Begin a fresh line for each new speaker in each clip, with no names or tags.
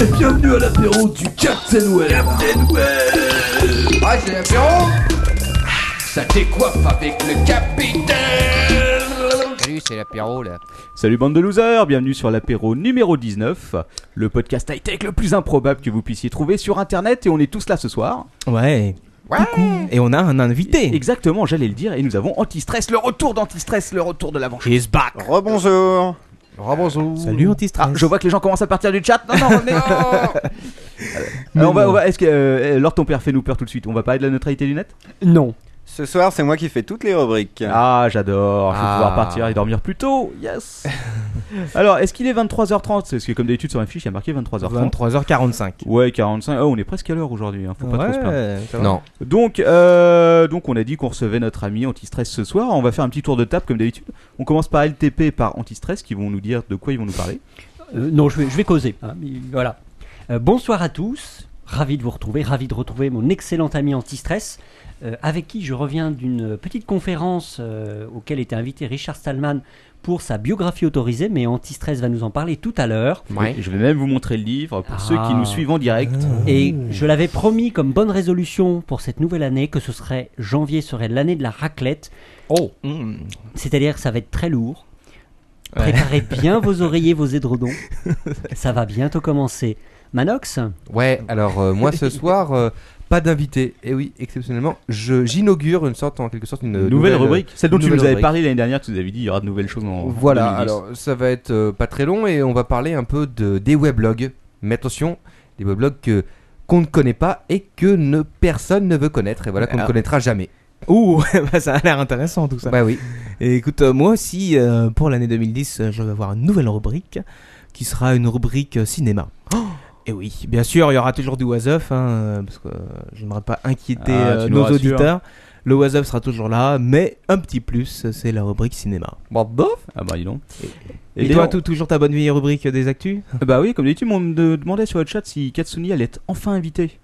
Et bienvenue à l'apéro du Captain Well. Captain Well.
Ah, c'est l'apéro
Ça décoiffe avec le capitaine.
Salut, c'est l'apéro là.
Salut bande de losers, bienvenue sur l'apéro numéro 19, le podcast high-tech le plus improbable que vous puissiez trouver sur internet et on est tous là ce soir.
Ouais. Coucou. Et on a un invité.
Exactement, j'allais le dire et nous avons Antistress, le retour d'Antistress, le retour de l'avant.
He's back.
Rebonjour.
Rebonjour.
Salut Antistress.
Ah, je vois que les gens commencent à partir du chat. Non, non, revenez. Euh, on va, on va- est-ce que euh, Lord ton père fait nous peur tout de suite On va parler de la neutralité des lunettes
Non.
Ce soir, c'est moi qui fais toutes les rubriques.
Ah, j'adore. Je vais
Ah.
pouvoir partir et dormir plus tôt. Yes. Alors, est-ce qu'il est 23h30 Parce que comme d'habitude sur ma fiche, il y a marqué 23h30.
23h45.
Ouais, 45. Oh, on est presque à l'heure aujourd'hui. hein. Faut pas trop se plaindre.
Non.
Donc, euh, donc on a dit qu'on recevait notre ami Antistress ce soir. On va faire un petit tour de table comme d'habitude. On commence par LTP et par Antistress qui vont nous dire de quoi ils vont nous parler.
Euh, non, je vais, je vais causer. hein, mais voilà. Euh, bonsoir à tous. Ravi de vous retrouver. Ravi de retrouver mon excellent ami anti-stress, euh, avec qui je reviens d'une petite conférence euh, auquel était invité Richard Stallman pour sa biographie autorisée, mais anti-stress va nous en parler tout à l'heure.
Ouais.
Et je vais même vous montrer le livre pour
Ah.
ceux qui nous suivent en direct. euh,
Et je l'avais promis comme bonne résolution pour cette nouvelle année que ce serait janvier serait l'année de la raclette.
Oh.
C'est-à-dire que ça va être très lourd. Préparez bien vos oreillers, vos édredons. ça va bientôt commencer. Manox
Ouais, alors euh, moi ce soir, euh, pas d'invité. Et oui, exceptionnellement, je- j'inaugure une sorte, en quelque sorte, une
nouvelle, rubrique. Celle dont tu nous avais parlé l'année dernière, tu nous avais dit il y aura de nouvelles choses en
euh, Voilà,
2010.
alors ça va être euh, pas très long et on va parler un peu de, des weblogs. Mais attention, des weblogs que qu'on ne connaît pas et que ne, personne ne veut connaître et voilà qu'on ne
Ah.
connaîtra jamais.
Ouh, bah, ça a l'air intéressant tout ça.
Bah oui.
Et écoute, euh, moi aussi, euh, pour l'année 2010, euh, je vais avoir une nouvelle rubrique qui sera une rubrique euh, cinéma.
Oh.
et oui, bien sûr, il y aura toujours du was-of, hein, euh, parce que euh, je n'aimerais pas inquiéter
Ah,
euh,
tu nous
nos
rassures.
auditeurs. Le was-of sera toujours là, mais un petit plus, euh, c'est la rubrique cinéma.
Bon, bof.
Ah bah dis donc.
Et,
d'ailleurs-
toi, tou- toujours ta bonne vieille rubrique euh, des actus
Bah oui, comme d'habitude, on me de- demandait sur le chat si Katsuni allait être enfin invité.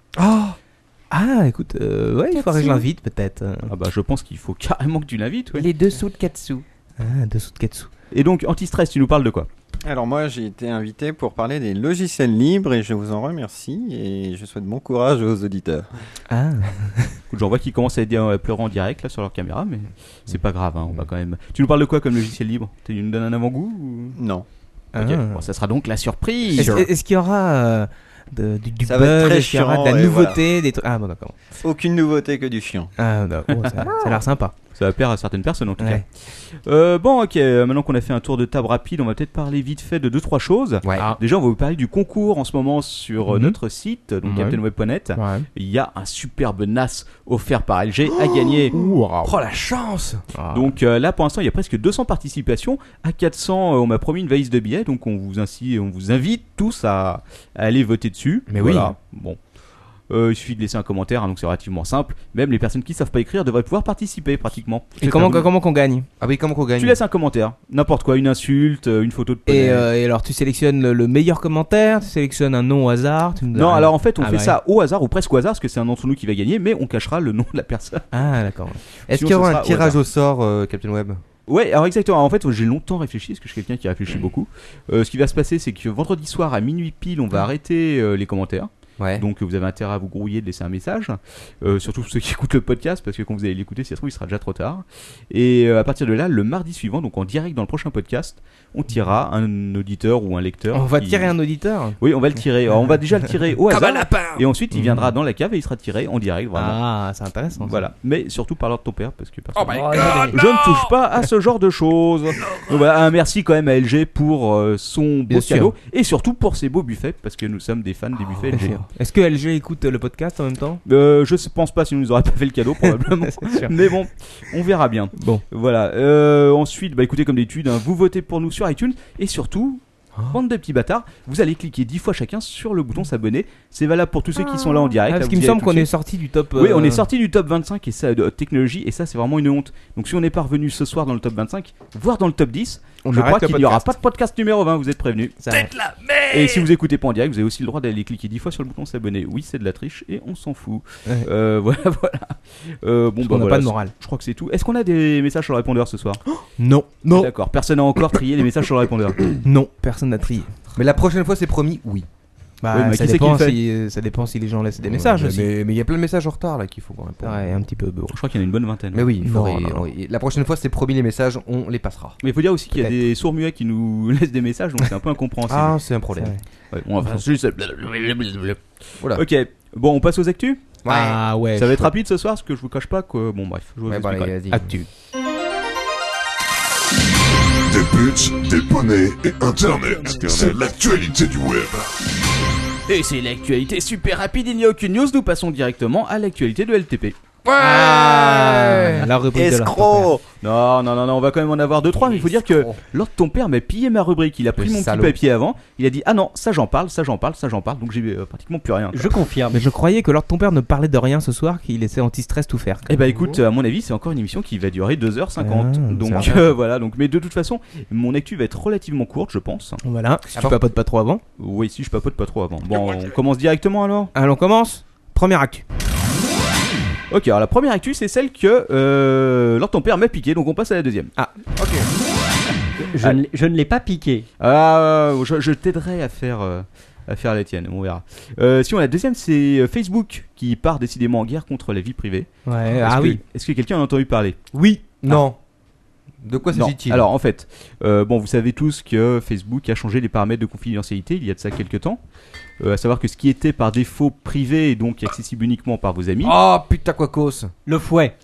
Ah, écoute, euh, ouais, il faudrait que je l'invite peut-être.
Ah bah je pense qu'il faut carrément que tu l'invites. ouais.
Les dessous de Katsu.
Ah, dessous de Ketsu.
Et donc Antistress, tu nous parles de quoi
Alors moi, j'ai été invité pour parler des logiciels libres et je vous en remercie et je souhaite bon courage aux auditeurs.
Ah,
Écoute, J'en vois qui commencent à, aider- à pleurer en direct là sur leur caméra, mais c'est pas grave, hein, on va quand même. Tu nous parles de quoi comme logiciel libre Tu nous donnes un avant-goût ou-
Non.
Ok,
ah.
bon, ça sera donc la surprise.
Est-ce est-ce qu'il y aura euh, de- du, du
Ça va être
buzz,
très
est-ce qu'il y aura
chiant,
de la
et voilà.
nouveauté, des trucs. Ah bon, d'accord.
Aucune nouveauté que du chiant.
Ah, d'accord. Oh, ça, ça a l'air sympa.
Ça va plaire à certaines personnes en tout
Ouais.
cas. Euh, bon, ok, euh, maintenant qu'on a fait un tour de table rapide, on va peut-être parler vite fait de deux trois choses. Ah.
Ouais.
Déjà, on va vous parler du concours en ce moment sur euh,
Mhm.
notre site, donc
Ouais.
captainweb.net.
Ouais.
Il y a un superbe NAS offert par LG à gagner.
Oh la chance
Donc euh, là, pour l'instant, il y a presque 200 participations. À 400, euh, on m'a promis une valise de billets, donc on vous, ainsi, on vous invite tous à, à aller voter dessus.
Mais
Voilà. Bon. Euh, il suffit de laisser un commentaire, hein, donc c'est relativement simple. Même les personnes qui savent pas écrire devraient pouvoir participer pratiquement.
Et comment,
C'est un-
comment qu'on gagne
Ah oui, comment qu'on gagne
Tu laisses un commentaire, n'importe quoi, une insulte, euh, une photo de poney.
et, euh, et alors, tu sélectionnes le, le meilleur commentaire, tu sélectionnes un nom au hasard. Tu nous
Non,
donnes-
alors en fait, on
Ah,
fait
ouais.
ça au hasard ou presque au hasard, parce que c'est un d'entre nous qui va gagner, mais on cachera le nom de la personne.
Ah, d'accord.
Est-ce
Sinon,
qu'il y
ce
aura
sera
un
au
tirage au sort, euh, Captain Web
Ouais, alors exactement. En fait, j'ai longtemps réfléchi, parce que je suis quelqu'un qui réfléchit
Mm.
beaucoup. Euh, ce qui va se passer, c'est que vendredi soir à minuit pile, on va
Mm.
arrêter euh, les commentaires.
Ouais.
Donc, euh, vous avez intérêt à vous grouiller de laisser un message. Euh, surtout pour ceux qui écoutent le podcast, parce que quand vous allez l'écouter, si ça se trouve, il sera déjà trop tard. Et euh, à partir de là, le mardi suivant, donc en direct dans le prochain podcast, on tirera un auditeur ou un lecteur.
On va
qui-
tirer un auditeur.
Oui, on va le tirer. Alors, on va déjà le tirer au hasard. Et ensuite, il
Mhm.
viendra dans la cave et il sera tiré en direct, vraiment.
Ah, c'est intéressant. ça.
Voilà. Mais surtout par l'ordre de ton père, parce que personne.
Oh, désolé.
Je ne touche pas à ce genre de choses. Donc voilà, un merci quand même à LG pour euh, son beau
Bien sûr. Oh,
cadeau et surtout pour ses beaux buffets parce que nous sommes des fans des buffets
Bien
LG.
sûr. Est-ce que LG écoute euh, le podcast en même temps
Euh, je pense pas si nous aurait pas fait le cadeau probablement.
C'est sûr.
Mais bon, on verra bien.
Bon.
Voilà. Euh, ensuite, bah écoutez comme d'habitude, hein, vous votez pour nous sur iTunes et surtout.
Ah.
Bande de petits bâtards, vous allez cliquer dix fois chacun sur le bouton s'abonner. C'est valable pour tous ceux qui sont là en
Ah,
direct. là,
parce
vous
qu'il me
y allez
semble
tout de
qu'on est
suite.
sorti du top.
Oui,
euh,
on est sorti du top 25 et ça, de technologie, et ça, c'est vraiment une honte. Donc, si on n'est pas revenu ce soir dans le top 25, voire dans le top 10,
On
je
arrête
crois
le
qu'il n'y aura
podcast.
pas de podcast numéro 20, vous êtes prévenus.
Ça-
Et si vous écoutez pas en direct, vous avez aussi le droit d'aller cliquer 10 fois sur le bouton s'abonner. Oui, c'est de la triche et on s'en fout.
Ouais.
Euh, voilà, voilà. Euh, bon, bah,
on n'a
voilà,
pas de morale. Oh
Je crois que c'est tout. Est-ce qu'on a des messages sur le répondeur ce soir
Non, non,
D'accord, personne n'a encore trié les messages sur le répondeur.
non, personne n'a trié.
Mais la prochaine fois, c'est promis, oui.
Bah,
Ouais, mais
ça,
qui c'est qui le
dépend
fait
si, euh, ça dépend si les gens laissent des messages
Ouais,
aussi. Ah,
Mais mais il y a plein de messages en retard là qu'il faut qu'on réponde.
Ouais, un petit peu bourre.
Je crois qu'il y en a une bonne vingtaine.
Mais oui, il
Non,
faudrait-
non, non.
on- la prochaine fois, c'est promis les messages, on les passera.
Mais il faut dire aussi qu'il y a
Peut-être.
des sourds muets qui nous laissent des messages, donc c'est un peu incompréhensible.
Ah, c'est un
C'est
problème.
vrai.
Ouais, bon, enfin, juste-
Voilà. Eh,
Ok, bon, on passe aux actus.
Ah ouais.
Ça va
je
être rapide ce soir, parce que je vous cache pas que. Bon, bref, je vous
Ouais, bah,
expliquerai.
allez, vas-y.
Actu.
Des putes, des poneys et Internet. C'est l'actualité du web.
Et c'est l'actualité super rapide, il n'y a aucune news, nous passons directement à l'actualité de LTP.
Ah, la rubrique de
Escroc
Non, non, non, non, on va quand même en avoir deux, trois, mais il faut dire que lors de ton père m'a pillé ma rubrique, il a pris
Oh. Le
mon petit
salaud.
papier avant, il a dit Ah non, ça j'en parle, ça j'en parle, ça j'en parle, donc j'ai euh, pratiquement plus rien.
Je confirme.
Mais je croyais que Lord ton père ne parlait de rien ce soir, qu'il laissait anti-stress tout faire.
Eh bah écoute, à mon avis, c'est encore une émission qui va durer 2h50.
Ah,
donc
c'est
euh, voilà, donc mais de toute façon, mon actu va être relativement courte, je pense.
Voilà, si tu
Attends.
papotes pas trop avant.
Oui, si je papote pas trop avant. Bon, on commence directement alors
Allez, on commence. Première actu.
Ok, alors la première actu, c'est celle que euh, Lord ton père m'a piqué, donc on passe à la deuxième.
Je ne l'ai- je ne l'ai pas piqué.
Ah, je, je t'aiderai à faire, euh, à faire la tienne, on verra. Euh, sinon, la deuxième, c'est euh, Facebook qui part décidément en guerre contre la vie privée.
Ouais,
Est-ce
ah
que-
oui.
Est-ce que quelqu'un en a entendu parler
Oui, non. De quoi
Non.
s'agit-il
Alors, en fait, euh, bon, vous savez tous que Facebook a changé les paramètres de confidentialité il y a de ça quelques temps. Euh, à savoir que ce qui était par défaut privé et donc accessible uniquement par vos amis.
Oh putain, quoi cause
Le fouet.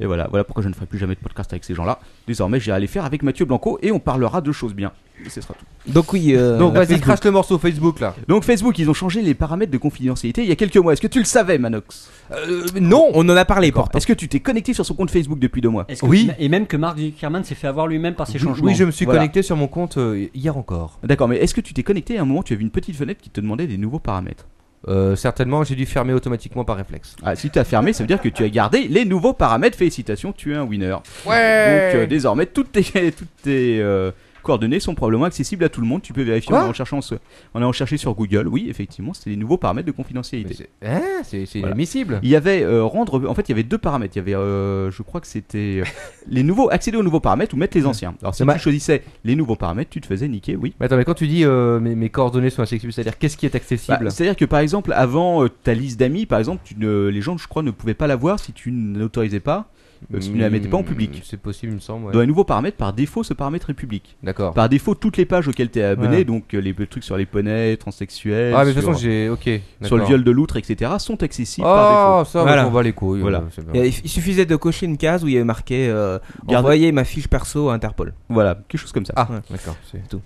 Et voilà, voilà pourquoi je ne ferai plus jamais de podcast avec ces gens-là. Désormais, j'irai les faire avec Mathieu Blanco et on parlera de choses bien. Et ce sera tout.
Donc oui. euh,
Donc vas-y,
Facebook.
crache le morceau Facebook là.
Donc, Facebook, ils ont changé les paramètres de confidentialité il y a quelques mois. Est-ce que tu le savais, Manox
Euh, non
On en a parlé,
D'accord.
porte.
Est-ce que tu t'es connecté sur son compte Facebook depuis deux mois
Est-ce que-
Oui.
Et même que Mark Zuckerman s'est fait avoir lui-même par ses changements.
Oui, je me suis
Voilà.
connecté sur mon compte euh, hier encore.
D'accord, mais est-ce que tu t'es connecté à un moment tu avais une petite fenêtre qui te demandait des nouveaux paramètres
Euh, certainement, j'ai dû fermer automatiquement par réflexe.
Ah, si tu as fermé, ça veut dire que tu as gardé les nouveaux paramètres. Félicitations, tu es un winner. Ouais Donc euh, désormais, toutes tes, toutes tes euh, coordonnées sont probablement accessibles à tout le monde. Tu peux vérifier en
Quoi
allant, chercher en se- en allant chercher sur Google. Oui, effectivement, c'est les nouveaux paramètres de confidentialité.
Mais c'est- Hein C'est c'est
Voilà.
admissible.
Il y avait euh, rendre. En fait, il y avait deux paramètres. Il y avait, euh, je crois que c'était euh, les nouveaux, accéder aux nouveaux paramètres ou mettre les anciens. Alors, si
Ma-
tu choisissais les nouveaux paramètres, tu te faisais niquer, oui.
Mais attends, mais quand tu dis euh, mes, mes coordonnées sont accessibles, c'est-à-dire qu'est-ce qui est
Bah,
accessible
C'est-à-dire que par exemple, avant euh, ta liste d'amis, par exemple, tu ne- les gens, je crois, ne pouvaient pas la voir si tu n'autorisais pas, euh, si tu ne la mettais pas en
Hmm,
public.
C'est possible, il me semble. ouais.
Dans les nouveaux paramètres, par défaut, ce paramètre est public.
D'accord.
Par défaut, toutes les pages auxquelles tu es abonné,
Ouais.
donc euh, les trucs sur les poneys, transsexuels,
Ah, mais de toute
sur,
façon, j'ai. Ok.
sur le
d'accord.
viol de l'outre, etc., sont accessibles par
Oh,
défaut.
ça,
Voilà.
on va les couilles.
Voilà.
euh, c'est bien.
Il il suffisait de cocher une case où il y avait marqué euh,
Garde-
envoyer ma fiche perso à Interpol.
Voilà, quelque chose comme ça.
Ah,
Ouais.
d'accord, c'est tout.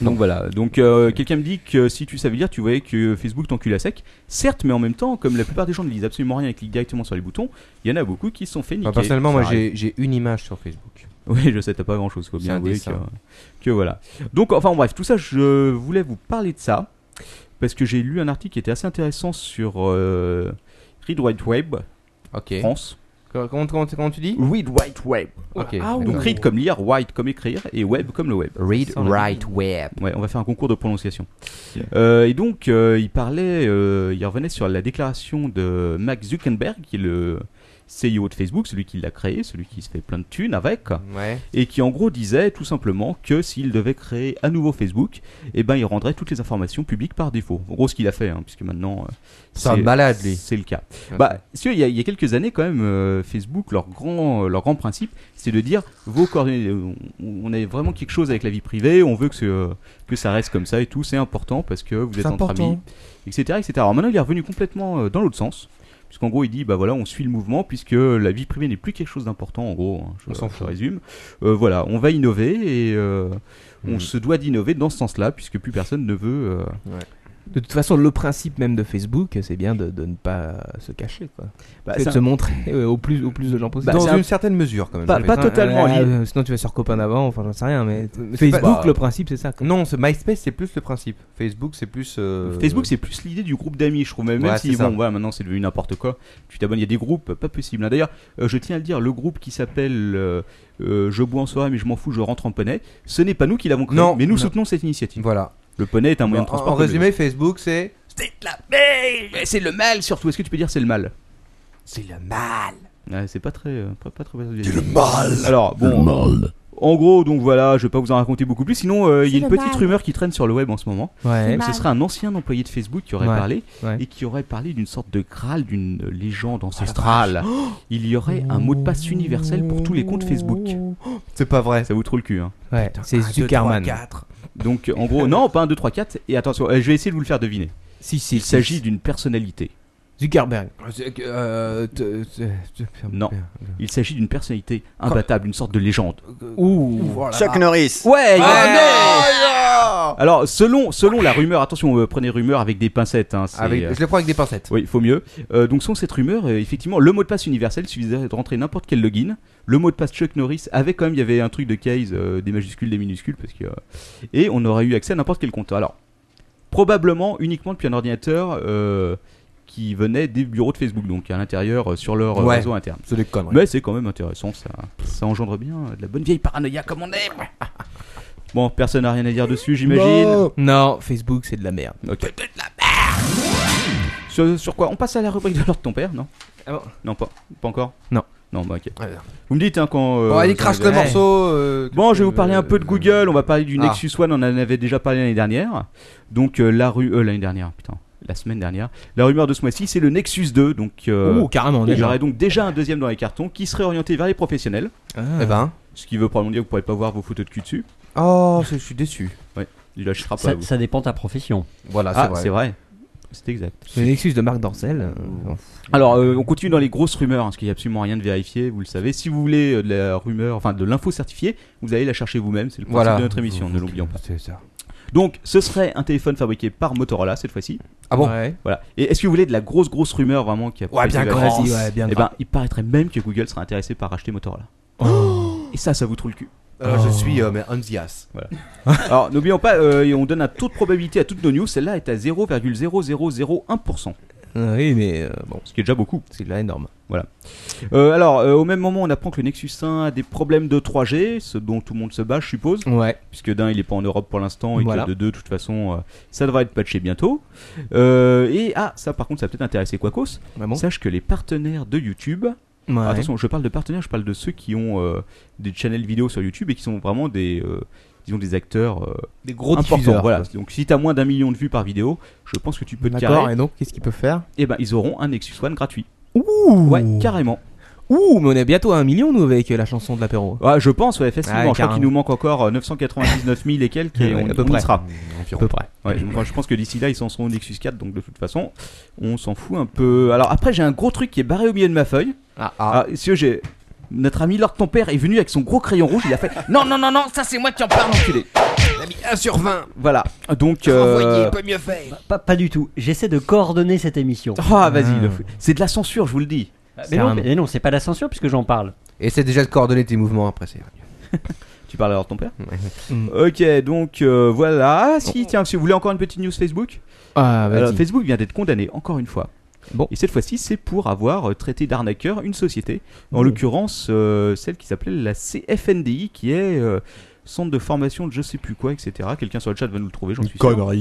Donc voilà, donc euh, quelqu'un me dit que si tu savais lire, tu voyais que Facebook t'encule à sec. Certes, mais en même temps, comme la plupart des gens ne lisent absolument rien et cliquent directement sur les boutons, il y en a beaucoup qui se sont fait niquer.
Enfin, personnellement,
Ça
moi,
arrive.
j'ai j'ai une image sur Facebook.
Oui, je sais, t'as pas grand chose, faut
C'est
bien
un
avouer que,
dessin.
que voilà. Donc, enfin bref, tout ça, je voulais vous parler de ça, parce que j'ai lu un article qui était assez intéressant sur euh, Read White Web,
Ok.
France.
Comment, comment- comment tu dis
Read White Web. Donc,
Ok. d'accord.
read comme lire, white comme écrire, et web comme le web.
Read, write, web.
Ouais, on va faire un concours de prononciation. Euh, et donc, euh, il parlait, euh, il revenait sur la déclaration de Max Zuckerberg, qui est le CEO de Facebook, celui qui l'a créé, celui qui se fait plein de thunes avec.
Ouais.
et qui en gros disait tout simplement que s'il devait créer à nouveau Facebook, eh ben il rendrait toutes les informations publiques par défaut. En gros, ce qu'il a fait, hein, puisque maintenant euh,
C'est un malade, lui.
C'est le cas. Bah, si, il y, a, il y a quelques années quand même, euh, Facebook, leur grand, euh, leur grand principe, c'est de dire vos coordonnées. euh, On, on a vraiment quelque chose avec la vie privée. On veut que ce- euh, que ça reste comme ça et tout. C'est important parce que vous êtes entre amis, etc., etc. Alors maintenant, il est revenu complètement euh, dans l'autre sens. Puisqu'en gros, il dit, bah voilà, on suit le mouvement, puisque la vie privée n'est plus quelque chose d'important, en gros, hein, je,
On s'en
je
fout.
résume. Euh, voilà, on va innover et euh, on
Mm.
se doit d'innover dans ce sens-là, puisque plus personne ne veut. euh,
De toute façon, le principe même de Facebook, c'est bien de, de ne pas se cacher, quoi.
bah,
c'est
c'est
de se montrer euh, au plus, au plus de gens possible.
Bah,
Dans
c'est un-
une certaine mesure, quand même.
Pas-
j'ai
pas
fait.
Enfin,
totalement
euh,
lié.
euh, sinon, tu vas sur Copain avant, enfin, j'en sais rien, mais
Mais c'est pas-
Facebook,
bah,
le principe, c'est ça. quoi.
Non, c'est MySpace, c'est plus le principe. Facebook, c'est plus.
un-
euh,
Facebook, c'est plus l'idée du groupe d'amis, je trouve. Même, même
Ouais,
si,
c'est ça.
bon, voilà, maintenant c'est devenu n'importe quoi. Tu t'abonnes, il y a des groupes, pas possible. hein. D'ailleurs, euh, je tiens à le dire, le groupe qui s'appelle euh, euh, Je bois en soirée, mais je m'en fous, je rentre en poney, ce n'est pas nous qui l'avons créé,
Non.
mais nous
Non.
soutenons cette initiative.
Voilà.
Le poney est un moyen de
en,
transport.
en
comme les
résumé, Facebook, c'est.
Mais c'est le mal surtout. Est-ce que tu peux dire c'est le mal C'est le mal. c'est pas très, euh, pas, pas très.
C'est le mal.
Alors bon,
mal.
En gros, donc voilà, je vais pas vous en raconter beaucoup plus. Sinon, euh, il y a
C'est
une
le
petite
mal.
rumeur qui traîne sur le web en ce moment.
Ouais.
Ah
Mal.
Ce serait un ancien employé de Facebook qui aurait
Ouais.
parlé
Ouais.
et qui aurait parlé d'une sorte de graal, d'une
Oh
légende ancestrale.
Oh,
il y aurait un mot de passe universel pour tous les comptes Facebook.
C'est pas vrai.
Ça vous trouve le cul. Hein.
Ouais, c'est Zuckerman.
Donc en gros, non, pas un 2, 3, 4. Et attention, euh, je vais essayer de vous le faire deviner.
Si, si.
Il
si,
s'agit
si.
d'une personnalité.
Zuckerberg.
euh, Non. Il s'agit d'une personnalité imbattable, une sorte de légende.
Ouh.
Chuck Norris.
Ouais,
Ah.
Alors, selon, selon la rumeur, attention, euh, prenez rumeur avec des pincettes. Hein, c'est,
Avec,
euh,
Ah, Je le prends avec des pincettes.
Oui, faut mieux. Euh, donc, selon cette rumeur, euh, effectivement, le mot de passe universel suffisait de rentrer n'importe quel login. Le mot de passe Chuck Norris avait quand même, il y avait un truc de case, euh, des majuscules, des minuscules, parce que. euh, et on aurait eu accès à n'importe quel compte. Alors, probablement uniquement depuis un ordinateur euh, qui venait des bureaux de Facebook, donc à l'intérieur, euh, sur leur euh,
Ouais.
réseau interne.
C'est des conneries.
Mais c'est quand même intéressant, ça, ça engendre bien euh, de la bonne vieille paranoïa comme on aime. Bon, personne n'a rien à dire dessus, j'imagine.
Non, Facebook, c'est de la merde.
Ok. Sur, sur quoi On passe à la rubrique de l'ordre de ton père, non
Ah bon
Non, pas, pas encore
Non.
Non, bah ok.
Ah, bien.
Vous me dites hein, quand. euh,
Bon, allez,
vous
crache
en avez-
le morceau. euh,
Bon, je vais vous parler un peu de Google. On va parler du
Ah.
Nexus One. On en avait déjà parlé l'année dernière. Donc euh, la rue, euh, l'année dernière, putain, la semaine dernière. La rumeur de ce mois-ci, c'est le Nexus 2. Donc euh,
Ouh, Oh, carrément.
il y
déjà.
aurait donc déjà un deuxième dans les cartons qui serait orienté vers les professionnels.
Ah.
Eh ben.
Ce qui veut probablement dire que vous pourrez pas voir vos photos de cul dessus.
Oh, je suis déçu.
Il lâchera pas.
Ça,
vous.
ça dépend de ta profession.
Voilà, c'est
Ah,
vrai.
c'est vrai. C'est exact.
Le Nexus de Marc Dorcel. euh, bon.
Alors, euh, on continue dans les grosses rumeurs, hein, parce qu'il n'y a absolument rien de vérifié, vous le savez. Si vous voulez euh, de la rumeur, enfin de l'info certifiée, vous allez la chercher vous-même, c'est le principe
Voilà.
de notre émission, ne l'oublions pas.
C'est ça.
Donc, ce serait un téléphone fabriqué par Motorola cette fois-ci.
Ah bon
Ouais.
Voilà. Et est-ce que vous voulez de la grosse, grosse rumeur vraiment qui a pas
Ouais,
été
bien
vérifiée
grand.
Vas-y, ouais, bien
Eh
grand.
ben, il paraîtrait même que Google serait intéressé par acheter Motorola.
Oh.
Et ça, ça vous trouve le cul.
Alors,
Oh.
je suis euh, mais enthousiaste.
Alors, n'oublions pas, euh, et on donne à toute probabilité à toutes nos news, celle-là est à 0,0001%.
Ah Oui, mais euh, bon,
Ce qui est déjà beaucoup.
c'est déjà énorme.
Euh, alors, euh, au même moment, on apprend que le Nexus 1 a des problèmes de 3G, ce dont tout le monde se bat, je suppose,
Ouais.
puisque d'un, il n'est pas en Europe pour l'instant, et
Voilà.
que de deux, de toute façon, euh, ça devrait être patché bientôt. Euh, et, ah, ça par contre, ça va peut-être intéresser Quacos.
Bah bon.
Sache que les partenaires de YouTube,
Ouais.
attention, je parle de partenaires, je parle de ceux qui ont euh, des channels vidéo sur YouTube et qui sont vraiment des, euh, disons, des acteurs euh,
Des gros
importants.
diffuseurs.
Voilà.
quoi.
Donc, si tu as moins d'un million de vues par vidéo, je pense que tu peux te
D'accord,
carrer,
et donc, qu'est-ce qu'ils peuvent faire
et ben, ils auront un Nexus One gratuit.
Ouh
Ouais, carrément.
Ouh, mais on est bientôt à un million, nous, avec euh, la chanson de l'apéro.
Ouais, Ah, je pense, ouais, effectivement.
Ouais,
je crois
carrément.
qu'il nous manque encore euh, 999 000 et quelques, et
Ouais,
on,
à peu
on y
près.
sera.
À peu près.
Ouais, moi, je pense que d'ici là, ils s'en seront au Nexus 4, donc de toute façon, on s'en fout un peu. Alors après, j'ai un gros truc qui est barré au milieu de ma feuille.
Ah,
Ah, monsieur, j'ai. Notre ami Lord ton père est venu avec son gros crayon rouge, il a fait Non, non, non, non, ça c'est moi qui en parle, enculé.
T'as mis 1 sur 20.
Voilà, donc. Euh...
peut mieux faire.
Pas, pas du tout. J'essaie de coordonner cette émission.
Ah, vas-y,
Ah.
le fou- c'est de la censure, je vous le dis.
Ah, mais, non,
un-
mais non, c'est pas la censure puisque j'en parle.
Et c'est déjà de coordonner tes mouvements après, c'est
Tu parles alors de ton père
Ouais.
Mm.
Ok, donc euh, voilà. Ah, si, tiens, si vous voulez encore une petite news Facebook
Ah, vas-y.
Alors, Facebook vient d'être condamné encore une fois.
Bon.
Et cette fois-ci, c'est pour avoir euh, traité d'arnaqueur une société, en
Mmh.
l'occurrence euh, celle qui s'appelait la CFNDI, qui est euh, centre de formation de je sais plus quoi, etc. Quelqu'un sur le chat va nous le trouver, j'en suis sûr.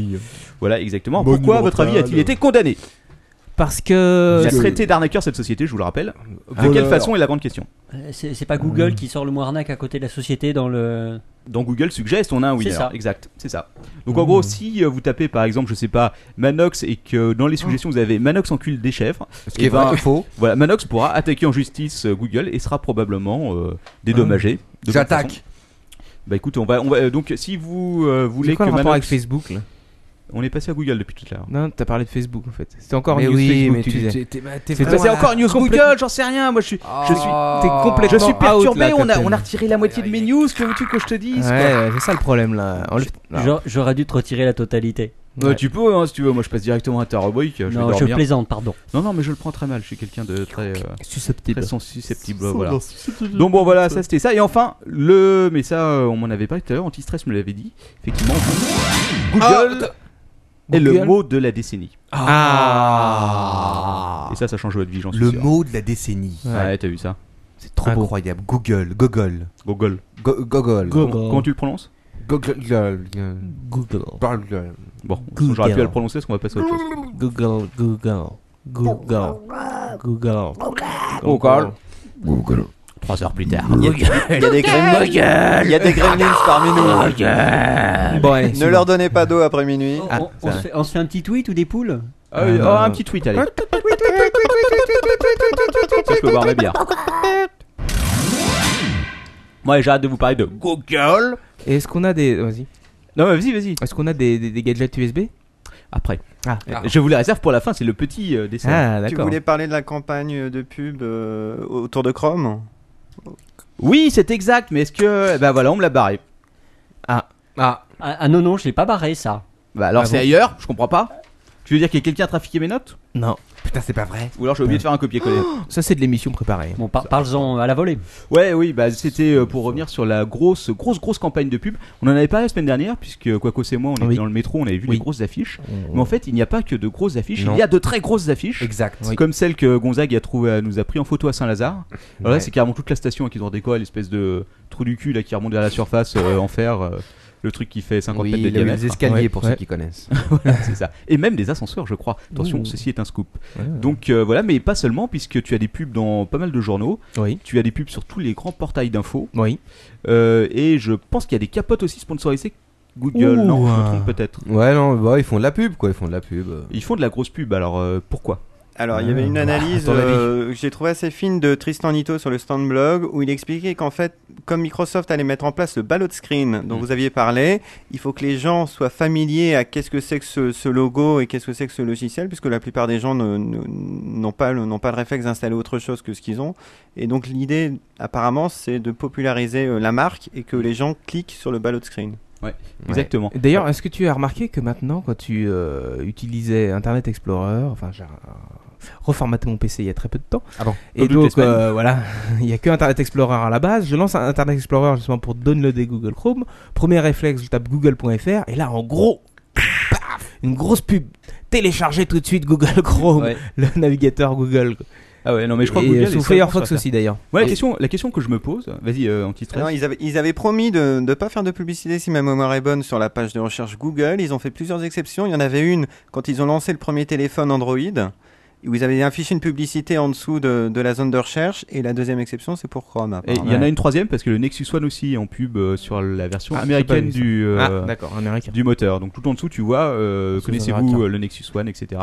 Voilà, exactement.
Bonne
Pourquoi, à votre avis,
mentale.
a-t-il été condamné
Parce
Il
que.
a
Parce que-
traité d'arnaqueur cette société, je vous le rappelle. De
Voleur.
quelle façon est la grande question
Euh, C'est c'est pas Google qui sort le mot arnaque à côté de la société dans le.
dans Google Suggest, on a un winner.
C'est ça.
Exact, c'est ça. Donc en gros, si euh, vous tapez par exemple, je sais pas, Manox et que dans les suggestions vous avez Manox encule des chèvres,
Ce qui est
Eh ben,
vrai, faux.
Voilà, Manox pourra attaquer en justice euh, Google et sera probablement euh, dédommagé. de toute façon.
J'attaque.
Bah écoute, on va, on va euh, donc si vous euh, voulez
C'est quoi
que
le rapport
Manox-
avec Facebook là
on est passé à Google depuis tout à l'heure.
Non, t'as parlé de Facebook en fait. C'était encore
Mais
une news
oui,
Facebook,
mais
tu
tu-
disais.
tu- t'es- t'es
C'est
vraiment-
passé
encore news Google, j'en sais rien. Moi je suis, je suis,
T'es
Ah.
complètement
Ah. je suis
out,
perturbé.
là,
on a,
Captain.
on a retiré la moitié de mes news. Que veux-tu que je te dise quoi
Ouais, c'est ça le problème là. On le- Ah.
J'a- J'aurais dû te retirer la totalité.
Ouais,
Ouais.
Tu peux, hein, si tu veux. Moi je passe directement à ta rubrique. Je vais
non, je
dormir.
plaisante, pardon.
non, non, mais je le prends très mal. Je suis quelqu'un de très. euh,
Susceptible.
Elles sont susceptibles, voilà. Donc bon, voilà, ça c'était ça. Et enfin, le. Mais ça, euh, on m'en avait parlé tout à l'heure, Antistress me l'avait dit. Effectivement, Google est le
Google.
mot de la décennie.
Ah,
Et ça, ça change votre vie, j'en suis
Le
sûr.
mot de la décennie.
Ouais.
Ouais, t'as vu ça.
C'est trop incroyable. Google, Google,
Google.
Go-
Google.
Google,
Comment, comment tu le prononces
Google, Google,
Google.
Google.
Bon,
Google.
j'aurais pu à le prononcer parce qu'on va passer à autre chose.
Google. Google. Google. Google.
Google. Trois heures plus tard.
Il y a- il y a des gremlins, il y a des gremlins parmi nous.
Bon, allez,
Ne
sinon.
leur donnez pas d'eau après minuit.
On-
Ah,
on-
c'est
on, se
vrai.
fait, on se fait un petit tweet ou des poules
Ah oui,
Euh,
oh, un petit tweet, allez. Ça, je peux boire ma bière. Moi, j'ai hâte de vous parler de Google.
Et Est-ce qu'on a des. Vas-y.
Non, mais vas-y, vas-y.
Est-ce qu'on a des, des- des gadgets USB
Après.
Ah,
Je vous la réserve pour la fin, c'est le petit euh, dessin.
Ah,
Tu
d'accord.
voulais parler de la campagne de pub euh, autour de Chrome
Oui, c'est exact, mais est-ce que. Bah voilà, on me l'a barré.
Ah,
ah, ah non, non, je l'ai pas barré ça.
Bah alors,
Ah
c'est
bon
ailleurs, je comprends pas. Tu veux dire que quelqu'un a trafiqué mes notes
Non,
putain, c'est pas vrai.
Ou alors j'ai oublié de faire un copier-coller
ça c'est de l'émission préparée.
Bon, par- parle-en à la volée.
Ouais, oui, bah c'était euh, pour revenir sur la grosse, grosse, grosse campagne de pub. On en avait parlé la semaine dernière, puisque Quacos et moi, on était
Oui.
dans le métro, on avait vu
Oui.
les grosses affiches. Mais en fait, il n'y a pas que de grosses affiches,
Oh. Non.
il y a de très grosses affiches.
Exact.
Oui.
Comme celle que Gonzague a trouvé, nous a pris en photo à Saint-Lazare. Alors là,
Ouais.
c'est carrément toute la station qui doit décoller, l'espèce de trou du cul là, qui remonte vers la surface euh, en fer, euh, le truc qui fait 50
Oui,
mètres de
il y a eu
diamètre.
les escaliers
Ouais.
pour
Ouais.
ceux qui connaissent.
c'est ça. Et même des ascenseurs, je crois. Attention,
Ouh.
ceci est un scoop.
Ouais, ouais.
Donc euh, voilà, mais pas seulement, puisque tu as des pubs dans pas mal de journaux,
Oui.
tu as des pubs sur tous les grands portails d'infos.
Oui.
Euh, et je pense qu'il y a des capotes aussi sponsorisées Google.
Ouh.
non, je me trompe peut-être.
Ouais, non, bah, ils font de la pub, quoi. Ils font de la pub. euh.
Ils font de la grosse pub, alors euh, pourquoi
Alors, il y avait une analyse
Ah, bah, ton avis.
euh, que j'ai trouvée assez fine de Tristan Nito sur le stand blog où il expliquait qu'en fait, comme Microsoft allait mettre en place le ballot screen dont
Mm.
vous aviez parlé, il faut que les gens soient familiers à qu'est-ce que c'est que ce, ce logo et qu'est-ce que c'est que ce logiciel, puisque la plupart des gens ne- ne- n'ont pas, le- n'ont pas le réflexe d'installer autre chose que ce qu'ils ont. Et donc, l'idée, apparemment, c'est de populariser euh, la marque et que les gens cliquent sur le ballot screen.
Exactement.
D'ailleurs, est-ce que tu as remarqué que maintenant, quand tu euh, utilisais Internet Explorer, enfin, j'ai euh, reformaté mon PC il y a très peu de temps,
Ah bon
Comme
et
toutes les
donc
semaines.
euh, voilà, il y a que Internet Explorer à la base. Je lance un Internet Explorer justement pour downloader Google Chrome. Premier réflexe, je tape google.fr et là, en gros, paf, une grosse pub. Téléchargez tout de suite Google Chrome,
Ouais.
le navigateur Google.
Ah ouais, non, mais je crois
et
que Google
euh,
est
sous
seul à
Firefox
faire ça.
aussi d'ailleurs.
Ouais, la question, la question que je me pose, vas-y, euh,
Ah Non,
anti-stress.
ils, avaient, ils avaient promis de ne pas faire de publicité si ma mémoire est bonne sur la page de recherche Google. Ils ont fait plusieurs exceptions. Il y en avait une quand ils ont lancé le premier téléphone Android, où ils avaient affiché une publicité en dessous de, de la zone de recherche. Et la deuxième exception, c'est pour Chrome.
Et il
apparemment.
y en a une troisième parce que le Nexus One aussi est en pub euh, sur la version
Ah,
américaine
j'ai pas vu
du, euh,
Ah, d'accord, américain.
du moteur. Donc tout en dessous, tu vois, euh,
Sous
connaissez-vous
américain.
euh, le Nexus One, etc.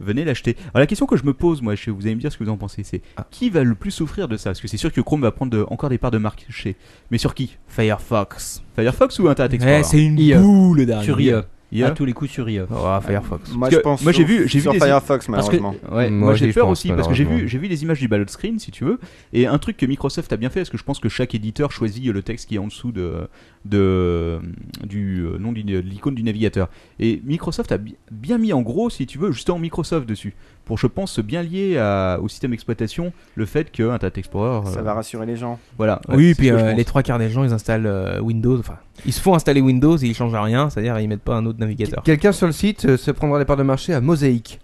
Venez l'acheter. Alors la question que je me pose, moi, je sais- vous allez me dire ce que vous en pensez, c'est
Ah.
qui va le plus souffrir de ça Parce que c'est sûr que Chrome va prendre de- encore des parts de marché. Mais sur qui
Firefox.
Firefox ou Internet Explorer
Ouais, c'est une
E.
IA.
boule derrière.
Sur IE.
Yeah.
À tous les coups sur IE.
Oh, Firefox.
Moi,
Parce
je
que
pense
moi, j'ai
sur-
vu- j'ai vu
sur
des-
Firefox,
parce que-
malheureusement.
Ouais,
Moi
moi, j'ai
aussi, je
peur
pense,
aussi parce que j'ai vu,
malheureusement.
j'ai vu les images du ballot screen, si tu veux, et un truc que Microsoft a bien fait, parce que je pense que chaque éditeur choisit le texte qui est en dessous de, de du euh, nom du- de l'icône du navigateur. Et Microsoft a bi- bien mis en gros, si tu veux, juste en Microsoft dessus, pour je pense bien lier à- au système d'exploitation le fait que Internet Explorer, euh,
Ça va rassurer les gens.
voilà.
oui,
Ouais,
et
c'est
puis
ce que je
euh,
pense.
les trois quarts des gens, ils installent euh, Windows. Enfin, ils se font installer Windows et ils changent à rien, c'est-à-dire ils mettent pas un autre navigateur.
Quelqu'un sur le site euh, se prendra les parts de marché à Mosaïque.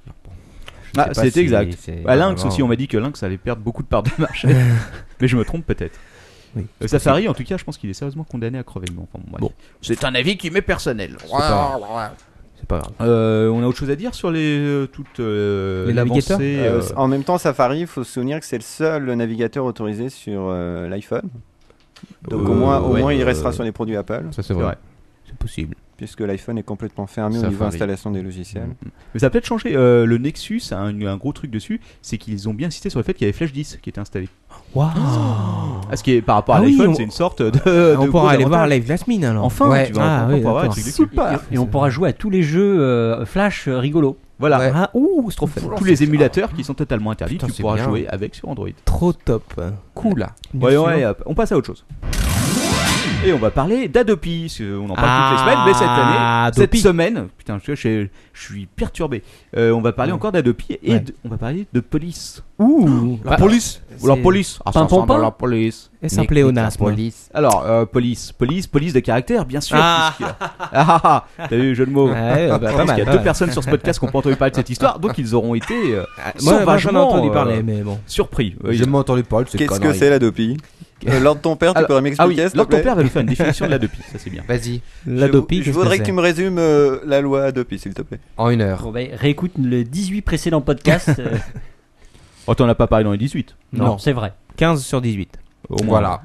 Ah, c'est exact. Bah, Lynx
Lynx
aussi, on m'a dit que Lynx allait perdre beaucoup de parts de marché, mais je me trompe peut-être.
Oui,
Euh, Safari, en tout cas, je pense qu'il est sérieusement condamné à crever. mais enfin, bon, bref.
Bon.
c'est un avis qui m'est personnel.
C'est pas grave.
Euh, on a autre chose à dire sur les euh, toutes euh,
Les
l'avancée,
navigateurs
euh,
Euh, En même temps, Safari, il faut se souvenir que c'est le seul navigateur autorisé sur euh, l'iPhone. Donc
Euh,
au moins, au
ouais,
moins il
euh,
restera sur les produits Apple,
Ça, c'est
c'est
vrai.
vrai.
C'est possible.
puisque l'iPhone est complètement fermé au niveau
Safari.
installation des logiciels.
Mais ça a peut-être changé. euh, le Nexus a un, un gros truc dessus, c'est qu'ils ont bien insisté sur le fait qu'il y avait Flash 10 qui était installé.
Waouh
Ah, ce qui est par rapport à
Oh. Ah oui,
l'iPhone,
on-
c'est une sorte de. de
Ah, On
gros
pourra aller voir
avantage.
Live Jasmine alors.
Enfin,
Ouais.
tu vas
Ah,
enfin
oui,
pouvoir avoir un
d'accord.
truc dessus.
Super.
Et, et on pourra jouer à tous les jeux euh, Flash euh, rigolos.
Voilà.
Ouais.
Ah, ouh, c'est trop Ah. fait.
Tous les émulateurs qui sont totalement interdits,
Putain,
tu
c'est
pourras
bien.
jouer avec sur Android.
Trop top.
Cool, là.
Ouais, ouais, hop, on passe à autre chose. Et on va parler d'Adopi, parce qu'on en parle toutes les semaines, mais cette année,
Ah,
cette
Adopi.
semaine, putain, je, je- je suis perturbé. Euh, on va parler
Ouais.
encore d'Adopi et
Ouais.
de- on va parler de police.
Ouh
La police Ou la
c'est-
police Ah, ça
Pimpon
ressemble à
pain
la police.
Et c'est un pléonasme.
Police.
Alors, euh, police, police, police de caractère, bien sûr.
Ah.
puisque- Ah, ah, ah, T'as vu, jeu de mots.
Ouais, ouais, bah, pas
Parce qu'il
mal.
y a
pas
deux
mal.
personnes sur ce podcast qui ont pas entendu parler de cette histoire, donc ils auront été euh,
Ah, Moi, moi, j'en ai
sauvagement,
entendu
euh,
parler, mais bon.
surpris. Euh,
J'ai
ils-
jamais entendu parler de cette
Qu'est-ce que
connerie.
c'est la Dopi Euh, Lors de ton père, tu
Alors-
pourrais
Ah oui,
m'expliquer s'il te
alors ton
plaît
père va nous faire une définition de l'Adopi, ça c'est bien.
Vas-y,
L'Adopi,
Je, je voudrais que tu me résumes euh, la loi Adopi, s'il te plaît.
en une heure.
Bon, ben, réécoute le 18 précédent podcast. euh,
Oh, t'en as pas parlé dans les 18.
non,
Non.
c'est vrai.
15 sur 18.
Au moins.
Voilà.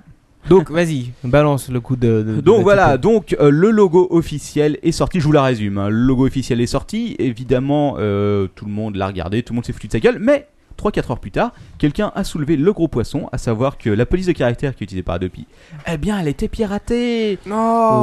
Donc vas-y, balance le coup de. de- de
Donc
la
voilà,
typo.
donc euh, le logo officiel est sorti, je vous la résume. hein. Le logo officiel est sorti, évidemment, euh, tout le monde l'a regardé, tout le monde s'est foutu de sa gueule, mais 3-4 heures plus tard, quelqu'un a soulevé le gros poisson, à savoir que la police de caractère qui est utilisée par Adopi, eh bien, elle était piratée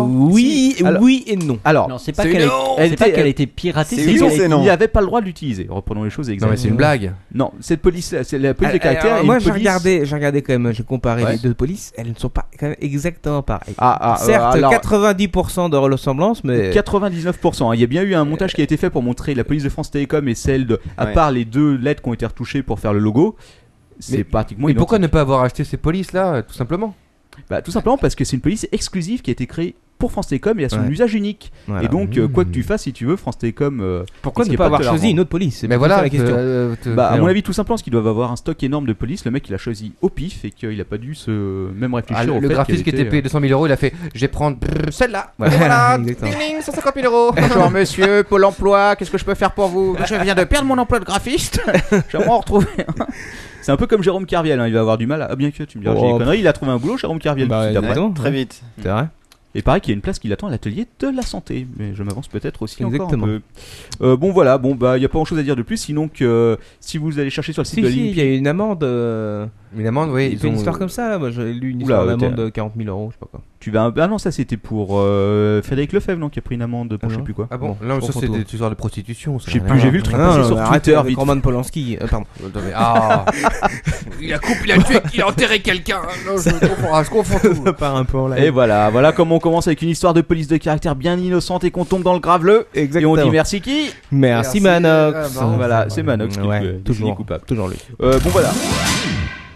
Oui,
Si, alors-
oui et non.
Alors,
Non, c'est pas
c'est
qu'elle
non,
a-
elle
c'est pas
était- euh,
qu'elle a été piratée,
c'est
c'est
non,
qu'elle a-
c'est non.
il n'avait pas le droit de l'utiliser. Reprenons les choses
Non, mais
exactement.
c'est une blague.
Non, cette police, c'est la police de
Euh, Alors,
caractère. est
moi
une
j'ai
police...
regardé, j'ai regardé quand même, j'ai comparé
Ouais.
les deux polices, elles ne sont pas quand même exactement pareilles.
Ah, ah,
Certes,
alors,
90% de ressemblance, mais
99%. hein. Il y a bien eu un montage qui a été fait pour montrer la police de France Télécom et celle de. À
Ouais.
part les deux lettres qui ont été retouchées pour faire le logo, c'est
Mais-
pratiquement.
Mais pourquoi
identique.
ne pas avoir acheté ces polices là, euh, tout simplement
Bah, Tout simplement parce que c'est une police exclusive qui a été créée pour France Télécom et à son
Ouais.
usage unique.
Voilà.
Et donc, euh, quoi que
Mmh.
tu fasses, si tu veux, France Télécom. euh,
pourquoi
qu'est-ce
ne
qui est
pas avoir
te la
choisi
rend
une autre police C'est
Mais
plutôt ça,
voilà,
la
te-
question.
euh, te-
Bah, à
alors.
mon avis, tout simplement parce qu'ils doivent avoir un stock énorme de police. Le mec, il a choisi au pif et qu'il a pas dû se même réfléchir
Ah, le
au
le
fait
graphiste qui
qu'elle
était payé 200 000 euros, il a fait Je vais prendre brrr, celle-là.
Ouais.
Voilà,
Exactement.
ding ding, 150 000 euros.
Bonjour monsieur, Pôle emploi, qu'est-ce que je peux faire pour vous
euh,
Je viens de perdre mon emploi de graphiste.
J'aimerais en retrouver. un. hein. C'est un peu comme Jérôme Carviel, hein, il va avoir du mal. À... Ah, bien que tu me diras, j'ai
Oh,
des conneries, il a trouvé un boulot, Jérôme Carviel.
Bah,
tout de suite après.
exactement.
Très vite.
C'est vrai.
Et pareil, qu'il y a une place qui l'attend à l'atelier de la santé. Mais je m'avance peut-être aussi
Exactement.
encore un peu. Euh, bon, voilà, bon, bah, il n'y a pas grand-chose à dire de plus, sinon que euh, si vous allez chercher sur le site
Si,
de
si, il
l'INPI.
y a eu une amende. euh,
Une amende, oui.
il
ils
fait une
ont-
histoire comme ça. Moi, j'ai lu une
Oula,
histoire
euh,
d'amende
t'es-
de 40 000 euros, je sais pas quoi.
Tu vas. Ah non, ça c'était pour euh, Frédéric Lefebvre, non, qui a pris une amende pour
Ah
je sais
non.
plus quoi.
Ah bon,
Bon,
Là,
je
ça
comprends
c'est
tout.
des histoires de prostitution. ça
Je sais
n'a
plus,
rien à
j'ai
voir.
vu le truc passer sur
arrête
Twitter
avec
vite.
Roman Polanski. euh, pardon.
Attends, mais- Ah Il a coupé, il a tué, il a enterré quelqu'un.
hein.
Non, je confonds, ah, je confonds tout.
part un peu en
Et voilà, voilà comment on commence avec une histoire de police de caractère bien innocente et qu'on tombe dans le graveleux.
Exactement.
Et on dit merci qui
Merci,
Merci,
Manox.
euh, bah,
Voilà, c'est Manox qui
Ouais,
est, euh, désigné
toujours
coupable.
Toujours lui.
Euh, bon voilà.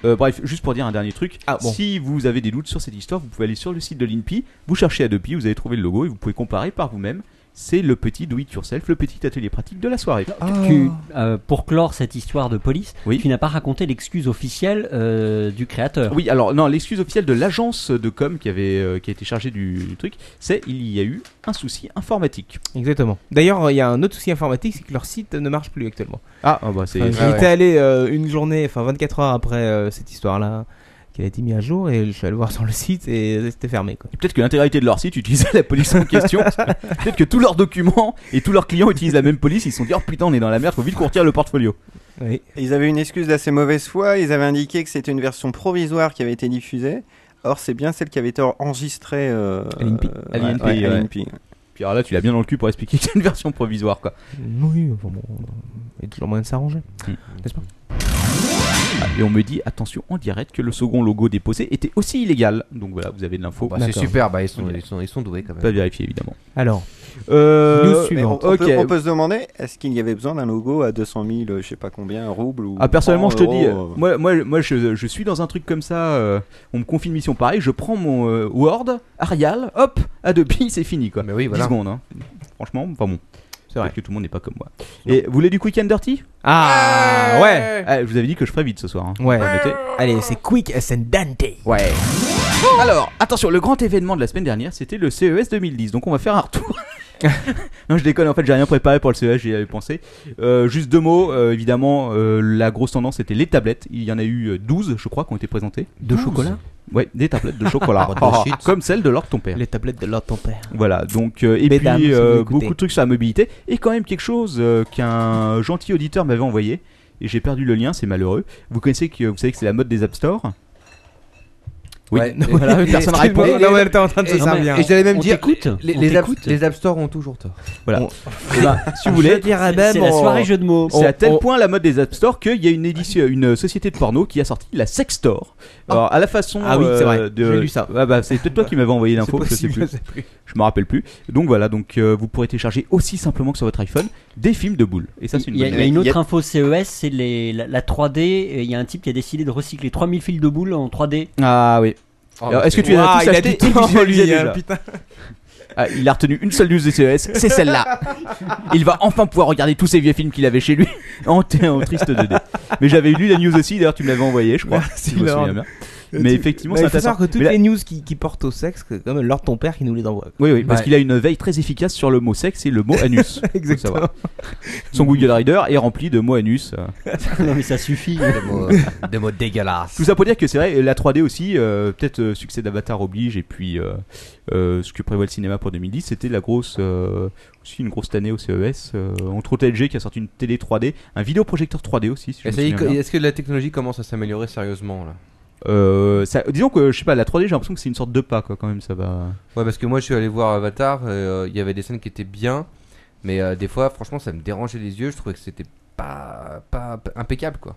Euh, bref, juste pour dire un dernier truc,
Ah, bon.
si vous avez des doutes sur cette histoire, vous pouvez aller sur le site de l'INPI, vous cherchez Adopi, vous allez trouver le logo et vous pouvez comparer par vous-même. C'est le petit do it yourself, le petit atelier pratique de la soirée.
Tu- euh, pour clore cette histoire de police,
Oh. Oui.
tu n'as pas raconté l'excuse officielle euh, du créateur.
Oui, alors non, l'excuse officielle de l'agence de com qui avait euh, qui a été chargée du, du truc, c'est il y a eu un souci informatique.
Exactement. D'ailleurs, il y a un autre souci informatique, c'est que leur site ne marche plus actuellement.
Ah, ah, bah c'est
Enfin,
Ah
J'y
ouais.
étais allé euh, une journée, enfin 24 heures après euh, cette histoire-là, qu'elle a été mise à jour, et je suis allé voir sur le site et euh, c'était fermé. Quoi.
Et Peut-être que l'intégralité de leur site utilisait la police en question. parce que Peut-être que tous leurs documents et tous leurs clients utilisent la même police. Ils se sont dit, oh putain, on est dans la merde, faut vite qu'on retire le portfolio.
Oui.
Ils avaient une excuse d'assez mauvaise foi, ils avaient indiqué que c'était une version provisoire qui avait été diffusée. Or, c'est bien celle qui avait été enregistrée euh,
À l'INPI.
euh,
À l'INPI,
ouais, à
ouais.
l'INPI.
Puis alors là, tu l'as bien dans le cul pour expliquer que c'est une version provisoire, quoi.
Oui, enfin bon, euh, il y a toujours moyen de s'arranger.
Ah, Et on me dit, attention, en direct, que le second logo déposé était aussi illégal. Donc voilà, vous avez de l'info.
Bah, c'est
D'accord.
super, bah, ils, sont, ils, sont, ils sont doués quand
Pas
même.
vérifié, évidemment.
Alors,
Euh,
News
Mais
suivante.
on, on
ok.
peut, on peut se demander, est-ce qu'il y avait besoin d'un logo à 200 000, euh, je sais pas combien, roubles ou.
Ah personnellement je te
francs,
dis,
euros, euh,
moi, moi, moi je, je suis dans un truc comme ça, euh, on me confie une mission pareille, je prends mon euh, Word, Arial, hop, Adobe, c'est fini quoi.
Mais oui,
10
voilà.
secondes, hein. franchement, enfin bon,
c'est vrai.
peut-être que tout le monde n'est pas comme moi. Et vous voulez du quick and dirty
Ah ouais
Ah, Je vous avais dit que je ferais vite ce soir. hein.
Ouais.
Faut noter.
Allez, c'est Quick Ascendante.
Ouais. Alors, attention, le grand événement de la semaine dernière, c'était le E CES 2010. Donc, on va faire un retour. non, je déconne, en fait, j'ai rien préparé pour le CES, j'y avais pensé. Euh, juste deux mots, euh, évidemment, euh, la grosse tendance c'était les tablettes. Il y en a eu euh, 12, je crois, qui ont été présentées.
De chocolat
Ouais, des tablettes de chocolat.
What the shit.
Comme celle de l'or de ton père.
Les tablettes de l'ordre ton père.
Voilà, donc, euh, et
Mesdames, si
puis
vous
euh,
écoutez.
beaucoup de trucs sur la mobilité. Et quand même quelque chose euh, qu'un gentil auditeur m'avait envoyé. Et j'ai perdu le lien, c'est malheureux. Vous connaissez que vous savez que c'est la mode des App Store Oui,
Ouais.
voilà, personne répond.
Et-
Non, mais elle était en train de se
et-
servir.
Et j'allais même
On
dire,
t'écoute
les,
On
les, app,
t'écoute
les app stores ont toujours tort.
Eh ben, si vous voulez,
dire
C'est c'est la soirée jeu de mots.
c'est à tel
on-
point la mode des App Store qu'il y a une édition, une euh, société de porno qui a sorti la Sex Store. Alors à la façon
Ah oui, c'est vrai.
euh, de-
J'ai lu ça.
Ah bah, c'est peut-être toi qui m'avais envoyé l'info, je sais plus. Je me rappelle plus. Donc voilà, donc euh, vous pourrez télécharger aussi simplement que sur votre iPhone des films de boules. Et ça c'est une
Il y a,
bonne
il y a
idée.
une
Il y
autre
a-
info CES, c'est les- la, la 3D. et Il y a un type qui a décidé de recycler 3000 fils de boules en 3D.
Ah oui. Alors, Est-ce que tu les as tous achetés et visualisés déjà Ah, il a retenu une seule news de CES, c'est celle-là. Il va enfin pouvoir regarder tous ces vieux films qu'il avait chez lui en, t- en triste 2D. Mais j'avais lu la news aussi, d'ailleurs tu me l'avais envoyé, je crois.
Merci,
si je me
Lord.
souviens bien. Mais effectivement,
Bah,
c'est
il faut
intéressant.
savoir que toutes
Mais là-
les news qui, qui portent au sexe, que comme Lord ton père qui nous les envoie.
Oui, oui, parce
Ouais.
qu'il a une veille très efficace sur le mot sexe et le mot anus.
Exactement.
savoir. Son Google Reader est rempli de mots anus. euh.
non mais ça suffit.
Des mots, euh, des mots dégueulasses.
Tout ça pour dire que c'est vrai, la 3D aussi, euh, peut-être euh, succès d'Avatar oblige, et puis euh, euh, ce que prévoit le cinéma pour 2010, c'était la grosse, euh, aussi une grosse année au CES, euh, entre autres LG qui a sorti une télé 3D, un vidéoprojecteur 3D aussi, si je
Et
me
ça y est,
souviens bien.
Est-ce que la technologie commence à s'améliorer sérieusement là
Euh, ça- disons que, je sais pas, la 3D, j'ai l'impression que c'est une sorte de pas, quoi, quand même, ça va...
Ouais, parce que moi je suis allé voir Avatar, et, euh, il y avait des scènes qui étaient bien, mais euh, des fois, franchement, ça me dérangeait les yeux. Je trouvais que c'était pas, pas impeccable quoi.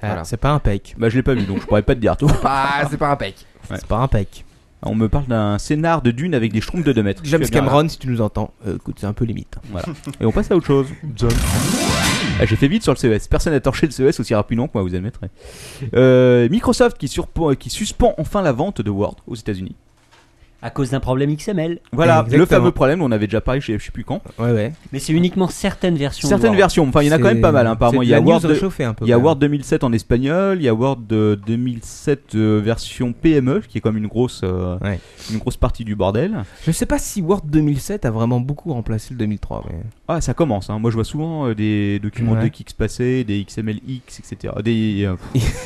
Ah,
Voilà.
C'est pas un pec.
Bah, je l'ai pas vu, donc je pourrais pas te dire tout.
Ah, c'est pas impec.
Ouais.
C'est pas un pec.
On me parle d'un scénar de Dune avec des schtroumpfs de 2 mètres.
James
Tu as bien hein.
Cameron, si tu nous entends, euh, écoute, c'est un peu limite.
raison. Et on passe à autre chose. Ah, J'ai fait vite sur le CES. Personne n'a torché le CES aussi rapidement que moi, vous admettrez. Euh, Microsoft qui, surpo- euh, qui suspend enfin la vente de Word aux États-Unis.
À cause d'un problème XML.
Voilà, le
Exactement.
fameux problème, on avait déjà parlé, je sais je sais plus quand.
Ouais, ouais.
Mais c'est uniquement certaines versions. de
Certaines
Word.
versions, enfin il y en a quand même pas mal, hein, apparemment. Il y a Word. de-
réchauffé un peu.
Il y a
quand même.
Word 2007 en espagnol, il y a Word de 2007 euh, version PME, qui est comme une grosse, euh,
Ouais.
une grosse partie du bordel.
Je sais pas si Word 2007 a vraiment beaucoup remplacé le 2003. Mais...
Ah, ça commence. Hein. Moi, je vois souvent euh, des documents
Ouais.
de Kix passer, des XMLX, etc. Des euh,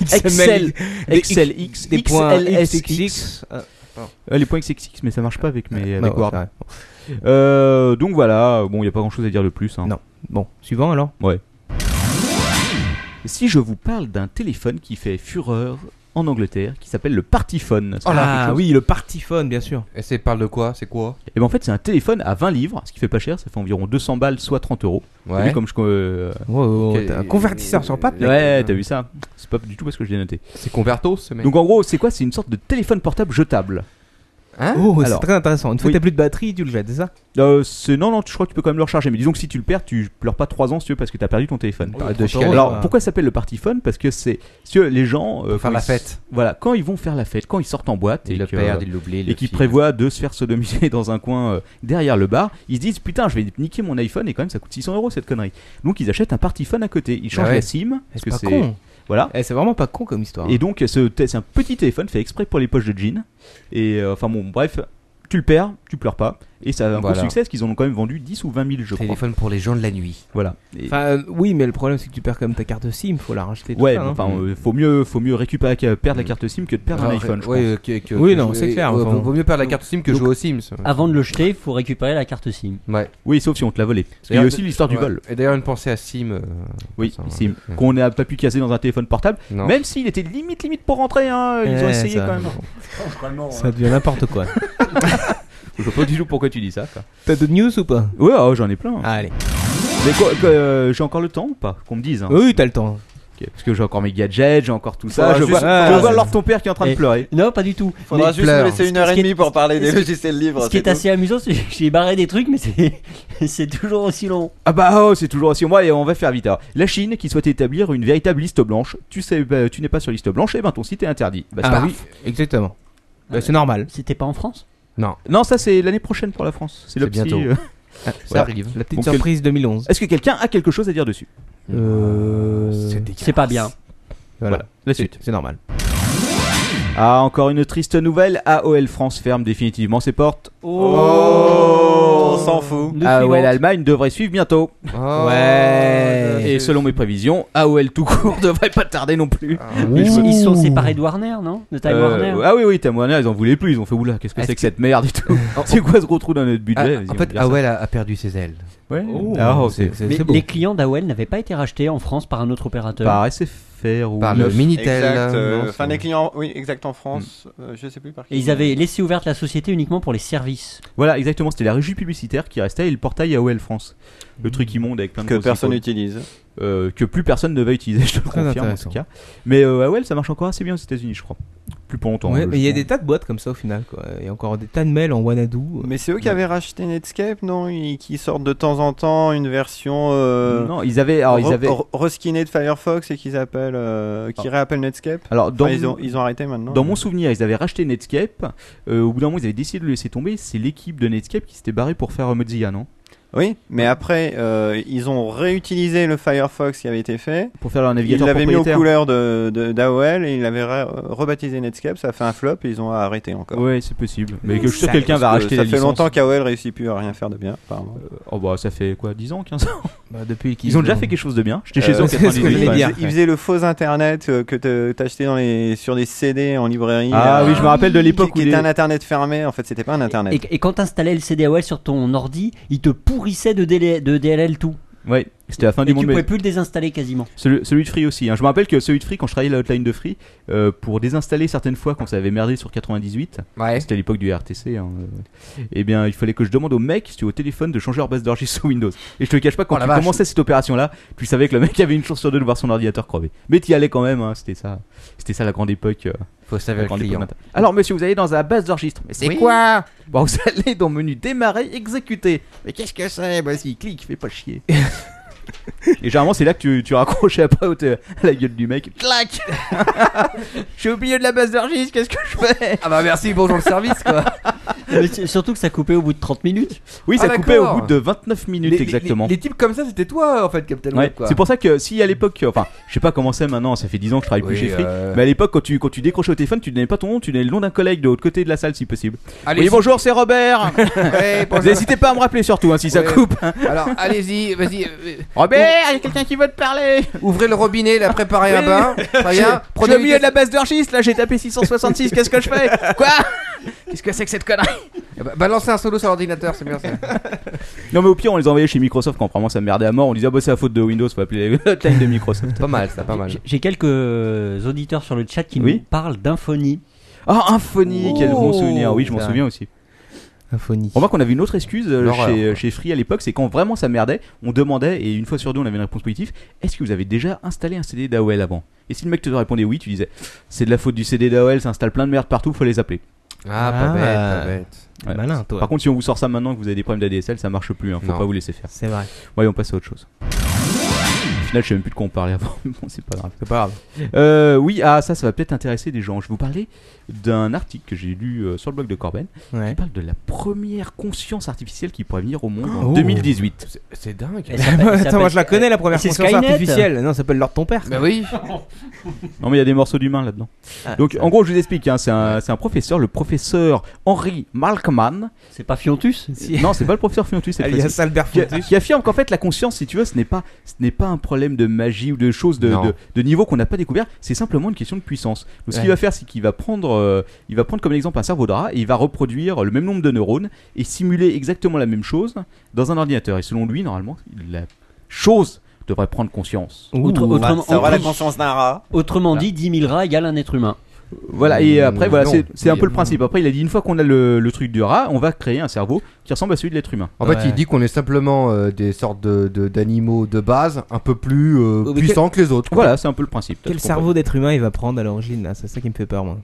XML,
Excel,
des
XLX,
des points
XLSX.
XXX. Ah,
Euh, les points XXX, mais ça marche pas avec mes
bah
avec
ouais,
Word.
c'est vrai.
Euh, donc voilà, bon, il n'y a pas grand chose à dire de plus. hein.
Non. Bon, suivant alors.
Si je vous parle d'un téléphone qui fait fureur en Angleterre, qui s'appelle le Partyphone. ça vous parle Oh quelque
ah
chose
oui, le Partiphone, bien sûr.
Et c'est parle de quoi C'est quoi
Et ben en fait, c'est un téléphone à 20 livres, ce qui fait pas cher, ça fait environ 200 balles, soit 30 euros. T'as vu
Ouais.
comme je. euh,
Wow, wow, wow,
Ok,
t'as un convertisseur sur pattes. mec.
Ouais, t'as vu ça C'est pas du tout parce que je l'ai noté.
C'est Converto ce mec.
Donc en gros, c'est quoi C'est une sorte de téléphone portable jetable.
hein
Oh, c'est
Alors.
très intéressant. Une fois
Oui.
que t'as plus de batterie, tu le jettes, c'est ça
Euh, c'est- non, non, je crois que tu peux quand même le recharger, mais disons que si tu le perds, tu pleures pas 3 ans si tu veux parce que t'as perdu ton téléphone.
Parle de
30
chialer.
euros.
Alors
Ouais.
pourquoi ça s'appelle le Partyphone Parce que c'est. Si tu veux, les gens. euh,
Pour faire
quand
la
ils-
fête.
Voilà, quand ils vont faire la fête, quand ils sortent en boîte et
Ils le
que,
perdent,
euh,
ils l'oublient.
et
le
qui
filent.
prévoient de se faire sodomiser dans un coin euh, derrière le bar, ils se disent putain, je vais niquer mon iPhone et quand même ça coûte 600 euros cette connerie. Donc ils achètent un Partyphone à côté, ils changent
Ah ouais.
la SIM parce
C'est
que
pas
c'est
con.
voilà.
Eh, c'est vraiment pas con comme histoire.
Et donc ce t- c'est un petit téléphone fait exprès pour les poches de jeans. Et euh, enfin bon, bref, tu le perds, tu pleures pas et ça a un
Voilà.
gros succès parce qu'ils en ont quand même vendu 10 ou 20 000 je crois.
Téléphone pour les gens de la nuit.
Voilà. Et-
Enfin, euh, oui, mais le problème c'est que tu perds quand même ta carte SIM, faut la racheter. tout
ouais,
ça, hein.
enfin euh, faut mieux faut mieux récupérer perdre la
Mm.
carte SIM que de perdre un
Alors,
iPhone. je
ouais,
pense.
euh, que- que-
Oui,
que
non,
jouer-
c'est clair,
euh,
enfin,
vaut- vaut mieux perdre la carte SIM que
donc-
jouer aux Sims.
Avant de le jeter, il faut récupérer la carte SIM.
Ouais.
Oui, sauf si on te la volait. Parce qu'il y a
D'ailleurs,
aussi l'histoire du
ouais.
vol.
Et d'ailleurs, une pensée à Sim. euh,
Oui,
ça, ouais.
SIM
Ouais.
qu'on n'a pas pu casser dans un téléphone portable.
non.
Même s'il était limite limite pour rentrer, hein, ils ont
Eh,
essayé
ça-
quand même.
Vraiment.
Ça devient n'importe quoi.
Je vois pas du tout pourquoi tu dis ça. Quoi.
T'as d'autres news ou pas
Ouais, ah, j'en ai plein.
Allez.
Mais quoi, que, euh, j'ai encore le temps ou pas Qu'on me dise. Hein.
Oui, t'as le temps.
Ok, Parce que j'ai encore mes gadgets, j'ai encore tout ça.
Faudra
je
juste-
vois,
Ah,
je
ouais.
vois alors ton père qui est en train
Et-
de pleurer.
Non, pas du tout.
Faudra
Mais
juste
pleure.
nous laisser une heure
Ce
et
qui est-
demie pour parler des
ce qui-
logiciels libres.
Ce qui est
c'est
assez amusant, c'est que j'ai barré des trucs, mais c'est c'est toujours aussi long.
Ah bah oh, c'est toujours aussi moi et on va faire vite. alors. La Chine qui souhaite établir une véritable liste blanche. Tu sais, bah, tu n'es pas sur liste blanche, et ben ton site est interdit. Bah, c'est
Ah
pas-
oui, exactement. Bah,
Ouais.
c'est normal.
C'était pas en France
Non, ça c'est l'année prochaine pour la France. C'est le
C'est
petit,
bientôt.
euh,
Ça
voilà.
arrive.
La
Donc,
petite surprise 2011.
Est-ce que quelqu'un a quelque chose à dire dessus
Euh,
C'est pas bien.
Voilà.
La
C'est-
suite.
C'est normal.
Ah, encore une triste nouvelle. AOL France ferme définitivement ses portes.
Oh, on s'en fout.
Nous
AOL
suivante.
Allemagne devrait suivre bientôt.
Oh,
Ouais.
je-
Et selon mes prévisions, AOL tout court devrait pas tarder non plus.
Ah,
Ils, se- ils se sont séparés de Warner, non De Time
Euh,
Warner
ah oui, oui, Time Warner, ils en voulaient plus. Ils ont fait oula, qu'est-ce que
Est-ce
c'est que cette merde et tout C'est quoi ce gros trou dans notre
Ah,
budget Vas-y,
en
on
fait,
va dire
Howell a, a perdu ses ailes.
ça. Ouais. Ah, oh, c'est
Mais
c'est beau.
les clients d'AOL n'avaient pas été rachetés en France par un autre opérateur.
par SFR ou
Par le Minitel. hein,
Exact.
non,
euh,
c'est-
Enfin, les clients, oui, exact en France. euh, je sais plus par qui.
Et ils avaient laissé ouverte la société uniquement pour les services.
Voilà, exactement. C'était la régie publicitaire qui restait et le portail AOL France. Le truc immonde avec plein de
que
grosses
personne
icônes.
n'utilise.
Euh, que plus personne ne va utiliser. Je te le
Très
confirme en
intéressant.
tout cas. Mais euh, AOL, ça marche encore assez bien aux États-Unis, je crois. Plus pour longtemps. hein,
Ouais, mais il y a
logiquement.
des tas de boîtes comme ça au final. quoi. Il y a encore des tas de mails en euh, Wanadu.
Mais c'est eux qui avaient racheté Netscape, non Ils- Qui sortent de temps en temps une version euh,
Non, ils avaient. Alors, ils
re-
avaient.
re- reskinée de Firefox et qu'ils appellent, euh, qui réappellent Netscape.
Alors, dans,
Enfin, ils, ont, ils ont arrêté maintenant.
Dans mon souvenir, ils avaient racheté Netscape. Euh, au bout d'un moment, ils avaient décidé de le laisser tomber. C'est l'équipe de Netscape qui s'était barrée pour faire euh, Mozilla, non
Oui, mais après, euh, ils ont réutilisé le Firefox qui avait été fait.
pour faire leur
Ils
navigateur
l'avaient mis aux
propriétaire.
couleurs d'AOL de, d'AOL et ils l'avaient re- rebaptisé Netscape. Ça a fait un flop et ils ont arrêté encore.
Ouais, c'est possible. Mais que je suis sûr
Ça-
que quelqu'un va
Parce que
racheter
ça
la
fait
licence.
longtemps qu'AOL réussit plus à rien faire de bien, apparemment.
Oh bah ça fait quoi 10 ans, 15 ans Euh,
Bah, depuis qu'ils
Ils ont déjà fait quelque chose de bien. J'étais
Euh,
chez eux en
c'est ce que j'allais
98.
dire.
ouais.
Ils faisaient- ils faisaient le faux internet euh, que te- t'achetais dans les sur des CD en librairie.
Ah
euh,
oui, je me rappelle de l'époque où
qui, qui
les-
était un internet fermé. En fait, c'était pas un internet.
Et, et quand t'installais le CDAOL sur ton ordi, il te pourrissait de, DL de DLL tout.
Ouais, c'était la fin
Et
du
tu
monde.
pouvais
mais
plus le désinstaller quasiment.
Celui, celui de Free aussi. hein. Je me rappelle que celui de Free, quand je travaillais la hotline de Free, euh, pour désinstaller certaines fois quand ça avait merdé sur 98,
Ouais.
c'était à l'époque du RTC, hein, euh, eh bien il fallait que je demande au mec, si tu es au téléphone, de changer leur base d'enregistrement sous Windows. Et je te cache pas, quand
Oh, la
tu
vache.
commençais cette opération-là, tu savais que le mec avait une chance sur deux de voir son ordinateur crever. Mais t'y allais quand même, hein, c'était ça. C'était ça la grande époque. euh,
Faut
la
savoir le
grande époque
client.
d'Internet. Alors monsieur, vous allez dans la base d'enregistrement. Mais
C'est quoi
Bon, vous allez dans menu démarrer, exécuter.
Mais qu'est-ce que c'est Vas-y, clique, fais pas chier.
Et généralement, c'est là que tu, tu raccroches après au- à la gueule du mec.
Clac Je suis au milieu de la base d'orgis, qu'est-ce que je fais
Ah bah merci, bonjour le service quoi.
Mais c'est- surtout que ça coupait au bout de 30 minutes.
Oui, ça
Ah,
coupait au
d'accord.
bout de 29 minutes
Les- les-
exactement.
Les, les types comme ça, c'était toi en fait, Captain
Ouais,
Web quoi.
C'est pour ça que si à l'époque, enfin, je sais pas comment c'est maintenant, ça fait 10 ans que je travaille plus
Oui,
chez Free,
euh,
mais à l'époque, quand tu, quand tu décrochais au téléphone, tu donnais pas ton nom, tu donnais le nom d'un collègue de l'autre côté de la salle si possible.
Allez,
oui, bonjour, c'est Robert
ouais, bonjour.
N'hésitez pas à me rappeler surtout hein, si ça
Ouais.
coupe.
Alors allez-y, vas-y, euh,
Robert, il y a quelqu'un qui veut te parler
ouvrez le robinet, là, préparez un bain. Très bien.
Je suis
Prenez
au milieu
une
de la base d'orgis, là j'ai tapé 666, qu'est-ce que je fais Quoi Qu'est-ce que c'est que cette connerie
Ah bah, Balancez un solo sur l'ordinateur, c'est bien ça.
Non, mais au pire, on les envoyait chez Microsoft quand vraiment ça merdait à mort. On disait, ah bah c'est la faute de Windows, faut appeler la hotline de Microsoft.
pas mal, ça, pas mal.
J'ai- J'ai quelques auditeurs sur le chat qui
Oui.
nous parlent d'infonie.
Ah, Infony, quel bon souvenir. Oui, je m'en
Putain.
souviens aussi.
Infonie.
Remarque qu'on avait une autre excuse euh,
L'horreur,
chez,
quoi.
chez Free à l'époque, c'est quand vraiment ça merdait, on demandait, et une fois sur deux on avait une réponse positive, est-ce que vous avez déjà installé un CD d'AOL avant Et si le mec te répondait oui, tu disais, c'est de la faute du CD d'AOL, ça installe plein de merde partout, faut les appeler.
Ah, pas bête,
Ah.
pas bête.
Ouais.
Malin, toi.
Par contre, si on vous sort ça maintenant que vous avez des problèmes d'ADSL, ça marche plus, hein, faut
Non.
pas vous laisser faire.
C'est vrai.
Ouais, on passe à autre chose. Au final, je sais même plus de quoi on parlait avant, mais bon, c'est pas grave.
C'est pas grave.
Euh, oui, ah, ça, ça va peut-être intéresser des gens. Je vais vous parler d'un article que j'ai lu euh, sur le blog de Corben, qui
Ouais.
parle de la première conscience artificielle qui pourrait venir au monde en
Oh.
2018.
C'est- C'est dingue.
Elle s'appelle- elle
Attends, moi
s'appelle-
je la connais la première
c'est
conscience
Skynet
artificielle. Non, ça s'appelle l'or de ton père.
Bah oui.
Non mais il y a des morceaux d'humains là-dedans.
Ah,
Donc en gros je vous explique, hein, c'est un, c'est un professeur, le professeur Henri Malkman.
C'est pas Fiontus
Si.
Non c'est pas le professeur Fiontus,
Bah,
c'est le
Alias Albert
qui,
Fontus.
qui affirme qu'en fait la conscience, si tu veux, ce n'est pas, ce n'est pas un problème de magie ou de choses de,
Non.
de, de niveau qu'on n'a pas découvert. C'est simplement une question de puissance. Donc, ce qu'il
Ouais.
va faire, c'est qu'il va prendre, euh, il va prendre comme exemple un cerveau de rat et il va reproduire le même nombre de neurones et simuler exactement la même chose dans un ordinateur. Et selon lui, normalement, la chose devrait prendre conscience.
Autre-
Ouh,
autrement-
Ça aura la
autrement-
conscience d'un rat.
Autrement dit, 10 000 rats égale un être humain.
Voilà, et après,
Non.
voilà, c'est c'est un peu le
Non.
principe. Après, il a dit une fois qu'on a le, le truc du rat, on va créer un cerveau qui ressemble à celui de l'être humain.
En
Ouais.
fait, il dit qu'on est simplement euh, des sortes de- de- d'animaux de, base, un peu plus euh,
Oh, mais
puissants que les autres. quoi.
Voilà, c'est un peu le principe.
Quel
T'as tout
cerveau d'être humain il va prendre à l'origine là C'est ça qui me fait peur moi.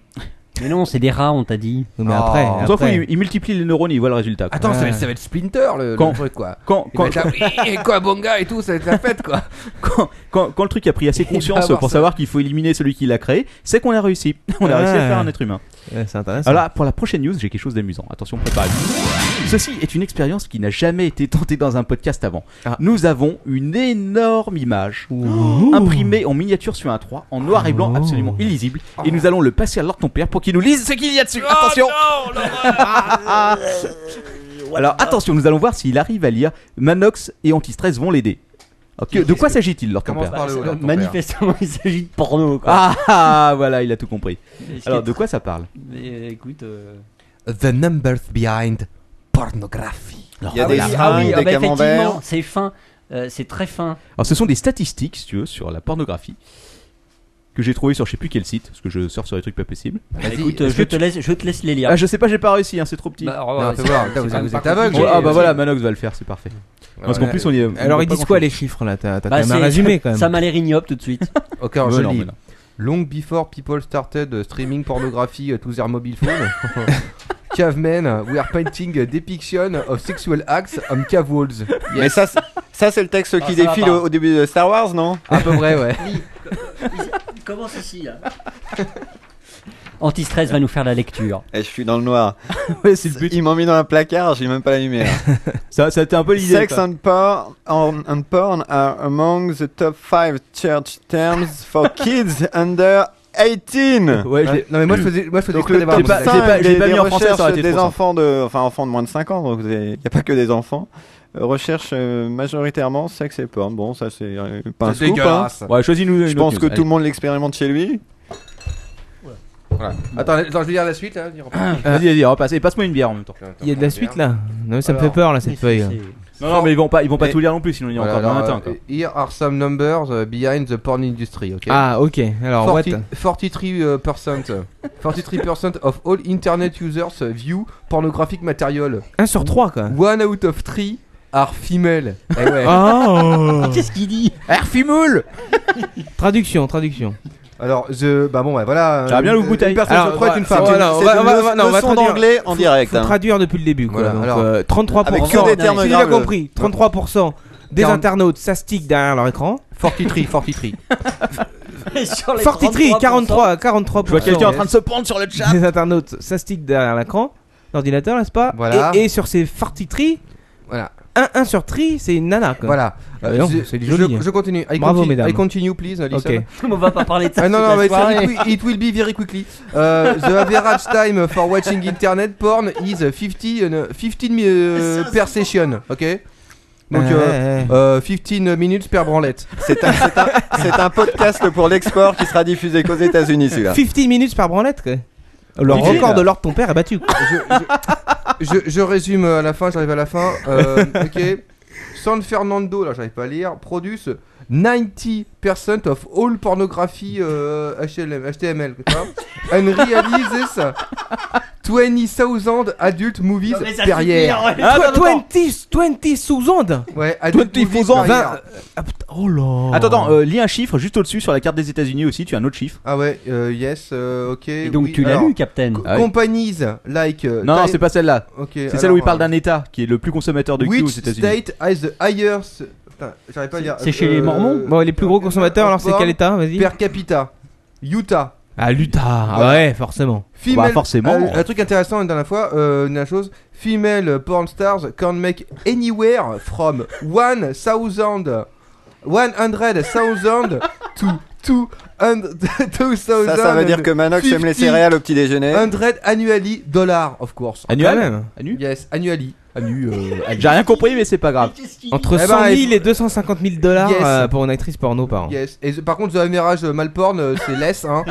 Mais non, c'est des rats, on t'a dit.
Non, mais
Oh.
après,
compris. On s'en fout,
après.
il, il multiplie les neurones et il voit le résultat. quoi.
Attends, ça, va être,
Ouais.
ça va être Splinter le, le
Quand-
truc quoi.
Quand,
Quand...
Eh
quand,
ben,
Et, quoi, Bonga et tout, ça va être la fête quoi.
quand, quand- quand le truc a pris assez
Il va
conscience
avoir
pour
ça.
savoir qu'il faut éliminer celui qui l'a créé, c'est qu'on a réussi. On a réussi à
Ah.
faire un être humain.
Ouais, c'est intéressant.
Alors là, pour la prochaine news, j'ai quelque chose d'amusant. Attention, préparez-vous. Ceci est une expérience qui n'a jamais été tentée dans un podcast avant.
Ah.
Nous avons une énorme image imprimée en miniature sur un 3 en noir et blanc,
Oh.
absolument illisible. Et nous allons le passer à Lord ton père pour qu'il nous lise ce qu'il y a
Oh
dessus. attention Ah. Alors attention, nous allons voir s'il arrive à lire. Manox et Antistress vont l'aider. Ok, de quoi s'agit-il, Lord Ah, ton
Commence
père
par le haut, là, ton père.
Manifestement, il s'agit de porno. Quoi.
ah, ah, voilà, il a tout compris.
Mais ce qui
Alors
est-
de quoi ça parle
mais, euh, écoute. euh,
The numbers behind pornography.
Il y a
ah
des
oui, ah
seringues,
oui, ah
des
bah
camemberts.
effectivement, C'est fin. euh, c'est très fin.
Alors, ce sont des statistiques, si tu veux, sur la pornographie que j'ai trouvé sur je sais plus quel site, parce que je sors sur des trucs pas possibles.
Vas-y,
Écoute,
est-ce
euh,
que
je
tu-
te laisse, je te laisse les lire.
Ah, je sais pas, j'ai pas réussi, hein, c'est trop petit.
Bah, alors,
Non,
euh,
fais
c'est-
voir,
c'est
putain, Oh, vous,
quand même
vous
pas
êtes aveugle.
Oh,
compliqué.
ah bah voilà, Manox Bah, va le faire, c'est parfait. Parce qu'en plus, on y est.
Alors ils disent quoi les chiffres là T'as t'as quand même un résumé quand même.
bah, Ça m'a l'air ignoble tout de suite.
Ok, alors,
Mais
je
non,
lis.
mais non.
Long before people started uh, streaming pornography uh, to their mobile phone, cavemen uh, were painting a depiction of sexual acts on cave walls.
Mais ça, c'est- ça c'est le texte qui
Ah, ça va
défile
pas.
au, au début de Star Wars, non
À peu près, ouais.
Commence ici là. Antistress va nous faire la lecture.
Et Eh, je suis dans le noir.
Ouais, c'est le but.
Ils m'ont mis dans un placard, j'ai même pas la lumière.
Ça, ça a été un peu l'idée.
Sex
quoi.
and porn, and, and porn are among the top 5 church terms for kids under 18.
hein. Ouais, je l'ai-
Non, mais moi je faisais, moi, je faisais
Donc
exprès
le
d'avoir
top
top
un
pas-
mot
5
j'ai pas- j'ai
des,
pas
des
mis en français, ça aurait
recherches
été
des
trop simple.
enfants de, enfin enfants de moins de 5 ans, donc il n'y a pas que des enfants. Euh, Recherche euh, majoritairement sexe et porn. Bon, ça c'est euh, pas un
C'est
scoop. hein.
dégueulasse.
Ouais, choisis-nous une
Je
autre
pense
news,
que
allez.
tout le monde l'expérimente chez lui.
Voilà. Attends, attends, je vais lire la suite. hein, je vais reprendre.
Vas-y, vas-y, repasse. Et passe-moi une bière en même temps.
Il y a de la suite là Non, mais ça me
Alors,
fait peur là
Mais
cette
c'est-
feuille.
c'est-
Non, non, mais ils vont pas, ils vont pas
Mais-
tout lire non plus, sinon il y a
Voilà,
encore un
alors,
matin.
euh, Here are some numbers uh, behind the porn industry. ok uh,
Ah, ok. Alors, what
40 43%, 43% of all internet users uh, view pornographic material.
1 sur 3 quoi.
One out of three are female. Eh ouais.
Oh
Qu'est-ce qu'il dit
Erfimoul Traduction, traduction.
Alors, je. Bah bon, bah voilà.
Ça va bien, le bouteille.
Une personne sur
Alors,
trois est
ouais,
une femme.
c'est- voilà, on va- on va- on va- non, on va
leçon
traduire.
d'anglais en direct.
Faut
hein.
traduire depuis le début quoi.
Voilà,
Donc,
alors,
euh, 33%.
Avec que des termes
Si j'ai bien
graves.
compris, 33% des
Quarante-
internautes s'astiquent derrière leur écran.
43, 43.
Sur les
43,
43%,
43, 43%.
Je vois quelqu'un en train de se pendre.
Les internautes s'astiquent derrière l'écran, l'ordinateur, n'est-ce pas
Voilà.
et, et sur ces 43,
Voilà.
1, 1 sur 3, c'est une nana quoi.
Voilà.
Ah,
Euh,
non,
je,
c'est du
je-
joli.
je continue. I
Bravo,
continue,
mesdames.
I continue, please, Alison.
Ok.
On va pas parler de ça.
Ah non,
toute
non,
la
mais ça,
soirée.
it, will- it will be very quickly. Euh, the average time for watching internet porn is 50, euh, 15 euh, per session, ok Donc,
Ouais, ouais,
euh,
ouais.
euh, 15 minutes per branlette.
C'est un, c'est un- c'est un podcast pour l'export qui sera diffusé qu'aux États-Unis celui-là.
50 minutes par branlette quoi. Le
Difficile.
record de l'ordre de ton père est battu. quoi.
Je, je résume à la fin, j'arrive à la fin. Euh, ok. San Fernando, là j'arrive pas à lire, produce 90% of all pornography euh, HLM, HTML, tu vois, and realizes 20,000 adult movies
Non, mais ça
per
suffit,
year.
arrête.
Ah,
Ah,
Attends, attends,
20, 20 sous-ondes
Ouais, adulte
20
movies
faisant
par
20.
year.
Ah, putain, Oh là
Attends, attends, euh, lis un chiffre juste au-dessus sur la carte des États-Unis aussi, tu as un autre chiffre.
Ah ouais, euh, yes, euh, ok.
Et donc
oui,
tu l'as
alors,
lu, Captain.
Ah oui.
Companies like. euh,
Non, non,
time-
c'est pas celle-là.
ok,
C'est
alors,
celle où il parle
euh,
d'un État qui est le plus consommateur de cul aux
Which
États-Unis.
state has the highest. Putain, j'arrive pas à lire. euh,
C'est chez les Mormons
euh, Bon, les plus gros consommateurs, alors c'est quel état Vas-y.
Per capita. Utah.
Ah, l'Utah Ah ouais, forcément.
Female,
Bah, forcément.
Euh, un truc intéressant la dernière fois, euh, une dernière chose. Female porn stars can make anywhere from 1000 100,000 to 200,000
Ça, ça veut dire que Manox aime les
50.
céréales au petit déjeuner.
100 annually dollars, of course.
Annuel
Annuel Annu
Yes, annually. Annu, euh, annu.
J'ai rien compris, mais c'est pas grave.
Entre
Eh ben,
100
il
000
faut-
et 250 000 dollars
Yes.
euh, pour une actrice porno par an.
Yes. Et the- par contre, The Average euh, Mal Porn, euh, c'est less, hein.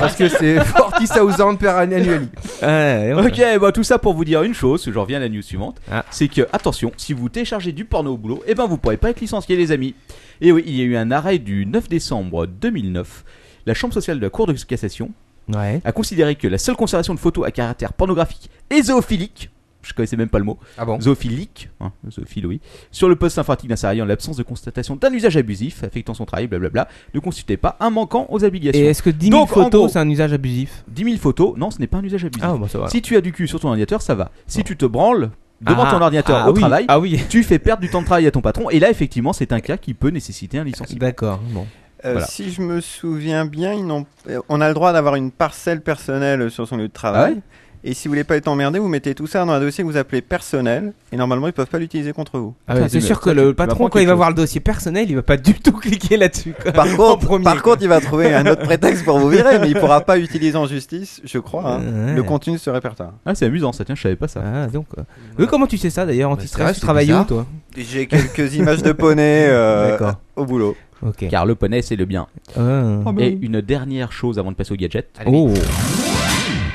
parce que c'est 40,000 per an- annually.
Ouais, ouais.
Ok, bah tout ça pour vous dire une chose, je reviens à la news suivante,
Ah.
c'est que attention, si vous téléchargez du porno au boulot, eh ben vous pourrez pas être licencié les amis. Et oui, il y a eu un arrêt du 9 décembre 2009. La chambre sociale de la Cour de cassation
Ouais.
a considéré que la seule conservation de photos à caractère pornographique et zoophilique, je connaissais même pas le mot,
Ah bon
zoophilique, hein, zoophile, oui, sur le poste informatique d'un salarié en l'absence de constatation d'un usage abusif affectant son travail, blablabla, ne constituait pas un manquant aux obligations.
Et est-ce que 10 000
Donc, en gros-
photos, c'est un usage abusif
10 000 photos, non, ce n'est pas un usage abusif.
Ah, bon, ça va.
Si tu as du cul sur ton ordinateur, ça va. Si tu te branles devant
Ah,
ton ordinateur
ah
au
oui,
travail,
Ah oui,
tu fais perdre du temps de travail à ton patron. Et là, effectivement, c'est un cas qui peut nécessiter un licenciement.
d'accord. Bon.
Euh,
Voilà.
Si je me souviens bien, ils n'ont- euh, on a le droit d'avoir une parcelle personnelle sur son lieu de travail.
Ah ouais
et si vous voulez pas être emmerdé, vous mettez tout ça dans un dossier que vous appelez personnel. Et normalement, ils peuvent pas l'utiliser contre vous.
Ah ouais,
Putain,
c'est
tu
sûr
me-
que
toi, tu-
le
tu m'apprends
patron, quand il
quelque
va
chose.
voir le dossier personnel, il va pas du tout cliquer là-dessus. quoi.
Ah
Par contre,
premier,
par
quoi.
contre, il va trouver un autre prétexte pour vous virer, mais il pourra pas utiliser en justice, je crois, hein,
Euh,
Ouais.
le contenu de ce répertoire.
Ah, c'est amusant, ça. Tiens, je savais pas ça.
Ah, donc. euh. Oui, comment tu sais ça d'ailleurs
Bah, c'est vrai,
Antistress, tu
c'est
travailles où
bizarre.
toi
J'ai quelques images de poney euh,
D'accord.
au boulot.
Ok.
Car le poney, c'est le bien.
Ah.
Et une dernière chose avant de passer au gadget.
Oh.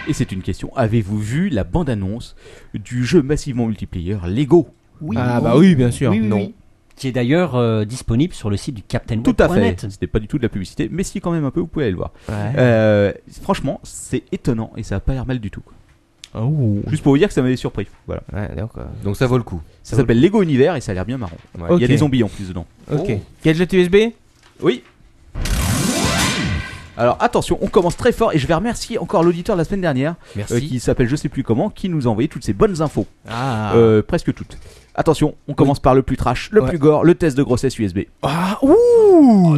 Et c'est une question. Avez-vous vu la bande-annonce du jeu massivement multiplayer Lego
Oui.
Ah bah oui, bien sûr.
Oui, oui,
non.
oui. Qui est d'ailleurs euh, disponible sur le site du CaptainWeb.net.
Tout à fait. C'était pas du tout de la publicité, mais si quand même un peu, vous pouvez aller le voir.
Ouais.
Euh, franchement, c'est étonnant et ça a pas l'air mal du tout.
Oh.
Juste pour vous dire que ça m'avait surpris. Voilà.
Ouais, d'accord.
Donc ça vaut le coup.
Ça s'appelle Lego Univers et ça a l'air bien marrant.
Ouais.
Il y a
Ok.
des zombies en plus dedans.
Oh.
Ok. Gadget USB
Oui. Alors attention, on commence très fort et je vais remercier encore l'auditeur de la semaine dernière euh,
Merci.
qui s'appelle je sais plus comment, qui nous a envoyé toutes ces bonnes infos,
Ah.
Euh, presque toutes. Attention, on commence par le plus trash, le
Ouais.
plus gore, le test de grossesse USB.
Ah, ouh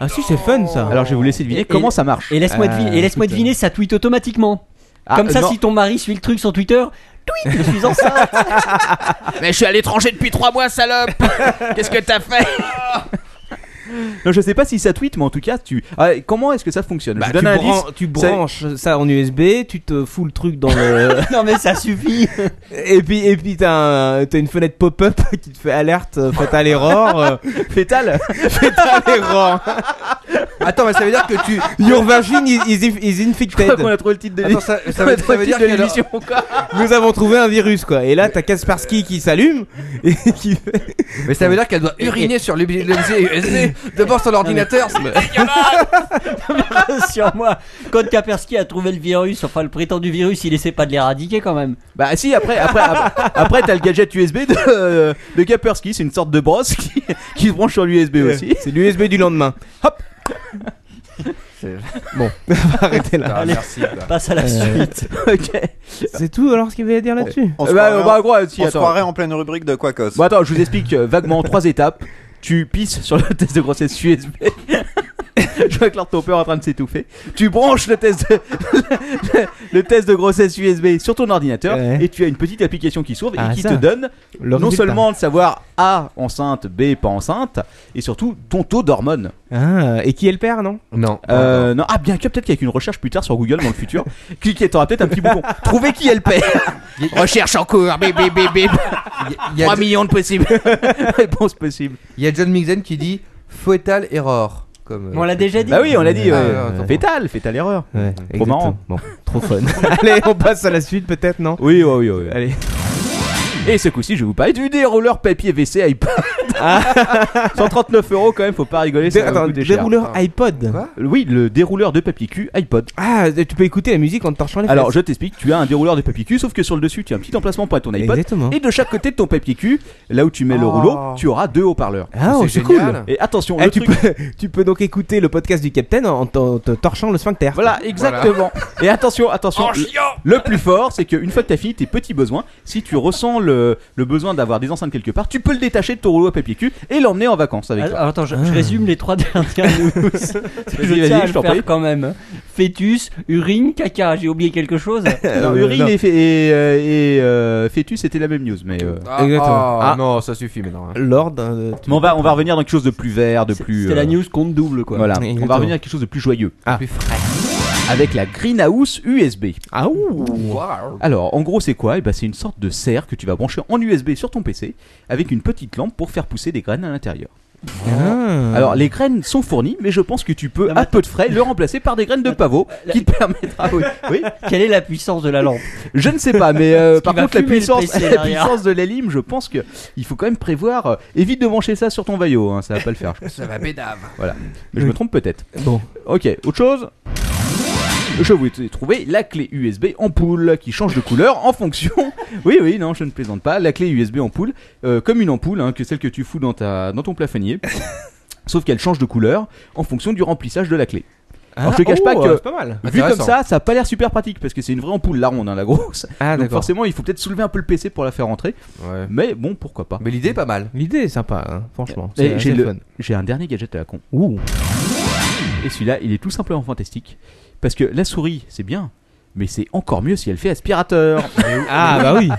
Ah, si, c'est fun ça.
Alors je vais vous laisser deviner
Et-
comment ça marche.
Et laisse-moi
Ah,
deviner, et laisse-moi
écoute,
deviner, ça tweet automatiquement.
euh, Ah,
Comme ça,
non.
si ton mari suit le truc sur Twitter, tweet, je suis enceinte.
Mais je suis à l'étranger depuis trois mois, salope Qu'est-ce que t'as fait
Non, je sais pas si ça tweet, mais en tout cas, tu. Ah, comment est-ce que ça fonctionne
Bah,
Je
tu,
donne un indice.
bran- tu branches ça en USB, tu te fous le truc dans le.
non, mais ça suffit.
et puis, et puis t'as, un- t'as une fenêtre pop-up qui te fait alerte, euh, fatal error. euh,
Fétal
fatal error.
Attends, mais ça veut dire que tu.
Your vagin is, is, inf- is
Je crois qu'on
infected.
a trouvé le
Ah,
titre de
Attends,
l'émission.
ça, ça veut, ça veut dire
de
qu'il y a-
l'émission, quoi.
Nous avons trouvé un virus quoi. Et là t'as Kaspersky qui s'allume et qui fait.
Mais ça veut dire qu'elle doit uriner sur l'objet l'objet USB devant son ordinateur. c'est-
sur moi. Quand Kapersky a trouvé le virus, enfin le prétendu virus, il essaie pas de l'éradiquer quand même.
Bah si après après après, après, t'as le gadget USB de euh, de Kaspersky, c'est une sorte de brosse qui, qui se branche sur l'USB aussi. Euh,
C'est l'USB du lendemain. Hop
C'est-
Bon, on va arrêter là.
Ah,
Allez.
merci. quoi.
Passe à la suite.
OK.
C'est tout alors ce qu'il avait à dire là-dessus
On
Eh
se
bah,
croirait en-
hein.
bah, en gros, si,
on se
attends.
croirait en pleine rubrique de Quacos.
Bon attends, je vous explique euh, vaguement en trois étapes. Tu pisses sur le test de grossesse USB. Je vois Claire Topper en train de s'étouffer. Tu branches le test de, le, le test de grossesse USB sur ton ordinateur
Ouais.
et tu as une petite application qui s'ouvre
Ah,
et qui
ça.
te donne
Le
non
résultat.
seulement de savoir A enceinte, B pas enceinte et surtout ton taux d'hormones.
Ah, et qui est le père non
Non.
Euh, non, ah bien que peut-être qu'avec une recherche plus tard sur Google dans le futur, cliquez, t'auras peut-être un petit bouton. Trouvez qui elle paie.
Recherche en cours, bip bip bip bip
Il y, a-
3 millions de possibles
Réponse possible.
il y a John Mixen qui dit Fetal Error. Comme, euh,
On l'a déjà dit.
Bah oui, on l'a dit.
Ah,
euh,
attends.
Fétal, fétal erreur.
Ouais, exactement.
marrant.
Bon, trop fun. Allez, on passe à la suite peut-être non
Oui, oui, oui. oui.
Allez.
Et ce coup-ci, je vais vous parler du dérouleur papier WC iPod.
Ah.
139 euros quand même, faut pas rigoler.
Dé-
Ça
attends,
coûte cher.
dérouleur iPod.
Quoi
Oui, le dérouleur de papier cul iPod.
Ah, tu peux écouter la musique en te torchant les
Alors,
fesses.
je t'explique, tu as un dérouleur de papier cul, sauf que sur le dessus, tu as un petit emplacement pour ton iPod.
Exactement.
Et de chaque côté de ton papier cul, là où tu mets le
Oh.
rouleau, tu auras deux haut-parleurs.
Ah,
C'est
c'est
génial.
cool.
Et attention,
Eh,
le
tu,
truc-
peux, tu peux donc écouter le podcast du Captain en, en te te torchant le sphincter.
Voilà, Oh, exactement. Et attention, attention. le- Le plus fort, c'est qu'une fois que t'as fini tes petits besoins, si tu ressens le, le besoin d'avoir des enceintes quelque part, tu peux le détacher de ton rouleau à papier cul et l'emmener en vacances avec toi.
Alors, attends, je, je résume les trois dernières news. je
vas-y,
tiens à
je
le
t'en
faire
prie.
quand même. Fhétus, urine, caca. J'ai oublié quelque chose.
Non,
Euh,
ah, urine
non.
et, fé- et, euh, et, euh, fœtus, c'était la même news, mais. euh,
Ah,
Exactement.
ah,
Ah.
non, ça suffit maintenant. hein.
Lord. euh, tu-
Mais on va, on va revenir dans quelque chose de plus vert, de
C'est-
plus.
C'était
euh,
la news compte double quoi.
Voilà, on
Exactement.
va revenir à quelque chose de plus joyeux.
Ah.
Plus frais. Avec la Greenhouse USB.
Ah ouh.
Alors, en gros, c'est quoi Eh ben, C'est une sorte de serre que tu vas brancher en USB sur ton PC avec une petite lampe pour faire pousser des graines à l'intérieur.
Ah.
Alors, les graines sont fournies, mais je pense que tu peux,
Non, mais
à peu de frais, le remplacer par des graines de pavot qui te permettra. Oui, oui,
Quelle est la puissance de la lampe
je ne sais pas, mais euh,
Parce qu'il
par
va
contre, la
fumer le
puissance,
PC
la
derrière.
puissance de la lime, je pense que il faut quand même prévoir. euh, évite de brancher ça sur ton vaillot, hein, ça va pas le faire. je pense.
Ça va bédave.
Mais je me trompe peut-être.
Bon.
Ok, autre chose je vous ai trouvé la clé USB ampoule qui change de couleur en fonction. Oui, oui, non, je ne plaisante pas. La clé USB ampoule, euh, comme une ampoule, hein, que celle que tu fous dans, ta, dans ton plafonnier. Sauf qu'elle change de couleur en fonction du remplissage de la clé. Alors, je te cache
Ah,
pas
oh,
que-
euh, C'est pas mal.
Vu comme
Intéressant.
ça, ça a pas l'air super pratique parce que c'est une vraie ampoule, la ronde, hein, la grosse.
Ah,
Donc
d'accord.
forcément, il faut peut-être soulever un peu le PC pour la faire rentrer.
Ouais.
Mais bon, pourquoi pas.
Mais l'idée est pas mal.
L'idée est sympa, hein, franchement.
Et
C'est
j'ai
c'est
le-
fun.
J'ai un dernier gadget à la con.
Ouh.
Et celui-là, il est tout simplement fantastique. Parce que la souris, c'est bien. Mais c'est encore mieux si elle fait aspirateur.
Ah bah oui.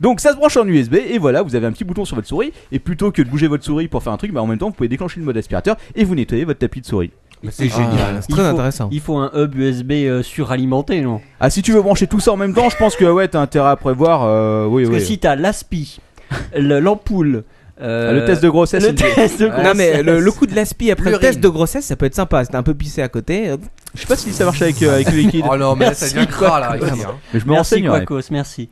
Donc ça se branche en USB et voilà, vous avez un petit bouton sur votre souris et plutôt que de bouger votre souris pour faire un truc, bah en même temps vous pouvez déclencher le mode aspirateur et vous nettoyez votre tapis de souris.
C'est
Ah,
génial.
C'est
Il
très
faut-
intéressant.
Il faut un hub USB euh, suralimenté non
Ah si tu veux brancher tout ça en même temps, je pense que ouais t'as intérêt à prévoir. euh, oui
Parce
oui.
que si t'as l'aspi, le- l'ampoule, euh,
Ah, le test de grossesse.
le
il-
test de
Ah,
Non mais
grossesse.
le, le coup de l'aspi après le
L'urine.
test de grossesse, ça peut être sympa. C'était un peu pissé à côté.
Je sais pas si ça marche avec, euh, avec le liquide,
Oh non, mais là, ça devient gras là. ici, hein.
mais je me
Merci
renseignerai.
Quacos, merci.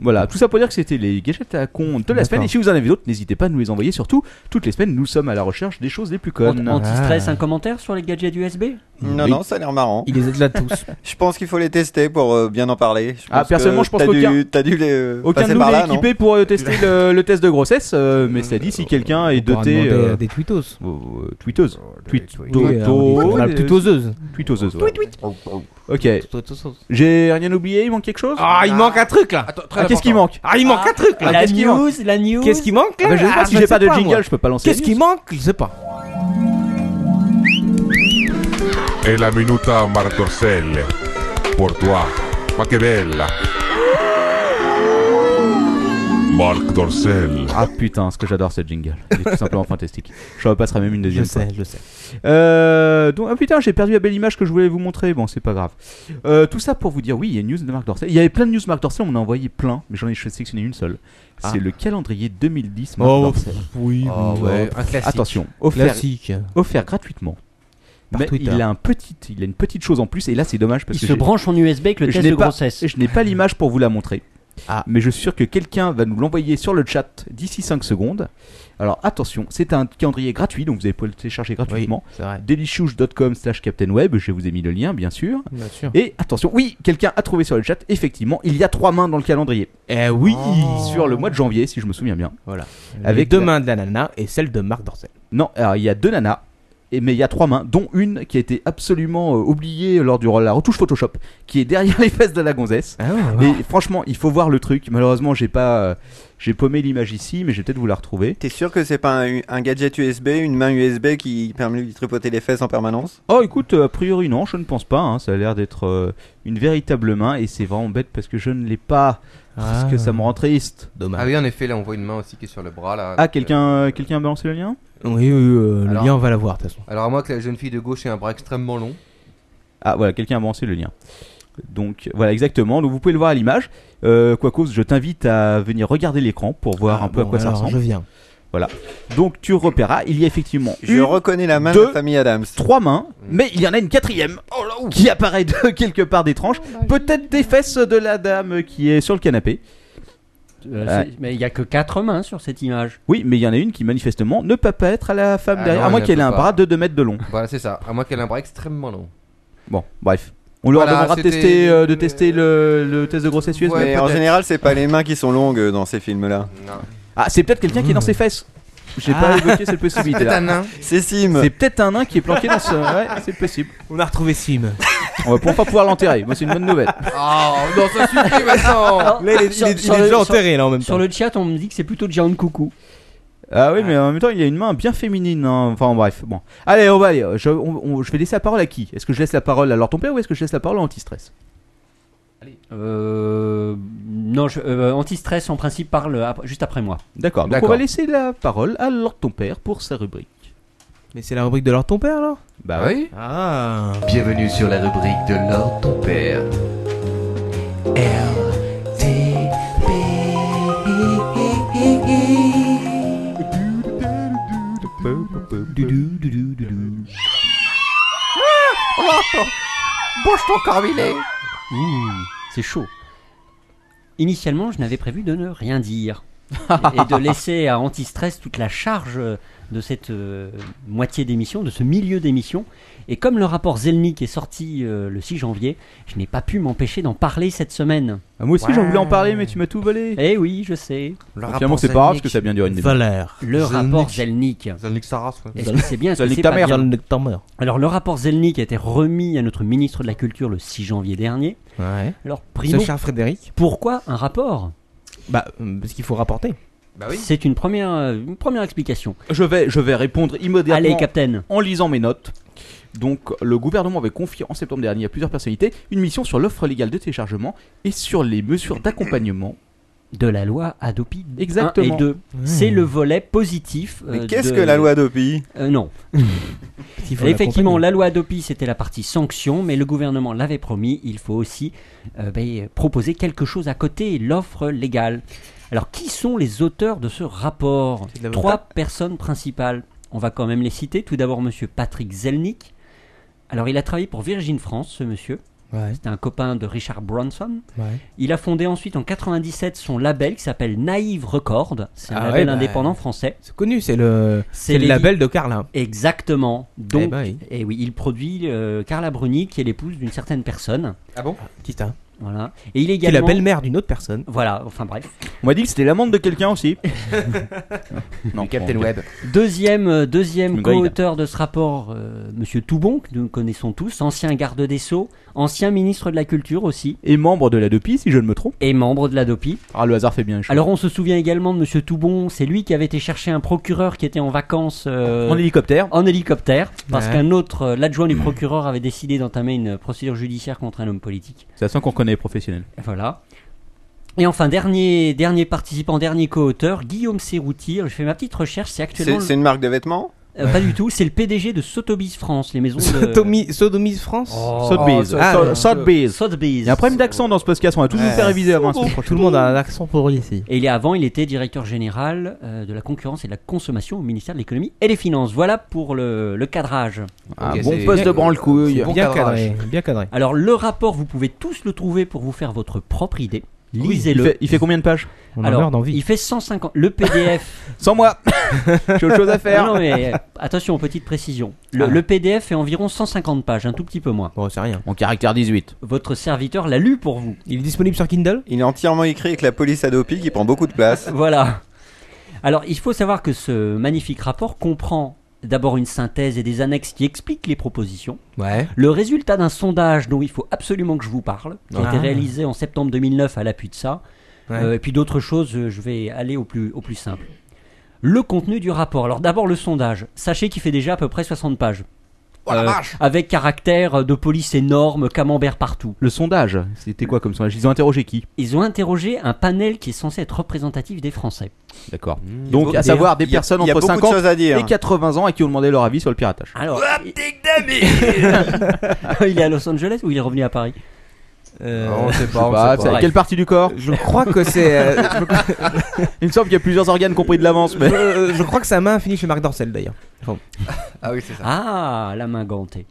Voilà, tout ça pour dire que c'était les gadgets à con de la
D'accord.
semaine et si vous en avez d'autres, n'hésitez pas à nous les envoyer. Surtout toutes les semaines, nous sommes à la recherche des choses les plus connes.
Anti-stress, un commentaire sur les gadgets USB
Non,
Oui.
non, ça a l'air marrant.
Il les aide là tous.
Je pense qu'il faut les tester pour euh, bien en parler. Je pense
Ah, personnellement, je pense
t'as
qu'aucun-
dû- T'as dû les euh,
Aucun de
passer
nous
par
n'est
là, non
équipé pour euh, tester le, le test de grossesse, euh, mais ça dit si quelqu'un est
On pourra
doté.
demander
euh,
à des tweetos.
euh, tweeteuse. Tweet-
Des-
Toto-
on a tweetoseuse.
tweeteuse, ouais. Ok. J'ai rien oublié, il manque quelque chose
Ah, il manque un truc là.
Ah, Qu'est-ce qui manque
Ah, il manque un truc là.
la
Qu'est-ce qui manque
news, la news.
Qu'est-ce qui manque
Ah bah,
là
Je sais
Ah,
pas, si
je
j'ai pas de
moi.
jingle, je peux pas lancer. la
Qu'est-ce qui
news.
manque Je sais pas.
È la minuta Martorselle pour toi. Ma che bella! Marc Dorcel.
Ah putain, ce que j'adore cette jingle. Elle est tout simplement fantastique. Je repasserai même une
Je
deuxième fois.
sais, je sais.
Euh, donc, ah putain, j'ai perdu la belle image que je voulais vous montrer. Bon, c'est pas grave. Euh, tout ça pour vous dire, oui, il y a une news de Marc Dorcel. Il y avait plein de news Marc Dorcel, on en a envoyé plein, mais j'en ai sélectionné une seule.
Ah.
C'est le calendrier 2010 Marc Dorcel.
oui,
Ah ouais, un classique.
Attention, offert,
Oh, Classique.
offert gratuitement.
Par
mais
Twitter.
il a, un petit, il a une petite chose en plus, et là c'est dommage parce
Il
que
se
j'ai-
branche en USB avec le
je
test
n'ai
de
pas-
grossesse.
je n'ai pas l'image pour vous la montrer.
Ah.
Mais je suis sûr que quelqu'un va nous l'envoyer sur le chat d'ici 5 secondes. Alors attention, c'est un calendrier gratuit, donc vous allez pouvoir le télécharger gratuitement.
C'est vrai.
dailyshoosh.com slash captainweb, je vous ai mis le lien bien sûr.
Bien sûr.
Et attention, oui, quelqu'un a trouvé sur le chat, effectivement, il y a trois mains dans le calendrier. Oh.
Eh oui.
Sur le mois de janvier, si je me souviens bien.
Voilà.
Avec
Avec deux
la-
mains de la nana et celle de Marc Dorcel.
Non, alors il y a deux nanas, et, mais il y a trois mains, dont une qui a été absolument euh, oubliée lors de la retouche Photoshop, qui est derrière les fesses de la gonzesse.
Ah,
Mais franchement, il faut voir le truc. Malheureusement, j'ai pas, euh, j'ai paumé l'image ici, mais je vais peut-être vous la retrouver.
T'es sûr que c'est pas un, un gadget USB, une main USB qui permet de lui tripoter les fesses en permanence
Oh, écoute, euh, a priori non, je ne pense pas. hein. Ça a l'air d'être euh, une véritable main, et c'est vraiment bête parce que je ne l'ai pas.
Ah,
Parce que ça me rend triste.
Ah
Dommage.
oui, en effet, là on voit une main aussi qui est sur le bras
Ah,
là. Donc, euh,
quelqu'un, euh, quelqu'un a balancé le lien
Oui, oui, euh, le
Alors-
lien, on va l'avoir de toute façon.
Alors, à moins que la jeune fille de gauche ait un bras extrêmement long.
Ah, voilà, quelqu'un a balancé le lien. Donc euh, voilà exactement, donc vous pouvez le voir à l'image. Euh, quoi cause, je t'invite à venir regarder l'écran pour voir
Ah,
un peu à
bon,
quoi ça
alors,
ressemble.
Je viens.
Donc tu repéras, il y a effectivement
Je
une,
reconnais la main de
deux,
la famille Adams.
trois mains, mais il y en a une quatrième qui apparaît de quelque part des tranches, peut-être des fesses de la dame qui est sur le canapé.
Euh, c'est- Mais il y a que quatre mains sur cette image.
Oui, mais il y en a une qui manifestement ne peut pas être à la femme
Ah
derrière,
non,
à moins
elle
qu'elle ait
peut
un
pas.
bras de 2 mètres de long.
Voilà, c'est ça. À moins qu'elle ait un bras extrêmement long.
Bon, bref. On leur
Voilà,
demandera de
c'était-
tester, euh, de tester le, le test de grossesse USB.
Ouais,
Mais en
peut-être.
général, c'est pas les mains qui sont longues euh, dans ces films-là.
Ah, c'est peut-être quelqu'un qui est dans ses fesses. J'ai pas évoqué cette possibilité.
Hmm. Ah. Peut-être un nain.
C'est Sim.
C'est peut-être un nain qui est planqué dans ce. Ouais, c'est possible.
On a retrouvé Sim.
On va pour- enfin pouvoir l'enterrer. Moi, c'est une bonne nouvelle.
Oh, non, ça suffit maintenant.
Alors, sur- sur le- sur-
là en même
Sur le chat, on me dit que c'est plutôt John Coucou.
Ah oui, mais en même temps, il y a une main bien féminine. hein. Enfin, bref, bon. Allez, on va aller. Je, on- on- je vais laisser la parole à qui Est-ce que je laisse la parole à leur ton père ou est-ce que je laisse la parole à Antistress
Euh, non, je, euh, anti-stress en principe parle ap- juste après moi.
D'accord. Donc, on
D'accord.
va laisser la parole à Lord ton père pour sa rubrique.
Mais c'est la rubrique de leur ton père alors
Bah
Ah oui
Ah.
Bienvenue sur la rubrique de l'ordre ton père.
Ouh, c'est chaud. Initialement, je n'avais prévu de ne rien dire et de laisser à Antistress toute la charge de cette euh, moitié d'émission, de ce milieu d'émission. Et comme le rapport Zelnik est sorti euh, le 6 janvier, je n'ai pas pu m'empêcher d'en parler cette semaine.
Ah, moi aussi, j'en voulais en parler, mais tu m'as tout volé.
Eh oui, je sais.
Le
Bon, Finalement, c'est pas grave parce que ça a bien duré une demi
Valère.
Le
Zelnik.
rapport Zelnik.
Zalnik Saras, ouais.
Est-ce que c'est bien Est-ce que
Zelnik
c'est
ta
pas
mère.
bien
Jean Luc Tamer.
Alors, le rapport Zelnik a été remis à notre ministre de la Culture le 6 janvier dernier.
Ouais.
Alors, primo,
Ce cher Frédéric.
pourquoi un rapport
Bah, euh, parce qu'il faut rapporter.
Bah
Ah
oui.
C'est une première, euh, une première explication.
Je vais, je vais répondre immédiatement.
Allez, Captain.
en lisant mes notes. Donc, le gouvernement avait confié en septembre dernier à plusieurs personnalités une mission sur l'offre légale de téléchargement et sur les mesures d'accompagnement.
De la loi Adopi
Exactement.
1 et 2.
Hmm.
C'est le volet positif. euh,
Mais qu'est-ce
de-
que la loi Dopi
Euh, Non.
Parce qu'il faut
Effectivement,
l'accompagner.
la loi Adopi, c'était la partie sanction, mais le gouvernement l'avait promis. Il faut aussi euh, ben, proposer quelque chose à côté, l'offre légale. Alors, qui sont les auteurs de ce rapport
C'est de la-
Trois personnes principales. On va quand même les citer. Tout d'abord, monsieur Patrick Zelnick. Alors, il a travaillé pour Virgin France, ce monsieur.
Ouais.
C'était un copain de Richard Branson.
ouais.
Il a fondé ensuite en 97 son label qui s'appelle Naïve Record. C'est un
Ah ouais,
label
bah,
indépendant français.
C'est connu, c'est le,
C'est
c'est le
les-
label de Carlin.
Exactement. Donc,
Eh ben oui.
et oui, il produit euh, Carla Bruni, qui est l'épouse d'une certaine personne.
Ah bon
Tita.
Voilà. Et il est
Qui est la
également.
belle-mère d'une autre personne.
Voilà. Enfin bref.
On m'a dit que c'était l'amende de quelqu'un aussi. non,
Captain
bon,
Web.
Deuxième, euh, deuxième
Une grille.
co-auteur de ce rapport, euh, Monsieur Toubon, que nous connaissons tous, ancien garde des sceaux, ancien ministre de la culture aussi,
Et membre de la DEPI, si je ne me trompe.
et membre de la DOPI.
Ah, le hasard fait bien les choses.
Alors on se souvient également de Monsieur Toubon, c'est lui qui avait été chercher un procureur qui était en vacances euh,
en hélicoptère.
en hélicoptère, parce
Ouais.
qu'un autre, euh, l'adjoint
Hmm.
du procureur, avait décidé d'entamer une euh, procédure judiciaire contre un homme politique.
Ça sent qu'on connaît les professionnels.
Voilà. Et enfin, dernier, dernier participant, dernier co-auteur, Guillaume Serroutir. J'ai fait ma petite recherche, c'est actuellement.
C'est c'est une marque de vêtements
le- euh, pas du tout, c'est le PDG de Sotheby's France, les maisons de.
Sodomi, Sodomise France
Oh.
Sotheby's.
ça-
Ah,
ça-
Sotheby's.
Sotheby's.
Il y a un problème d'accent dans ce podcast, on va tous vous faire réviser avant. la semaine
Tout le monde a un accent pour ici.
Et il est avant, il était directeur général euh, de la concurrence et de la consommation au ministère de l'économie et des finances. Voilà pour le, le cadrage.
Un
Ok,
bon
c'est-
poste de branle-couille.
c'est bon
bien
cadrage.
cadré, bien cadré.
Alors le rapport, vous pouvez tous le trouver pour vous faire votre propre idée.
Il
Lisez-le.
fait, il fait combien de pages
On
Alors,
en meurt d'envie.
il fait 150. Le PDF.
Sans moi J'ai autre chose à faire.
non, non, mais euh, attention, petite précision. Le,
Ah.
le PDF fait environ 150 pages, un tout petit peu moins.
Bon, Oh, c'est rien.
En caractère 18.
Votre serviteur l'a lu pour vous.
Il est disponible sur Kindle
Il est entièrement écrit avec la police Adopi qui prend beaucoup de place.
Voilà. Alors, il faut savoir que ce magnifique rapport comprend d'abord une synthèse et des annexes qui expliquent les propositions.
Ouais.
Le résultat d'un sondage dont il faut absolument que je vous parle, qui a
Ah.
été réalisé en septembre 2009 à l'appui de ça,
Ouais.
Euh, et puis d'autres choses, euh, je vais aller au plus, au plus simple. Le contenu du rapport. Alors d'abord le sondage. Sachez qu'il fait déjà à peu près 60 pages. Euh, avec caractère de police énorme, camembert partout.
Le sondage, c'était quoi comme sondage Ils ont interrogé qui
Ils ont interrogé un panel qui est censé être représentatif des Français.
D'accord.
Ils
Donc,
ont
à savoir des
Il y a-
personnes
il y a
entre
beaucoup de
50
choses à dire.
et 80 ans à qui on demandait leur avis sur le piratage.
Alors, il est à Los Angeles ou il est revenu à Paris
Euh,
Non, on sait pas, on
Bah,
sait
c'est
Oh, pas.
à quelle partie du corps
Oh. Je crois que c'est. euh,
Il me semble qu'il y a plusieurs organes compris de l'avance, mais.
euh, je, je crois que sa main a fini chez Marc Dorcel d'ailleurs.
Ah oui, c'est ça.
Ah, la main gantée.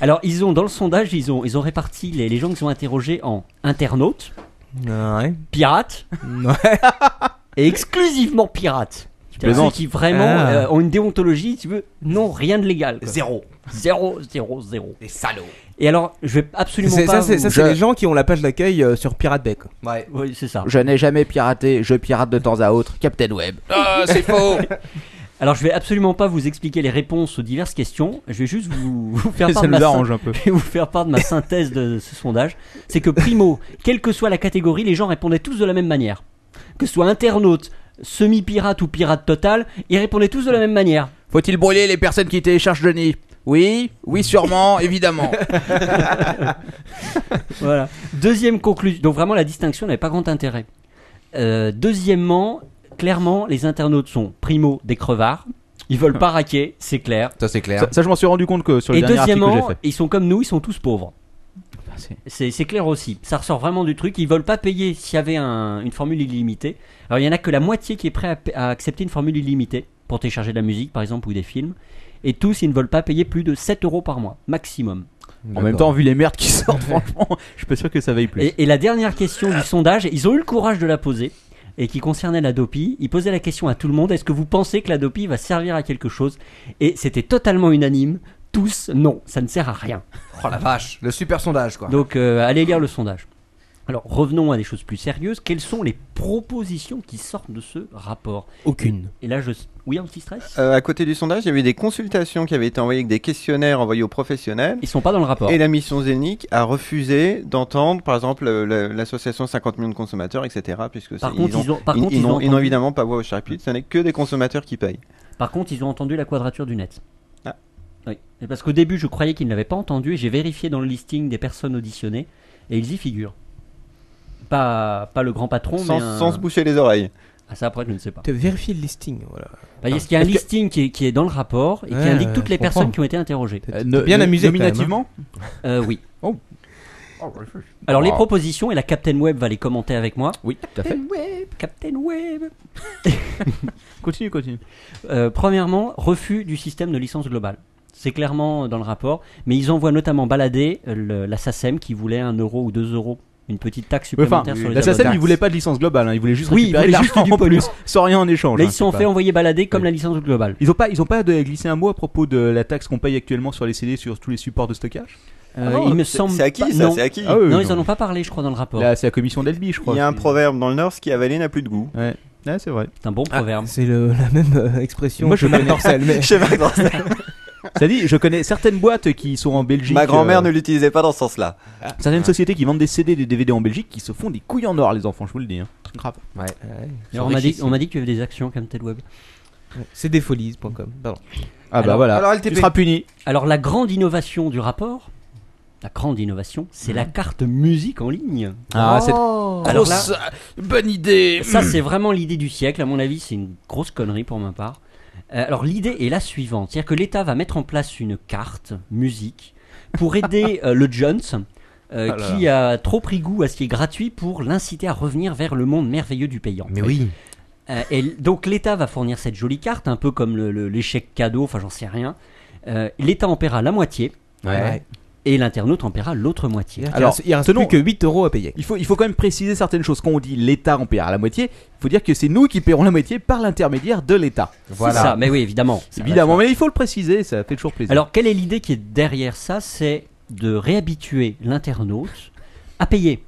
Alors, ils ont, dans le sondage, ils ont, ils ont réparti les, les gens qui ont interrogés en internautes,
Ouais.
pirates
Ouais.
et exclusivement pirates. C'est-à-dire
plaisantes.
Ceux qui vraiment
Ah.
euh, ont une déontologie, si tu veux, non, rien de légal. quoi. Zéro. Zéro, zéro, zéro. Des salauds. Et alors, je vais absolument
C'est-
pas.
Ça, c'est ça,
vous-
c'est les gens qui ont la page d'accueil euh, sur Pirate Bay. quoi.
Ouais.
Oui, c'est ça.
Ah. Je n'ai jamais piraté, je pirate de temps à autre. Captain Web.
Euh,
Alors, je vais absolument pas vous expliquer les réponses aux diverses questions. Je vais juste vous, vous faire part
Ça
de ma
nous
syn-
arrange un peu.
Je vais vous faire part de ma synthèse de ce sondage. C'est que, primo, quelle que soit la catégorie, les gens répondaient tous de la même manière. Que ce soit internaute, semi-pirate ou pirate total, ils répondaient tous de la même manière.
Faut-il brûler les personnes qui téléchargent Denis Oui, oui, sûrement, évidemment.
Voilà. Deuxième conclusion. Donc vraiment, la distinction n'avait pas grand intérêt. Euh, deuxièmement, clairement, les internautes sont primo des crevards. Ils veulent pas raquer, c'est clair.
Ça, c'est clair.
Ça, ça, je m'en suis rendu compte que sur le
Et
dernier article que j'ai
deuxièmement,
fait.
ils sont comme nous, ils sont tous pauvres.
Bah, c'est-
C'est c'est clair aussi. Ça ressort vraiment du truc. Ils veulent pas payer s'il y avait un- une formule illimitée. Alors il y en a que la moitié qui est prêt à pa- à, accepter une formule illimitée pour télécharger de la musique, par exemple, ou des films. Et tous, ils ne veulent pas payer plus de 7 euros par mois, maximum.
En même temps, vu les merdes qui sortent, franchement, je suis pas sûr que ça vaille plus.
Et, et la dernière question du sondage, ils ont eu le courage de la poser, et qui concernait la DOPI. Ils posaient la question à tout le monde, est-ce que vous pensez que la DOPI va servir à quelque chose Et c'était totalement unanime, tous, non, ça ne sert à rien.
Oh la vache, le super sondage quoi.
Donc euh, allez lire le sondage. Alors revenons à des choses plus sérieuses, quelles sont les propositions qui sortent de ce rapport
Aucune.
Et là, je... Oui, un petit stress
Euh, à côté du sondage, il y avait des consultations qui avaient été envoyées avec des questionnaires envoyés aux professionnels.
Ils sont pas dans le rapport.
Et la mission Zénic a refusé d'entendre, par exemple, le- le- l'association 50 millions de consommateurs, etc. Puisque
Par
c'est-
contre,
ils ont-
ils ont- par
ils-
contre,
ils
ils ont
n'ont ils n'ont
entendu.
évidemment pas voix au chapitre, ce n'est que des consommateurs qui payent.
Par contre, ils ont entendu la quadrature du net.
Ah.
Oui. Et Parce qu'au début, je croyais qu'ils ne l'avaient pas entendu et j'ai vérifié dans le listing des personnes auditionnées et ils y figurent. Pas, pas le grand patron,
sans,
mais. un-
sans se boucher les oreilles.
Ah, ça, après, je ne sais pas.
Tu vérifies le listing, voilà.
Bah, Est-ce qu'il y a un listing qui est, qui est dans le rapport et qui
Ouais,
indique toutes
je
les
comprends.
personnes qui ont été interrogées
T'es-
Euh,
t'es
no-
bien
no-
amusé quand même, hein.
Nominativement
Euh, Oui.
Oh. bah,
Alors, les
Wow.
propositions, et la Captain Web va les commenter avec moi.
Eh Oui, tout à fait.
Captain Web
Continue, continue.
Euh, Premièrement, refus du système de licence globale. C'est clairement dans le rapport. Mais ils envoient notamment balader euh, le- la SACEM qui voulait 1 euro ou 2 euros. Une petite taxe
Ouais, Enfin,
supplémentaire sur les
la SACEM,
abonnements.
E ils voulaient pas de licence globale, hein, ils voulaient juste
Oui, ils
récupérer
voulaient juste
l'argent
du
en
pognon.
plus, sans rien en échange.
Là,
hein,
ils se sont
c'est
fait
pas-
envoyer balader comme
Ouais.
la licence globale.
Ils ont pas, ils ont pas de, glissé un mot à propos de la taxe qu'on paye actuellement sur les CD sur tous les supports de stockage
Euh,
Ah non,
il me
c'est-
semble.
c'est acquis,
pas-
ça,
non.
c'est acquis.
Ah oui,
non,
oui,
ils en ont pas parlé, je crois, dans le rapport.
Là, c'est la commission d'Elbi, je crois.
Il y a un
qui-
proverbe dans le Nord ce qui avalé n'a plus de goût.
Ouais, Ouais, c'est vrai.
C'est un bon
Ah,
proverbe.
C'est le- la même euh, expression.
Moi, je
que Marc
connais.
Dorcel, mais-
Chez ma grand-
Ça dit, je connais certaines boîtes qui sont en Belgique.
ma grand-mère
euh,
ne l'utilisait pas dans ce sens-là.
Certaines sociétés qui vendent des CD et des DVD en Belgique qui se font des couilles en or, les enfants, je vous le dis. hein.
Alors, on m'a dit, on m'a dit que tu avais des actions comme tel web.
C'est des folies.com. Pardon.
Ah bah
Alors-
voilà.
alors,
tu
LTP.
seras puni.
Alors la grande innovation du rapport, la grande innovation, c'est la carte musique en ligne.
Mmh. Ah, cette
Oh.
Oh.
Alors là,
Bonne idée
ça c'est vraiment l'idée du siècle. À mon avis, c'est une grosse connerie pour ma part. Euh, alors l'idée est la suivante, c'est-à-dire que l'État va mettre en place une carte musique pour aider euh, le Jones. euh,
Ah là
qui a trop pris goût à ce qui est gratuit pour l'inciter à revenir vers le monde merveilleux du payant.
Mais oui.
Euh, et l- donc l'État va fournir cette jolie carte, un peu comme le- le- l'échec cadeau, enfin j'en sais rien. Euh, L'État en paiera la moitié et l'internaute en paiera l'autre moitié.
Alors, il reste
tenons-
plus que 8 euros à payer.
Il faut, il faut quand même préciser certaines choses. Quand on dit l'État en paiera la moitié, il faut dire que c'est nous qui paierons la moitié par l'intermédiaire de l'État.
Ah,
C'est ça, mais oui, évidemment. Ça va
Évidemment,
de soi.
mais il faut le préciser, ça fait toujours plaisir.
Alors, quelle est l'idée qui est derrière ça C'est de réhabituer l'internaute à payer.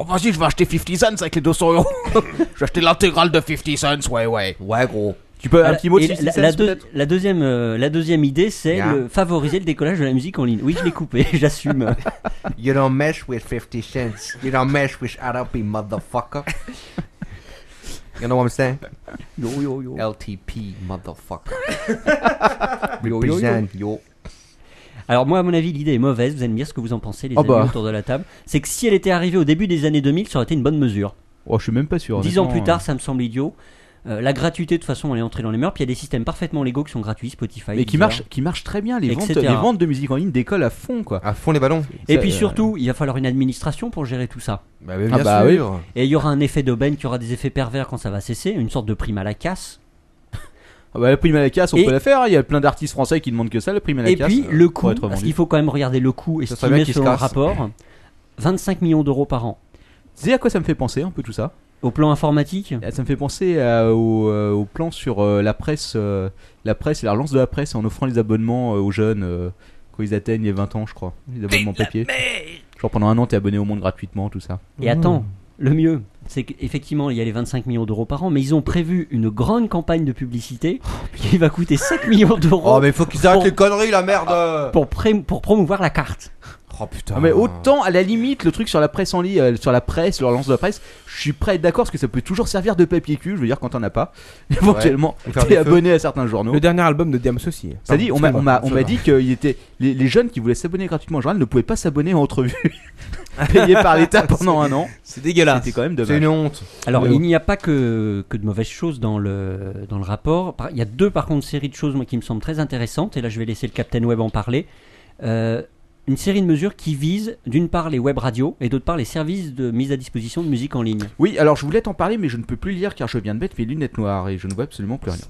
Oh vas-y, je vais acheter 50 cents avec les 200 euros. je vais acheter l'intégrale de 50 cents, ouais, ouais.
Ouais, gros.
tu peux Euh, un
Voilà.
petit mot de
euh, Et
50
la,
cents,
la deux-
peut-être
la deuxième, euh, la deuxième idée, c'est
Yeah.
le- favoriser le décollage de la musique en ligne. Oui, je l'ai coupé, j'assume.
You don't mess with 50 cents. You don't mess with RLP, motherfucker. You know what I'm saying?
Yo, yo, yo.
LTP, motherfucker. Represent, yo.
Alors moi, à mon avis, l'idée est mauvaise. Vous allez me dire ce que vous en pensez, les
Oh
amis
bah.
autour de la table. C'est que si elle était arrivée au début des années 2000, ça aurait été une bonne mesure.
Oh, je suis même pas sûr.
Dix ans
honnêtement. hein.
plus tard, ça me semble idiot. Euh, la gratuité, de toute façon, elle est entrée dans les mœurs. Puis il y a des systèmes parfaitement légaux qui sont gratuits, Spotify.
Mais qui
Deezer.
marche, qui marche très bien. Les ventes,
Etc.
les ventes de musique en ligne décollent à fond, quoi.
À fond les ballons.
Et
Ça,
puis
euh,
surtout, il va falloir une administration pour gérer tout ça.
Bah, bien
Ah bah
sûr.
Et il y aura un effet d'aubaine qui aura des effets pervers quand ça va cesser, une sorte de prime à la casse.
Ah bah, la prime à la casse, on
Et-
peut la faire. Il y a plein d'artistes français qui demandent que ça, la prime à la
et
casse.
puis
euh,
le
pour
coût,
être
parce
vendu.
qu'il faut quand même regarder le coût
Ça serait bien
estimé
qu'il se
selon le
casse.
rapport. 25 millions d'euros par an.
Tu sais à quoi ça me fait penser un peu tout ça
Au plan informatique,
Ah, Ça me fait penser à- au, euh, au plan sur euh, la presse, euh, la presse et la relance de la presse en offrant les abonnements euh, aux jeunes euh, quand ils atteignent les 20 ans, je crois. Les abonnements papier. Genre pendant un an, t'es abonné au monde gratuitement, tout ça.
Et attends, le mieux, c'est qu'effectivement, il y a les 25 millions d'euros par an, mais ils ont prévu une grande campagne de publicité
Oh,
qui va coûter 5 millions d'euros
Oh, mais faut qu'ils arrêtent les conneries, la
Ah.
merde.
pour, pré- pour promouvoir la carte.
Oh putain.
Ah, mais autant, à la limite, le truc sur la presse en ligne, euh, sur la presse, leur lance de la presse, je suis prêt à être d'accord parce que ça peut toujours servir de papier cul, je veux dire, quand t'en as pas. Éventuellement,
Ou faire
t'es
des feux.
abonné à certains journaux.
Le dernier album de Diams aussi.
Ça dit, on m'a, on m'a, on m'a dit que il était, les, les jeunes qui voulaient s'abonner gratuitement au journal ne pouvaient pas s'abonner en entrevue, payés par l'État pendant un an.
C'est dégueulasse.
C'était quand même
C'est
dommage.
une honte.
Alors,
Mais
il n'y a pas que, que de mauvaises choses dans le, dans le rapport. Par- Il y a deux, par contre, séries de choses moi, qui me semblent très intéressantes, et là, je vais laisser le Captain Web en parler. Euh, une série de mesures qui visent, d'une part, les web radios, et d'autre part, les services de mise à disposition de musique en ligne.
Oui, alors je voulais t'en parler, mais je ne peux plus lire car je viens de mettre mes lunettes noires et je ne vois absolument plus rien.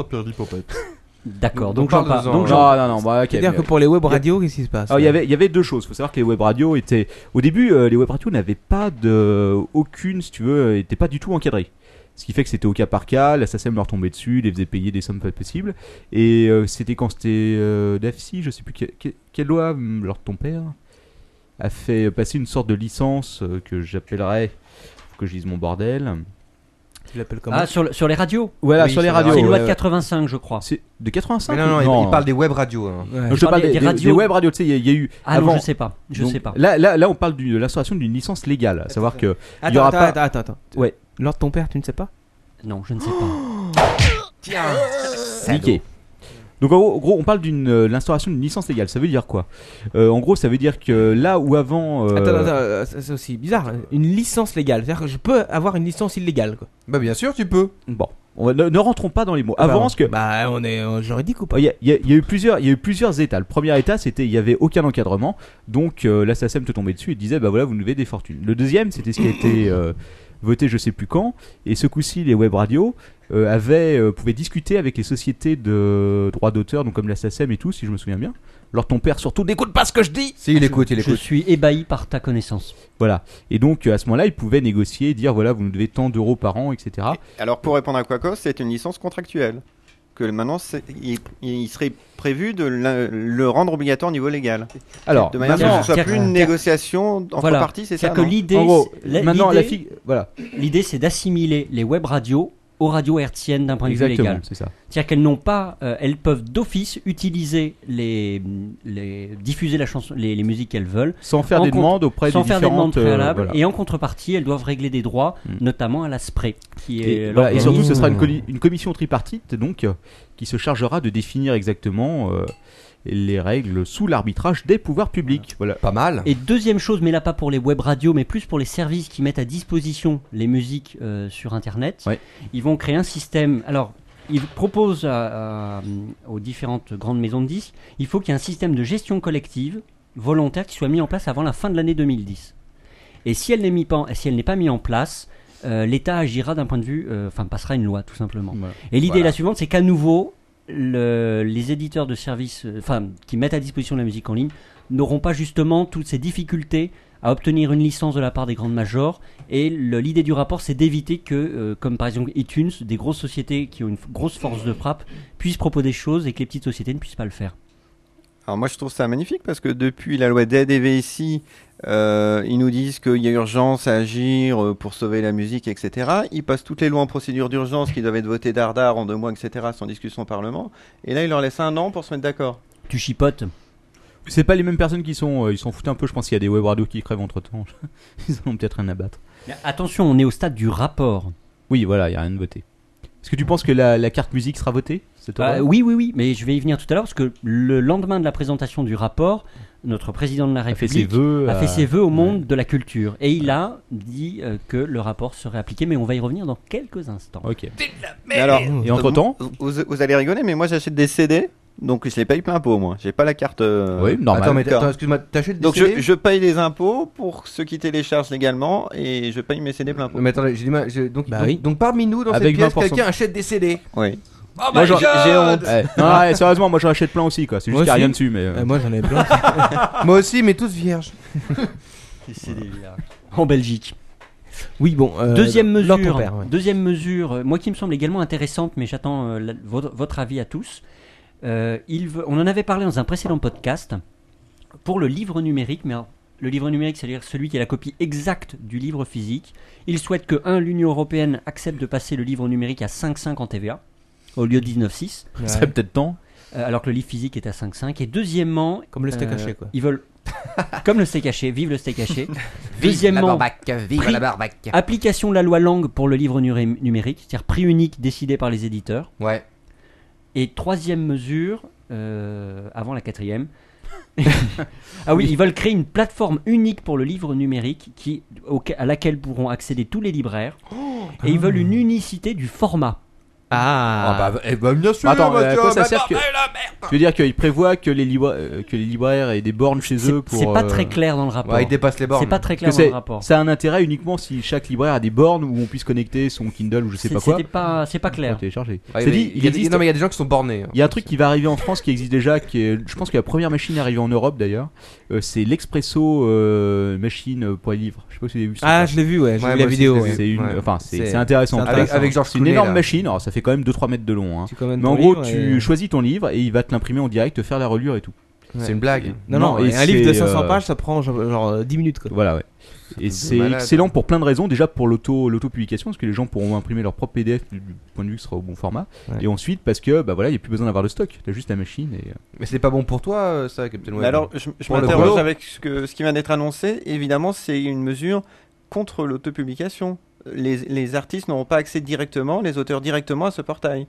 D'accord, donc,
Donc,
j'en parle.
parle-nous-en,
donc
alors.
j'en Ah,
Non, non, non, bah, ok.
C'est-à-dire
mais-
que pour les web radios, qu'est-ce qui se passe
Alors, Oh, Ah, il y avait, il y avait deux choses. Il faut savoir que les web radios étaient. Au début, euh, les web radios n'avaient pas de. Aucune, si tu veux, n'étaient pas du tout encadrées. Ce qui fait que c'était au cas par cas, la SACEM leur tombait dessus, les faisait payer des sommes pas possibles. Et euh, c'était quand c'était euh, DAFSI, je sais plus que- que- quelle loi, hum, lors de ton père, a fait passer une sorte de licence euh, que j'appellerais. faut que je dise mon bordel.
Tu l'appelles comment
Ah, sur, le- sur les radios
Voilà,
Oui,
sur les
sur la
radios. euh,
C'est une loi
ouais,
de
ouais.
85, je crois.
C'est de 85
Mais non, non,
ou-
il- il parle des web radios. hein.
Ouais.
Non, je
Il parle
parle
des-
des,
des
des- des
radios.
web radios, tu sais, il y a- il y, a eu.
Ah non,
avant-
je sais pas. Je
Donc,
sais pas.
Là, là, là, on parle du- de l'instauration d'une licence légale, à savoir que il y
Attends,
aura
attends,
pas-
attends, attends, attends.
Ouais.
Lors de ton père, tu ne sais pas
Non, je ne sais pas.
Niqué. Donc en gros, en gros, on parle d'une euh, l'instauration d'une licence légale. Ça veut dire quoi Euh, En gros, ça veut dire que là où avant, euh,
Attends, attends, euh, c'est c'est aussi bizarre. Une licence légale. C'est-à-dire que je peux avoir une licence illégale. Quoi.
Bah, bien sûr, tu peux.
bon, on va- ne, ne rentrons pas dans les mots. Avant,
Pardon.
Ah, parce que Oh,
Bah, on est euh, juridique ou pas
il y, a- il y a- il y a eu plusieurs, il y a eu plusieurs états. Le premier état, c'était il y avait aucun encadrement, donc euh, la SACEM te tombait dessus et te disait bah voilà, vous nous devez des fortunes. Le deuxième, c'était ce qui a été euh, voté je sais plus quand, et ce coup-ci les web radios euh, avaient, euh, pouvaient discuter avec les sociétés de droits d'auteur, donc comme la SACEM et tout, si je me souviens bien. Alors ton père surtout n'écoute pas ce que je dis
Si, il écoute, il
Je
écoute.
suis ébahi par ta connaissance.
Voilà. Et donc euh, à ce moment-là, ils pouvaient négocier, dire voilà, vous nous devez tant d'euros par an, etc.
Alors pour répondre à Quacos, c'est une licence contractuelle. Que maintenant, c'est- il, il serait prévu de la- le rendre obligatoire au niveau légal.
Alors
De manière à ce
maintenant-
que ce soit
Tiens,
plus
tiens,
une négociation entre
voilà.
parties, c'est ça
C'est-à-dire que
non
l'idée,
en gros,
c'est- la-
maintenant la
l'idée-
fille, voilà,
l'idée, c'est d'assimiler les web radios aux radios hertziennes d'un point de vue
exactement,
légal.
c'est ça.
C'est-à-dire qu'elles n'ont pas, euh, elles peuvent d'office utiliser les, les diffuser la chanson, les, les musiques qu'elles veulent,
Sans faire
En
des
compte-
demandes auprès
sans
des
faire des demandes
différentes euh,
préalables.
voilà.
Et en contrepartie, elles doivent régler des droits,
Mm.
notamment à la SPRE, qui
Et,
est
voilà, et surtout, ce
l'organisme-
sera une, colli- une commission tripartite donc euh, qui se chargera de définir exactement euh, les règles sous l'arbitrage des pouvoirs publics. Voilà.
Pas mal.
Et deuxième chose, mais là pas pour les web radios, mais plus pour les services qui mettent à disposition les musiques euh, sur Internet,
Ouais.
ils vont créer un système. Alors, ils proposent à- à, aux différentes grandes maisons de disques, il faut qu'il y ait un système de gestion collective volontaire qui soit mis en place avant la fin de l'année 2010. Et si elle n'est mis pas, en- si elle n'est pas mise en place, euh, l'État agira d'un point de vue, euh, enfin passera une loi tout simplement.
Voilà.
Et l'idée
Voilà.
la suivante, c'est qu'à nouveau, le- les éditeurs de services, euh, enfin, qui mettent à disposition la musique en ligne, n'auront pas justement toutes ces difficultés à obtenir une licence de la part des grandes majors. Et le- l'idée du rapport, c'est d'éviter que, euh, comme par exemple iTunes, des grosses sociétés qui ont une f- grosse force de frappe puissent proposer des choses et que les petites sociétés ne puissent pas le faire.
Alors moi je trouve ça magnifique parce que depuis la loi DADVSI, euh, ils nous disent qu'il y a urgence à agir euh, pour sauver la musique, etc. Ils passent toutes les lois en procédure d'urgence qui doivent être votées dardard en deux mois, etc. sans discussion au Parlement. Et là ils leur laissent un an pour se mettre d'accord.
Tu chipotes.
C'est pas les mêmes personnes qui sont, euh, ils s'en foutent un peu. Je pense qu'il y a des web radios qui crèvent entre temps. ils en ont peut-être rien à battre.
Mais attention, on est au stade du rapport.
Oui, voilà, il y a rien de voté. Est-ce que tu penses que la, la carte musique sera votée cette
Euh,
horreur
oui, oui, oui, mais je vais y venir tout à l'heure parce que le lendemain de la présentation du rapport, notre président de la
a fait ses
République
vœux.
a
euh,
fait ses vœux au monde de la culture. Et il a dit euh, que le rapport serait appliqué, mais on va y revenir dans quelques instants.
Ok.
Mais alors,
Et entre temps,
vous, vous allez rigoler, mais moi j'achète des CD, donc je les paye plein impôt moi. J'ai pas la carte. euh,
oui, normal.
Attends, mais t-
d'accord.
attends, excuse-moi, t'achètes des
Donc
CD
je, je paye les impôts pour ceux qui téléchargent légalement et je paye mes CD plein
Non,
impôt.
mais attendez, j'ai du mal. j'ai- Donc,
Bah
donc,
oui.
donc parmi nous, dans
Avec
cette pièce,
20%.
quelqu'un achète des CD.
Oui.
Oh
Moi,
my
j'en-
God
J'ai honte.
Ouais. Euh, Non, ouais, sérieusement, moi j'en achète plein aussi quoi. C'est juste qu'il
Moi
n'y a
aussi.
rien dessus, mais. euh,
Euh, moi j'en ai plein.
Moi aussi, mais tous vierges.
En Belgique.
oui, bon. euh,
Deuxième
Lord
mesure,
Ton Père, ouais.
deuxième mesure, euh, moi qui me semble également intéressante, mais j'attends euh, la- votre, votre avis à tous. Euh, il veut- on en avait parlé dans un précédent podcast pour le livre numérique, mais alors, le livre numérique, c'est-à-dire celui qui est la copie exacte du livre physique. Il souhaite que 1. L'Union européenne accepte de passer le livre numérique à 5,5 en TVA au lieu de 19,6,
Ouais.
Ça serait peut-être temps.
euh, alors que le livre physique est à 5,5. Et deuxièmement,
Comme le steak
euh,
haché, quoi.
Ils veulent. Comme le steak haché, vive le steak haché. Deuxièmement, prix- application de la loi Langue pour le livre nuré- numérique, c'est-à-dire prix unique décidé par les éditeurs.
Ouais.
Et troisième mesure, euh, avant la quatrième. ah oui, ils veulent créer une plateforme unique pour le livre numérique qui, auquel- à laquelle pourront accéder tous les libraires.
Oh,
et ils veulent
ah.
une unicité du format.
Ah.
Ah, bah, eh bah, bien sûr,
Attends,
bah,
euh, à
tiens,
quoi ça
bah,
sert
bah,
que-
Eh,
bah, là, merde.
Tu veux dire qu'ils prévoient que les, libra- euh, que les libraires aient des bornes chez
C'est
eux pour.
c'est pas
euh,
très clair dans le rapport.
Ouais, il dépasse les bornes.
c'est pas très clair
que
dans
c'est-
le rapport.
Ça a un intérêt uniquement si chaque libraire a des bornes où on puisse connecter son Kindle ou je sais
C'est
pas quoi.
c'était pas, c'est pas
pour
clair.
télécharger.
Ouais,
C'est
mais
dit,
il
il
y a des-
existe.
Non, mais il y a des gens qui sont bornés. hein.
Il y a un truc qui va arriver en France qui existe déjà, qui est, je pense que la première machine arrivée en Europe d'ailleurs, euh, c'est l'Expresso euh, machine pour les livres. Je sais pas si vous avez vu ça.
Ah, je l'ai vu, ouais. J'ai
Ouais,
vu
moi
la
aussi,
vidéo.
je l'ai
ouais.
vu.
c'est une,
ouais.
enfin c'est
C'est-
c'est intéressant.
c'est avec- avec Georges
c'est une
Clooney,
énorme
là.
machine. Alors ça fait quand même 2-3 mètres de long. hein.
Tu commandes
Mais en
ton
gros,
livre
tu
et-
choisis ton livre et il va te l'imprimer en direct, te faire la relure et tout.
C'est une blague.
Non, non,
et
et un livre de
c'est,
500
euh,
pages, ça prend genre, genre, euh, 10 minutes, quoi.
Voilà, ouais. Et c'est
malade.
excellent pour plein de raisons. Déjà pour l'auto, l'auto-publication, parce que les gens pourront imprimer leur propre PDF du, du point de vue qui sera au bon format.
Ouais.
Et ensuite, parce que bah voilà, il n'y a plus besoin d'avoir le stock. T'as juste la machine et. euh,
Mais c'est pas bon pour toi, euh, ça, Captain Web.
Mais alors, je, je
Pour le boulot.
m'interroge avec ce, que, ce qui vient d'être annoncé. Évidemment, c'est une mesure contre l'autopublication. Les, les artistes n'auront pas accès directement, les auteurs directement à ce portail.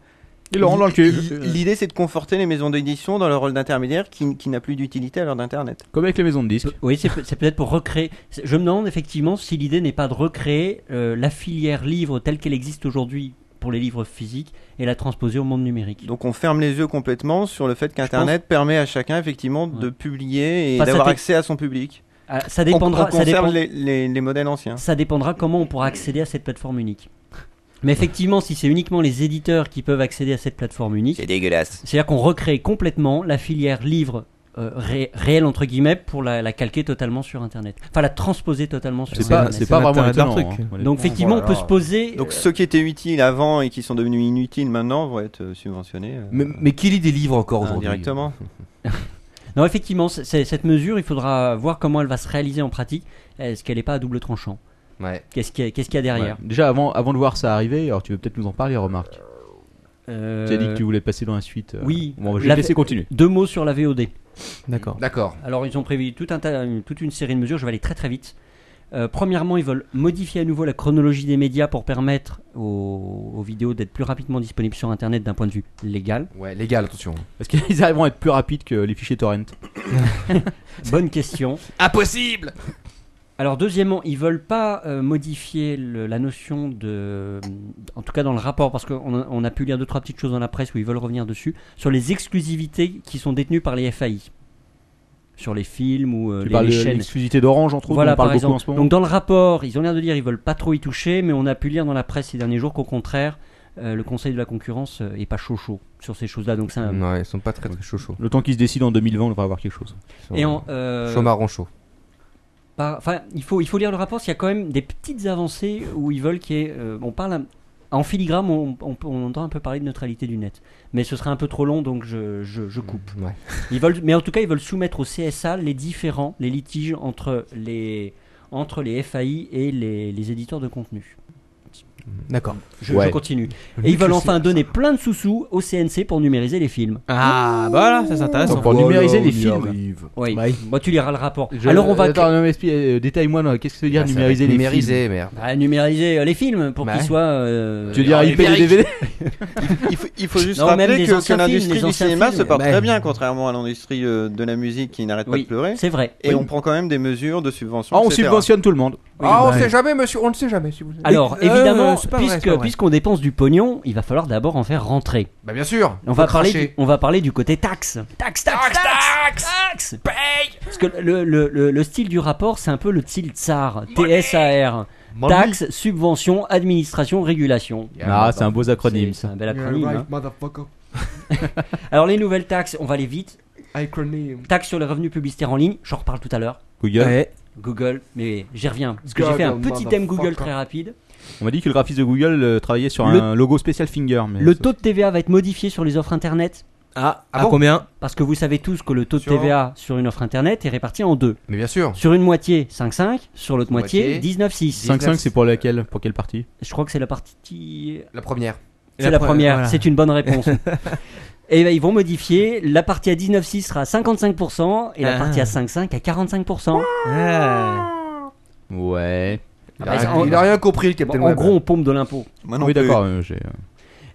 L'i- L'idée, c'est de conforter les maisons d'édition dans leur rôle d'intermédiaire qui, qui n'a plus d'utilité à l'heure d'Internet.
Comme avec les maisons de disques.
Oui, c'est peut- c'est peut-être pour recréer. c'est- Je me demande effectivement si l'idée n'est pas de recréer euh, la filière livre telle qu'elle existe aujourd'hui pour les livres physiques et la transposer au monde numérique.
Donc, on ferme les yeux complètement sur le fait qu'Internet permet à chacun, effectivement, de publier et
Pas
d'avoir
saté-
accès à son public.
Ah, ça
On-
dépendra.
on
ça,
conserve
dépend-
les, les- les modèles anciens.
ça dépendra comment on pourra accéder à cette plateforme unique. Mais effectivement, si c'est uniquement les éditeurs qui peuvent accéder à cette plateforme unique,
C'est dégueulasse.
c'est-à-dire qu'on recrée complètement la filière livre euh, ré- réelle entre guillemets pour la, la calquer totalement sur Internet. Enfin, la transposer totalement sur
C'est pas,
Internet.
c'est pas vraiment
l'intérêt d'un
étonnant.
truc.
hein.
Donc effectivement,
Voilà.
on peut se poser.
Donc ceux qui étaient utiles avant et qui sont devenus inutiles maintenant vont être euh, subventionnés euh,
Mais, mais qui lit des livres
Ah,
encore aujourd'hui hein.
indirectement.
Non, effectivement, c'est- c'est- cette mesure, il faudra voir comment elle va se réaliser en pratique. Est-ce qu'elle n'est pas à double tranchant
Ouais.
Qu'est-ce qu'il y, a- qu'est-ce qu'il y a derrière
Ouais. Euh, Déjà, avant, avant de voir ça arriver, alors tu veux peut-être nous en parler, remarque.
Euh,
Tu as dit que tu voulais passer dans la suite. euh.
Oui.
Bon, je vais
La-
te laisser continuer.
Deux mots sur la VOD.
D'accord.
D'accord.
Alors, ils ont prévu tout un tas- une- toute une série de mesures. Je vais aller très très vite. Euh, premièrement, ils veulent modifier à nouveau la chronologie des médias pour permettre aux, aux vidéos d'être plus rapidement disponibles sur Internet d'un point de vue légal.
Ouais, légal, attention.
Parce qu'ils arriveront à être plus rapides que les fichiers torrent.
Bonne question.
Impossible
Alors deuxièmement, ils veulent pas euh, modifier le- la notion de, en tout cas dans le rapport, parce qu'on a, on a pu lire deux trois petites choses dans la presse où ils veulent revenir dessus sur les exclusivités qui sont détenues par les FAI, sur les films ou euh,
Tu
les,
parles
les
de
chaînes.
l'exclusivité d'Orange, entre autres, dont
Voilà
on parle
par
beaucoup
exemple.
en ce moment.
Donc dans le rapport, ils ont l'air de dire ils veulent pas trop y toucher, mais on a pu lire dans la presse ces derniers jours qu'au contraire, euh, le Conseil de la concurrence euh, est pas chaud chaud sur ces choses-là. Donc
Euh.
c'est un-
Ouais, ils sont pas très très chauds chauds.
Le temps qu'ils se décident en 2020, on va avoir quelque chose.
Ils sont
et en, euh,
chauds marrons chauds.
Par- Enfin, il faut, il faut lire le rapport, parce qu'il y a quand même des petites avancées où ils veulent qu'il y ait... euh, on parle... un- en filigrane, on, on, on entend un peu parler de neutralité du net. Mais ce serait un peu trop long, donc je, je,
Mm.
Mm.
je coupe.
Ouais.
Ils veulent, mais en tout cas, ils veulent soumettre au CSA les différents, les litiges entre les, entre les FAI et les, les éditeurs de contenu.
D'accord.
Je,
Ouais.
je continue. Et ils veulent enfin donner plein de sous-sous au CNC pour numériser les films.
Ah, bah voilà, ça c'est intéressant.
Pour numériser les films.
Oui.
Bah, il-
Moi, tu liras le rapport.
Je-
Alors, on va Ah,
Attends, non, mais explique- euh, détaille-moi, non, qu'est-ce que ça
Ah,
veut dire numériser les films
Numériser, merde.
Bah, numériser euh, les films pour
Bah.
qu'ils soient. euh,
Tu veux dire
Ah,
IP les
numérique.
DVD
Il faut, il faut juste
Non, même les
rappeler que, que
anciens films,
l'industrie
les
du
anciens
cinéma
films,
se porte
ouais.
très bien, contrairement à l'industrie euh, de la musique qui n'arrête pas
Oui.
de pleurer.
C'est vrai.
Et on prend quand même des mesures de subvention.
Ah, on
etc.
subventionne tout le monde.
ah, on
bah,
sait jamais, monsieur, on ne sait jamais si vous.
Alors,
Euh,
évidemment,
c'est pas vrai, c'est
puisque,
pas vrai.
puisqu'on dépense du pognon, il va falloir d'abord en faire rentrer.
Bah, bien sûr.
On
faut
va, parler
cracher.
du, on va parler du côté taxe. Taxe, taxe, taxe, taxe, Parce que le, le, le, le style du rapport, c'est un peu le style tsar, TSAR. Taxe, subvention, administration, régulation.
Ah, c'est un beau acronyme
C'est- c'est
ça.
un bel acronyme. hein. Alors, les nouvelles taxes, on va aller vite. Taxe sur les revenus publicitaires en ligne, j'en reparle tout à l'heure.
Google.
Ouais.
Google, mais j'y reviens. Parce que j'ai fait un petit thème Google très rapide.
On m'a dit que le graphiste de Google euh, travaillait sur
Le-
un logo spécial finger. Mais
Le
ça-
taux de TVA va être modifié sur les offres internet.
Ah,
Ah
à
bon
combien
Parce que vous savez tous que le taux de
Sur-
TVA sur une offre internet est réparti en deux.
Mais bien sûr.
Sur une moitié, 5,5. Sur l'autre moitié,
Moitié.
19,6.
5.5 c'est pour laquelle Pour quelle partie
Je crois que c'est la partie.
La première.
C'est la, première.
voilà.
C'est une bonne réponse. et ben, ils vont modifier. La partie à 19,6 sera à 55% et la
Ah.
partie à 5,5 à 45%.
Ah.
Ouais.
Il,
bah,
a,
c'est-
rien- il a rien compris, le
Bon,
Captain
en
Web.
gros, on pompe de l'impôt.
Moi non
Oui,
plus. Bah,
d'accord. euh, j'ai-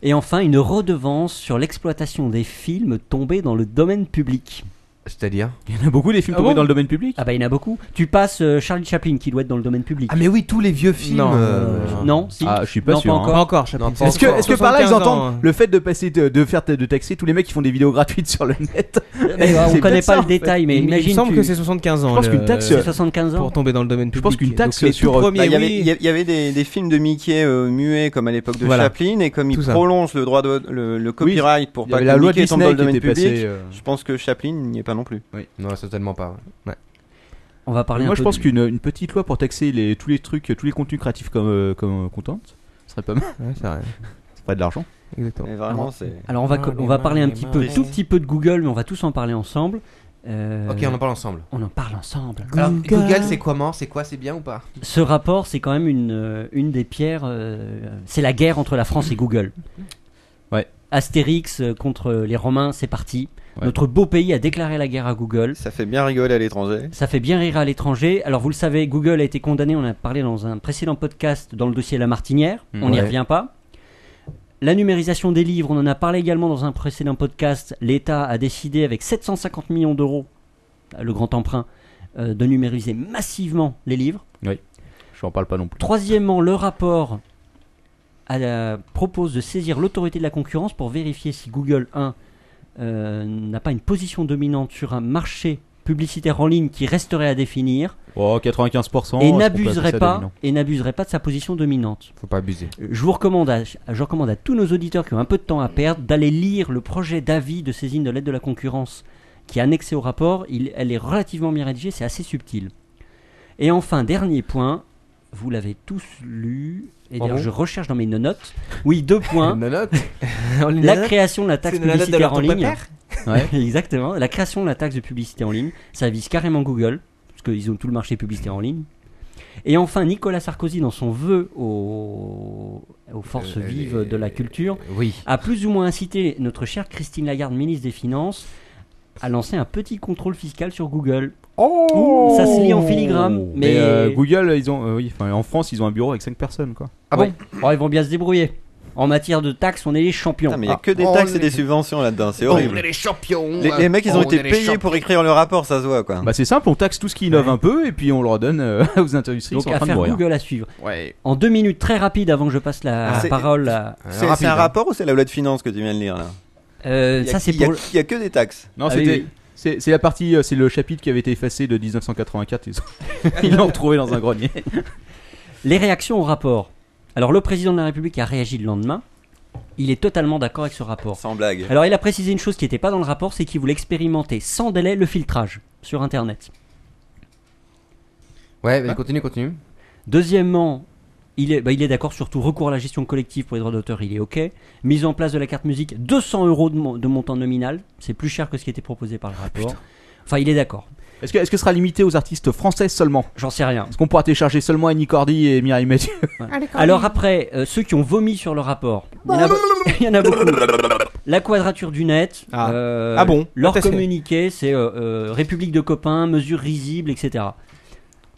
Et enfin, une redevance sur l'exploitation des films tombés dans le domaine public.
C'est-à-dire
Il y en a beaucoup des films
Ah
tombés
bon
dans le domaine public.
Ah bah il y en a beaucoup. Tu passes euh, Charlie Chaplin qui doit être dans le domaine public.
Ah, mais oui, tous les vieux films.
Non,
euh,
non,
Non, si.
Ah, je suis pas
Non,
sûr,
Pas
hein.
encore.
Pas encore, Chaplin.
Non, pas
Est-ce que, est-ce que par là ils
75 ans,
entendent
hein.
le fait de passer de, de faire ta- de taxer tous les mecs qui font des vidéos gratuites sur le net
Mais,
C'est
Eh ben, on connaît
peut-être
pas
ça,
le
en fait.
détail, mais
Il me
imagine.
semble
tu-
que c'est 75 ans.
Je pense
le-
qu'une taxe-
c'est 75 ans.
euh, pour tomber dans le domaine
Je
public.
pense qu'une taxe
Donc, les tout
sur, euh,
premiers,
Bah, Il y, avait,
oui.
il y a- il y avait des, des films de Mickey euh, muets comme à l'époque de
Voilà.
Chaplin et comme
Tout
il
ça.
prolonge le droit de le, le
Oui,
copyright pour
Il y
pas
avait
que
la loi de
Mickey tombe dans
Disney
le
qui
domaine
était
public.
passée. euh,
Je pense que Chaplin n'y est pas non plus.
Non, certainement pas.
On va parler
Moi
un
je
peu
pense
du-
qu'une une petite loi pour taxer les, tous les trucs, tous les contenus créatifs comme, euh, comme euh, content, ce serait pas mal.
Ouais, c'est vrai.
Ça ferait de l'argent.
Exactement.
Mais vraiment,
Ah,
c'est.
Alors on va,
Ah,
on
les
va
mains,
parler un
les
petit
mains.
peu, tout petit peu de Google, mais on va tous en parler ensemble. Euh,
Ok, on en parle ensemble.
on en parle ensemble.
Alors,
Google.
Google, c'est comment C'est quoi C'est bien ou pas
Ce rapport, c'est quand même une, euh, une des pierres. euh, c'est la guerre entre la France et Google.
Ouais.
Astérix euh, contre les Romains, c'est parti.
Ouais.
Notre beau pays a déclaré la guerre à Google.
Ça fait bien rigoler à l'étranger.
Ça fait bien rire à l'étranger. Alors vous le savez, Google a été condamné, on en a parlé dans un précédent podcast dans le dossier La Martinière,
Mm,
on n'y
ouais.
revient pas. La numérisation des livres, on en a parlé également dans un précédent podcast, l'État a décidé avec 750 millions d'euros, le grand emprunt, euh, de numériser massivement les livres.
Je n'en parle pas non plus.
Troisièmement, le rapport à la- propose de saisir l'autorité de la concurrence pour vérifier si Google 1 euh, n'a pas une position dominante sur un marché publicitaire en ligne qui resterait à définir
Oh, 95%.
et
est-ce qu'on peut
n'abuserait
appeler ça
pas
dominant
et n'abuserait pas de sa position dominante.
Faut pas abuser.
Euh, Je vous recommande à, je recommande à tous nos auditeurs qui ont un peu de temps à perdre d'aller lire le projet d'avis de saisine de l'aide de la concurrence qui est annexé au rapport. Il, elle est relativement bien rédigée, c'est assez subtil. Et enfin, dernier point, vous l'avez tous lu. Et
Ah
d'ailleurs,
bon
je recherche dans mes notes. Oui, deux
Hein
points.
Nanate.
On les
la
note.
création de la taxe
C'est la note de
publicitaire en
leur
ligne.
père
Ouais.
Exactement. La création de la taxe de publicité en ligne, ça vise carrément Google, parce qu'ils ont tout le marché publicitaire en ligne. Et enfin, Nicolas Sarkozy, dans son vœu aux, aux forces
Euh,
vives
les-
de la culture,
Oui.
a plus ou moins incité notre chère Christine Lagarde, ministre des Finances, à lancer un petit contrôle fiscal sur Google.
Oh
ça se lit en filigrane, mais,
Mais euh, Google, ils ont, euh, oui, enfin, en France, ils ont un bureau avec 5 personnes, quoi.
Ah
Ouais. Oh, ils vont bien se débrouiller. En matière de taxes, on est les champions.
Putain, mais il n'y a
Ah,
que des
on
taxes et
est-
des subventions là-dedans, c'est
On est
horrible.
les champions.
Les, les mecs, ils ont été payés pour écrire le rapport, ça se voit quoi.
Bah, c'est simple, on taxe tout ce qui innove un peu et puis on le redonne euh, aux industries qui
Donc
sont en train de
affaire
mourir.
Google à suivre. En deux minutes, très rapide, avant que je passe la
Ah, c'est-
parole à...
C'est
rapide,
c'est un
hein.
rapport ou c'est la loi de finances que tu viens de lire là
Euh,
Il y a-
ça c'est
il y a-
pour...
Il n'y a, que des taxes.
Non,
Ah
c'était.
oui, oui.
C'est c'est la partie, euh, c'est le chapitre qui avait été effacé de 1984. Ils ont- Ils l'ont retrouvé dans un grenier.
Les réactions au rapport. Alors le président de la République a réagi le lendemain. Il est totalement d'accord avec ce rapport.
Sans blague.
Alors il a précisé une chose qui n'était pas dans le rapport, c'est qu'il voulait expérimenter sans délai le filtrage sur Internet.
Ouais, mais continue, continue.
Deuxièmement, il est, bah, il est d'accord surtout recours à la gestion collective pour les droits d'auteur, il est OK. Mise en place de la carte musique, 200 euros de, mon- de montant nominal, c'est plus cher que ce qui était proposé par le rapport. enfin, il est d'accord.
Est-ce que, est-ce que ce sera limité aux artistes français seulement
J'en sais rien.
Est-ce qu'on pourra télécharger seulement Annie Cordy et Mireille Mathieu
Alors après, euh, ceux qui ont vomi sur le rapport, il y en a, be- il y en a beaucoup. La quadrature du net.
Ah.
euh,
Ah bon
Leur
Intéressant.
communiqué, c'est euh, euh, République de copains, mesures risibles, etc.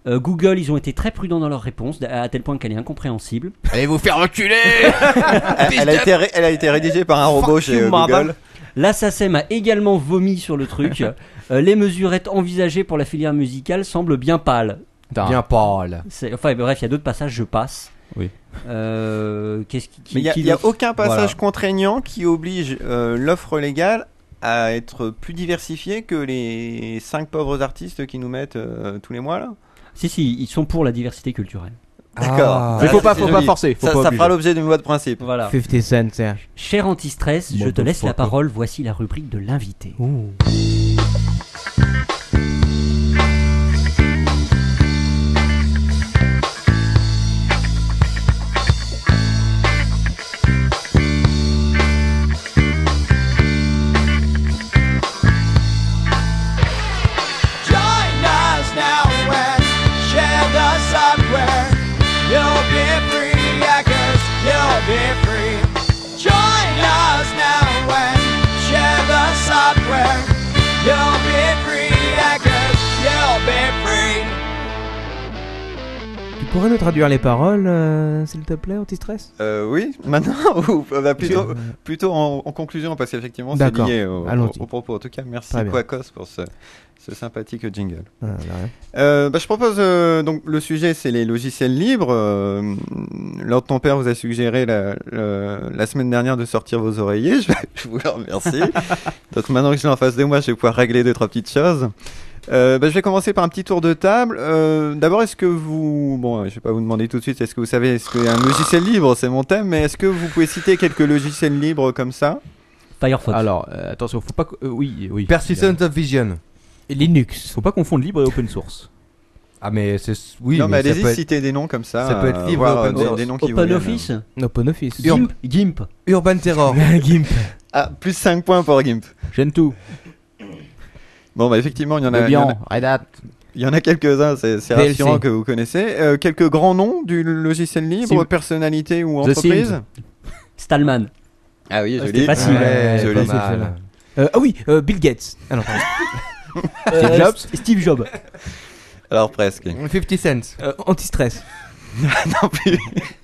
Euh, Google, ils ont été très prudents dans leur réponse, à à tel point qu'elle est incompréhensible.
Allez vous faire reculer
Elle, elle a été ré- elle a été rédigée par un robot chez euh, Google.
La SACEM a également vomi sur le truc. Euh, les mesurettes envisagées pour la filière musicale semblent bien pâles.
Bien pâle.
C'est- Enfin bref, il y a d'autres passages, je passe.
Oui.
Euh, Qu'est-ce qui, qui-
Mais il n'y a,
qui
il y a
d'autre
aucun passage
Voilà.
contraignant qui oblige euh, l'offre légale à être plus diversifiée que les cinq pauvres artistes qui nous mettent euh, tous les mois là.
Si, si, ils sont pour la diversité culturelle.
D'accord.
Ah.
Mais
Voilà,
faut
ça,
pas,
c'est
faut pas
joli.
forcer. Faut pas
Ça, ça
obliger.
fera l'objet d'une loi de principe.
Voilà.
50 Cent, Serge.
Cher antistress, je te laisse la parole. Voici la rubrique de l'invité.
Join us now and share the software. You'll be free, yeah, 'cause you'll be free. Join us now and share the software. You'll be free, yeah, 'cause you'll be free.
Tu pourrais nous traduire les paroles, euh, s'il te plaît, anti-stress
Euh, oui, maintenant ou euh, bah, plutôt, plutôt en, en conclusion parce qu'effectivement c'est
D'accord.
lié au, au-
Allons-y.
au propos. En tout cas, merci
Très bien.
Quacos pour ce, ce sympathique jingle.
Ah, là, ouais.
Euh, bah, je propose euh, donc le sujet c'est les logiciels libres. Euh, Lord ton père vous a suggéré la, la- la semaine dernière de sortir vos oreillers. Je, je vous le remercie. donc maintenant que je l'ai en face de moi, je vais pouvoir régler deux trois petites choses. Euh, bah, je vais commencer par un petit tour de table. Euh, D'abord, est-ce que vous, bon, euh, je vais pas vous demander tout de suite, est-ce que vous savez, est-ce qu'il y a un logiciel libre, c'est mon thème, mais est-ce que vous pouvez citer quelques logiciels libres comme ça
Firefox.
Alors, euh, attention, faut pas. co- euh, oui, oui.
Persistent of Vision.
Linux.
Faut pas confondre libre et open source.
Ah, mais c'est. Oui,
Non, mais,
mais, ça
allez-y,
peut être
citez des noms comme ça.
ça peut être
euh,
libre,
voir,
open
euh, des-
source.
des noms qui vous
Open
viennent.
Office
Open Office.
Gimp. Gimp.
Urban Terror.
Gimp.
Ah, plus 5 points pour Gimp.
J'aime tout.
Bon, bah effectivement, il y en a, il y en a-
Debian, Red Hat.
il y en a quelques-uns, c'est c'est
VLC.
rassurant que vous connaissez. Euh, quelques grands noms du logiciel libre,
Sim.
personnalité ou
The
entreprise
Stallman.
Ah oui,
c'était
joli.
facile.
Ouais,
Joli.
pas
c'est
mal.
celle-là. Euh, ah oui, euh, Bill Gates. Ah non, pardon.
Euh,
Jobs.
S- Steve Jobs.
Alors presque.
50 Cent.
Euh, anti-stress.
non plus.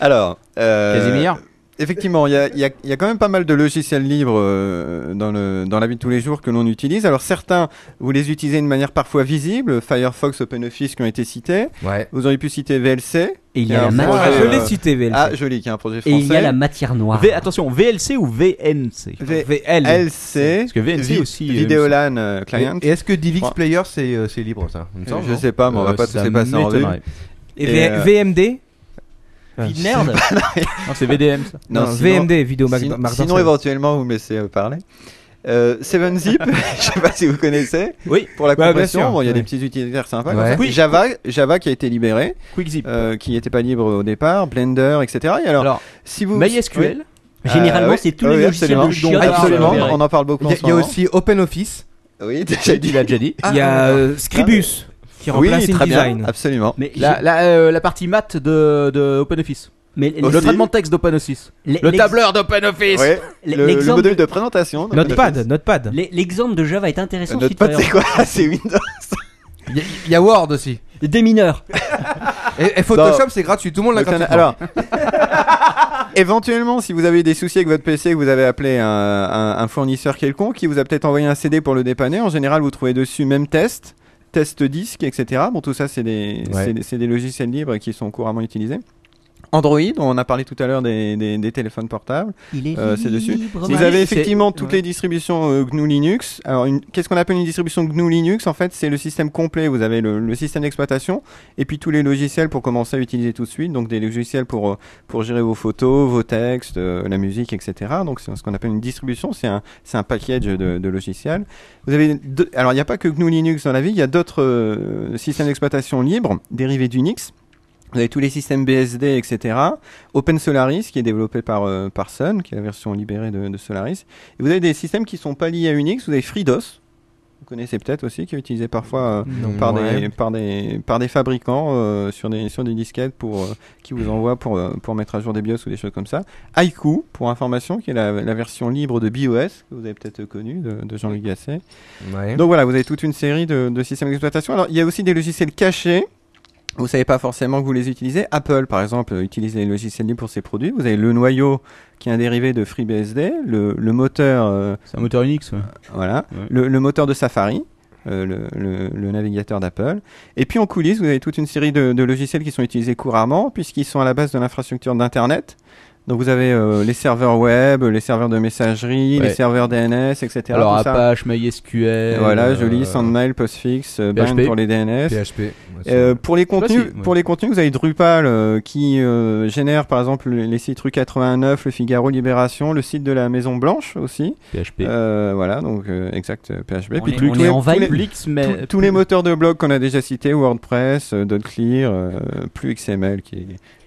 Alors, euh,
Casimir.
Effectivement, il y a, il y a- il y a quand même pas mal de logiciels libres euh, dans, le, dans la vie de tous les jours que l'on utilise. Alors certains, vous les utilisez de manière parfois visible, Firefox, OpenOffice qui ont été cités.
Ouais.
Vous auriez pu citer VLC,
Et il y a la
un
matière-
projet,
Ah, Je
euh,
l'ai cité, VLC.
Ah, joli, qui est un projet
Et
français.
il y a la matière noire.
V- attention, VLC ou VNC
VL.
LC.
Parce que VNC
Vi-
aussi, euh,
Videolan euh, Client.
Et est-ce que DivX
Moi.
Player c'est euh, c'est libre ça Il me semble,
Je
non
sais pas, mais on va pas
Euh, ça
c'est pas ça en revue.
m'étonnerait.
Et,
Et,
V-
euh, Ah,
VMD
Fille de merde.
Non, c'est VDM ça.
Non,
Non,
sinon-
VMD, vidéo Mac-
Sin-
Marc
Sinon,
Dorcel.
éventuellement, vous me laissez euh, parler. Euh, Seven Zip, je sais pas si vous connaissez.
Oui.
Pour la
Bah, bien
compression,
sûr,
bon, il y a
ouais.
des petits utilitaires sympas. comme
Ouais.
ça.
Oui.
Java, Java qui a été libéré,
QuickZip.
euh, qui n'était pas libre au départ, Blender, etc. Et alors,
Alors,
si vous
MySQL.
Oui.
Généralement,
Euh, oui,
c'est tous
oui,
les logiciels
absolument.
de chiottes.
Absolument,
libérés.
on en parle beaucoup.
Il y a-
en ce
il y a
moment.
aussi OpenOffice.
Oui, déjà dit.
Il a déjà dit.
Il y
Ah,
a euh, Scribus qui remplace
oui, très
InDesign.
bien, absolument.
Mais,
La,
j'ai-
la, euh, la partie maths de, de OpenOffice.
mais
Le
l'ex-
traitement de texte d'OpenOffice.
l'ex-
Le tableur d'OpenOffice.
Ouais,
l-
le, le
l'exemple-
modèle de présentation. de
Notepad,
Windows.
Notepad.
l- L'exemple de Java est
Euh,
intéressant. suite
Notepad,
à-
c'est quoi C'est Windows.
Il y a- il y a Word aussi.
Des mineurs.
Et, et Photoshop c'est gratuit, tout le monde l'a gratuit.
Alors, éventuellement, si vous avez des soucis avec votre PC, que vous avez appelé un, un- un fournisseur quelconque qui vous a peut-être envoyé un CD pour le dépanner, en général, vous trouvez dessus même test, test disque, etc. Bon, tout ça, c'est des,
Ouais.
c'est des- c'est des logiciels libres qui sont couramment utilisés. Android, on a parlé tout à l'heure des- des- des téléphones portables.
Il est
Euh, c'est dessus.
libre,
Vous
Marie.
avez effectivement toutes les distributions euh, GNU Linux. Alors, une- qu'est-ce qu'on appelle une distribution GNU Linux En fait, c'est le système complet. Vous avez le, le système d'exploitation et puis tous les logiciels pour commencer à utiliser tout de suite. Donc, des logiciels pour, euh, pour gérer vos photos, vos textes, euh, la musique, etc. Donc, c'est ce qu'on appelle une distribution. C'est un, c'est un package de, de logiciels. Vous avez deux- alors, il n'y a pas que GNU Linux dans la vie. Il y a d'autres euh, systèmes d'exploitation libres dérivés d'Unix. Vous avez tous les systèmes BSD, etc. Open Solaris, qui est développé par, euh, par Sun, qui est la version libérée de, de Solaris. Et vous avez des systèmes qui sont pas liés à Unix. Vous avez FreeDOS, vous connaissez peut-être aussi, qui est utilisé parfois euh, par, des, par, des, par des fabricants euh, sur, des, sur des disquettes pour, euh, qui vous envoient pour, euh, pour mettre à jour des BIOS ou des choses comme ça. Haiku, pour information, qui est la, la version libre de BIOS, que vous avez peut-être connue, de, de Jean-Luc Gasset.
Ouais.
Donc voilà, vous avez toute une série de, de systèmes d'exploitation. Alors, il y a aussi des logiciels cachés. Vous savez pas forcément que vous les utilisez. Apple, par exemple, euh, utilise les logiciels libres pour ses produits. Vous avez le noyau qui est un dérivé de FreeBSD, le, le moteur, euh,
C'est un moteur Unix. ouais.
voilà,
Ouais.
le, le moteur de Safari, euh, le, le- le navigateur d'Apple. Et puis en coulisses, vous avez toute une série de, de logiciels qui sont utilisés couramment puisqu'ils sont à la base de l'infrastructure d'Internet. Donc vous avez euh, les serveurs web, les serveurs de messagerie,
Ouais.
les serveurs DNS, etc.
Alors
Tout ça.
Apache, MySQL.
Voilà,
euh,
joli, Sandmail, Postfix, euh, Bind
PHP.
pour les DNS.
PHP. ouais,
Euh,
c'est-
pour les contenus,
si, ouais.
pour les contenus, vous avez Drupal euh, qui euh, génère par exemple les sites rue 89, le Figaro, Libération, le site de la Maison Blanche aussi.
PHP.
Euh, voilà, donc euh, exact euh, PHP.
On
Puis
est-
tous les-
on
tous
est
les-
envahi.
tous les-
Plix, mais-
tous- tous les moteurs de blog qu'on a déjà cités, WordPress, euh, DotClear, euh, plus XML qui est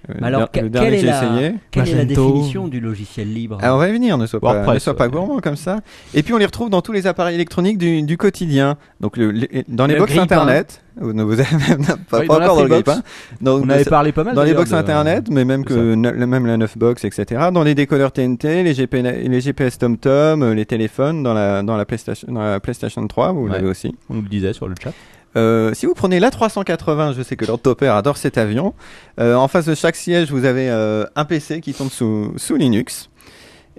euh,
Mais alors,
le der-
que-
le dernier
quelle
que
est
j'ai
la-
essayé.
Quelle est la
Magento.
définition du logiciel libre
Ah, on va y venir, ne sois pas,
WordPress,
ne sois pas
ouais.
gourmand comme ça. Et puis on les retrouve dans tous les appareils électroniques du, du quotidien. Donc le- les- dans les
Le
box
grille-pain.
internet, vous ne vous avez même pas, pas
Oui, dans la
encore dans le
Freebox.
grille-pain. Dans-
On
dans
avait
ce-
parlé pas mal
dans les
d'ailleurs,
box
de-
internet, mais même
de
que na- la- même la 9box, etc. Dans les décodeurs TNT, les, GP les GPS TomTom, euh, les téléphones, dans la, dans la, PlayStation, dans la PlayStation 3, vous
Ouais.
l'avez aussi.
On nous le disait sur le chat.
Euh, si vous prenez l'A380, je sais que Lord Topper adore cet avion. euh, en face de chaque siège, vous avez euh, un PC qui tombe sous, sous Linux.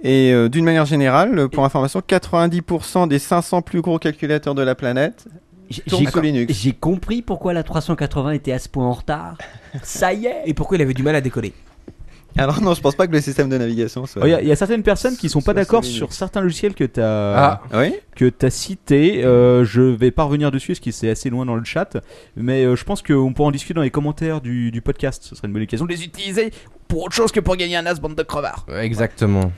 Et euh, d'une manière générale, euh, pour information, 90% des 500 plus gros calculateurs de la planète
J'ai-
tournent sous
j'ai-
Linux.
J'ai compris pourquoi la 380 était à ce point en retard. Ça y est
Et pourquoi il avait du mal à décoller
Alors non, je pense pas que le système de navigation soit.
Oh, Il y, a- il y a certaines personnes qui sont
Ça,
pas
ça
d'accord
m'énerve.
sur certains logiciels que tu as
Ah,
Oui.
que t'as cité. Euh, je vais pas revenir dessus parce qu'il c'est assez loin dans le chat, mais euh, je pense qu'on pourra en discuter dans les commentaires du, du podcast. Ce serait une bonne occasion.
Ils ont les utilisés pour autre chose que pour gagner un as, bande de crevards.
exactement.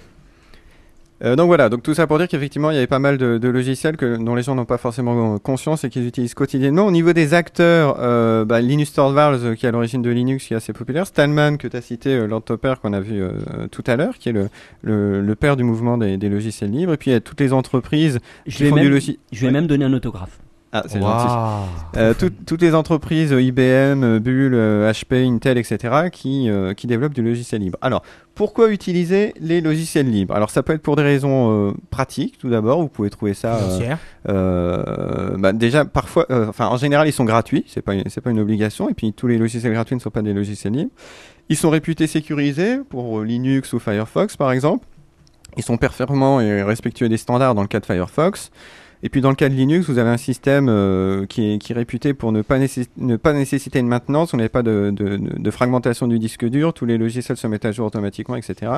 Euh, donc voilà, donc tout ça pour dire qu'effectivement il y avait pas mal de, de logiciels que, dont les gens n'ont pas forcément conscience et qu'ils utilisent quotidiennement. Au niveau des acteurs, euh, bah, Linus Torvalds euh, qui est à l'origine de Linux, qui est assez populaire, Stallman que tu as cité, euh, Lord Topper qu'on a vu euh, euh, tout à l'heure, qui est le, le, le père du mouvement des, des logiciels libres, et puis il y a toutes les entreprises
Je
qui
vais,
font
même,
du logiciel...
je vais même donner un autographe.
Ah, c'est gentil.
Waouh.
Euh, tout- toutes les entreprises euh, IBM, euh, Bull, euh, HP, Intel, etc., qui, euh, qui développent du logiciel libre. Alors, pourquoi utiliser les logiciels libres Alors, ça peut être pour des raisons euh, pratiques, tout d'abord. Vous pouvez trouver ça. euh,
Financière.
euh, bah, déjà, parfois, euh, enfin, en général, ils sont gratuits. C'est pas, une- c'est pas une obligation. Et puis, tous les logiciels gratuits ne sont pas des logiciels libres. Ils sont réputés sécurisés pour euh, Linux ou Firefox, par exemple. Ils sont performants et respectueux des standards dans le cas de Firefox. Et puis dans le cas de Linux, vous avez un système euh, qui, est, qui est réputé pour ne pas, nécess- ne pas nécessiter une maintenance, on n'avait pas de, de- de- de fragmentation du disque dur, tous les logiciels se mettent à jour automatiquement, etc.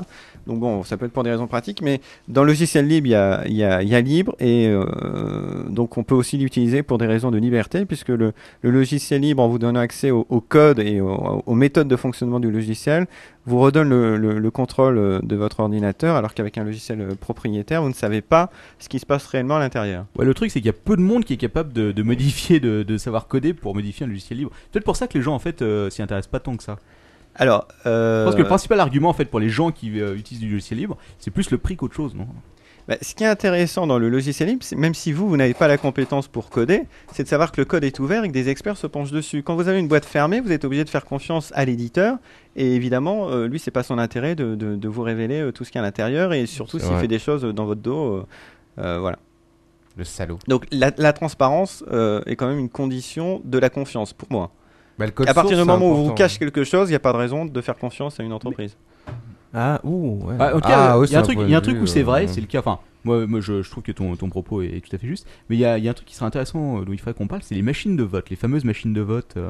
Donc bon, ça peut être pour des raisons pratiques, mais dans le logiciel libre, il y a, il y a- il y a libre, et euh, donc on peut aussi l'utiliser pour des raisons de liberté, puisque le, le logiciel libre, en vous donnant accès au, au code et au- aux méthodes de fonctionnement du logiciel, vous redonne le, le- le contrôle euh, de votre ordinateur, alors qu'avec un logiciel euh, propriétaire, vous ne savez pas ce qui se passe réellement à l'intérieur.
Ouais, le truc, c'est qu'il y a peu de monde qui est capable de, de modifier, de, de savoir coder pour modifier un logiciel libre. C'est Peut-être pour ça que les gens, en fait, euh, s'y intéressent pas tant que ça.
Alors,
Je
euh,
pense que le principal argument, en fait, pour les gens qui euh, utilisent du logiciel libre, c'est plus le prix qu'autre chose, non
bah, ce qui est intéressant dans le logiciel libre, c'est- même si vous, vous n'avez pas la compétence pour coder, c'est de savoir que le code est ouvert et que des experts se penchent dessus. Quand vous avez une boîte fermée, vous êtes obligé de faire confiance à l'éditeur, et évidemment, euh, lui, c'est pas son intérêt de, de- de vous révéler euh, tout ce qu'il y a à l'intérieur, et surtout
C'est
s'il
vrai.
fait des choses euh, dans votre dos. euh, euh, voilà.
Le salaud.
Donc la, la transparence euh, est quand même une condition de la confiance pour moi.
Bah, le code
à partir
source,
du
c'est
moment où vous
important.
cachez quelque chose, il n'y a pas de raison de faire confiance à une entreprise.
Ah, ouh, ouais.
Ah, en tout
Ah,
cas,
ouais,
il y a un
c'est
truc,
un point
il y a un
de
truc
vue,
où c'est
euh,
vrai,
ouais.
c'est le cas. Enfin, moi, moi, je, je trouve que ton, ton propos est tout à fait juste. Mais il y a, il y a un truc qui serait intéressant euh, dont il faudrait qu'on parle, c'est les machines de vote, les fameuses machines de vote. euh.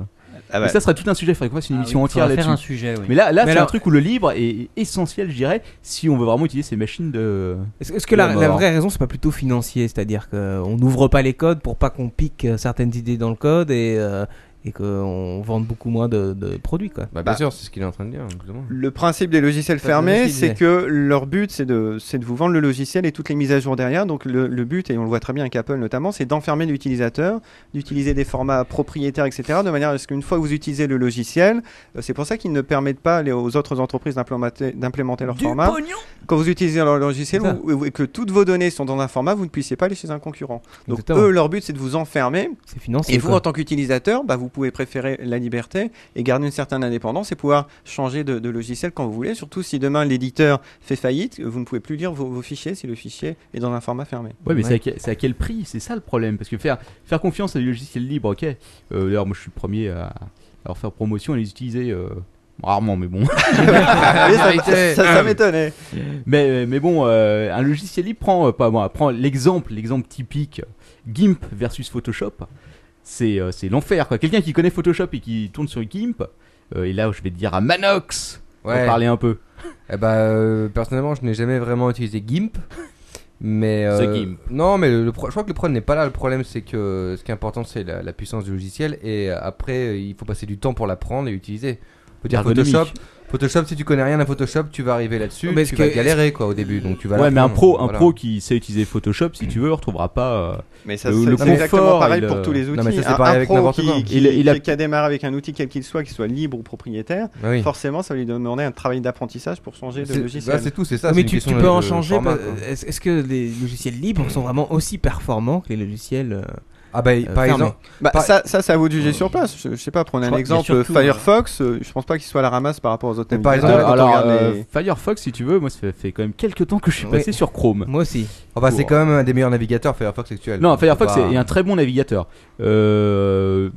Ah bah,
Et ça serait tout un sujet, il faudrait qu'on
Ah
fasse une émission entière
faire un
là-dessus.
sujet, oui.
Mais là, là
Mais
c'est un
alors-
truc où le libre est essentiel, je dirais, si on veut vraiment utiliser ces machines de.
Est-ce est-ce que la,
bah
Ou
la
mort.
vraie raison, c'est pas plutôt financier C'est-à-dire qu'on n'ouvre pas les codes pour pas qu'on pique euh, certaines idées dans le code et, euh, et qu'on vende beaucoup moins de, de produits, quoi.
Bah, bien
Bah.
sûr, c'est ce qu'il est en train de dire. évidemment.
Le principe des logiciels
Ça, c'est
fermés,
ce qu'il
c'est que leur but, c'est de, c'est de vous vendre le logiciel et toutes les mises à jour derrière. Donc le, le but, et on le voit très bien avec Apple notamment, c'est d'enfermer l'utilisateur, d'utiliser des formats propriétaires, etc. De manière à ce qu'une fois que vous utilisez le logiciel, euh, c'est pour ça qu'ils ne permettent pas les- aux autres entreprises d'implémenter, d'implémenter leur format. Quand vous utilisez leur logiciel
C'est ça.
vous- et que toutes vos données sont dans un format, vous ne puissiez pas aller chez un concurrent. Donc
Exactement.
eux, leur but, c'est de vous enfermer
C'est financier.
et vous,
quoi.
en tant qu'utilisateur, bah, vous pouvez préférer la liberté et garder une certaine indépendance et pouvoir changer de, de logiciel quand vous voulez. Surtout si demain l'éditeur fait faillite, vous ne pouvez plus lire vos, vos fichiers si le fichier est dans un format fermé.
Ouais, mais
Ouais.
c'est à quel- c'est à, quel prix C'est ça le problème. Parce que faire, faire confiance à des logiciels libres, ok. Euh, D'ailleurs, moi je suis le premier à, à leur faire promotion et les utiliser. euh, Rarement, mais bon.
Ah,
Oui, ça ça- ça m'étonnait.
Mais, mais bon, euh, un logiciel libre prend, euh, pas, bon, prend l'exemple, l'exemple typique GIMP versus Photoshop. C'est euh, c'est l'enfer. quoi. Quelqu'un qui connaît Photoshop et qui tourne sur GIMP, euh, et là je vais te dire à Manox
Ouais.
pour parler un peu.
Eh bah, euh, personnellement, je n'ai jamais vraiment utilisé GIMP. Mais
The
euh,
Gimp.
non, mais le, le pro- je crois que le problème n'est pas là. Le problème, c'est que ce qui est important, c'est la, la puissance du logiciel. Et euh, après, euh, il faut passer du temps pour l'apprendre et utiliser. Faut dire
Ergonomique.
Photoshop. Photoshop, si tu connais rien à Photoshop, tu vas arriver là-dessus.
Mais
tu
est-ce
vas
que-
galérer quoi au début. Donc tu vas.
ouais, mais un
l'apprendre,
pro, un
bah voilà.
pro qui sait utiliser Photoshop, si tu veux, retrouvera pas. euh,
Mais ça,
Le-
c'est
le
c'est exactement
confort,
pareil
il,
pour
euh,
tous les
non,
outils.
mais ça, c'est
un,
pareil
un
avec
pro
n'importe
qui,
quoi.
qui-
Il- il a-
qui- qui démarre avec un outil quel qu'il soit, qu'il soit libre ou propriétaire,
Ah oui.
forcément, ça va lui demander un travail d'apprentissage pour changer de
C'est
logiciel.
bah, c'est tout, c'est ça. c'est
mais
une
tu,
question
tu
de-
peux en
de
changer.
format,
bah,
pas-
quoi.
Est-ce est-ce que les logiciels libres sont vraiment aussi performants que les logiciels euh,
Ah bah, il-
euh,
par
fermés
exemple,
Bah,
Par-
ça, ça, c'est à vous de
Euh,
juger sur place. Je, je sais pas, prenez
Je
un
crois qu'il y a
exemple
surtout,
Firefox. euh, Je pense pas qu'il soit à la ramasse par rapport aux autres.
Mais par
navigateurs,
exemple,
quand on
alors,
regarde
euh,
les-
Firefox, si tu veux, moi ça fait, fait quand même quelques temps que je suis
Ouais.
passé sur Chrome.
Moi aussi.
oh, bah, c'est
pour-
quand
euh,
même un des meilleurs navigateurs Firefox actuel.
Non, Firefox
Bah,
est un très bon navigateur. Euh,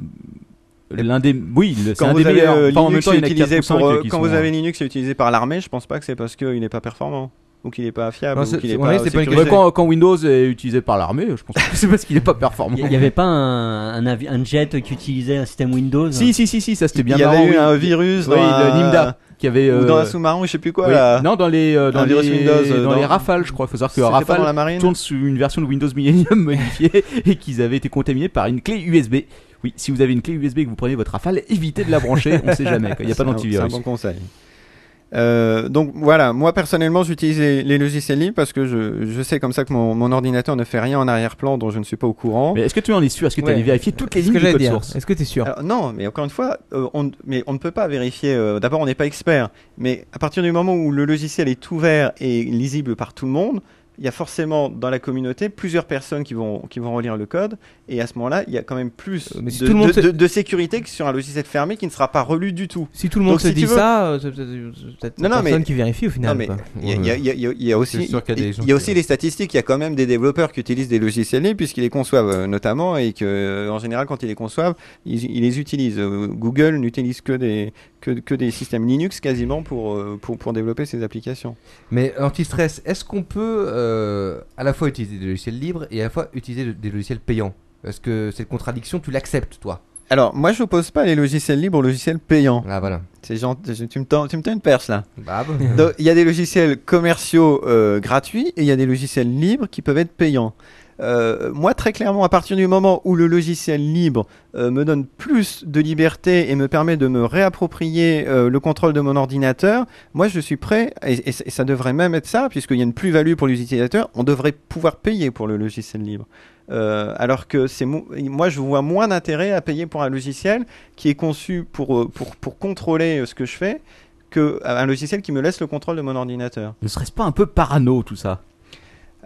L'un des, oui, le- c'est
quand
un
vous
des
avez
meilleurs.
euh,
Enfin, en même
Linux
temps, il y en a
utilisé
quatre ou cinq
pour euh,
qui
quand
sont-
vous avez Linux est utilisé par l'armée, je pense pas que c'est parce qu'il n'est pas performant ou qu'il n'est pas fiable
Non,
ou
c'est-
qu'il est
c'est-
pas
oui,
euh,
c'est pas une
sécurisé.
Ouais, quand, quand Windows est utilisé par l'armée, je pense que c'est parce qu'il est pas performant.
Il n'y avait pas un, un avi- un jet qui utilisait un système Windows
Si, si, si, si, ça c'était bien
Il y
marrant.
avait eu
oui.
un virus
Oui,
dans un-
le Nimda qui avait.
ou dans
euh,
un sous-marin ou je sais plus quoi
oui.
là.
Non, dans les, euh, dans
Un
les,
virus Windows, euh,
dans les
dans-
Rafales, je crois. Il faut savoir que
C'était pas dans la
Rafale
marine.
tourne sur une version de Windows Millennium modifiée et qu'ils avaient été contaminés par une clé USB. Oui, si vous avez une clé USB et que vous prenez votre Rafale, évitez de la brancher, on sait jamais. quoi. Il n'y a pas
C'est un- C'est un
d'antivirus.
bon conseil. Euh, donc voilà, moi personnellement j'utilise les, les logiciels libres parce que je, je sais comme ça que mon, mon ordinateur ne fait rien en arrière-plan dont je ne suis pas au courant.
Mais est-ce que tu en es sûr Est-ce que tu as
Ouais.
allé vérifier toutes les
Est-ce
lignes
que
du
j'allais
code
dire
source
Est-ce que tu es sûr
Alors, non, mais encore une fois, euh, on, mais on ne peut pas vérifier. euh, D'abord, on n'est pas expert. Mais à partir du moment où le logiciel est ouvert et lisible par tout le monde, il y a forcément dans la communauté plusieurs personnes qui vont, qui vont relire le code. Et à ce moment-là, il y a quand même plus
Euh, Mais si
de,
tout le monde
de-
sait-
de- de sécurité que sur un logiciel fermé qui ne sera pas relu du tout.
Si tout le monde
Donc,
se
si tu
dit
veux-
ça, euh, c'est peut-être- c'est peut-être
Non, non,
personne
mais-
qui vérifie au final.
non, mais
quoi.
il y a- il y a- il y a- il y a- il y a aussi,
C'est sûr qu'il y a des gens
il y a
qui-
aussi les statistiques. Il y a quand même des développeurs qui utilisent des logiciels libres puisqu'ils les conçoivent euh, notamment et que, euh, en général, quand ils les conçoivent, ils, ils les utilisent. Euh, Google n'utilise que des que, que des systèmes Linux quasiment pour euh, pour pour développer ses applications.
Mais anti-stress, est-ce qu'on peut euh, euh, à la fois utiliser des logiciels libres et à la fois utiliser de- des logiciels payants Est-ce que cette contradiction, tu l'acceptes, toi
Alors, moi, je n'oppose pas les logiciels libres aux logiciels payants.
Ah, voilà.
C'est genre, tu me tends tu me tends une perche là.
Bah, bah.
Donc, Il y a des logiciels commerciaux euh, gratuits et il y a des logiciels libres qui peuvent être payants. Euh, moi, très clairement, à partir du moment où le logiciel libre euh, me donne plus de liberté et me permet de me réapproprier euh, le contrôle de mon ordinateur, moi, je suis prêt, et, et c- et ça devrait même être ça, puisqu'il y a une plus-value pour les utilisateurs, on devrait pouvoir payer pour le logiciel libre. Euh, alors que c'est mo- moi, je vois moins d'intérêt à payer pour un logiciel qui est conçu pour, euh, pour, pour contrôler euh, ce que je fais que un logiciel qui me laisse le contrôle de mon ordinateur.
Ne serait-ce pas un peu parano tout ça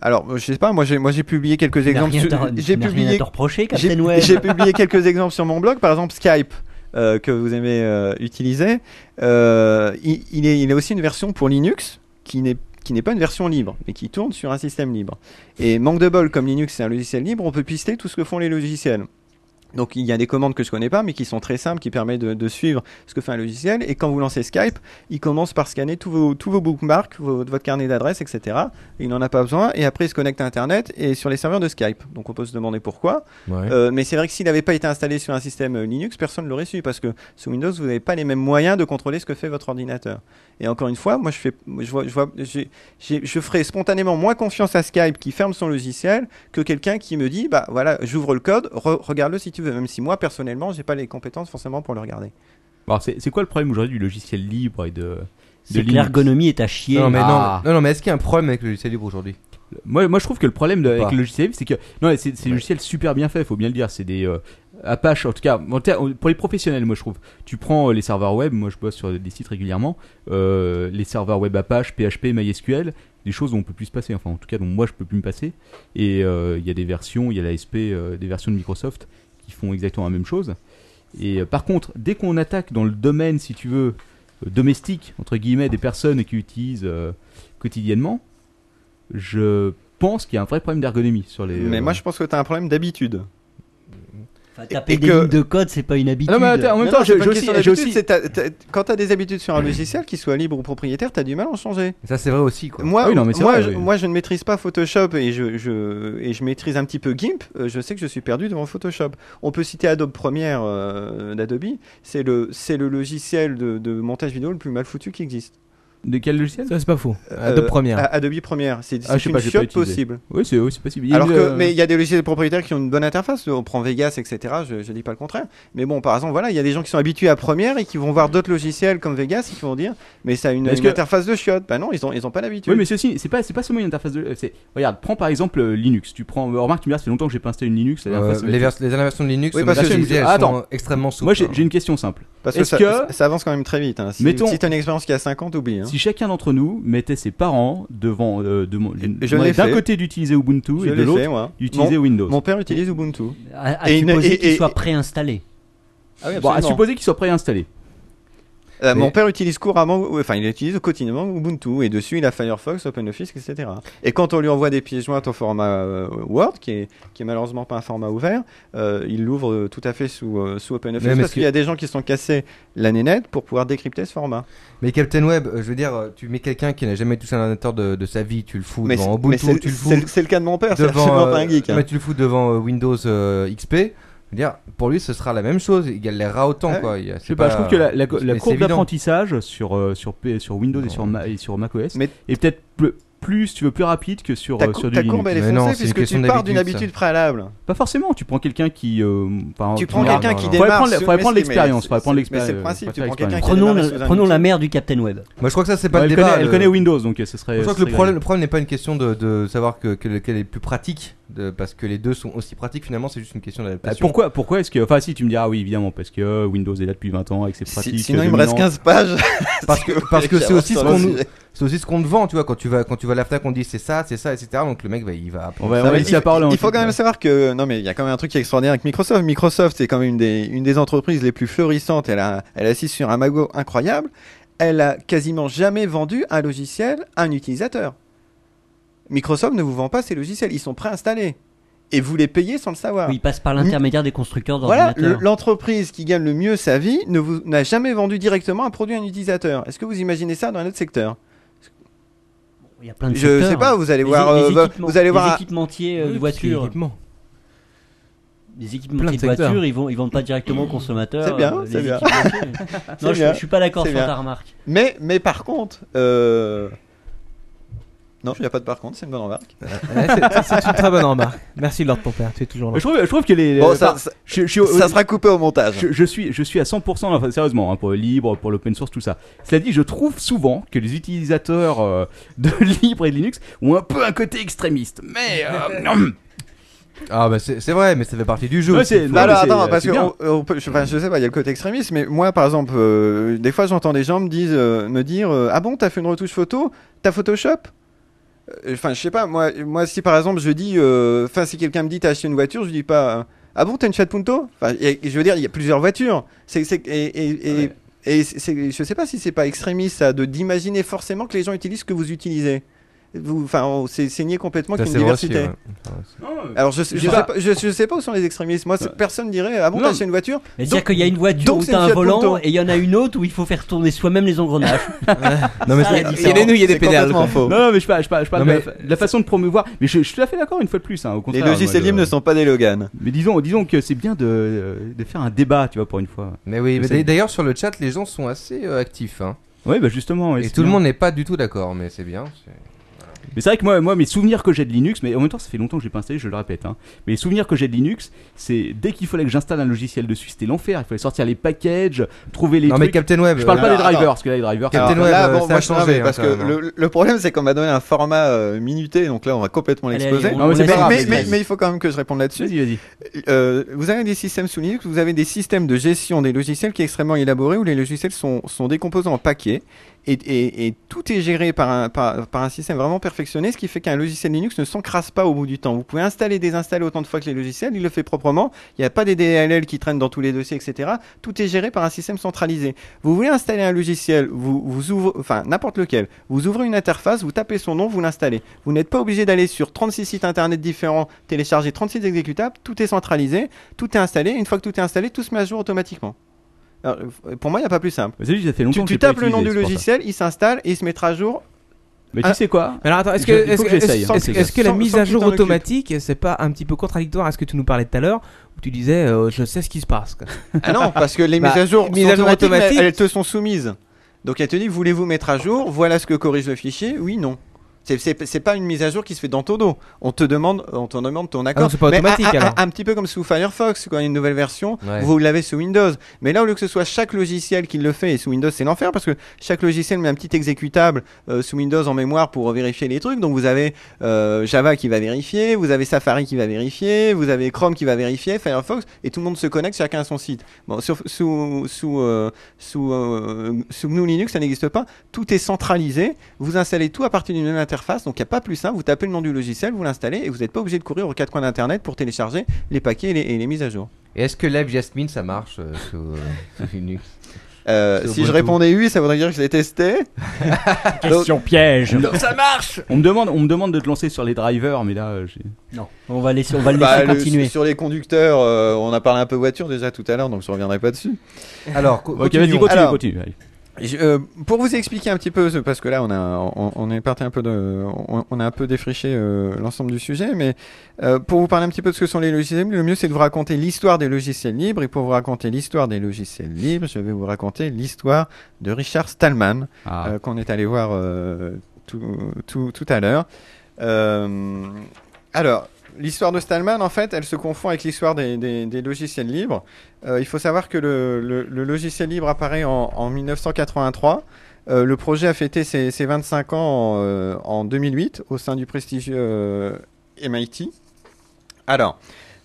Alors, euh, je sais pas, moi j'ai moi j'ai publié quelques
Tu n'as
exemples.
rien
sur-
à te-
J'ai
tu n'as rien à
publié
te reprocher, Captain
j'ai
Web.
j'ai publié quelques exemples sur mon blog, par exemple Skype. euh, que vous aimez euh, utiliser, Euh, il, il est, il a aussi une version pour Linux qui n'est qui n'est pas une version libre, mais qui tourne sur un système libre. Et manque de bol, comme Linux c'est un logiciel libre, on peut pister tout ce que font les logiciels. Donc il y a des commandes que je connais pas, mais qui sont très simples, qui permettent de, de suivre ce que fait un logiciel. Et quand vous lancez Skype, il commence par scanner tous vos, tous vos bookmarks, vos- votre carnet d'adresses, etc. Il n'en a pas besoin. Et après, il se connecte à Internet et sur les serveurs de Skype. Donc on peut se demander pourquoi. Euh, mais c'est vrai que s'il n'avait pas été installé sur un système euh, Linux, personne ne l'aurait su parce que sous Windows, vous n'avez pas les mêmes moyens de contrôler ce que fait votre ordinateur. Et encore une fois, moi, je, fais, je, vois, je, vois, j'ai- j'ai- je ferai spontanément moins confiance à Skype qui ferme son logiciel que quelqu'un qui me dit, bah voilà, j'ouvre le code, re- regarde-le si tu veux, même si moi, personnellement, j'ai pas les compétences forcément pour le regarder.
Alors c'est c'est quoi le problème aujourd'hui du logiciel libre et de, de
C'est que
Linux
l'ergonomie est à chier.
Non, mais
Ah.
non, non, non, mais est-ce qu'il y a un problème avec le logiciel libre aujourd'hui
Moi, moi, je trouve que le problème de-
Ou pas.
avec le logiciel libre, c'est que non, mais c'est c'est des logiciels super bien faits, faut bien le dire. C'est des euh, Apache, en tout cas, en ter- pour les professionnels, moi je trouve. Tu prends euh, les serveurs web, moi je bosse sur des sites régulièrement, euh, les serveurs web Apache, PHP, MySQL, des choses dont on peut plus se passer, enfin en tout cas dont moi je peux plus me passer. Et euh, il y a des versions, il y a la SP, euh, des versions de Microsoft qui font exactement la même chose. Et euh, par contre, dès qu'on attaque dans le domaine, si tu veux, euh, domestique entre guillemets des personnes qui utilisent euh, quotidiennement, je pense qu'il y a un vrai problème d'ergonomie sur les.
Mais
euh,
moi, je pense que tu as un problème d'habitude.
Enfin,
et
taper des
que-
lignes de code, c'est pas une habitude.
Ah non, mais attends, en même
Non,
temps,
non, c'est
j'ai j'ai
pas une
aussi,
question
j'ai
d'habitude,
aussi-
c'est t'as- t'as- quand tu as des habitudes sur un logiciel, qu'il soit libre ou propriétaire, tu as du mal à en changer.
Ça, c'est vrai aussi, quoi.
Moi,
Ah oui, non, mais c'est
moi,
vrai,
je,
oui.
moi, je ne maîtrise pas Photoshop et je, je- et je maîtrise un petit peu GIMP. euh, Je sais que je suis perdu devant Photoshop. On peut citer Adobe Premiere euh, d'Adobe. C'est le, c'est le logiciel de, de montage vidéo le plus mal foutu qui existe.
De quel logiciel
Ça, c'est pas faux.
Euh,
de première.
A- Adobe Premiere. C'est
Ah, je
c'est
sais
une
pas, j'ai pas
chiotte
utilisé.
possible.
Oui, c'est oui, c'est possible. Il y a
Alors
eu,
que,
euh,
mais il y a des logiciels propriétaires qui ont une bonne interface. On prend Vegas, etc. Je, je dis pas le contraire. Mais bon, par exemple, voilà, il y a des gens qui sont habitués à Premiere et qui vont voir d'autres logiciels comme Vegas et qui vont dire, mais ça a une,
Est-ce
une
que-
interface de chiotte. Bah non, ils ont, ils ont pas l'habitude.
Oui, mais ceci, c'est pas, c'est pas seulement une interface de. euh, c'est- Regarde, prends par exemple euh, Linux. Tu prends. Remarque, tu me dis, ça fait longtemps que j'ai pas installé une Linux. la dernière
Euh,
fois, ça va
les,
être-
vers- les dernières versions de Linux,
Oui,
euh,
parce que
je
je
disais, elles
Attends.
sont extrêmement souples.
Moi, j'ai j'ai
hein.
une question simple.
Parce que
Est-ce
ça,
que-
ça avance quand même très vite. Hein. Si,
Mettons-
si t'as une expérience qui a 5 ans, t'oublies. Hein.
Si chacun d'entre nous mettait ses parents devant, euh, de,
je
demandait
l'ai
d'un
fait.
côté d'utiliser Ubuntu
Je
et de
l'ai fait,
l'autre
moi.
d'utiliser
mon,
Windows.
mon père utilise Ubuntu.
À, à
Et une-
supposer
et-
qu'il
et-
soit préinstallé.
Ah oui,
Bon, à
absolument.
supposer qu'il soit préinstallé.
Euh, Mon
Mais-
père utilise couramment, ou- enfin, il utilise quotidiennement Ubuntu. Et dessus, il a Firefox, OpenOffice, etc. Et quand on lui envoie des pièces jointes au format euh, Word, qui est, qui est malheureusement pas un format ouvert, euh, il l'ouvre euh, tout à fait sous, euh, sous OpenOffice.
Mais- mais
parce
ce
qu'il y a des gens qui se sont cassés la nénette pour pouvoir décrypter ce format.
Mais Captain Web, euh, je veux dire, euh, tu mets quelqu'un qui n'a jamais touché un ordinateur de, de sa vie, tu le fous
mais c'est-
devant
mais
Ubuntu,
c'est
tu le fous
c'est le- c'est le cas de mon père, c'est
devant,
absolument
euh,
pas un geek. hein.
mais tu le fous devant euh, Windows euh, XP. Je veux dire, pour lui, ce sera la même chose. Il galérera autant,
Ah oui.
quoi. Il y a-
Je sais pas, je trouve que la, la- la
mais c'est
courbe
évident.
d'apprentissage sur, euh, sur, P- sur Windows et
Non.
sur, Ma- et sur macOS
Mais-
est peut-être pl- plus, si tu veux, plus rapide que sur,
Ta,
euh,
cou-
sur du
ta
Linux.
courbe, elle est
Mais non,
foncée
c'est une
puisque
question
tu pars d'une
d'habitude, ça.
habitude préalable.
Pas forcément, tu prends quelqu'un qui. euh, enfin,
Tu
qui
prends
Non,
regarde-
quelqu'un
non,
qui
Faudrait
non.
démarre.
prendre les-
sous-
faudrait
mais
prendre
c'est-
l'expérience,
mais
faudrait prendre
c'est-
l'expérience,
Mais c'est le principe,
faudrait
tu
faire
prends quelqu'un qui
Prenons,
démarre
le-
sous un
prenons la
outil.
mère du Captain Web.
Moi, je crois que ça, c'est
Ouais,
pas le
elle,
débat.
connaît, elle
euh,
connaît Windows, donc euh, ce serait.
Je crois
ce
que le
serait
problème, le problème n'est pas une question de, de savoir que, que lequel est le plus pratique, de- parce que les deux sont aussi pratiques. Finalement, c'est juste une question
Bah,
d'adaptation.
pourquoi pourquoi est-ce que. Enfin, si, tu me diras, oui, évidemment, parce que euh, Windows est là depuis 20 ans et que c'est pratique.
Si- Sinon,
euh,
il me reste
dominant.
15 pages.
Parce que- parce que c'est aussi ce qu'on nous-
dit.
C'est aussi ce qu'on te vend, tu vois, quand tu vas, quand tu vas à la FNAC, on te dit c'est ça, c'est ça, etc. Donc le mec, bah, il va
On
apprendre.
va, on
Non,
va
mais
laisser
il,
la parole à
il
Antoine.
faut quand même savoir que non mais il y a quand même un truc qui est extraordinaire avec Microsoft. Microsoft c'est quand même une des, une des entreprises les plus florissantes. Elle a elle est assise sur un magot incroyable. Elle a quasiment jamais vendu un logiciel à un utilisateur. Microsoft ne vous vend pas ses logiciels, ils sont préinstallés et vous les payez sans le savoir.
Il passe par l'intermédiaire des constructeurs
Ah. Voilà,
d'ordinateurs.
le- l'entreprise qui gagne le mieux sa vie ne vous n'a jamais vendu directement un produit à un utilisateur. Est-ce que vous imaginez ça dans un autre secteur
Il y a plein de
Je
secteurs. hein.
sais pas, vous allez
Les-
voir,
les
euh,
équipements-
vous allez voir
les
un-
équipementiers euh, de voitures. Les
Plein
équipementiers
de
de voitures,
secteurs.
ils vont ils vendent pas directement aux consommateurs.
C'est bien,
euh, les
c'est bien.
équipementiers.
C'est
non, je,
bien,
je suis pas d'accord
c'est
sur
bien.
ta remarque.
Mais, mais par contre, euh... non, il n'y a pas de par contre, c'est une bonne remarque.
Ouais, c'est- C'est une très bonne remarque. Merci Lord ton père, tu es toujours là.
Je trouve, je trouve que les.
Bon,
euh,
ça,
enfin,
ça,
je- je suis au-
ça sera coupé au montage.
Je, je suis, je suis à 100%, enfin, sérieusement, hein, pour le libre, pour l'open source, tout ça. Cela dit, je trouve souvent que les utilisateurs euh, de libre et de Linux ont un peu un côté extrémiste. Mais. euh,
Ah bah c'est c'est vrai, mais ça fait partie du jeu.
Ouais,
aussi.
c'est-
Bah
non,
alors
mais c'est-
attends, parce
euh, c'est
que
bien.
on- on peut- je, enfin, je sais pas, il y a le côté extrémiste, mais moi par exemple, euh, des fois j'entends des gens me, disent, euh, me dire euh, Ah bon, t'as fait une retouche photo T'as Photoshop Euh, Enfin, je sais pas, moi, moi si par exemple je dis, euh, enfin, si quelqu'un me dit T'as acheté une voiture, je dis pas euh, Ah bon, t'as une Chat Punto enfin, et- et Je veux dire, il y a plusieurs voitures. C'est, c'est, et, et, et, et c'est- c'est- je sais pas si c'est pas extrémiste ça, de, d'imaginer forcément que les gens utilisent ce que vous utilisez. Vous, enfin, on- c'est, c'est nier complètement
Ça,
qu'il y a
c'est
une
vrai aussi,
diversité.
ouais.
Euh, Alors je, sais- je,
J'ai
sais
pas-
pas, je, je sais pas où sont les extrémistes. Moi, c'est- personne dirait ah bon
Non.
t'as acheté une voiture.
Mais dire qu'il y a une voiture
donc
où
c'est
t'as
une
un
Fiat
volant
Punto.
et il y en a une autre où il faut faire tourner soi-même les engrenages.
Non, mais
Ça,
c'est-
la
il y a des
différence.
nouilles, il y a des
C'est
pédales.
complètement
quoi.
faux.
Non, non, mais je parle, je parle, je parle
Non,
de la
mais-
fa- de la, façon de promouvoir. Mais je, je suis tout à fait d'accord, une fois de plus. Hein, au
Les
contraire,
logiciels
moi, je-
libres ne sont pas des Logan.
Mais disons, disons que c'est bien de, de faire un débat, tu vois, pour une fois.
Mais oui, mais
C'est-
d'a- d'ailleurs sur le chat, les gens sont assez euh, actifs. hein.
Oui, bah justement. ouais,
Et
c'est
tout le
bien.
monde n'est pas du tout d'accord, mais c'est bien. c'est-
Mais c'est vrai que moi, moi, mes souvenirs que j'ai de Linux, mais en même temps, ça fait longtemps que j'ai pas installé, je le répète. Hein. Mais les souvenirs que j'ai de Linux, c'est dès qu'il fallait que j'installe un logiciel dessus, c'était l'enfer. Il fallait sortir les packages, trouver les
Non mais
trucs.
Captain Web.
Je parle
euh,
pas des
Alors,
drivers,
attends.
parce que là, les drivers.
Captain
Alors,
Web,
là,
euh,
bon,
ça
moi,
a
je suis navré
changé, hein,
parce
quand
que
même, hein.
le, le problème c'est qu'on m'a donné un format euh, minuté, donc là on va complètement
Allez,
l'exploser.
allez, on-
Non, mais
on
c'est
laisse
pas grave,
Ah, mais,
les
mais-
gens.
mais il faut quand même que je réponde là-dessus.
Vas-y, vas-y.
Euh, vous avez des systèmes sous Linux, vous avez des systèmes de gestion des logiciels qui est extrêmement élaboré où les logiciels sont, sont décomposés en paquets et, et- et tout est géré par un, par, par un système vraiment perfectionné, ce qui fait qu'un logiciel Linux ne s'encrasse pas au bout du temps. Vous pouvez installer et désinstaller autant de fois que les logiciels, il le fait proprement, il n'y a pas des DLL qui traînent dans tous les dossiers, etc. Tout est géré par un système centralisé. Vous voulez installer un logiciel, vous, vous ouvrez, enfin n'importe lequel, vous ouvrez une interface, vous tapez son nom, vous l'installez. Vous n'êtes pas obligé d'aller sur 36 sites internet différents, télécharger 36 exécutables, tout est centralisé, tout est installé, une fois que tout est installé, tout se met à jour automatiquement. Alors, euh, pour moi, il n'y a pas plus simple.
Vas-y, ça fait longtemps
Tu,
que
tu
j'ai pas
tapes le nom du
utilisé, c'est pour ça.
logiciel, il s'installe et il se mettra à jour.
Mais tu sais quoi
Mais alors attends, est-ce que,
Je- il faut
est-ce
que
que- est-ce-
j'essaye, hein.
est-ce-
Sans-
est-ce que la
sans
mise
que
à
tu
jour
t'en occupes.
automatique, c'est pas un petit peu contradictoire à ce que tu nous parlais tout à l'heure où tu disais euh, je sais ce qui se passe quoi.
Ah non, parce que les
Bah,
mises à jour,
mises
sont
à jour
automatiques, mais
automatiques.
Elles, elles te sont soumises. Donc elle te dit, voulez-vous mettre à jour Voilà ce que corrige le fichier. Oui, non. C'est- C'est c'est pas une mise à jour qui se fait dans ton dos. On te demande, on te demande ton
Ah
accord.
c'est pas
Mais un-
automatique,
un, un-
alors.
Bah, un petit peu comme sous Firefox, quand il y a une nouvelle version,
Ouais.
vous l'avez sous Windows. Mais là, au lieu que ce soit chaque logiciel qui le fait, et sous Windows c'est l'enfer parce que chaque logiciel met un petit exécutable euh, sous Windows en mémoire pour vérifier les trucs. Donc vous avez euh, Java qui va vérifier, vous avez Safari qui va vérifier, vous avez Chrome qui va vérifier, Firefox, et tout le monde se connecte, chacun à son site. Bon, sur, sous, sous, euh, sous, euh, sous GNU Linux, ça n'existe pas. Tout est centralisé. Vous installez tout à partir d'une même interface, donc il n'y a pas plus simple. Vous tapez le nom du logiciel, vous l'installez, et vous n'êtes pas obligé de courir aux quatre coins d'Internet pour télécharger les paquets et les, et les mises à jour.
Et est-ce que Live Jasmine ça marche euh, sous, euh, sous Linux
Euh,
C'est
si je
Ubuntu.
répondais oui, ça voudrait dire que je l'ai testé.
Question piège.
On me demande, on me demande de te lancer sur les drivers, mais là, euh, j'ai-
Non, on va laisser, on va le
Bah,
laisser
le-
continuer.
sur les conducteurs, euh, on a parlé un peu voiture déjà tout à l'heure, donc je reviendrai pas dessus.
Alors, co-
Ok,
continuons.
vas-y, continue,
Alors.
continue. allez.
Je- euh, pour vous expliquer un petit peu, ce- parce que là on a, on, on est parti un peu de, on, on a un peu défriché euh, l'ensemble du sujet, mais euh, pour vous parler un petit peu de ce que sont les logiciels libres, le mieux c'est de vous raconter l'histoire des logiciels libres. Et pour vous raconter l'histoire des logiciels libres, je vais vous raconter l'histoire de Richard Stallman,
Ah.
euh, qu'on est allé voir euh, tout, tout, tout à l'heure. Euh, alors, l'histoire de Stallman, en fait, elle se confond avec l'histoire des, des- des logiciels libres. Euh, il faut savoir que le, le- le logiciel libre apparaît en, en 1983. Euh, le projet a fêté ses, ses 25 ans en, euh, en 2008 au sein du prestigieux euh, MIT. Alors,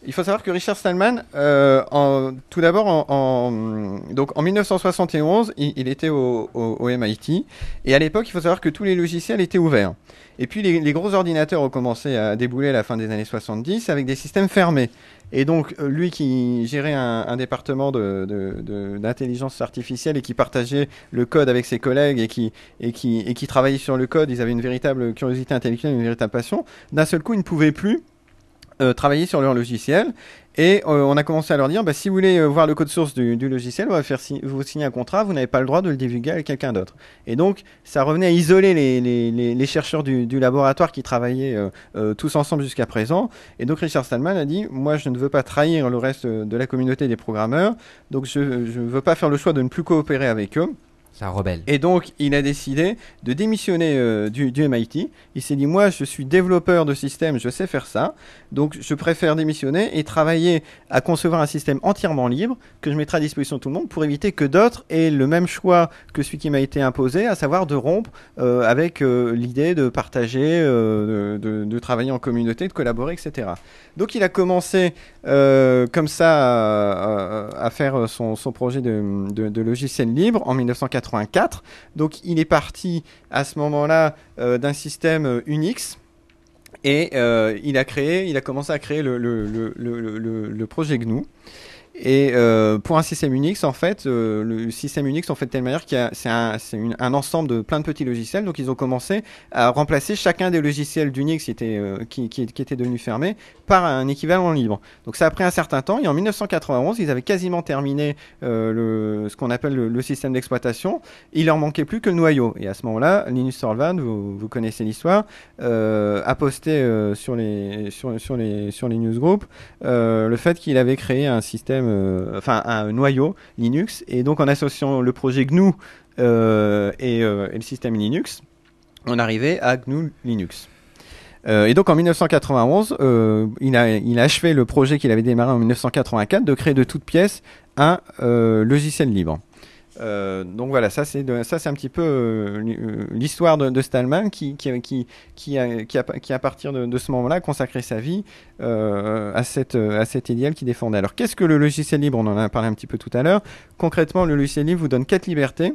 il faut savoir que Richard Stallman, euh, en- tout d'abord, en, en- donc en 1971, il, il était au, au- au MIT. Et à l'époque, il faut savoir que tous les logiciels étaient ouverts. Et puis, les, les gros ordinateurs ont commencé à débouler à la fin des années 70 avec des systèmes fermés. Et donc, euh, lui qui gérait un, un département de- de- de- d'intelligence artificielle et qui partageait le code avec ses collègues et qui, et, qui, et qui travaillait sur le code, ils avaient une véritable curiosité intellectuelle, une véritable passion. D'un seul coup, ils ne pouvaient plus euh, travailler sur leur logiciel. Et euh, on a commencé à leur dire, bah, si vous voulez euh, voir le code source du, du logiciel, on va faire si- vous signer un contrat, vous n'avez pas le droit de le divulguer à quelqu'un d'autre. Et donc, ça revenait à isoler les, les- les- les chercheurs du, du laboratoire qui travaillaient euh, euh, tous ensemble jusqu'à présent. Et donc, Richard Stallman a dit, moi, je ne veux pas trahir le reste euh, de la communauté des programmeurs, donc je ne veux pas faire le choix de ne plus coopérer avec eux.
C'est un rebelle.
Et donc, il a décidé de démissionner euh, du, du MIT. Il s'est dit, moi, je suis développeur de système, je sais faire ça. Donc, je préfère démissionner et travailler à concevoir un système entièrement libre que je mettrai à disposition de tout le monde pour éviter que d'autres aient le même choix que celui qui m'a été imposé, à savoir de rompre euh, avec euh, l'idée de partager, euh, de, de- de travailler en communauté, de collaborer, etc. Donc, il a commencé euh, comme ça à, à- à faire son, son projet de- de- de logiciel libre en 1984. Donc il est parti à ce moment-là euh, d'un système euh, Unix. Et euh, il a créé, il a commencé à créer le, le- le- le- le- le projet GNU. Et euh, pour un système Unix, en fait, euh, le système Unix, en fait, de telle manière qu'il y a, c'est un, c'est une- un ensemble de plein de petits logiciels. Donc ils ont commencé à remplacer chacun des logiciels d'Unix qui étaient, euh, qui, qui, qui étaient devenus fermés par un équivalent libre. Donc ça a pris un certain temps. Et en 1991, ils avaient quasiment terminé euh, le, ce qu'on appelle le- le système d'exploitation il leur manquait plus que le noyau. Et à ce moment-là, Linus Torvald, vous, vous connaissez l'histoire, euh, a posté euh, sur, les, sur, sur les, sur les newsgroups euh, le fait qu'il avait créé un système, euh, enfin un noyau Linux, et donc en associant le projet GNU euh, et, euh, et le système Linux, on arrivait à GNU Linux. Euh, et donc en 1991, euh, il, a, il a achevé le projet qu'il avait démarré en 1984 de créer de toutes pièces un euh, logiciel libre. Euh, donc voilà, ça c'est de- ça c'est un petit peu euh, l'hi- euh, l'histoire de, de Stallman qui qui qui qui a, qui a- qui, à partir de, de ce moment-là a consacré sa vie euh, à cette euh, à cet idéal qu'il défendait. Alors qu'est-ce que le logiciel libre On en a parlé un petit peu tout à l'heure. Concrètement, le logiciel libre vous donne quatre libertés.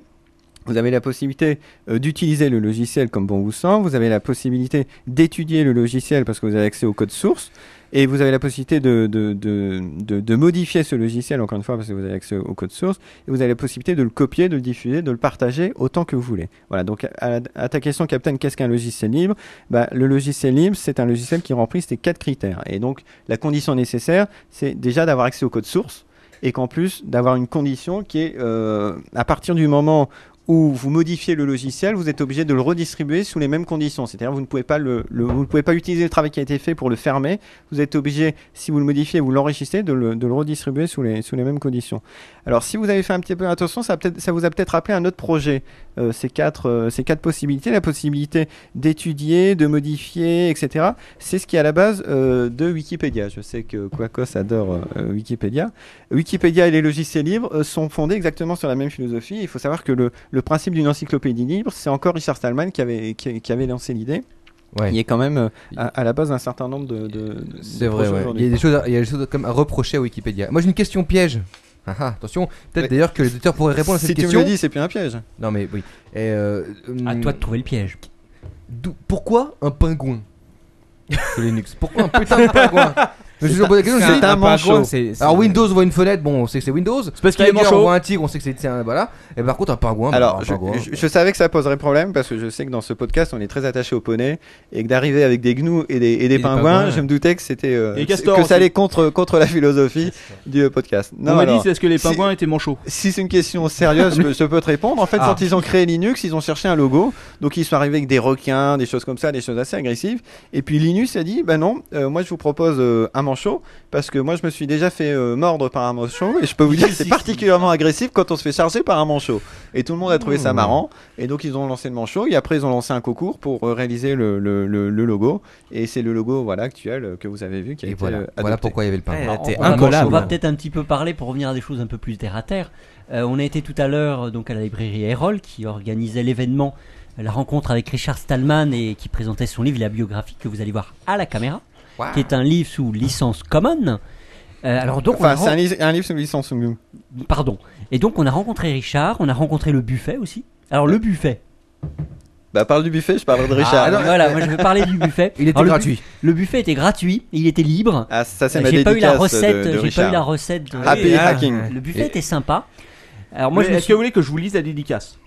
Vous avez la possibilité euh, d'utiliser le logiciel comme bon vous semble. Vous avez la possibilité d'étudier le logiciel parce que vous avez accès au code source. Et vous avez la possibilité de, de, de, de, de modifier ce logiciel, encore une fois, parce que vous avez accès au code source et vous avez la possibilité de le copier, de le diffuser, de le partager autant que vous voulez. Voilà, donc à, à ta question, Captain, qu'est-ce qu'un logiciel libre bah, Le logiciel libre, c'est un logiciel qui remplit ces quatre critères. Et donc, la condition nécessaire, c'est déjà d'avoir accès au code source et qu'en plus, d'avoir une condition qui est euh, à partir du moment où vous modifiez le logiciel, vous êtes obligé de le redistribuer sous les mêmes conditions. C'est-à-dire, vous ne pouvez pas le, le- vous ne pouvez pas utiliser le travail qui a été fait pour le fermer. Vous êtes obligé, si vous le modifiez, vous l'enrichissez, de le, de le redistribuer sous les, sous les mêmes conditions. Alors, si vous avez fait un petit peu attention, ça, a peut-être- ça vous a peut-être rappelé un autre projet. euh, ces, quatre, euh, ces quatre possibilités, la possibilité d'étudier, de modifier, etc. C'est ce qui est à la base euh, de Wikipédia. Je sais que Quacos adore euh, Wikipédia. Wikipédia et les logiciels libres euh, sont fondés exactement sur la même philosophie. Il faut savoir que le, le principe d'une encyclopédie libre, c'est encore Richard Stallman qui avait, qui, qui avait lancé l'idée.
Ouais.
Il est quand même euh, à, à la base d'un certain nombre de. de- de-
C'est
de
vrai,
projets
ouais.
aujourd'hui.
Il y a des choses, à, il y a des choses comme à reprocher à Wikipédia. Moi, j'ai une question piège. Ah, ah, attention, peut-être
Ouais.
d'ailleurs que les auditeurs pourraient répondre à cette
Si tu me
question.
le dis, c'est plus un piège.
non, mais oui. Et, euh,
À
hum,
toi de trouver le piège.
d'où- pourquoi un pingouin sur Linux Pourquoi un putain de pingouin Je me suis toujours posé la question. je me suis dit,
un
pingouin,
manchot.
c'est- c'est-
alors Windows voit une fenêtre, bon, on sait que c'est Windows.
C'est parce qu'il est
Tiger
manchot.
voit un tigre, on sait que c'est c'est un voilà. Et par contre un pingouin. bah,
Alors,
un
je,
pingouin.
je- je savais que ça poserait problème parce que je sais que dans ce podcast, on est très attaché aux poneys et que d'arriver avec des gnous et des, et des pingouins,
pingouins,
je me doutais que c'était euh,
Et les
que
castors
ça
aussi.
allait contre contre la philosophie du euh, podcast.
On
Non,
m'a dit,
alors,
c'est est-ce que les
si-
pingouins étaient manchots
si c'est une question sérieuse, je, peux- je peux te répondre. En fait,
Ah.
quand ils ont créé Linux, ils ont cherché un logo, donc ils sont arrivés avec des requins, des choses comme ça, des choses assez agressives. Et puis Linus a dit, ben non, euh, moi je vous propose euh, un manchot parce que moi je me suis déjà fait euh, mordre par un manchot et je peux vous dire que c'est particulièrement agressif quand on se fait charger par un manchot. Et tout le monde a trouvé
Mmh.
ça marrant. Et donc ils ont lancé le manchot et après ils ont lancé un concours pour euh, réaliser le, le- le- le logo. Et c'est le logo voilà actuel euh, que vous avez vu qui a
Et
été
voilà,
euh,
voilà
adopté.
pourquoi il y avait le pingouin.
Ah,
Ouais, t'es
on va-
incollable.
On va peut-être un petit peu parler pour revenir à des choses un peu plus terre à terre. Euh, on a été tout à l'heure euh, donc à la librairie Erol qui organisait l'événement, euh, la rencontre avec Richard Stallman et qui présentait son livre, la biographie que vous allez voir à la caméra,
Waouh.
qui est un livre sous licence Common. Euh, alors donc on a
Enfin, c'est
ren-
un, lis- un livre sous licence Samsung.
pardon. Et donc on a rencontré Richard, on a rencontré le buffet aussi. Alors le buffet.
Bah parle du buffet, je parle de
Ah,
Richard.
alors, voilà, moi je vais parler du buffet.
Il était
Alors, le bu-
gratuit.
Le buffet était gratuit, il était libre.
Ah, ça c'est ma
Euh, J'ai pas eu la
dédicace
recette,
de- de
j'ai pas
Richard.
eu la recette. de-
Happy
Oui, ah.
hacking.
Le buffet
Et-
était sympa. Alors moi,
Mais
je me
Est-ce
suis-
que vous voulez que je vous lise la dédicace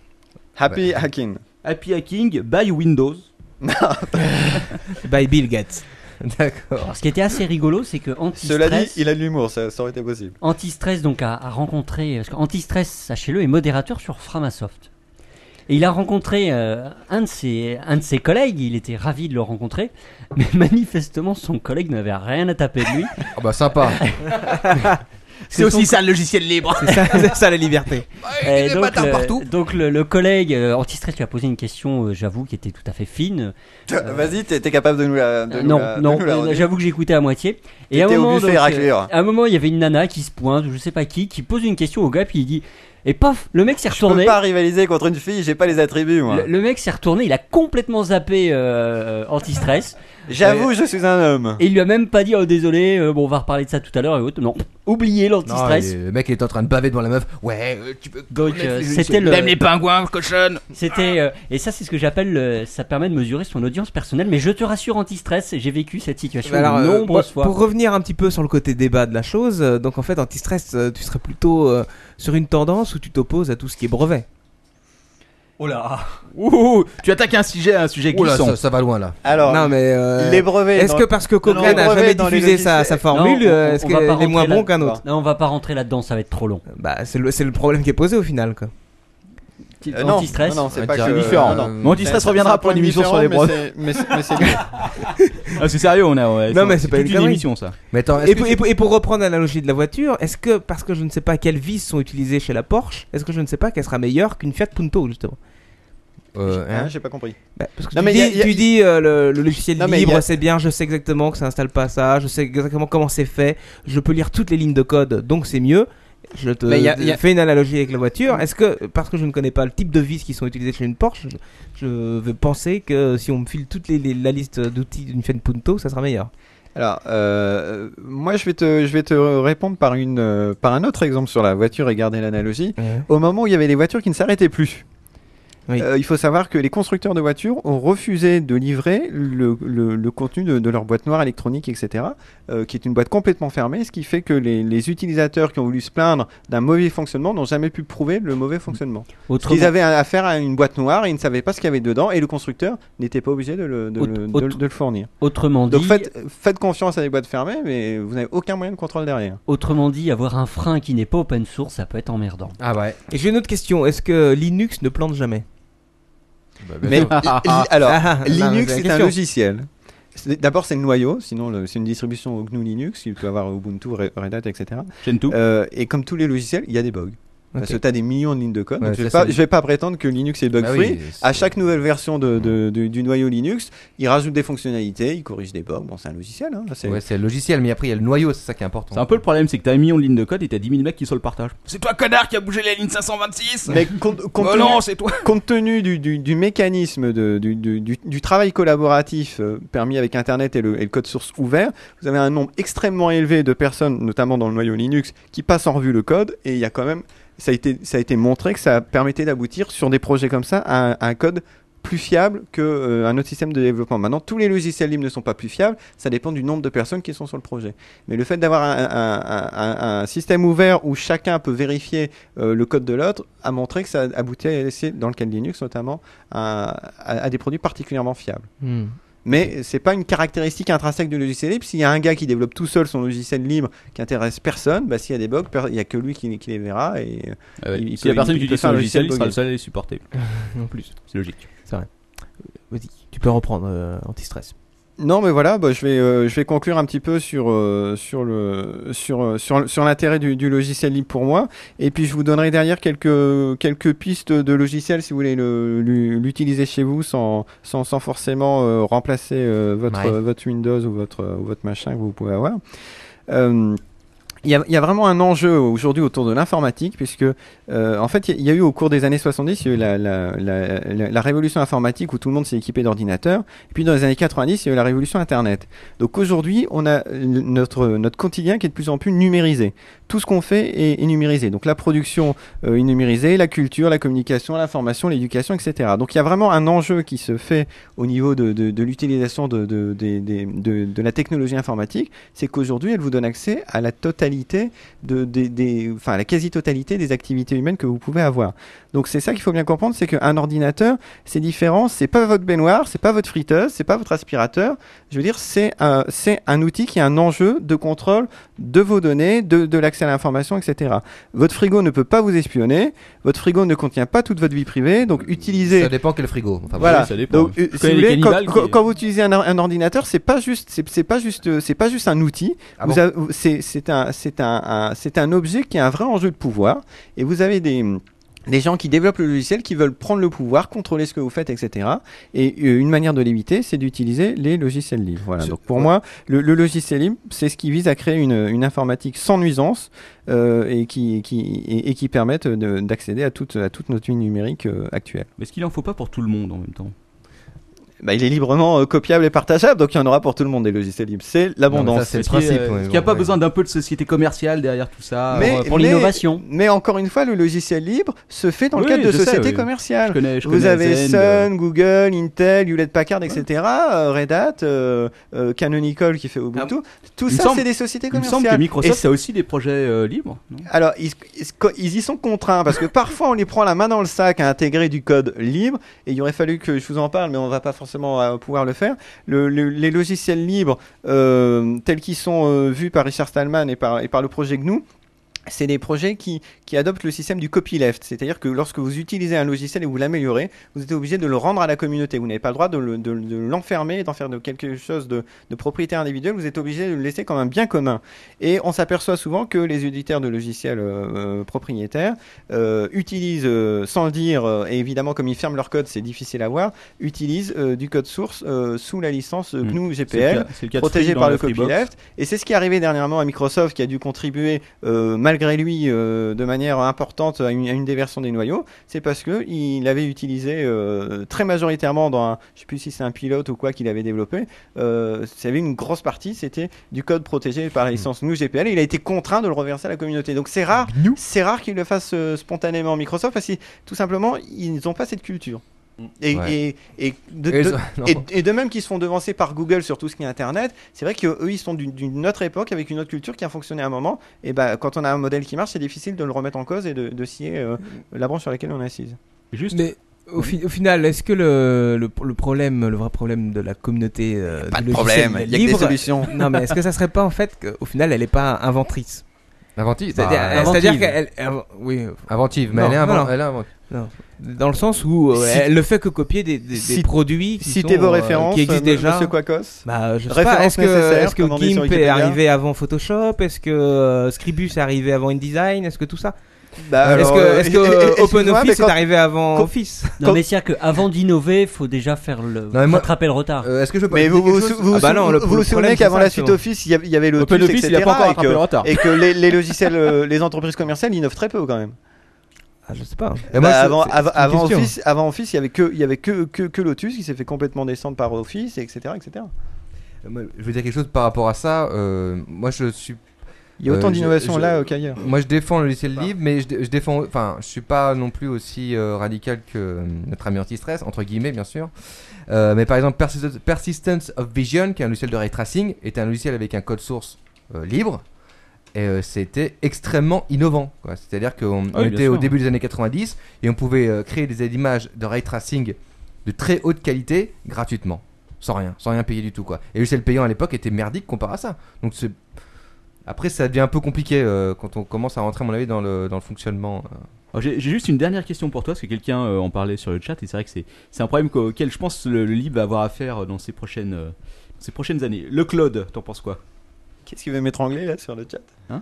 Happy hacking.
Happy Hacking by Windows.
By Bill Gates.
D'accord.
Alors, ce qui était assez rigolo, c'est que
Cela dit,
Antistress,
il a de l'humour, ça, ça aurait été possible.
Antistress donc a, a rencontré, parce qu'Antistress, sachez-le, est modérateur sur Framasoft. Et il a rencontré euh, un, de ses, un de ses collègues, il était ravi de le rencontrer, mais manifestement son collègue n'avait rien à taper de lui.
Ah bah sympa.
C'est aussi
ça le logiciel libre.
C'est ça, c'est ça, la liberté.
Et Eh, donc, euh, le, donc le, le collègue, euh, Antistress, tu as posé une question, euh, j'avoue, qui était tout à fait fine.
Vas-y, t'es t'es capable de nous la. de
Euh,
nous
non,
la- de
non,
nous la
euh,
redire.
j'avoue que j'ai écouté à moitié. Et à un,
T'étais
moment,
Auguste
donc,
Héraclure.
euh, à un moment, il y avait une nana qui se pointe, je sais pas qui, qui pose une question au gars, puis il dit. Et paf, le mec s'est
Je peux
retourné.
pas rivaliser contre une fille, j'ai pas les attributs, moi.
Le, le mec s'est retourné, il a complètement zappé euh, anti-stress.
J'avoue, je suis un homme.
Et il lui a même pas dit, oh désolé, euh, bon, on va reparler de ça tout à l'heure et autres. Non, oubliez
Non,
l'anti-stress.
il- le mec il est en train de baver devant la meuf. Ouais, euh, tu peux.
Donc, euh, c'était le.
Même les pingouins, cochonne.
Ah.
C'était euh, et ça c'est ce que j'appelle le- ça permet de mesurer son audience personnelle mais je te rassure anti-stress j'ai vécu cette situation
Mais alors,
de
euh,
nombreuses
pour,
fois
pour revenir un petit peu sur le côté débat de la chose, euh, donc en fait, anti-stress, euh, tu serais plutôt euh, sur une tendance où tu t'opposes à tout ce qui est brevet.
oh là
Ouh, tu attaques un sujet, un sujet
Ouh Oh là,
glissant.
ça, ça va loin là.
Alors,
non, mais. euh,
les brevets.
Est-ce
dans-
que parce que
les
Cochrane n'a
brevets
jamais
dans les
diffusé sa,
logiciels-
sa formule,
Non, on-
euh, est-ce
on va pas
qu'elle est moins
rentrer
bon qu'un autre
non on va pas rentrer là-dedans ça va être trop long
Bah, c'est le, c'est le problème qui est posé au final, quoi.
Euh, non,
anti-stress euh,
non, non, c'est
Ah,
pas
tiens,
que-
différent.
non, non.
Mon anti-stress
C'est-
reviendra
c'est un
pour une
point
émission sur les
différent,
brevets.
mais c'est- Mais c'est mieux.
Ah, c'est sérieux, on a. ouais,
Non, mais c'est pas
toute
une
une
connerie.
émission ça.
Mais attends, est-ce
Et,
que
pour-
tu-
et pour- et pour reprendre l'analogie de la voiture, est-ce que parce que je ne sais pas quelles vis sont utilisées chez la Porsche, est-ce que je ne sais pas qu'elle sera meilleure qu'une Fiat Punto justement
Euh, hein
Hein, J'ai pas compris.
Bah, Parce que
Non,
tu
mais
dis,
y a- y a-
tu dis, euh, le, le logiciel
Non, mais
libre,
y a-
c'est bien, je sais exactement que ça installe pas ça, je sais exactement comment c'est fait, je peux lire toutes les lignes de code, donc c'est mieux. Je te
Mais y a- y a-
fais une analogie avec la voiture. Est-ce que parce que je ne connais pas le type de vis qui sont utilisées chez une Porsche, je, je vais penser que si on me file toute les, les- la liste d'outils d'une Fiat Punto, ça sera meilleur.
Alors, euh, moi, je vais te, je vais te répondre par une, euh, par un autre exemple sur la voiture et garder l'analogie. Au moment où il y avait des voitures qui ne s'arrêtaient plus.
Oui.
Euh, il faut savoir que les constructeurs de voitures ont refusé de livrer le, le- le contenu de, de leur boîte noire électronique, etc., euh, qui est une boîte complètement fermée, ce qui fait que les, les utilisateurs qui ont voulu se plaindre d'un mauvais fonctionnement n'ont jamais pu prouver le mauvais fonctionnement.
autrement,
Ils avaient affaire à une boîte noire et ils ne savaient pas ce qu'il y avait dedans et le constructeur n'était pas obligé de le, de
Aut-
le- de
aut-
le- de le fournir.
autrement dit
Donc faites, faites confiance à des boîtes fermées, mais vous n'avez aucun moyen de contrôle derrière.
autrement dit avoir un frein qui n'est pas open source ça peut être emmerdant
Ah ouais.
Et j'ai une autre question. Est-ce que Linux ne plante jamais
Mais li- alors,
Ah, ah, non, mais
Linux
c'est la
c'est un
question.
logiciel. C'est- D'abord c'est le noyau, sinon le- c'est une distribution GNU Linux, il peut avoir Ubuntu, Re- Red Hat, etc.
Gentoo.
Euh, et comme tous les logiciels, il y a des bugs. Parce que
Ok.
tu as des millions de lignes de code.
Ouais,
donc je ne vais,
ça,
pas-
c'est-
je vais pas prétendre que Linux est bug
Bah
free.
oui, c'est-
à chaque nouvelle version de, de- du- du noyau Linux, il rajoute des fonctionnalités, il corrige des bugs. Bon, c'est un logiciel. hein, c'est-
Ouais, c'est le logiciel, mais après il y a le noyau, c'est ça qui est important.
C'est un peu le problème, c'est que t'as un million de lignes de code et t'as 10 000 mecs qui sont le partage.
C'est toi, connard, qui a bougé la ligne 526.
Mais compte, compte
Oh
tenu-
non, c'est toi.
Compte tenu du, du- du mécanisme de- du, du- du- du travail collaboratif euh, permis avec Internet et le, et le code source ouvert, vous avez un nombre extrêmement élevé de personnes, notamment dans le noyau Linux, qui passent en revue le code et il y a quand même, ça a été, ça a été montré que ça permettait d'aboutir sur des projets comme ça à, un- à un code plus fiable qu'un autre système de développement. Maintenant, tous les logiciels libres ne sont pas plus fiables, ça dépend du nombre de personnes qui sont sur le projet. Mais le fait d'avoir un, un- un- un- un système ouvert où chacun peut vérifier euh, le code de l'autre a montré que ça aboutit, à laisser, dans le cas de Linux notamment, à, à- à des produits particulièrement fiables.
Hmm.
Mais c'est pas une caractéristique intrinsèque du logiciel libre. S'il y a un gars qui développe tout seul son logiciel libre qui intéresse personne, bah, s'il y a des bugs, per- il y a que lui qui, qui les verra. Et...
Ah ouais.
Il- il
Si la
peut-
personne qui
il peut
utilise
faire
son
un
logiciel, il
logiciel
sera le
buggé.
seul à les supporter.
En plus,
C'est logique.
vas-y, tu peux reprendre euh, anti-stress.
Non, mais voilà, bah, je, vais, euh, je vais conclure un petit peu sur, euh, sur, le, sur, euh, sur, le- sur l'intérêt du, du logiciel libre pour moi. Et puis je vous donnerai derrière quelques, quelques pistes de logiciels si vous voulez le- l'u- l'utiliser chez vous sans, sans, sans forcément euh, remplacer euh, votre,
Ouais.
euh, votre Windows ou votre, euh, ou votre machin que vous pouvez avoir. Euh, Il y, a, il y a vraiment un enjeu aujourd'hui autour de l'informatique, puisque euh, en fait, il y, a- il y a eu au cours des années 70, il y a eu la, la, la, la- la révolution informatique où tout le monde s'est équipé d'ordinateurs. Et puis dans les années 90, il y a eu la révolution Internet. Donc aujourd'hui, on a euh, notre, notre quotidien qui est de plus en plus numérisé. Tout ce qu'on fait est, est numérisé. Donc la production euh, est numérisée, la culture, la communication, l'information, l'éducation, etc. Donc il y a vraiment un enjeu qui se fait au niveau de, de, de l'utilisation de, de, des- des- de, de la technologie informatique, c'est qu'aujourd'hui, elle vous donne accès à la totalité totalité de, des- des- enfin, la quasi-totalité des activités humaines que vous pouvez avoir. Donc c'est ça qu'il faut bien comprendre, c'est qu'un ordinateur, c'est différent, c'est pas votre baignoire, c'est pas votre friteuse, c'est pas votre aspirateur. Je veux dire, c'est un, c'est un outil qui a un enjeu de contrôle de vos données, de, de l'accès à l'information, etc. Votre frigo ne peut pas vous espionner, votre frigo ne contient pas toute votre vie privée, donc utilisez
Ça dépend quel frigo. Enfin,
voilà.
bon,
ça dépend.
Donc, euh,
Je
si
connais
vous
des
voulez, quand,
cannibales
quand-
qui-
quand vous utilisez un, or- un ordinateur, c'est pas juste, c'est c'est pas juste, euh, c'est pas juste un outil.
Ah
Vous
bon
avez- vous- c'est c'est un, c'est un, un- c'est un objet qui a un vrai enjeu de pouvoir. Et vous avez des des gens qui développent le logiciel, qui veulent prendre le pouvoir, contrôler ce que vous faites, etc. Et euh, une manière de l'éviter, c'est d'utiliser les logiciels libres. Voilà.
C'est-
Donc pour
ouais.
moi, le, le logiciel libre, c'est ce qui vise à créer une, une informatique sans nuisance euh, et qui qui et, et qui permette de- d'accéder à toute à toute notre vie numérique euh, actuelle.
Mais est-ce qu'il en faut pas pour tout le monde en même temps
Bah, il est librement euh, copiable et partageable, donc il y en aura pour tout le monde des logiciels libres. C'est
Non, mais ça,
l'abondance.
c'est le
Est-ce qu'il y a-
principe. ouais,
Est-ce qu'il n'y a
bon,
pas
ouais.
besoin d'un peu de société commerciale derrière tout ça
Mais-
Euh,
pour l'innovation.
Mais encore une fois, le logiciel libre se fait dans le
Oui,
cadre de
je sais,
sociétés
oui. je
commerciales.
connais, je
Vous
connais
avez
Zen,
Sun,
euh,
Google, Intel, Hewlett Packard, etc., euh, Red Hat, euh, euh, Canonical qui fait Ubuntu.
Ah,
Tout
il me
ça,
semble-
c'est des sociétés
Il me semble que
commerciales.
Microsoft a aussi des projets euh, libres. non
Alors, ils, ils- ils y sont contraints parce que parfois on les prend la main dans le sac à intégrer du code libre et il aurait fallu que je vous en parle, mais on va pas forcément euh, pouvoir le faire. Le- le- les logiciels libres euh, tels qu'ils sont euh, vus par Richard Stallman et par, et par le projet GNU. C'est des projets qui, qui adoptent le système du copyleft, c'est-à-dire que lorsque vous utilisez un logiciel et vous l'améliorez, vous êtes obligé de le rendre à la communauté. Vous n'avez pas le droit de le- de- de l'enfermer, d'en faire de quelque chose de, de propriété individuelle, vous êtes obligé de le laisser comme un bien commun. Et on s'aperçoit souvent que les éditeurs de logiciels euh, euh, propriétaires euh, utilisent, euh, sans le dire, euh, et évidemment comme ils ferment leur code, c'est difficile à voir, utilisent euh, du code source euh, sous la licence euh,
Mm.
GNU
C'est le
GPL,
cas- c'est le cas de
protégé
Free dans
par
la
le
Freebox.
copyleft. Et c'est ce qui est arrivé dernièrement à Microsoft, qui a dû contribuer euh, malgré lui euh, de manière importante à une, à une des versions des noyaux. C'est parce que il avait utilisé euh, très majoritairement dans, un, je sais plus si c'est un pilote ou quoi qu'il avait développé. Euh, il y avait une grosse partie, c'était du code protégé
Hmm.
par la licence GNU GPL. Et il a été contraint de le reverser à la communauté. Donc c'est rare, c'est rare qu'il le fasse euh, spontanément Microsoft, parce que tout simplement ils n'ont pas cette culture. Et,
Ouais.
et, et de-
Et
de-
ça- non.
et, et de même qu'ils se font devancer par Google sur tout ce qui est Internet, c'est vrai qu'eux, ils sont d'une- d'une autre époque, avec une autre culture qui a fonctionné à un moment. Et bah, quand on a un modèle qui marche, c'est difficile de le remettre en cause et de, de scier euh, la branche sur laquelle on est assise.
Juste,
Mais au, fi- au final, est-ce que le, le, le problème, le vrai problème de la communauté euh, du logiciel
Eh, y
libre-
solutions.
Non, mais est-ce que ça serait pas en fait qu'au final, elle est pas inventrice
Inventive.
C'est-à-dire
bah,
elle- c'est-à-dire
inventive.
qu'elle, elle- oui,
Inventive, mais
Non,
elle est
non, non.
inven- elle est inventive.
dans le sens où euh,
Si-
elle ne fait que copier des, des, des
Si-
produits qui,
Citez
sont,
vos
euh,
références,
qui existent
euh,
déjà.
Monsieur Quacos.
Bah, je sais
Références
pas. Est-ce que,
nécessaires,
est-ce que
comme on dit sur
GIMP est
Wikipédia.
arrivé avant Photoshop Est-ce que euh, Scribus est arrivé avant InDesign Est-ce que tout ça Bah, Est-ce
alors,
que, est-ce que
euh,
euh,
excuse-moi,
Open
mais
Office
quand-
est arrivé avant
quand-
Office
Non, mais c'est-à-dire qu'avant d'innover, faut déjà faire le.
mais moi-
rattraper le retard.
Euh, Est-ce que je peux pas
Mais
dire
vous vous,
quelque chose
vous-
Ah bah non, le-
vous vous
le
souvenez
problème,
qu'avant
c'est ça,
la suite
selon-
Office, il y avait- il y avait le
Open
Office,
Office, il
etc.
n'a pas encore rattrapé
et que-
le retard.
et que les, les logiciels, euh, les entreprises commerciales innovent très peu quand même.
ah, Je sais pas.
Et Eh, moi,
Bah,
je-
avant,
c'est-
avant,
c'est une
avant
question.
Office, avant Office, il y avait que, il y avait que, que, que Lotus qui s'est fait complètement descendre par Office, etc., etc.
Euh, moi, Je veux dire quelque chose par rapport à ça. euh, moi, je suis,
Il y a
Euh,
autant
je-
d'innovations
je-
là euh, qu'ailleurs.
moi, je défends le logiciel libre, mais je, dé- je défends, enfin, je suis pas non plus aussi euh, radical que euh, notre ami anti-stress, entre guillemets, bien sûr. Euh, mais par exemple, Persis- Persistence of Vision, qui est un logiciel de ray tracing, est un logiciel avec un code source euh, libre. Et euh, c'était extrêmement innovant. quoi. C'est-à-dire qu'on on
Ah oui, bien
était au
sûr.
début des années 90 et on pouvait euh, créer des images de ray tracing de très haute qualité gratuitement. Sans rien, sans rien payer du tout. quoi. Et le logiciel payant à l'époque était merdique comparé à ça. Donc c'est- après, ça devient un peu compliqué euh, quand on commence à rentrer, à mon avis, dans le, dans le fonctionnement. euh.
Alors, J'ai j'ai juste une dernière question pour toi, parce que quelqu'un euh, en parlait sur le chat, et c'est vrai que c'est c'est un problème qu'au- auquel je pense le, le libre va avoir à faire euh, dans ses prochaines, euh, ces prochaines années. Le cloud, t'en penses quoi
Qu'est-ce qu'il veut m'étrangler là sur le chat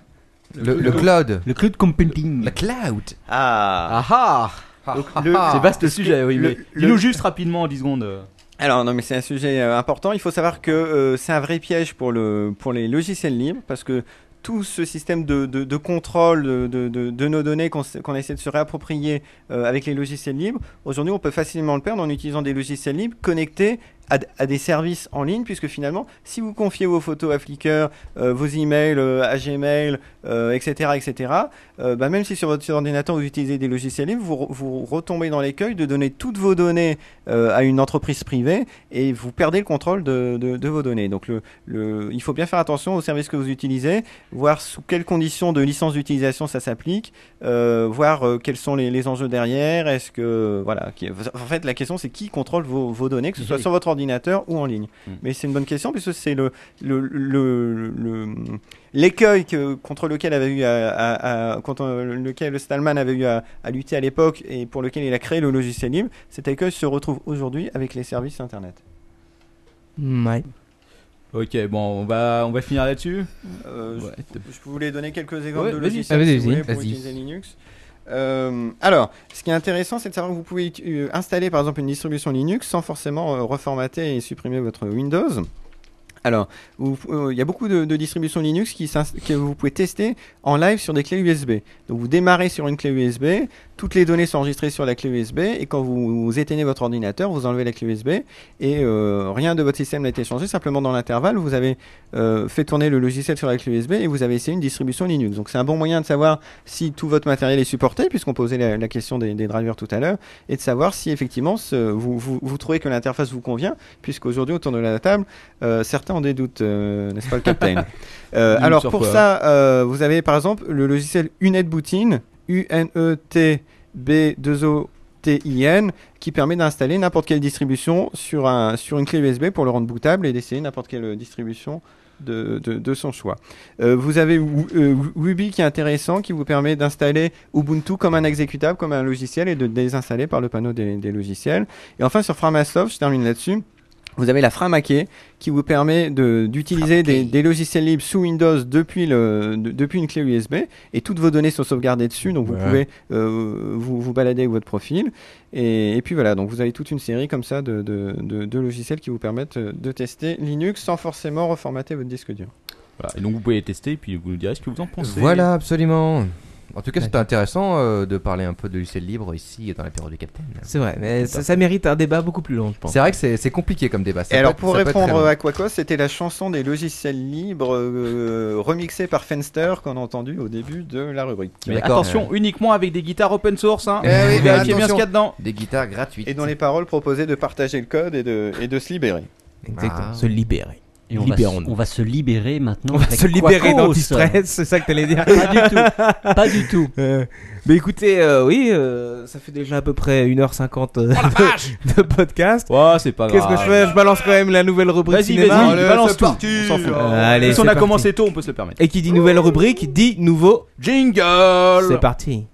Le, le cloud.
Le cloud computing.
La cloud.
Ah.
Ah ah
le-
C'est vaste le sujet, oui,
le-
mais
le-
dis-nous juste rapidement en 10 secondes. euh.
Alors non mais c'est un sujet euh, important. Il faut savoir que euh, c'est un vrai piège pour le pour les logiciels libres parce que tout ce système de, de, de contrôle de, de, de- de nos données qu'on s- qu'on essaie de se réapproprier euh, avec les logiciels libres, aujourd'hui on peut facilement le perdre en utilisant des logiciels libres connectés à, d- à des services en ligne, puisque finalement, si vous confiez vos photos à Flickr, euh, vos emails euh, à Gmail, euh, etc., etc., euh, bah, même si sur votre ordinateur vous utilisez des logiciels libres, vous, re- vous retombez dans l'écueil de donner toutes vos données euh, à une entreprise privée et vous perdez le contrôle de, de- de vos données. Donc, le, le- il faut bien faire attention aux services que vous utilisez, voir sous quelles conditions de licence d'utilisation ça s'applique, euh, voir euh, quels sont les, les enjeux derrière. Est-ce que voilà, qui- en fait, la question c'est qui contrôle vos, vos données, que ce soit sur votre ordinateur ou en ligne. Mais c'est une bonne question puisque c'est le le- le- le- l'écueil que- contre lequel avait eu à, à- à- contre euh, lequel Stallman avait eu à, à lutter à l'époque et pour lequel il a créé le logiciel libre. Cet écueil se retrouve aujourd'hui avec les services internet.
Ouais.
Ok, bon, on va, on va finir là-dessus.
Euh,
Ouais,
je, je voulais donner quelques exemples
Ouais,
de
vas-y.
Ah,
logiciels
vas-y,
si vous
vas-y.
voulez, pour
Vas-y.
utiliser Linux. Euh, alors, ce qui est intéressant, c'est de savoir que vous pouvez ut- euh, installer par exemple une distribution Linux sans forcément euh, reformater et supprimer votre Windows. Alors, vous- euh, il y a beaucoup de, de distributions Linux qui s'ins- que vous pouvez tester en live sur des clés USB. Donc, vous démarrez sur une clé USB, toutes les données sont enregistrées sur la clé USB, et quand vous, vous éteignez votre ordinateur, vous enlevez la clé USB, et euh, rien de votre système n'a été changé. Simplement, dans l'intervalle, vous avez euh, fait tourner le logiciel sur la clé USB et vous avez essayé une distribution Linux. Donc c'est un bon moyen de savoir si tout votre matériel est supporté, puisqu'on posait la, la question des, des drivers tout à l'heure, et de savoir si effectivement ce- vous, vous- vous trouvez que l'interface vous convient, puisqu'aujourd'hui autour de la table, euh, certains ont des doutes, euh, n'est-ce pas le capitaine Euh,
Doutes
Alors
sur
pour
quoi
ça, euh, vous avez par exemple le logiciel UnetBootin, E U-N-E-T-B-2-O-T-I-N, qui permet d'installer n'importe quelle distribution sur, un, sur une clé USB pour le rendre bootable et d'essayer n'importe quelle distribution de, de, de son choix. Euh, vous avez Wu- euh, Ruby qui est intéressant, qui vous permet d'installer Ubuntu comme un exécutable, comme un logiciel et de le désinstaller par le panneau des, des logiciels. Et enfin sur Framasoft, je termine là-dessus. Vous avez la Framaké qui vous permet de- d'utiliser des, des logiciels libres sous Windows depuis, le, de- depuis une clé USB et toutes vos données sont sauvegardées dessus, donc vous pouvez euh, vous, vous balader avec votre profil. Et, et puis voilà, donc vous avez toute une série comme ça de, de- de- de logiciels qui vous permettent euh, de tester Linux sans forcément reformater votre disque dur.
Voilà, et donc vous pouvez les tester et puis vous nous direz ce que vous en pensez.
Voilà, absolument. En tout cas, c'était intéressant euh, de parler un peu de lycée libre ici dans la période du Capitaine.
C'est vrai, mais ça, ça mérite un débat beaucoup plus long, je pense.
C'est vrai que c'est c'est compliqué comme débat. ça
et
peut
alors
être-
pour
ça peut être
répondre
très
à Quacos, c'était la chanson des logiciels libres euh, remixée par Fenster qu'on a entendue au début de la rubrique.
Mais
D'accord.
attention, uniquement avec des guitares open source. Hein.
Eh oui, mais
Vérifiez bien ce
attention.
qu'il y a dedans.
long. Des guitares gratuites.
Et dont les paroles proposaient de partager le code et de, et de se libérer.
Exactement.
Ah.
Se libérer.
Et on va, se,
Libérons-nous.
on va se libérer maintenant.
On va
avec
se libérer
Quacos.
d'antistress, c'est ça que t'allais dire.
Pas du tout. Pas du tout.
Euh, mais écoutez, euh, oui, euh, ça fait déjà à peu près 1h50 euh, de, de podcast.
Ouais, c'est pas
Qu'est-ce
grave.
que je fais Je balance quand même la nouvelle rubrique
Vas-y,
cinéma.
vas-y,
Allez,
balance
c'est
tout.
parti. Oh,
On s'en fout.
Allez,
si on
c'est
a
parti.
commencé tôt, on peut se le permettre.
Et qui dit nouvelle rubrique dit nouveau. C'est
Jingle
parti.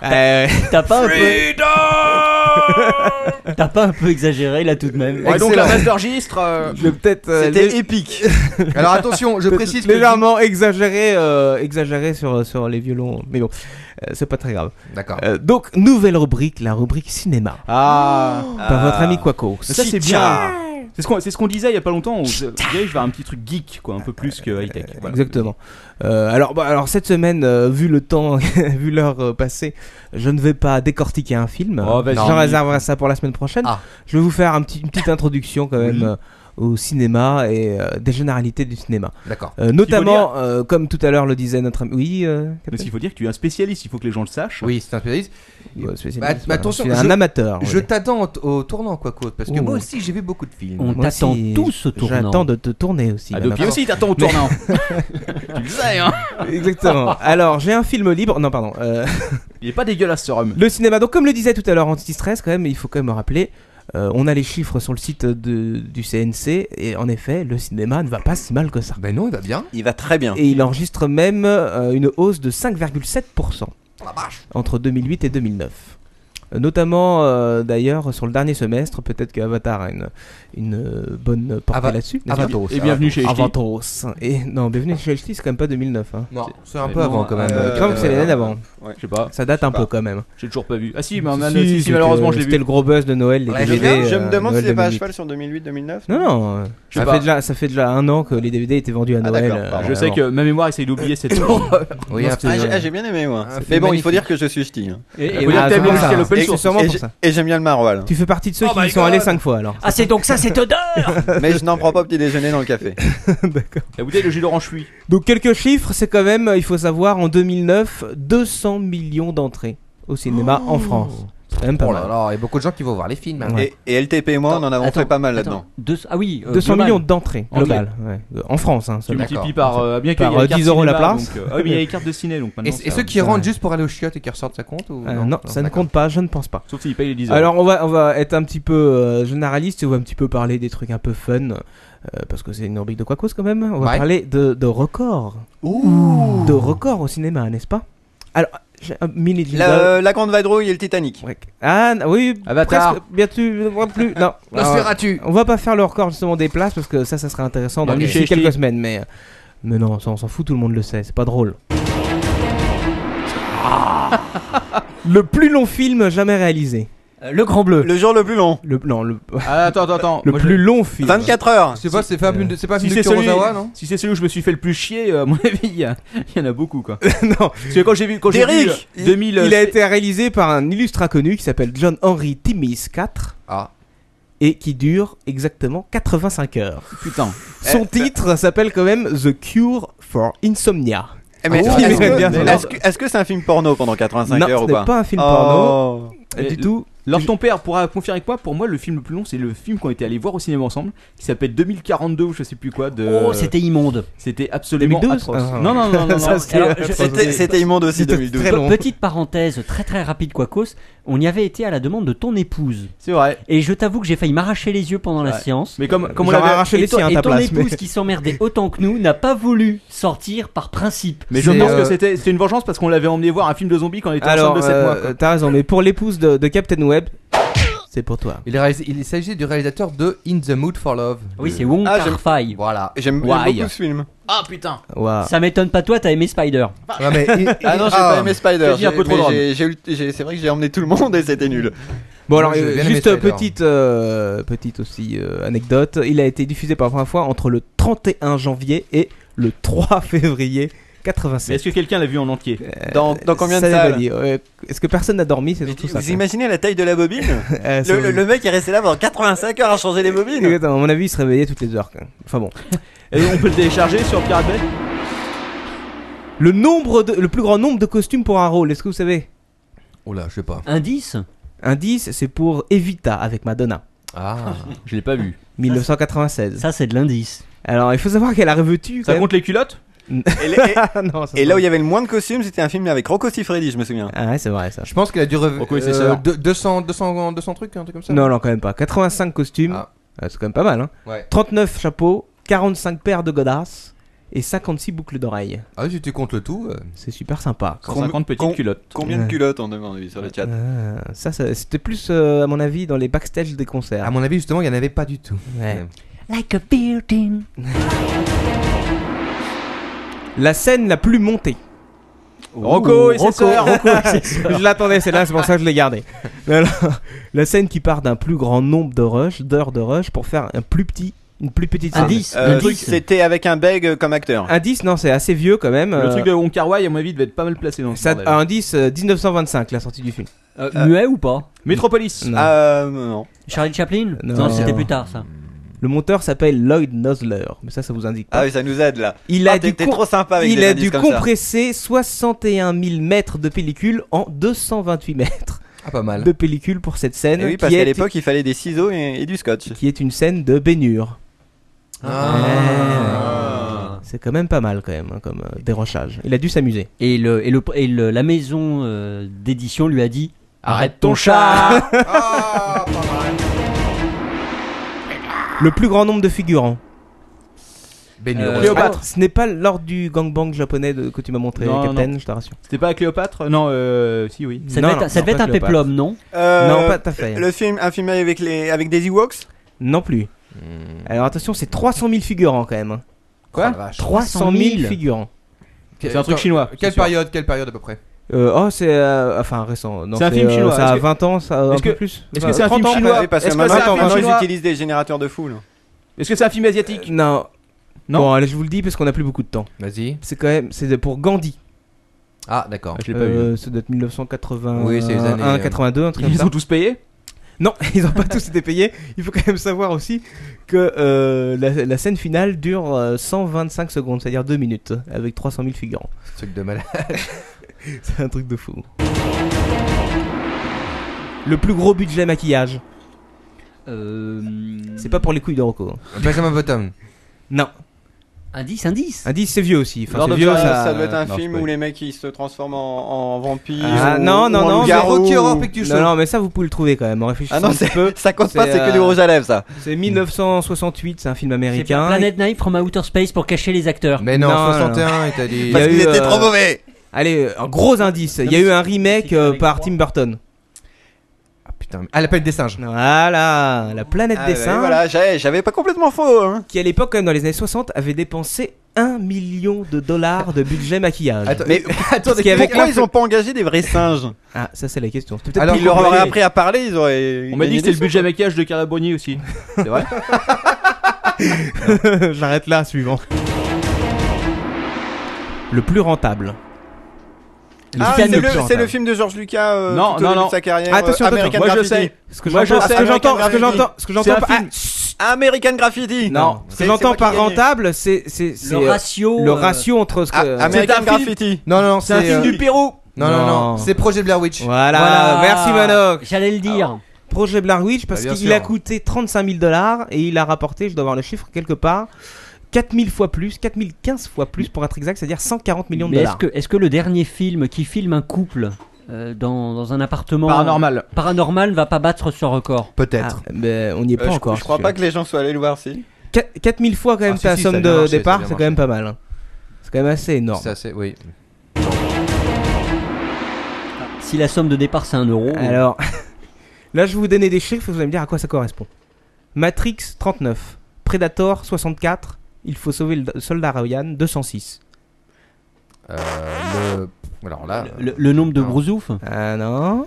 Euh,
T'as pas, un peu... T'as pas un peu exagéré là tout de même
Ouais, donc la
Excellent.
base d'registre. euh,
je vais peut-être. euh,
C'était
lé-
épique.
Alors attention, je
peut-être
précise que.
légèrement exagéré, euh, exagéré sur, sur les violons, mais bon, euh, c'est pas très grave.
D'accord.
Euh, donc, nouvelle rubrique, la rubrique cinéma.
Ah,
Par votre ami Quaco.
Mais Ça, c'est bien. C'est ce qu'on c'est ce qu'on disait il y a pas longtemps. On se dirige vers un petit truc geek, quoi, un peu plus que high-tech. Voilà.
Exactement. Euh, alors, bah, alors cette semaine, euh, vu le temps, vu l'heure euh, passée, je ne vais pas décortiquer un film.
Oh, vas-y.
J'en
Non.
réserverai ça pour la semaine prochaine.
Ah.
Je vais vous faire un petit, une petite introduction quand même. euh, au cinéma et euh, des généralités du cinéma.
D'accord.
Euh, notamment, euh, comme tout à l'heure le disait notre ami... Oui, euh,
Parce
Captain
qu'il faut dire que tu es un spécialiste, il faut que les gens le sachent.
Oui, c'est un spécialiste.
Ouais, spécialiste,
Bah,
voilà.
bah, attention,
je suis un
je-
amateur. on
Je
va dire.
t'attends au, au tournant, quoi, Claude, parce que
Oh.
moi aussi j'ai vu beaucoup de films.
On
Moi
t'attend
aussi,
tous au tournant.
J'attends de te tourner aussi.
À
madame.
deux pieds aussi, t'attends au tournant. tu le sais,
Ah
hein.
Exactement. Alors, j'ai un film libre. Non, pardon. euh,
Il est pas dégueulasse ce rhum.
Le cinéma, donc comme le disait tout à l'heure Antistress, quand même, il faut quand même rappeler, euh, on a les chiffres sur le site de- du CNC, et en effet, le cinéma ne va pas si mal que ça.
Ben non, il va bien.
Il va très bien.
Et il enregistre même euh, une hausse de 5,7% entre 2008 et 2009. Euh, Notamment euh, d'ailleurs sur le dernier semestre, peut-être qu'Avatar a une, une euh, bonne portée
Ava-
là-dessus. n'est-ce pas
Avatos.
Et bienvenue chez HT.
Avatos. Et non, bienvenue chez HT, c'est quand même pas 2009. Hein.
Non, c'est un
Mais
peu
non,
avant quand même.
Euh,
Euh,
il me semble que c'est l'année d'avant.
Je sais pas,
Ça date un
pas.
peu quand même.
j'ai toujours pas vu. Ah si, mais- mais-
Si,
si,
c'était-
malheureusement je l'ai
C'était
vu.
le gros buzz de Noël des
Ouais,
Ah, Je,
DVD,
viens- je
euh,
me demande
Noël
s'il n'est pas à
2008.
cheval sur 2008-2009.
Non, non, euh,
Je sais
ça
pas.
fait, déjà, ça fait déjà un an que les DVD étaient vendus à
Ah,
Noël.
d'accord,
euh,
pardon.
Je sais
avant.
que ma mémoire essaye d'oublier cette. Faut
Oui,
Non,
un
c'était-
peu.
Ah, j'ai ah, j'ai bien aimé, moi.
Un
Mais
film
bon, il faut
magnifique.
dire que je suis ch'ti. hein.
Et- et
dire
voilà.
que t'aimes
c'est
bien
pour
le ciel
ça.
open
Et-
source.
sûrement
et
pour
j'ai-
ça.
Et j'aime bien le maroilles. alors.
Tu fais partie de ceux
Oh
qui
my
y sont
God.
allés 5 fois alors.
Ah, c'est donc ça cette odeur
hein. Mais je n'en prends pas au petit déjeuner dans le café.
D'accord.
La bouteille de jus d'orange fuit.
Donc quelques chiffres, c'est quand même, euh, il faut savoir, en 2009, 200 millions d'entrées au cinéma
Oh.
en France. C'est quand même pas
Oh
mal.
là là, il y a beaucoup de gens qui vont voir les films. hein.
Ouais.
Et, et LTP et moi, Oh, on en a montré
Attends,
pas mal
attends.
là-dedans.
Deux- ah oui, euh,
200
global.
millions d'entrées
En
globales. ouais. Euh, En France, hein,
Tu
seulement.
multiplies par euh, bien qu'il
Par,
y ait
euh,
carte
10 euros la
cinéma,
place.
donc, euh, ah oui, mais il y a les cartes de ciné donc maintenant.
Et, et
ça-
ceux qui
ça-
rentrent juste pour aller aux chiottes et qui ressortent, ça compte ou
Euh, non, ça ne
D'accord.
compte pas, je ne pense pas.
Sauf s'ils payent les 10 euros.
Alors on va, on va être un petit peu euh, généraliste, on va un petit peu parler des trucs un peu fun, euh, parce que c'est une rubrique de quoi cause quand même. On va
Ouais.
parler de, de records. De records au cinéma, n'est-ce pas Alors, j'ai un mini jingle.
La, euh, la grande vadrouille et le Titanic.
Ouais. Ah n- oui,
Avatar.
presque, bien tu ne vois plus. Non, Alors,
Nosferatu
on va pas faire le record justement des places parce que ça, ça serait intéressant dans
Bienvenue
d'ici
chez
quelques
Ch'ti.
semaines. Mais, euh, mais non, ça, on s'en fout, tout le monde le sait, c'est pas drôle. le plus long film jamais réalisé.
Euh, Le Grand Bleu.
Le jour le plus long.
Le, non, le,
Ah, attends, attends, attends.
le
Moi, je-
plus long film.
24 heures.
C'est pas, c'est pas un film de, c'est pas un
Si
film
c'est
de
celui,
Kurosawa, non
si c'est celui où je me suis fait le plus chier, euh, à mon avis, il y, a- il y en a beaucoup quoi. non, parce que quand j'ai vu, quand j'ai vu,
Derrick,
euh, 2000,
Il a
euh,
été réalisé par un illustre inconnu qui s'appelle John Henry Timmis IV
Ah.
et qui dure exactement 85 heures.
putain,
Son titre s'appelle quand même The Cure for Insomnia.
Eh, mais
Ah, oui,
Est-ce
mais bien
que-
sûr.
est-ce que est-ce que c'est un film porno pendant 85
non,
heures ou
ce n'est
pas
pas un film porno
Oh.
Et
du tout.
alors ton père pourra confirmer avec moi. Pour moi, le film le plus long, c'est le film qu'on était allé voir au cinéma ensemble, qui s'appelle 2042 ou je sais plus quoi. De...
Oh, c'était immonde.
c'était absolument
2012?
atroce.
Ah,
non, non, non, non,
Ça,
non.
c'est-
Alors, je-
C'était c'était immonde aussi
C'était
2012.
très long.
Petite parenthèse très très rapide, Quacos. On y avait été à la demande de ton épouse.
c'est vrai.
Et je t'avoue que j'ai failli m'arracher les yeux pendant la
Ouais.
séance.
Mais comme, comme on
J'aurais
l'avait
arraché
et
les
ton,
siens à
et
ta
ton
place. mais-
épouse qui s'emmerdait autant que nous n'a pas voulu sortir par principe.
Mais je
C'est,
pense
euh,
que c'était c'était une vengeance parce qu'on l'avait emmené voir un film de zombies quand on était
Alors,
ensemble de 7
euh,
mois. quoi.
t'as raison, mais pour l'épouse de, de Captain Web, c'est pour toi.
Il, est réalisé- il s'agit du réalisateur de In the Mood for Love.
Oui, c'est Wong
Ah,
Kar
j'aime-
Fai.
Voilà.
J'aime j'aime
Why
beaucoup ce film.
Ah putain
Waouh.
Ça m'étonne pas, toi, t'as aimé Spider.
Non, mais, il-
Ah non, j'ai
ah,
pas aimé Spider.
je dis un
j'ai-
peu trop
mais
drôle.
j'ai- j'ai eu le- j'ai- C'est vrai que j'ai emmené tout le monde et c'était nul.
Bon
Moi,
alors
j'ai
euh,
bien aimé
juste
Spider.
petite euh, petite aussi euh, anecdote, il a été diffusé pour la première fois entre le 31 janvier et le 3 février
Mais
87.
est-ce que quelqu'un l'a vu en entier
Dans, dans combien de
Ça, j'ai
salles
pas dit. Euh, Est-ce que personne n'a dormi C'est
Mais
tout
tu-
ça.
Vous imaginez la taille de la bobine
Euh, c'est-
le, le- le mec est resté là pendant 85 heures à changer les bobines.
Exactement, à mon avis, il se réveillait toutes les heures. quoi. Enfin bon.
Et On peut le télécharger sur Pirate Bay
Le nombre de, le plus grand nombre de costumes pour un rôle. Est-ce que vous savez
Oh là, je sais pas.
Indice
Indice, c'est pour Evita avec Madonna.
Ah.
Je l'ai pas vu.
1996.
Ça, c'est de l'indice.
Alors, il faut savoir qu'elle a revêtu.
Ça
quand
compte les culottes
Et, les- et-
même- non, ça
et
se
là où
compte.
il y avait le moins de costumes, c'était un film avec Rocco Siffredi, je me souviens.
Ah ouais, c'est vrai ça.
Je pense qu'il a dû rev- euh,
Ok, c'est ça.
200, 200, 200 trucs, un truc comme ça.
Non, non, quand même pas. 85 costumes.
Ah.
Euh, c'est quand même pas mal, hein.
Ouais.
39 chapeaux, 45 paires de godasses et 56 boucles d'oreilles.
Ah oui, si tu comptes le tout. euh,
C'est super sympa.
150 petites
com-
culottes.
Combien de culottes on demande oui, sur le chat
Euh, ça, ça- c'était plus, euh, à mon avis, dans les backstage des concerts.
À mon avis, justement, il n'y en avait pas du tout.
Ouais.
Like a building.
La scène la plus montée.
Oh.
Rocco et ses sœurs.
je l'attendais, c'est là, c'est pour ça que je l'ai gardée. Alors, la scène qui part d'un plus grand nombre de rush, d'heures de rush pour faire un plus petit, une plus petite scène.
Indice
Euh,
Indice
C'était avec un beg euh, comme acteur.
Indice, non, c'est assez vieux quand même.
Le
euh,
truc de Wong Kar Wai, à mon avis, devait être pas mal placé dans ce
ça,
bordel.
indice euh, 1925, la sortie du film.
Euh, Muet ou pas
Metropolis.
Non.
Euh, non.
Charlie Chaplin
Non.
c'était plus tard, ça.
Le monteur s'appelle Lloyd Nosler, mais ça, ça vous indique pas.
Ah oui, ça nous aide là.
Il
Ah,
a
t'es
dû,
t'es
com-
trop sympa avec
il
des
a
indices
dû
comme ça.
compresser 61 000 mètres de pellicule en 228 mètres
Ah, pas mal.
de pellicule pour cette scène
Eh oui, parce
qui,
qu'à
est,
l'époque, il fallait des ciseaux et, et du scotch.
qui est une scène de bénure.
Ah.
C'est quand même pas mal quand même hein, comme euh, dérochage. Il a dû s'amuser.
Et, le, et, le, et le- la maison euh, d'édition lui a dit
Arrête ton chat
Le plus grand nombre de figurants.
Ben
Euh,
Huré.
Cléopâtre.
Ce n'est pas l'ordre du gangbang japonais de- que tu m'as montré,
Non,
Captain, je te rassure.
C'était pas Cléopâtre Non, euh, si, oui.
Ça
Non,
devait être,
non,
ça
non,
devait
pas
être un
Cléopâtre.
péplum, non
Euh,
non, pas tout à fait.
Le film, un film avec, les, avec des Ewoks
Non plus.
Hmm.
Alors attention, c'est 300 000 figurants quand même. hein.
Quoi
Ah,
300 000
figurants.
C'est un truc
Quelle-
chinois. c'est
Quelle
sûr.
période Quelle période à peu près
Euh, oh, c'est. euh, enfin, récent. Non, euh,
C'est un film chinois.
Ça a
Est-ce que-
20 ans, ça a un
est-ce que-
peu plus. Bah,
Est-ce
Enfin,
que c'est un film chinois
Parce que
Est-ce que
maintenant,
c'est un
maintenant,
film
ils
chinois
utilisent des générateurs de foule.
Est-ce que c'est un film asiatique
Non.
Non.
Bon, allez, je vous le dis parce qu'on a plus beaucoup de temps.
Vas-y.
C'est quand même. C'est de- pour Gandhi.
Ah, d'accord.
Je l'ai pas vu.
Euh, ça doit être 1980.
Oui, c'est les années,
1,
euh,
82, un truc comme
Ils
ça.
ont tous payé
Non, ils n'ont pas tous été payés. Il faut quand même savoir aussi que euh, la, la scène finale dure euh, 125 secondes, c'est-à-dire 2 minutes, avec 300 000 figurants.
Truc de malade.
C'est un truc de fou. Le plus gros budget maquillage,
Euh,
c'est pas pour les couilles de Rocco. hein.
Benjamin Bottom.
Non,
Indice, indice.
indice c'est vieux aussi. Enfin,
Lord
c'est
of
vieux,
the-
ça,
ça...
ça doit être un
non,
film
c'est pas-
où les mecs ils se transforment en, en vampires.
Ah,
ou-
non,
ou
non,
en
non, mais
loups-garous.
Rocky Horror Picture
Non, non, mais ça vous pouvez le trouver quand même en réfléchissant
Ah non,
un petit
c'est-
peu.
ça compte pas,
C'est,
c'est que
euh,
du rouge à lèvres ça.
C'est 1968, c'est un film
C'est bien
américain.
Planet Knife from Outer Space pour cacher les acteurs.
Mais non,
Non, non,
61, il t'a dit.
Il y a
Parce qu'ils
eu,
étaient
euh,
trop mauvais.
Allez, euh, un gros indice. Il y a eu un remake euh, par Tim Burton.
Ah, putain. Ah, l'appel des singes.
Voilà, la planète
Ah,
des
bah,
singes,
Voilà, j'avais j'avais pas complètement faux. hein.
qui à l'époque, quand même, dans les années 60, avait dépensé 1 million de dollars de budget maquillage.
Attends,
Mais
attends,
Parce qu'il y avait
pourquoi
que-
ils ont pas engagé des vrais singes
Ah, ça c'est la question. C'était peut-être
Alors,
Ils leur
comprenez-
auraient appris à parler, ils auraient.
On m'a dit
gagné
que c'était
des
le budget maquillage de Carabonnier aussi. C'est vrai
plus- J'arrête là, suivant. Le plus rentable.
sous.
Le
Ah, c'est
film le
le,
plus
c'est le
rentable.
film de George Lucas euh,
Non,
tout au
non,
début
non.
de sa carrière.
Attention, attention,
euh, American
moi je
Graffiti.
sais.
Ce que
Moi,
j'entends,
je
ce
sais,
que j'entends, ce que
American
j'entends,
Graffiti.
ce que j'entends
C'est un
pas-
film.
ah,
American Graffiti. Ah,
non, ce
c'est
que j'entends
moi qui
par
ai gagné.
rentable, c'est c'est c'est
Le
euh,
ratio.
le
euh,
ratio entre ce
Ah,
que
American
C'est un film.
Graffiti.
Non, non, non, c'est. euh,
Pérou.
Non, non, non, c'est Projet Blair Witch.
Voilà,
Voilà,
ah merci Manoc.
J'allais le dire.
Projet Blair Witch parce
Bah, bien
qu'il
sûr.
a coûté 35 000 dollars et il a rapporté, je dois avoir le chiffre quelque part, 4000 fois plus, 4015 fois plus pour être exact, c'est-à-dire 140 millions de
Mais est-ce
dollars.
que, est-ce que le dernier film qui filme un couple euh, dans, dans un appartement
Paranormal.
paranormal va pas battre ce record
Peut-être.
Ah,
ben,
mais on n'y est
Euh,
pas
je-
encore.
Je crois pas que les gens soient allés le voir, si.
Qua- 4000 fois quand même
Ah, si,
ta
si, ça a
somme
bien
de
marché, ça a
départ,
bien
c'est quand même pas mal. hein. C'est quand même assez énorme.
Ça, c'est. Oui.
Si la somme de départ c'est un euro. euh,
Alors, là je vais vous donner des chiffres et vous allez me dire à quoi ça correspond. Matrix 39, Predator 64, Il faut sauver le soldat Ryan 206.
Euh, le. Alors là.
le, le nombre de
non.
gros ouf
Ah non.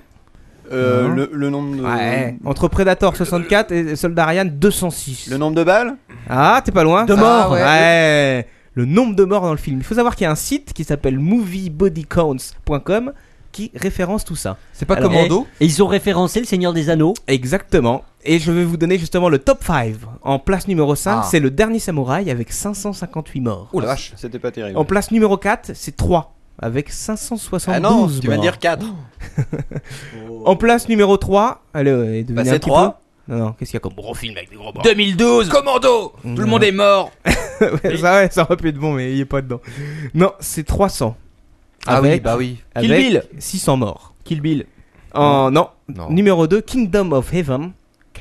Euh,
Non.
le, le nombre de.
Ouais. Entre Predator 64 et Soldat Ryan 206.
Le nombre de balles
Ah, t'es pas loin.
De morts. Ah ouais.
ouais. Le nombre de morts dans le film. Il faut savoir qu'il y a un site qui s'appelle moviebodycounts.com qui référence tout ça.
C'est pas
Alors,
Commando
Et ils ont référencé le Seigneur des Anneaux.
Exactement. Et je vais vous donner justement le top 5. En place numéro 5,
Ah.
c'est le dernier samouraï avec 558 morts.
Oh la vache.
C'était pas terrible.
En place numéro 4, c'est 3 avec
ah
572
non, tu vas
morts.
dire 4.
En place numéro euh, 3, allez, ouais, devinez
Bah,
un
c'est
petit
3.
peu. Non, non, qu'est-ce qu'il y a comme
2012 Commando Tout le monde est mort
Ouais, ça, ouais, ça aurait pu être bon, mais il est pas dedans. Non, c'est 300.
Ah oui,
avec,
bah oui.
avec
Kill Bill.
600 morts.
Kill Bill.
En, non.
Non.
numéro 2, Kingdom of Heaven,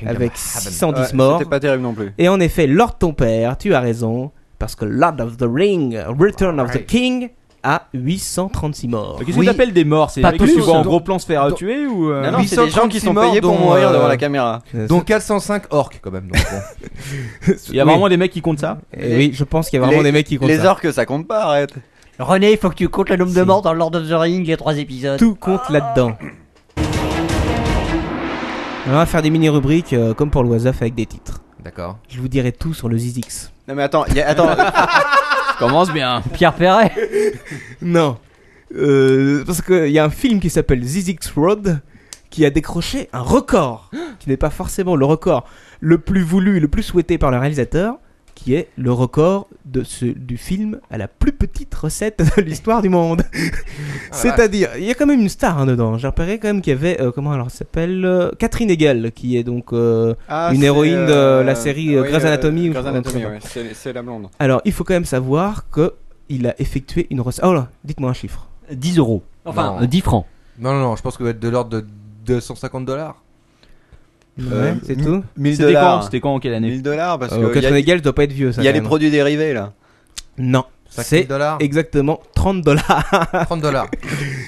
avec 610 morts.
C'était pas terrible non plus.
Et en effet, Lord ton père, tu as raison, parce que Lord of the Ring, Return of the
Alright.
King, a 836 morts.
Qu'est-ce que
Oui.
t'appelles des morts C'est
Pas
les mecs qui
plus,
se voient en
donc-
gros plan se faire euh,
donc-
tuer ou euh,
Non, non, c'est des gens qui
836
sont payés pour
morts, dont,
mourir devant
euh,
la caméra.
Donc 405 orques quand même. Donc, bon.
Il y a
Oui.
vraiment des mecs qui comptent ça
Et Eh oui, je pense qu'il y a vraiment
Les-
des mecs qui comptent
Les
ça.
orques, ça compte pas, arrête.
René, il faut que tu comptes le nombre de
Si.
morts dans Lord of the Rings, les trois épisodes.
Tout compte là-dedans. On va faire des mini-rubriques euh, comme pour l'Oiseuf avec des titres.
D'accord.
Je vous dirai tout sur le Zizix.
Non, mais attends, il y a- attends.
Ça commence bien
Pierre Perret.
Non. Euh, parce qu'il y a un film qui s'appelle Zizix Road qui a décroché un record, qui n'est pas forcément le record le plus voulu, le plus souhaité par le réalisateur, qui est le record de ce, du film à la plus petite recette de l'histoire du monde.
Ah
C'est-à-dire, il y a quand même une star hein, dedans. J'ai repéré quand même qu'il y avait, euh, comment alors elle s'appelle euh, Catherine Hegel, qui est donc... euh,
Ah,
Une
c'est,
héroïne de
euh,
la série, euh,
oui,
Grey's
euh,
Anatomy ou-
Grey's
ou un truc
Anatomy,
comme
ouais, c'est c'est la blonde.
Alors, il faut quand même savoir que il a effectué une recette... Oh là, dites-moi un chiffre.
10 euros. Enfin,
Non.
euh, 10 francs.
Non, non, non, je pense que va être de l'ordre de 250 dollars.
Euh,
Ouais, c'est tout
1000
C'était quand
dollars.
C'était quand En quelle année
1000 dollars parce
Euh,
que. y a-
Catherine Hegel doit pas être vieux, ça.
Il y a
quand
les
même. hein.
produits dérivés là.
Non.
50
C'est
dollars
exactement 30 dollars.
30 dollars.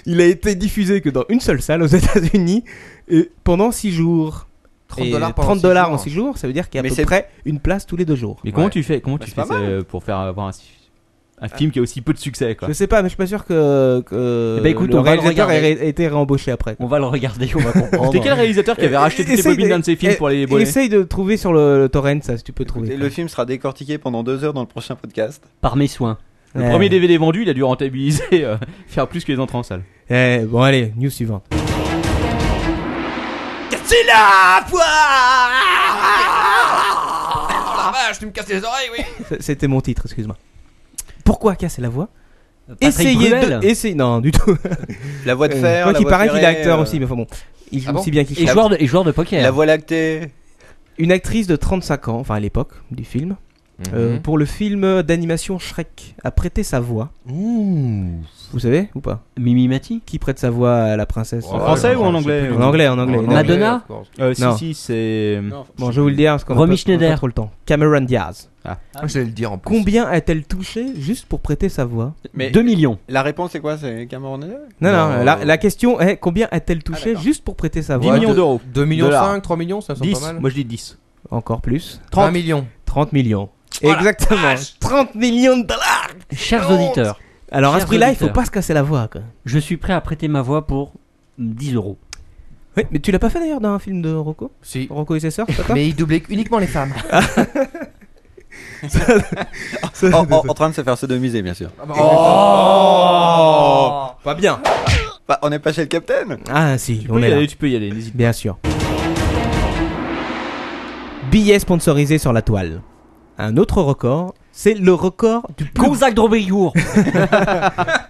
Il a été diffusé que dans une seule salle aux États-Unis et pendant 6 jours.
30
Et
dollars pendant
30
six
dollars
jours.
en 6 jours, ça veut dire qu'il y a à
Mais
peu
c'est-
près une place tous les deux jours.
Mais comment
Ouais.
tu fais, comment tu
c'est
fais
pas
ça, euh, pour faire avoir un, un film qui a aussi peu de succès quoi.
Je sais pas, mais je suis pas sûr que, que
Eh ben, écoute,
le
on va le
réalisateur ait
regarder.
ré- été réembauché après.
On va le regarder, on va comprendre.
C'était quel réalisateur qui avait racheté toutes les
Euh, Essaye
bobines d'un de ses films pour les
de- eh,
bonner
Essaye de trouver sur le, le torrent, ça, si tu peux trouver.
Écoutez, le film sera décortiqué pendant deux heures dans le prochain podcast.
Par mes soins.
Le
Ouais.
premier DVD vendu, il a dû rentabiliser, euh, faire plus que les entrées en salle.
Eh, bon, allez, news suivante.
Ah,
C- C'était mon titre, excuse-moi. Pourquoi casser la voix
Patrick Bruel.
de. Essayez... Non, du tout.
La voix de
Euh,
fer.
quoi
la
qu'il
voix
paraît qu'il est
ferrée,
acteur
euh,
aussi, mais enfin bon. Il joue
ah bon
aussi bien qu'il
Et
chante.
joueur de, et joueur de
La
poker.
voix lactée.
Une actrice de 35 ans, enfin à l'époque du film,
Mhm.
euh,
Mhm.
pour le film d'animation Shrek, a prêté sa voix. Vous savez ou pas
Mimi Mati
Qui prête sa voix à la princesse
En
euh,
français
je-
ou en
je
anglais
En anglais, en anglais.
En
non.
anglais,
Madonna
of course.
Euh, Si,
Non.
si, c'est.
Bon, je vais vous le dire parce qu'on a
Romy
pas- on a
Schneider.
pas trop le temps. Cameron Diaz.
Ah, J'allais le dire en plus.
Combien a-t-elle touché juste pour prêter sa voix
Mais
2 millions.
la réponse c'est quoi C'est Camerounais
Non, non,
Non.
la, la question est combien
Ah,
a-t-elle touché juste pour prêter sa
10
voix
millions
deux-
d'euros.
2 millions
Dollars.
5, 3 millions, ça me semble
10
pas mal.
Moi je dis 10.
Encore plus.
30 millions.
30 millions. Exactement. 30 millions de dollars.
Chers auditeurs,
Alors à ce
Chers
prix-là, il faut
auditeurs.
pas se casser la voix. Quoi.
je suis prêt à prêter ma voix pour 10 euros.
Oui, mais tu l'as pas fait d'ailleurs dans un film de Rocco
Si.
Rocco et ses sœurs, c'est pas toi
Mais il doublait uniquement les femmes.
en, en- en train de se faire sodomiser, bien sûr.
Pas bien.
Bah, on n'est pas chez le capitaine.
Ah si,
Tu
on
peux y
est là.
aller, euh, tu peux y aller, n'hésite
Bien sûr. Billets sponsorisés sur la toile. Un autre record, c'est le record du plus...
Gonzague Drobéigour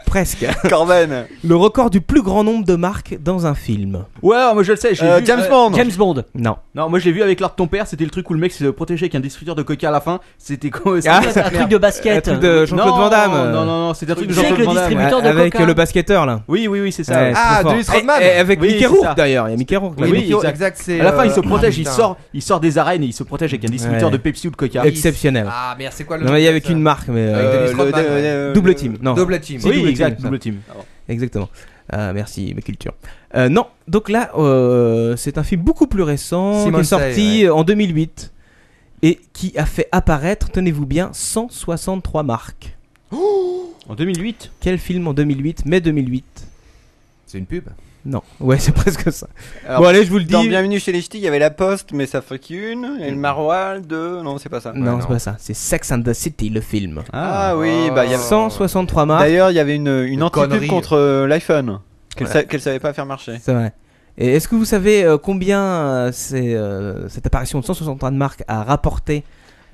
presque.
Corben.
Le record du plus grand nombre de marques dans un film.
pas. Ouais, moi je le sais, je l'ai
Euh,
vu.
James
Ouais.
Bond.
James Bond
Non.
Non, moi je l'ai vu avec l'art de ton père, c'était le truc où le mec s'est protégé avec un distributeur de coca à la fin. C'était quoi c'était-
Ah,
Un truc de
Un
basket
truc de Jean-Claude
Non,
Van Damme. euh,
Non, non, non, c'était un truc de
Jake
Jean-Claude
le
Van Damme.
distributeur. de
Avec
Coca.
euh, le basketteur là.
Oui, oui, oui, c'est ça.
Ouais,
ouais.
c'est
ah,
trop fort.
Dennis Rodman.
Et- et Avec
Oui,
Mickey
c'est
Rourke
ça.
d'ailleurs, il y a Mickey Rourke
Oui,
là-dedans.
oui,
exact.
exact, c'est.
À la fin,
euh,
il se protège,
ah,
il
putain.
sort, il sort des arènes et il se protège avec un distributeur
Ouais.
de Pepsi ou de Coca.
Exceptionnel.
Ah, merde, c'est quoi le.
Non mais il y
nom,
avait
ça
qu'une marque mais euh,
Euh, Dennis
le-
Rodman,
le-
ouais.
le-
double team. Non.
Double team.
Si.
Oui,
double
exact,
team,
double team.
Exactement. Euh, merci ma culture. Euh, non, donc là euh, c'est un film beaucoup plus récent qui
Simone
est
Say,
sorti
ouais.
euh, en 2008 et qui a fait apparaître, tenez-vous bien, 163 marques.
En 2008
Quel film en 2008 Mai 2008.
C'est une pub.
Non, ouais, c'est presque ça.
Alors,
bon allez, je vous le
Dans
dis.
Bienvenue chez les Ch'tis, il y avait la Poste, mais ça fait qu'une. Et le Maroilles, deux. Non, c'est pas ça.
Non,
Ouais,
c'est
non.
pas ça. C'est Sex and the City, le film.
Ah, oui, bah il y avait.
163 marques.
D'ailleurs, il y avait une, une
De
anti-pub
conneries.
contre euh, l'iPhone qu'elle sa- qu'elle savait pas faire marcher.
C'est vrai. Et est-ce que vous savez euh, combien euh, c'est, euh, cette apparition de 163 de marques a rapporté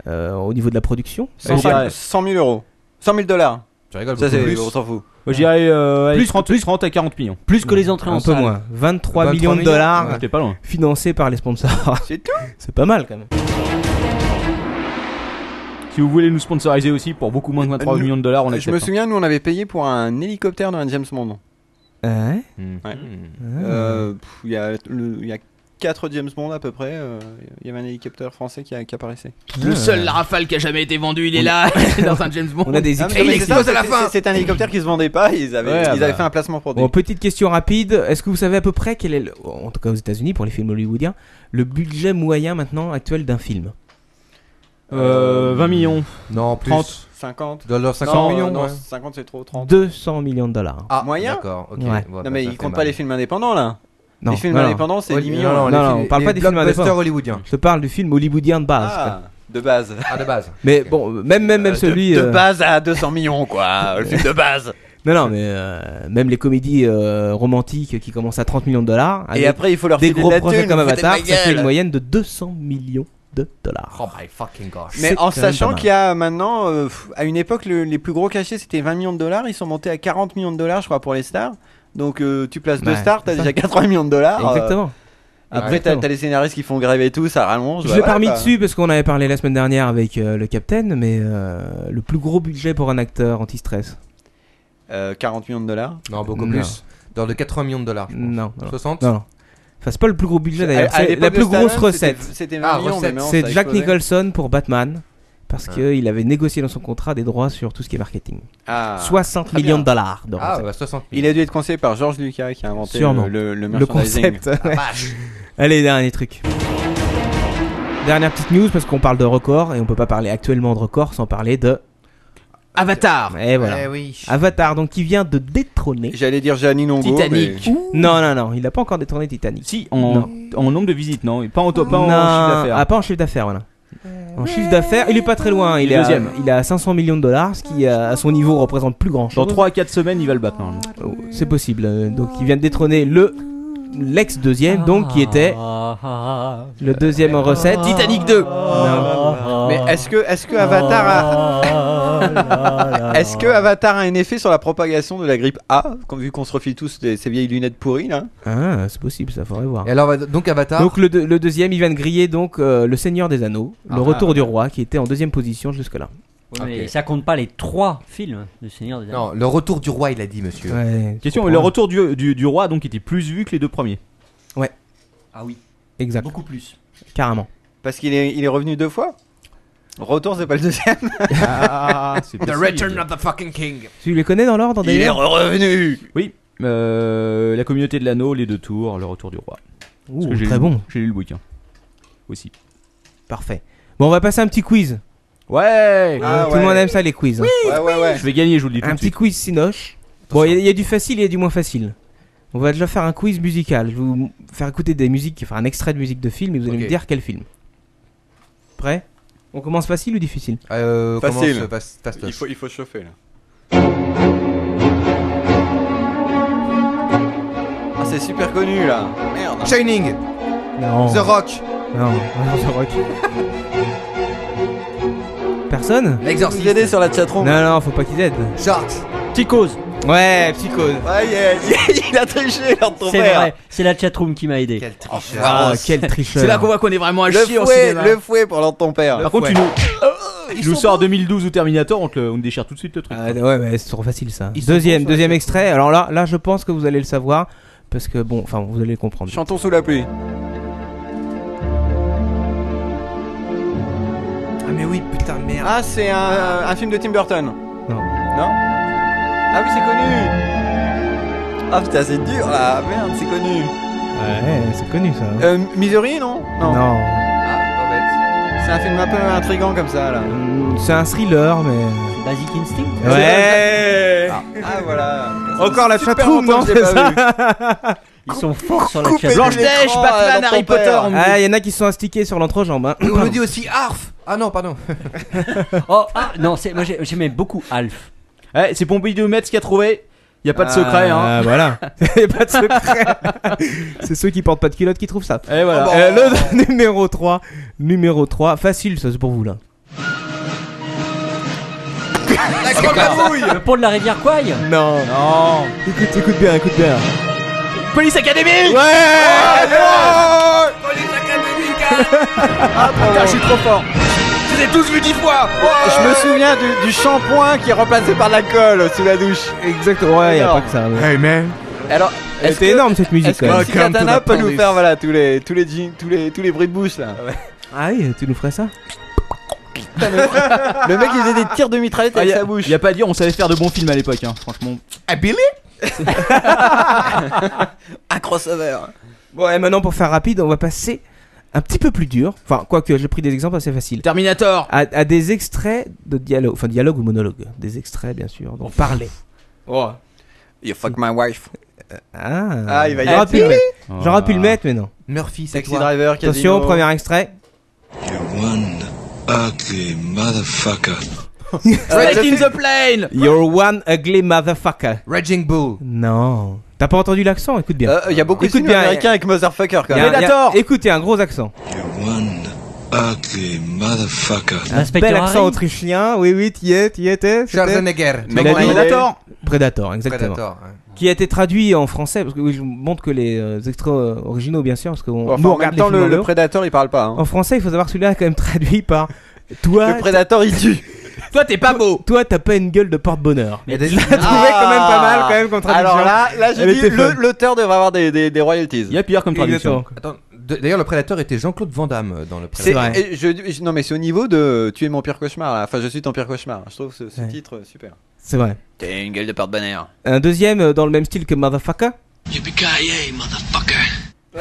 euh, au niveau de la production
100
dirais-
000 euros. 100 000 dollars.
Tu rigoles,
Ça, c'est.
plus.
On s'en fout.
Moi j'irais euh, avec
Plus-
30, 30 à 40 millions.
Plus que les entrées
Un
en
peu
salle.
moins. 23,
23
millions de
millions.
dollars
J'étais pas loin.
financés par les sponsors.
C'est tout.
c'est pas mal quand même.
Si vous voulez nous sponsoriser aussi pour beaucoup moins de 23
Nous-
millions de dollars, on accepte.
Euh, Je me
hein.
souviens, nous, on avait payé pour un hélicoptère dans un James Bond.
Hein
Ouais.
Ah.
Hein
Euh, pff, Il y a le- il y a 4 James Bond à peu près. euh, Il y avait un hélicoptère français qui, a- qui apparaissait.
Le seul Rafale qui a jamais été vendu, il est là, dans un James Bond.
On a des
Ah, mais
excuses.
non, mais c'est ça,
explose à la
c'était-
fin. Oh,
c'est- C'était un hélicoptère qui se vendait pas. Ils avaient,
Ouais,
ils
bah.
avaient fait un placement pour des.
Bon, petite question rapide. Est-ce que vous savez à peu près quel est, le- en tout cas aux États-Unis pour les films hollywoodiens, le budget moyen maintenant actuel d'un film
Euh, 20 millions.
Non, plus.
30.
50.
Dollars,
Non,
50 millions.
non,
ouais.
50 c'est trop. 30.
200 millions de dollars.
Ah,
Moyen
D'accord, ok.
Ouais.
Ouais,
non
bah,
mais
ça
ils
fait
comptent pas
mal.
les films indépendants là.
Non,
les films
non, non.
indépendants c'est
Oh,
10
non,
millions.
non,
Non,
les
non,
films-
on parle
les
pas des films
blockbusters hein.
indépendants.
hollywoodiens.
Je te parle du film hollywoodien de base. quoi.
Ah, de base.
Ah, de base.
Mais bon, même même même
Euh, de-
celui.
de,
euh,
base à 200 millions quoi. le film de base.
Non, non, mais euh, même les comédies euh, romantiques qui commencent à 30 millions de dollars, avec
Et après il faut leur
Ah, des
filer de
gros
la
projets
thune.
comme
vous foutez de
Avatar,
ma
ça fait une
gueule.
moyenne de 200 millions de dollars.
Oh my fucking gosh.
C'est
Mais en
quand même pas
sachant
mal.
qu'il y a maintenant, euh, pff, à une époque, le- les plus gros cachets c'était 20 millions de dollars, ils sont montés à 40 millions de dollars, je crois, pour les stars. Donc euh, tu places deux
Ouais,
stars, t'as
c'est ça.
déjà 80 millions de dollars. euh,
Exactement.
après t'as
Exactement.
t'as les scénaristes qui font gréver tout, ça rallonge.
Je
bah
l'ai
voilà,
pas remis
quoi.
dessus parce qu'on avait parlé la semaine dernière avec euh, le Capitaine, mais euh, le plus gros budget pour un acteur anti-stress.
Euh, 40 millions de dollars.
Non, beaucoup
Non.
plus. Dans de 80 millions de dollars. je pense.
Non, non,
60
non. non. Enfin, c'est pas le plus gros budget
À-
d'ailleurs,
à
c'est
l'époque
la
de
plus
Stallone,
grosse
c'était-
recette.
C'était
Ah,
20 millions, mais
recette.
maintenant, ça
C'est
a
Jack
explosé.
Nicholson pour Batman parce qu'il avait négocié dans son contrat des droits sur tout ce qui est marketing.
Ah.
60
Ah,
millions
bien.
de dollars. de
Ah,
recettes.
bah, 60 000.
Il a dû être conseillé par Georges Lucas qui a inventé
Sûrement.
le, le, le
le
merchandising.
concept. ouais. Allez, dernier truc. Dernière petite news parce qu'on parle de record et on peut pas parler actuellement de record sans parler de Avatar. Et voilà. Avatar, donc qui vient de détrôner.
J'allais dire Janine
Titanic. Non, non, non, il n'a pas encore détourné Titanic.
Si, en, en nombre de visites, non Pas en, pas en chiffre
Non,
d'affaires.
ah, pas en chiffre d'affaires, voilà. En chiffre d'affaires, il est pas très loin. Il,
Il est
est à-
deuxième.
il est à 500 millions de dollars, ce qui euh, à à son niveau représente plus grand
Dans
chose.
3 à 4 semaines, il va le battre. normalement.
Oh, C'est possible. euh, Donc il vient de détrôner le l'ex deuxième, donc qui était
Ah,
le deuxième en recette.
Titanic 2
Non.
Mais est-ce que, est que Avatar a.
Est-ce que Avatar a un effet sur la propagation de la grippe A, comme vu qu'on se refile tous des- ces vieilles lunettes pourries là
Ah, c'est possible, ça faudrait voir.
Et alors, on va- donc Avatar.
Donc le, deux- le deuxième, il vient de griller donc euh, le Seigneur des Anneaux, le
Ah.
Retour du Roi, qui était en deuxième position jusque là.
Ouais, mais ça compte pas les trois films de Seigneur des Anneaux.
Non, le retour du roi, il a dit, monsieur.
Question le retour du, du, du roi donc était plus vu que les deux premiers.
Ah oui,
Exact,
beaucoup plus.
carrément.
Parce qu'il est, il est revenu deux fois Retour, c'est pas le deuxième
Ah, c'est
The
possible.
Return of the Fucking King.
Tu les connais dans l'ordre d'ailleurs
revenu
Oui, euh, la communauté de l'anneau, les deux tours, le retour du roi. Parce
Ouh,
que j'ai
Très
lu-
bon,
J'ai lu le bouquin. Aussi.
parfait. Bon, on va passer un petit quiz. Euh,
Ouais
Ah
Tout
ouais.
le monde aime ça les quiz. hein.
Ouais, ouais, ouais.
Je vais gagner, je vous le dis tout
Un
de
petit
suite.
quiz sinoche. Bon, il y, a- il y a du facile et il y a du moins facile. On va déjà faire un quiz musical. Je vais vous faire écouter des musiques, enfin un extrait de musique de film et vous allez
Ok.
me dire quel film. Prêt On commence facile ou difficile
Euh, comment
Facile.
se passe- passe-
Il faut, il faut chauffer là. Ah, c'est super connu là Merde
Ah, Shining,
Non.
The Rock,
Non, non, The Rock. Personne
Vous aider
L'Exorciste,
sur la chatroom
Non, non, faut pas qu'ils aident.
Sharks.
Ticos,
Ouais, psychose.
Ah, yeah, yeah, il a triché leur ton
c'est
père.
vrai, c'est la chatroom qui m'a aidé.
Quel tricheur.
Ah, quel tricheur.
C'est là qu'on voit qu'on est vraiment un
Le
chier au
fouet,
cinéma.
le fouet pour leur ton père
Par contre, tu nous,
Oh,
tu nous sors 2012 ou Terminator, on, te le- on te déchire tout de suite le truc.
Ah, ouais, mais c'est trop facile ça.
Ils sont
Deuxième,
bons sur la
deuxième
chatroom.
extrait. Alors là, là, je pense que vous allez le savoir. Parce que bon, enfin, vous allez le comprendre.
Chantons sous la pluie
Ah, mais oui, putain, merde.
Ah, c'est un, un film de Tim Burton
Non.
Non Ah oui, c'est connu Ah putain, c'est dur là Merde, c'est connu
Ah, Ouais, c'est connu ça. hein.
Euh, Misery, non Non.
Non.
Ah,
C'est un film un peu intrigant comme ça là.
Mm, C'est un thriller, mais.
C'est Basic Instinct
Hein
Ouais!
Ah voilà
Encore la
Super
chatroom,
longtemps
non?
que je l'ai
c'est
pas
ça Ah,
Ils sont forts sur la
Coupez
chatroom.
les écrans, euh, dans ton père.
Ah, il y en a qui se sont astiqués sur l'entrejambe. hein.
bah, bête. Et on le dit aussi Arf. Ah non, pardon.
Oh, ah, non, c'est- moi j'ai- j'aimais beaucoup Alf.
Eh, c'est Pompidou Metz qui a trouvé. Y a pas de
Ah.
secret, hein.
Ah, voilà. Y a pas de secret. c'est ceux qui portent pas de culotte qui trouvent ça.
Et Eh, voilà.
Oh, bah.
Euh, le numéro 3. Numéro 3. Facile, ça, c'est pour vous, là.
Le pont de la rivière Quaille
Non.
Non.
Écoute, écoute bien, écoute bien.
Police Academy
Ouais!
Ah, Putain, je suis trop fort.
Je les ai tous vus dix fois.
Ah, Je me souviens du, du shampoing qui est remplacé par la colle sous la douche.
Exactement, ouais, y a
Alors.
pas que ça. ouais.
Hey man,
Alors,
Elle
est-ce
était
que,
énorme cette musique.
Est-ce que
quand même.
Nancy
Welcome to
Oh, Katana
the
peut nous
police.
faire voilà tous les tous les jeans, tous les tous les bruits de bouche là
Ah oui, tu nous ferais ça?
Le mec il faisait des tirs de mitraillette
Ah,
avec
y, a,
sa bouche.
y a pas à dire, on savait faire de bons films à l'époque, hein. franchement.
Un crossover.
Bon, et maintenant pour faire rapide, on va passer un petit peu plus dur. Enfin, quoique j'ai pris des exemples assez faciles.
Terminator
À, à des extraits de dialogue, enfin dialogue ou monologue. Des extraits, bien sûr. Donc parler.
Oh. You fuck my wife.
Ah,
Ah, il va y
J'aurais
avoir-
pu le mettre. J'aurais pu le mettre, mais non.
Murphy, c'est
Taxi
toi.
driver, casino. Euh,
Attention, premier extrait.
One ugly motherfucker.
Euh,
Straight
je
in
fais-
the plane
You're one ugly motherfucker.
Raging Bull.
Non. T'as pas entendu l'accent Écoute bien.
Euh, y a beaucoup de
Écoute
films
bien,
américains avec motherfucker quand
Y a-
même.
y a-
Predator.
Écoute, y a un gros accent.
One ugly motherfucker.
Inspecteur
Bel accent
Harry
autrichien. Oui, oui, t'y es, t'y étais. c'était-
Schwarzenegger.
Mais la-
Terminator.
Predator, exactement.
Predator. hein.
Qui a été traduit en français, parce que oui, je vous montre que les euh, extraits euh, originaux, bien sûr, parce qu'on
Enfin,
nous, on
en
regarde
même
les
temps
films en
le, le
VO.
prédateur il parle pas. hein.
En français, il faut savoir que celui-là est quand même traduit par toi.
Le prédateur il tue.
Toi, t'es pas beau
Toi, t'as pas une gueule de porte-bonheur.
Il y a des-
T'as trouvé quand même pas mal, quand même, comme traduction.
Ah. Alors là, là j'ai
Elle
dit
était
le-
fun.
l'auteur devrait avoir des, des, des royalties.
Y a pire comme traduction.
Exactement.
Attends, de- D'ailleurs, le prédateur était Jean-Claude Van Damme euh, dans le
C'est
prédateur.
et je- je- non mais c'est au niveau de tu es mon pire cauchemar là. Enfin je suis ton pire cauchemar. Je trouve ce, ce
Ouais.
titre euh, super.
C'est vrai.
T'es une gueule de porte-bonheur.
Un deuxième euh, dans le même style que Motherfucker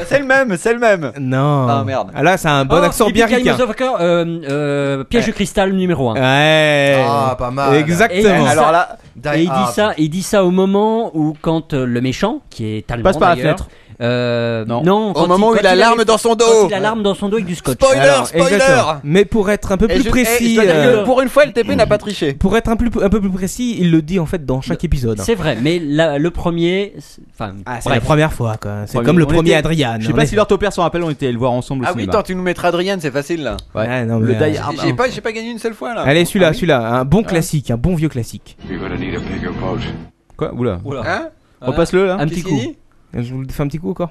C'est le même, c'est le même.
Non.
Ah, merde.
Ah, là, c'est un bon
Oh,
accent
Yippee
bien
Ki Yay,
ricain.
Motherfucker, euh, euh, Piège de cristal numéro 1.
Ouais.
Ah, pas mal.
Exactement.
Et-
Alors là,
Euh,
Et
ah,
il
bah.
dit ça, il dit ça au moment où quand euh, le méchant, qui est allemand
Passe par la
d'ailleurs,
fenêtre.
euh,
Non.
quand
au moment où
quand
il a l'arme
arrive-
dans son
quand
dos.
il a l'arme dans son dos avec du scotch.
Spoiler,
Alors,
spoiler.
exactement. Mais pour être un peu
Et
plus
je- et
précis,
je dois dire que
euh,
pour une fois, le TP n'a pas triché.
pour être un, plus, un peu plus précis, il le dit en fait dans chaque épisode.
C'est vrai, mais la- le premier, c'est- enfin,
Ah, c'est
bref.
la première fois, quoi. C'est
Premier-
comme le
on
premier
était-
Adrian.
Je sais
on
pas
est-
si leur ton père s'en rappelle, on était allés le voir ensemble au
Ah oui,
cinéma.
tant tu nous mettras Adrien, c'est facile là.
Ouais.
Ouais, non,
Le
mais, euh,
Die Hard
J'ai
1.
pas, j'ai pas gagné une seule fois là.
Allez, celui-là, celui-là, un bon classique, un bon vieux classique.
Quoi Oula.
Oula.
Hein
Repasse-le là.
Un petit
Qu'est-ce
coup.
qu'il dit
Je vous le fais un petit coup encore.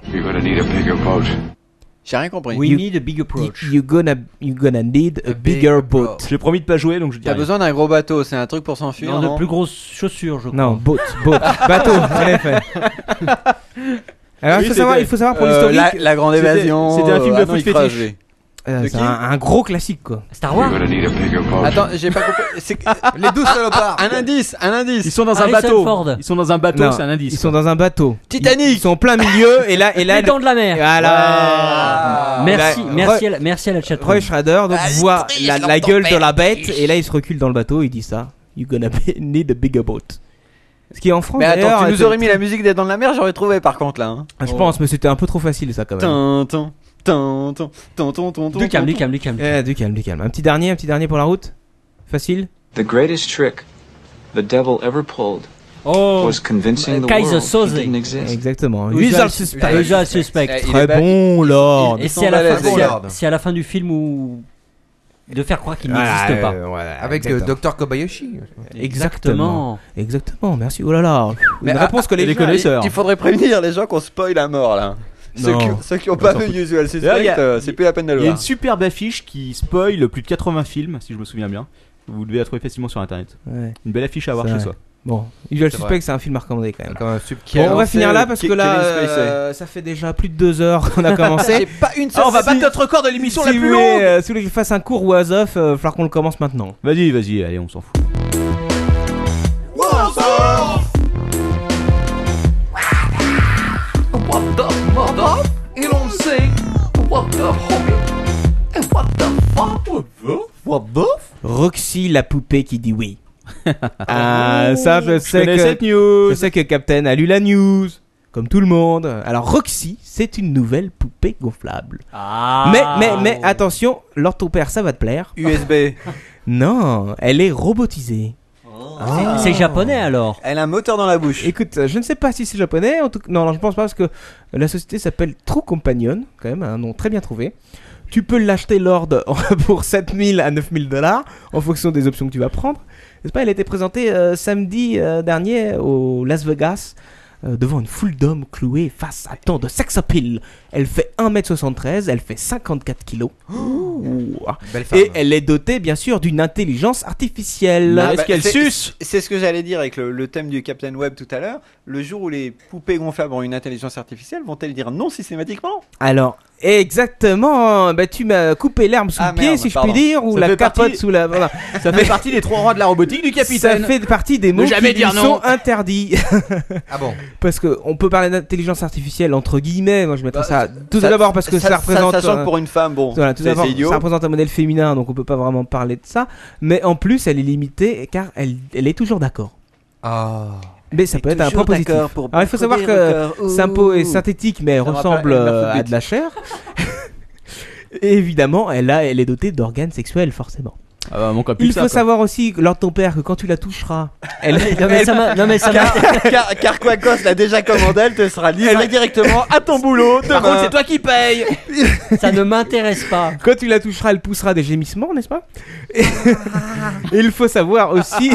J'ai rien compris.
We
You-
need a big approach.
You gonna, you gonna need a bigger boat.
J'ai promis de pas jouer donc je dis.
T'as
rien.
besoin d'un gros bateau, c'est un truc pour s'enfuir.
Dans de
non
plus grosses chaussures, je crois.
Non, boat, boat, bateau, en effet. Alors,
Oui,
il, faut savoir,
c'était-
il faut savoir pour
Euh, la,
l'historique,
la grande
c'était-
évasion.
c'était un
euh,
film de
ah non,
foot
il creuse,
fétiche.
euh,
de
c'est
qui
un, un gros classique quoi.
Star Wars.
lui. Attends, j'ai pas compris. C'est- Ah,
Les douze salopards.
Un indice, un
Ils
indice.
sont dans un
Harrison
bateau.
Ford.
Ils sont dans un bateau,
Non,
c'est un indice.
Ils sont dans un bateau. Ils
Titanic.
sont en plein milieu et là et là.
Les dents de la mer.
Ah.
Voilà.
Merci,
Là,
merci, à la, merci à la chatrouille.
Roy Schrader donc voit la, la gueule de la bête et là il se recule dans le bateau il dit ça. You gonna be- need a bigger boat. Ce qui est en France
Mais attends,
d'ailleurs,
tu nous
était-
aurais mis la musique des Dents de la Mer, j'aurais trouvé par contre là. hein.
Ah, Je pense mais c'était un peu trop facile ça quand même.
Tintin, tintin, tintin, tintin,
Du calme, du
tintin.
calme, du calme.
Eh, du calme, du calme. Un petit dernier, un petit dernier pour la route. Facile.
The greatest trick the devil ever pulled
Oh,
was convincing the
Kaiser
world
Soze.
he didn't exist. Oh,
Exactement.
Usual
Usual suspect.
Usual suspect.
Il
Très
est ba-
bon Lord.
Oh,
Et c'est à, la
Ils
fin-
sont
c'est à-
balèzes.
c'est à la fin du film où. de faire croire qu'il n'existe pas.
Avec euh, Dr Kobayashi. euh,
Exactement. Exactement. Merci. Oh là là. Une réponse que les,
gens, il- Il faudrait prévenir les gens qu'on spoil à mort là. Ceux
Non.
qui, ceux qui ont pas vu Usual
D'ailleurs, il y
Suspect,
a-
euh, c'est plus la peine de le
Il y a
voir.
une superbe affiche qui spoil plus de 80 films, si je me souviens bien. Vous devez la trouver facilement sur internet.
Ouais.
Une belle affiche à avoir
C'est
chez
vrai.
soi.
Bon, Usual
C'est
Suspect, c'est un film à recommander quand même.
Comme un sub-
Bon, on va
lancé,
finir là
euh,
parce
Ke-
que là,
Kevin Spacey.
euh, ça fait déjà plus de deux heures qu'on a commencé.
J'ai pas une seule.
Ah, on va battre
si-
notre record de l'émission la
si, vous
plus
voulez,
longue
euh, si vous voulez que je fasse un cours ou as off, euh, falloir qu'on le commence maintenant.
Vas-y, vas-y, allez, on s'en fout.
Roxy la poupée qui dit oui. ah, ça je
Je
sais
connais
que
cette news
je sais que Captain a lu la news. Comme tout le monde. Alors Roxy, c'est une nouvelle poupée gonflable. mais mais mais attention, Lord ton père, ça va te plaire.
USB.
Non, elle est robotisée.
C'est- C'est japonais alors.
Elle a un moteur dans la bouche.
Écoute, euh, je ne sais pas si c'est japonais. En tout... Non, non, je pense pas parce que la société s'appelle True Companion, quand même, un nom très bien trouvé. Tu peux l'acheter Lord pour 7000 à 9000 dollars en fonction des options que tu vas prendre. N'est-ce pas Elle a été présentée euh, samedi euh, dernier au Las Vegas euh, devant une foule d'hommes cloués face à tant de sex appeal. Elle fait 1m73, elle fait 54 kilos. Ouh.
Belle femme.
Et elle est dotée bien sûr d'une intelligence artificielle.
Ah, bah, c'est-
suce
C'est ce que j'allais dire avec le, le thème du Captain Web tout à l'heure. Le jour où les poupées gonflables ont une intelligence artificielle, vont-elles dire non systématiquement
Alors, exactement, bah, tu m'as coupé l'herbe sous
Ah,
le pied,
merde,
si je
pardon.
puis dire, ou
Ça
la
fait
capote
partie-
sous la. Voilà.
Ça fait partie des trois rois de la robotique du
Ça
capitaine
fait partie des mots
jamais
qui
dire
lui
non.
sont interdits.
Ah bon.
parce que on peut parler d'intelligence artificielle entre guillemets, moi je mettrais
Bah,
ça tout d'abord parce que ça, représente.
Sachant que
euh,
pour une femme, bon,
voilà, tout
c'est
d'abord,
c'est idiot.
ça représente un modèle féminin, donc on peut pas vraiment parler de ça. Mais en plus, elle est limitée car elle, elle est toujours d'accord.
Ah.
Mais ça peut être un point
Toujours
positif.
d'accord pour
Alors il faut savoir
décoder
que
record. Ouh.
sa peau est synthétique mais
me
ressemble
rappelle
euh,
Enough
à de la chair. Et évidemment, elle, a, elle est dotée d'organes sexuels, forcément.
Ah bah, mon
Il faut savoir aussi, lors de ton père, que quand tu la toucheras, elle,
Non mais ça m'a- non, mais ça m'a.
car, car Quacos l'a déjà commandé, elle te sera livrée directement à ton boulot demain. euh,
toi qui paye
Ça ne m'intéresse pas.
quand tu la toucheras, elle poussera des gémissements, n'est-ce pas Et et il faut savoir aussi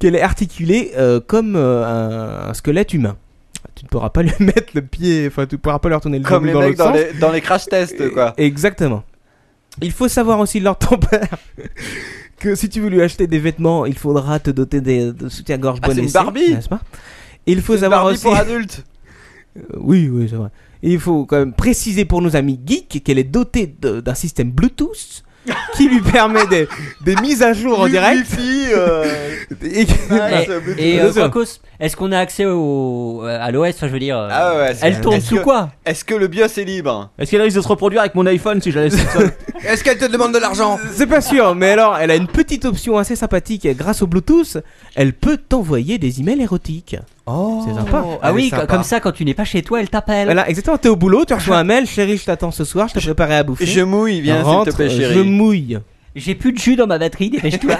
qu'elle est articulée euh, comme euh, un, un squelette humain. Tu ne pourras pas lui mettre le pied, enfin, tu ne pourras pas lui retourner le
Comme
genou
les
dans
mecs
l'autre
dans
sens.
les, dans les crash tests, quoi.
Exactement. Il faut savoir aussi, Lord ton père, que si tu veux lui acheter des vêtements, il faudra te doter des, de soutien-gorge
Ah,
bon
c'est une
escient,
Barbie
n'est-ce pas Il faut
C'est une
savoir
Barbie
aussi.
pour adultes.
Euh, Oui, oui, c'est vrai. Et il faut quand même préciser pour nos amis geeks qu'elle est dotée de- d'un système Bluetooth qui lui permet des, des mises à jour en direct.
euh,
Et-
Bah,
Et, et euh,
Deux heures.
Quacos, est-ce qu'on a accès au, euh, à l'OS Enfin, je veux dire, euh,
Ah ouais, ouais, c'est-
elle tourne
est-ce
sous
que-
quoi
Est-ce que le BIOS est libre
Est-ce qu'elle risque de se reproduire avec mon iPhone si je la laisse toute seule
Est-ce qu'elle te demande de l'argent
C'est pas sûr, mais alors elle a une petite option assez sympathique. Grâce au Bluetooth, elle peut t'envoyer des emails érotiques.
Oh,
c'est sympa.
Ah oui,
Elle est
co- comme ça, quand tu n'es pas chez toi, elle t'appelle.
Voilà, exactement. T'es au boulot, tu reçois un mail, chérie, je t'attends ce soir, je t'ai préparé à bouffer.
Je mouille, viens, s'il te
Rentre,
plaît, chérie.
Je mouille.
J'ai plus de jus dans ma batterie, dépêche-toi.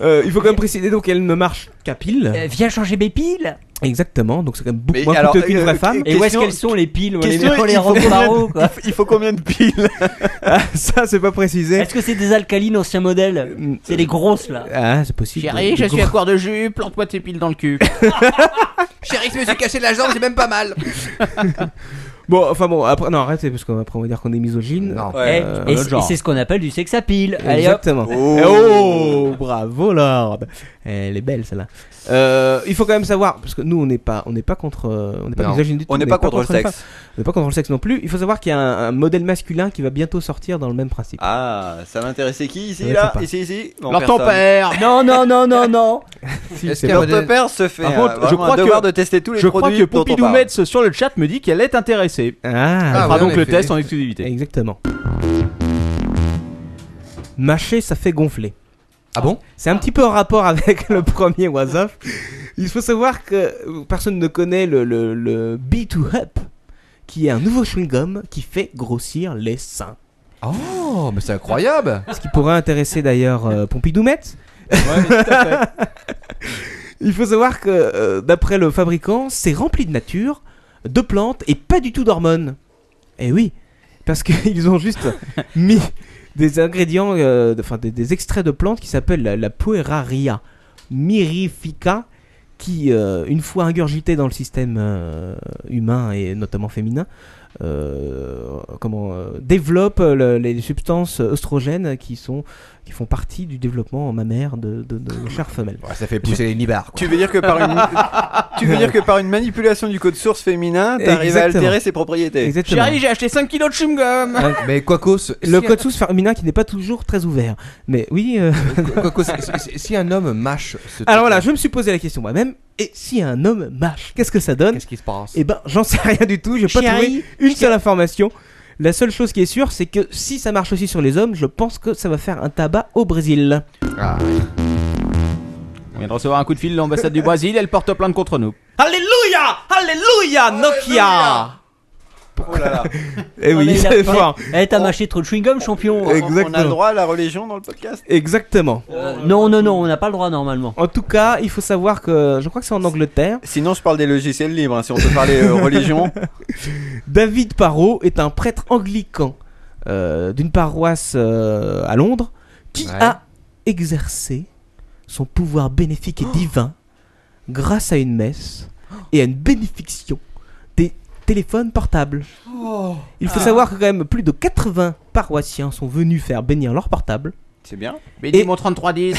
Euh, il faut quand même préciser donc elle ne marche qu'à pile.
Euh, viens changer mes piles.
Exactement, donc c'est quand même beaucoup
Mais
moins
alors,
coûteux qu'une
euh,
vraie
que-
femme.
Et où est-ce
Question-
qu'elles sont les piles On les
question,
met on les
il faut
rend au
combien
barreau, quoi.
Il faut combien de piles
Ça, c'est pas précisé. Mm.
Est-ce que c'est des alcalines ancien modèle C'est les grosses là.
Ah, c'est possible.
Chérie, je suis à court de jus, plante-moi tes piles dans le cul.
Chérie, je me suis caché la jambe, j'ai même pas mal.
Bon, enfin bon, après, non, arrêtez, parce qu'après, on va dire qu'on est misogyne.
Non.
Eh,
Euh,
et
l'autre
c'est- et
genre.
c'est ce qu'on appelle du sexe à pile. Allez hop.
Exactement. Oh, bravo Lord. Elle est belle celle-là. Euh, il faut quand même savoir parce que nous on n'est pas on n'est pas contre euh, on n'est pas
Non.
misogyne du tout,
On n'est pas contre le
les
sexe.
femmes. On n'est pas contre le sexe non plus. Il faut savoir qu'il y a un, un modèle masculin qui va bientôt sortir dans le même principe.
Ah, ça m'intéressait qui ici
Ouais,
là
sympa.
Ici, ici Non,
Alors ton
personne.
père
Non, non, non, non, non.
Si,
Est-ce
c'est
qu'un
bon.
Notre
modèle-
père se fait
Par
euh,
contre, je
vraiment
crois
un
que-
devoir de tester tous les
Je crois
produits
que
dont on
Pompidou
parle.
Metz sur le chat me dit qu'elle est intéressée.
Ah,
Elle
Ah,
fera
ouais,
donc
en
le
effet.
test en exclusivité.
exactement. Mâcher, ça fait gonfler.
Ah bon
C'est un petit peu en rapport avec le premier was Off. Il faut savoir que personne ne connaît le, le, le B2Up, qui est un nouveau chewing-gum qui fait grossir les seins.
Oh, mais c'est incroyable
Ce qui pourrait intéresser d'ailleurs euh, Pompidoumette. Il faut savoir que, euh, d'après le fabricant, c'est rempli de nature, de plantes et pas du tout d'hormones. Eh oui, parce qu'ils ont juste mis des ingrédients, euh, de- enfin des, des extraits de plantes qui s'appellent la, la pueraria mirifica, qui, euh, une fois ingurgitée dans le système euh, humain et notamment féminin, euh, comment euh, développe euh, le- les substances oestrogènes qui sont qui font partie du développement mammaire de, de, de nos chères femelles.
Ça fait pousser les nibards.
Tu veux dire que par une tu veux dire que par une manipulation du code source féminin, t'arrives à
Exactement.
altérer ses propriétés.
Exactement.
Chérie, j'ai acheté 5 kilos de chewing-gum.
Mais Quacos,
Le
si-
code sous féminin qui n'est pas toujours très ouvert. Mais oui. euh,
Quacos, si- si- si un homme mâche ce
Alors voilà, je me suis posé la question moi-même. Et si un homme mâche, qu'est-ce que ça donne
qu'est-ce qui se passe
Eh ben, j'en sais rien du tout. J'ai pas trouvé une seule information. La seule chose qui est sûre, c'est que si ça marche aussi sur les hommes, je pense que ça va faire un tabac au Brésil.
On vient de recevoir un coup de fil de l'ambassade du Brésil, elle porte plainte contre nous.
Alléluia Alléluia Nokia
Oh là là.
Eh
Non, mais
oui,
il a
c'est
pas-
fort.
Eh, t'as
On-
mâché trop de chewing-gum, champion.
On- On a
Exactement.
le droit à la religion dans le podcast.
Exactement.
Euh, non, non, non, on n'a pas le droit normalement.
En tout cas, il faut savoir que je crois que c'est en Angleterre.
Sinon, je parle des logiciels libres. hein, si on peut parler euh, religion,
David Parot est un prêtre anglican euh, d'une paroisse euh, à Londres qui
Ouais.
a exercé son pouvoir bénéfique et divin grâce à une messe et à une bénéfiction des téléphones portables. Il faut savoir que quand même plus de 80 paroissiens sont venus faire bénir leurs portables.
c'est bien.
Bénis
Et-
mon 3310.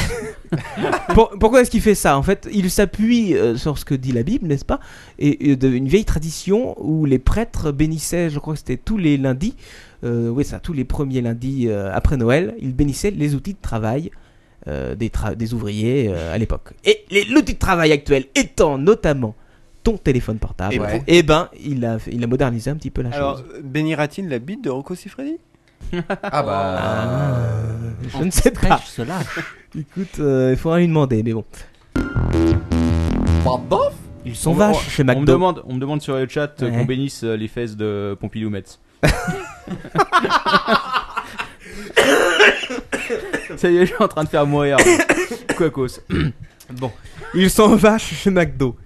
Pour- pourquoi est-ce qu'il fait ça En fait, il s'appuie euh, sur ce que dit la Bible, n'est-ce pas Et, et de- une vieille tradition où les prêtres bénissaient, je crois que c'était tous les lundis, euh, oui ça, tous les premiers lundis euh, après Noël, ils bénissaient les outils de travail euh, des, tra- des ouvriers euh, à l'époque. Et les- l'outil de travail actuel étant notamment ton téléphone portable,
Eh
Et
et,
pour-
ben il a, il a modernisé un petit peu la
Alors,
chose.
bénira-t-il la bite de Rocco Siffredi
Ah bah.
je ne sais pas.
Crèche se lâche.
Écoute, euh, il faudra lui demander, mais bon.
Pardon
Ils sont
On-
vaches chez
On me,
McDo.
demande, on me demande sur le chat euh,
Ouais.
qu'on bénisse euh, les fesses de Pompidou Metz. Ça y est, je suis en train de faire mourir. Quacos.
Ils sont vaches chez McDo.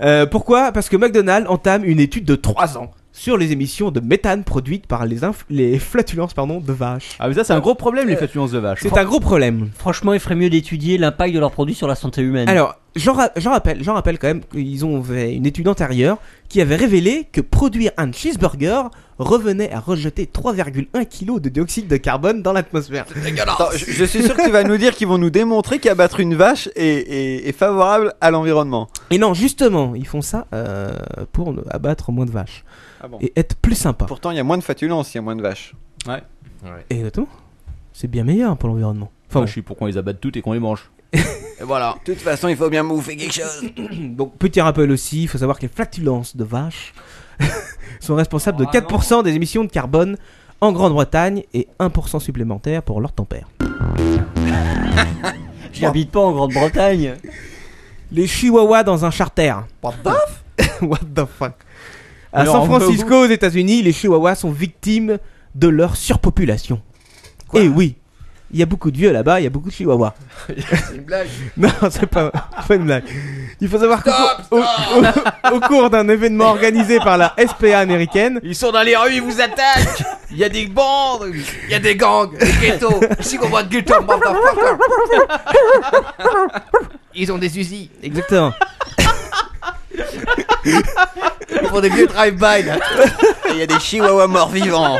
Euh, pourquoi Parce que McDonald's entame une étude de 3 ans sur les émissions de méthane produites par les, inf- les flatulences pardon, de vaches.
Ah, mais ça, c'est un gros problème, les flatulences de vache.
C'est un gros problème.
Franchement, il ferait mieux d'étudier l'impact de leurs produits sur la santé humaine.
Alors, J'en ra- j'en rappelle, j'en rappelle quand même qu'ils ont fait une étude antérieure qui avait révélé que produire un cheeseburger revenait à rejeter 3,1 kg de dioxyde de carbone dans l'atmosphère.
Attends, je, je suis sûr que tu vas nous dire qu'ils vont nous démontrer qu'abattre une vache est, est- est favorable à l'environnement.
Et non, justement, ils font ça euh, pour ne- abattre moins de vaches
Ah bon.
et être plus sympa.
Pourtant, il y a moins de fatulence, il y a moins de vaches.
Ouais.
Et exactement, c'est bien meilleur pour l'environnement. Enfin,
je suis pour qu'on les abatte toutes et qu'on les mange.
Et voilà. De toute façon, il faut bien bouffer quelque chose.
Donc, petit rappel aussi, il faut savoir que les flatulences de vaches sont responsables de 4% des émissions de carbone en Grande-Bretagne et 1% supplémentaire pour leur tempère.
J'y habite pas en Grande-Bretagne.
Les chihuahuas dans un charter. What the What the fuck À
Alors,
San
on va
Francisco, aux États-Unis, les chihuahuas sont victimes de leur surpopulation. Eh oui, il y a beaucoup de vieux là-bas, il y a beaucoup de chihuahuas.
C'est une blague.
Non, c'est pas, pas une blague. Il faut savoir qu'au au- au- au cours d'un événement organisé par la SPA américaine,
Ils sont dans les rues, ils vous attaquent Il y a des bandes, il y a des gangs, des ghettos Si qu'on voit de ghetto, motherfucker
Ils ont des usines.
exactement,
Ils font des vieux drive-by là.
Il y a des chihuahuas morts vivants.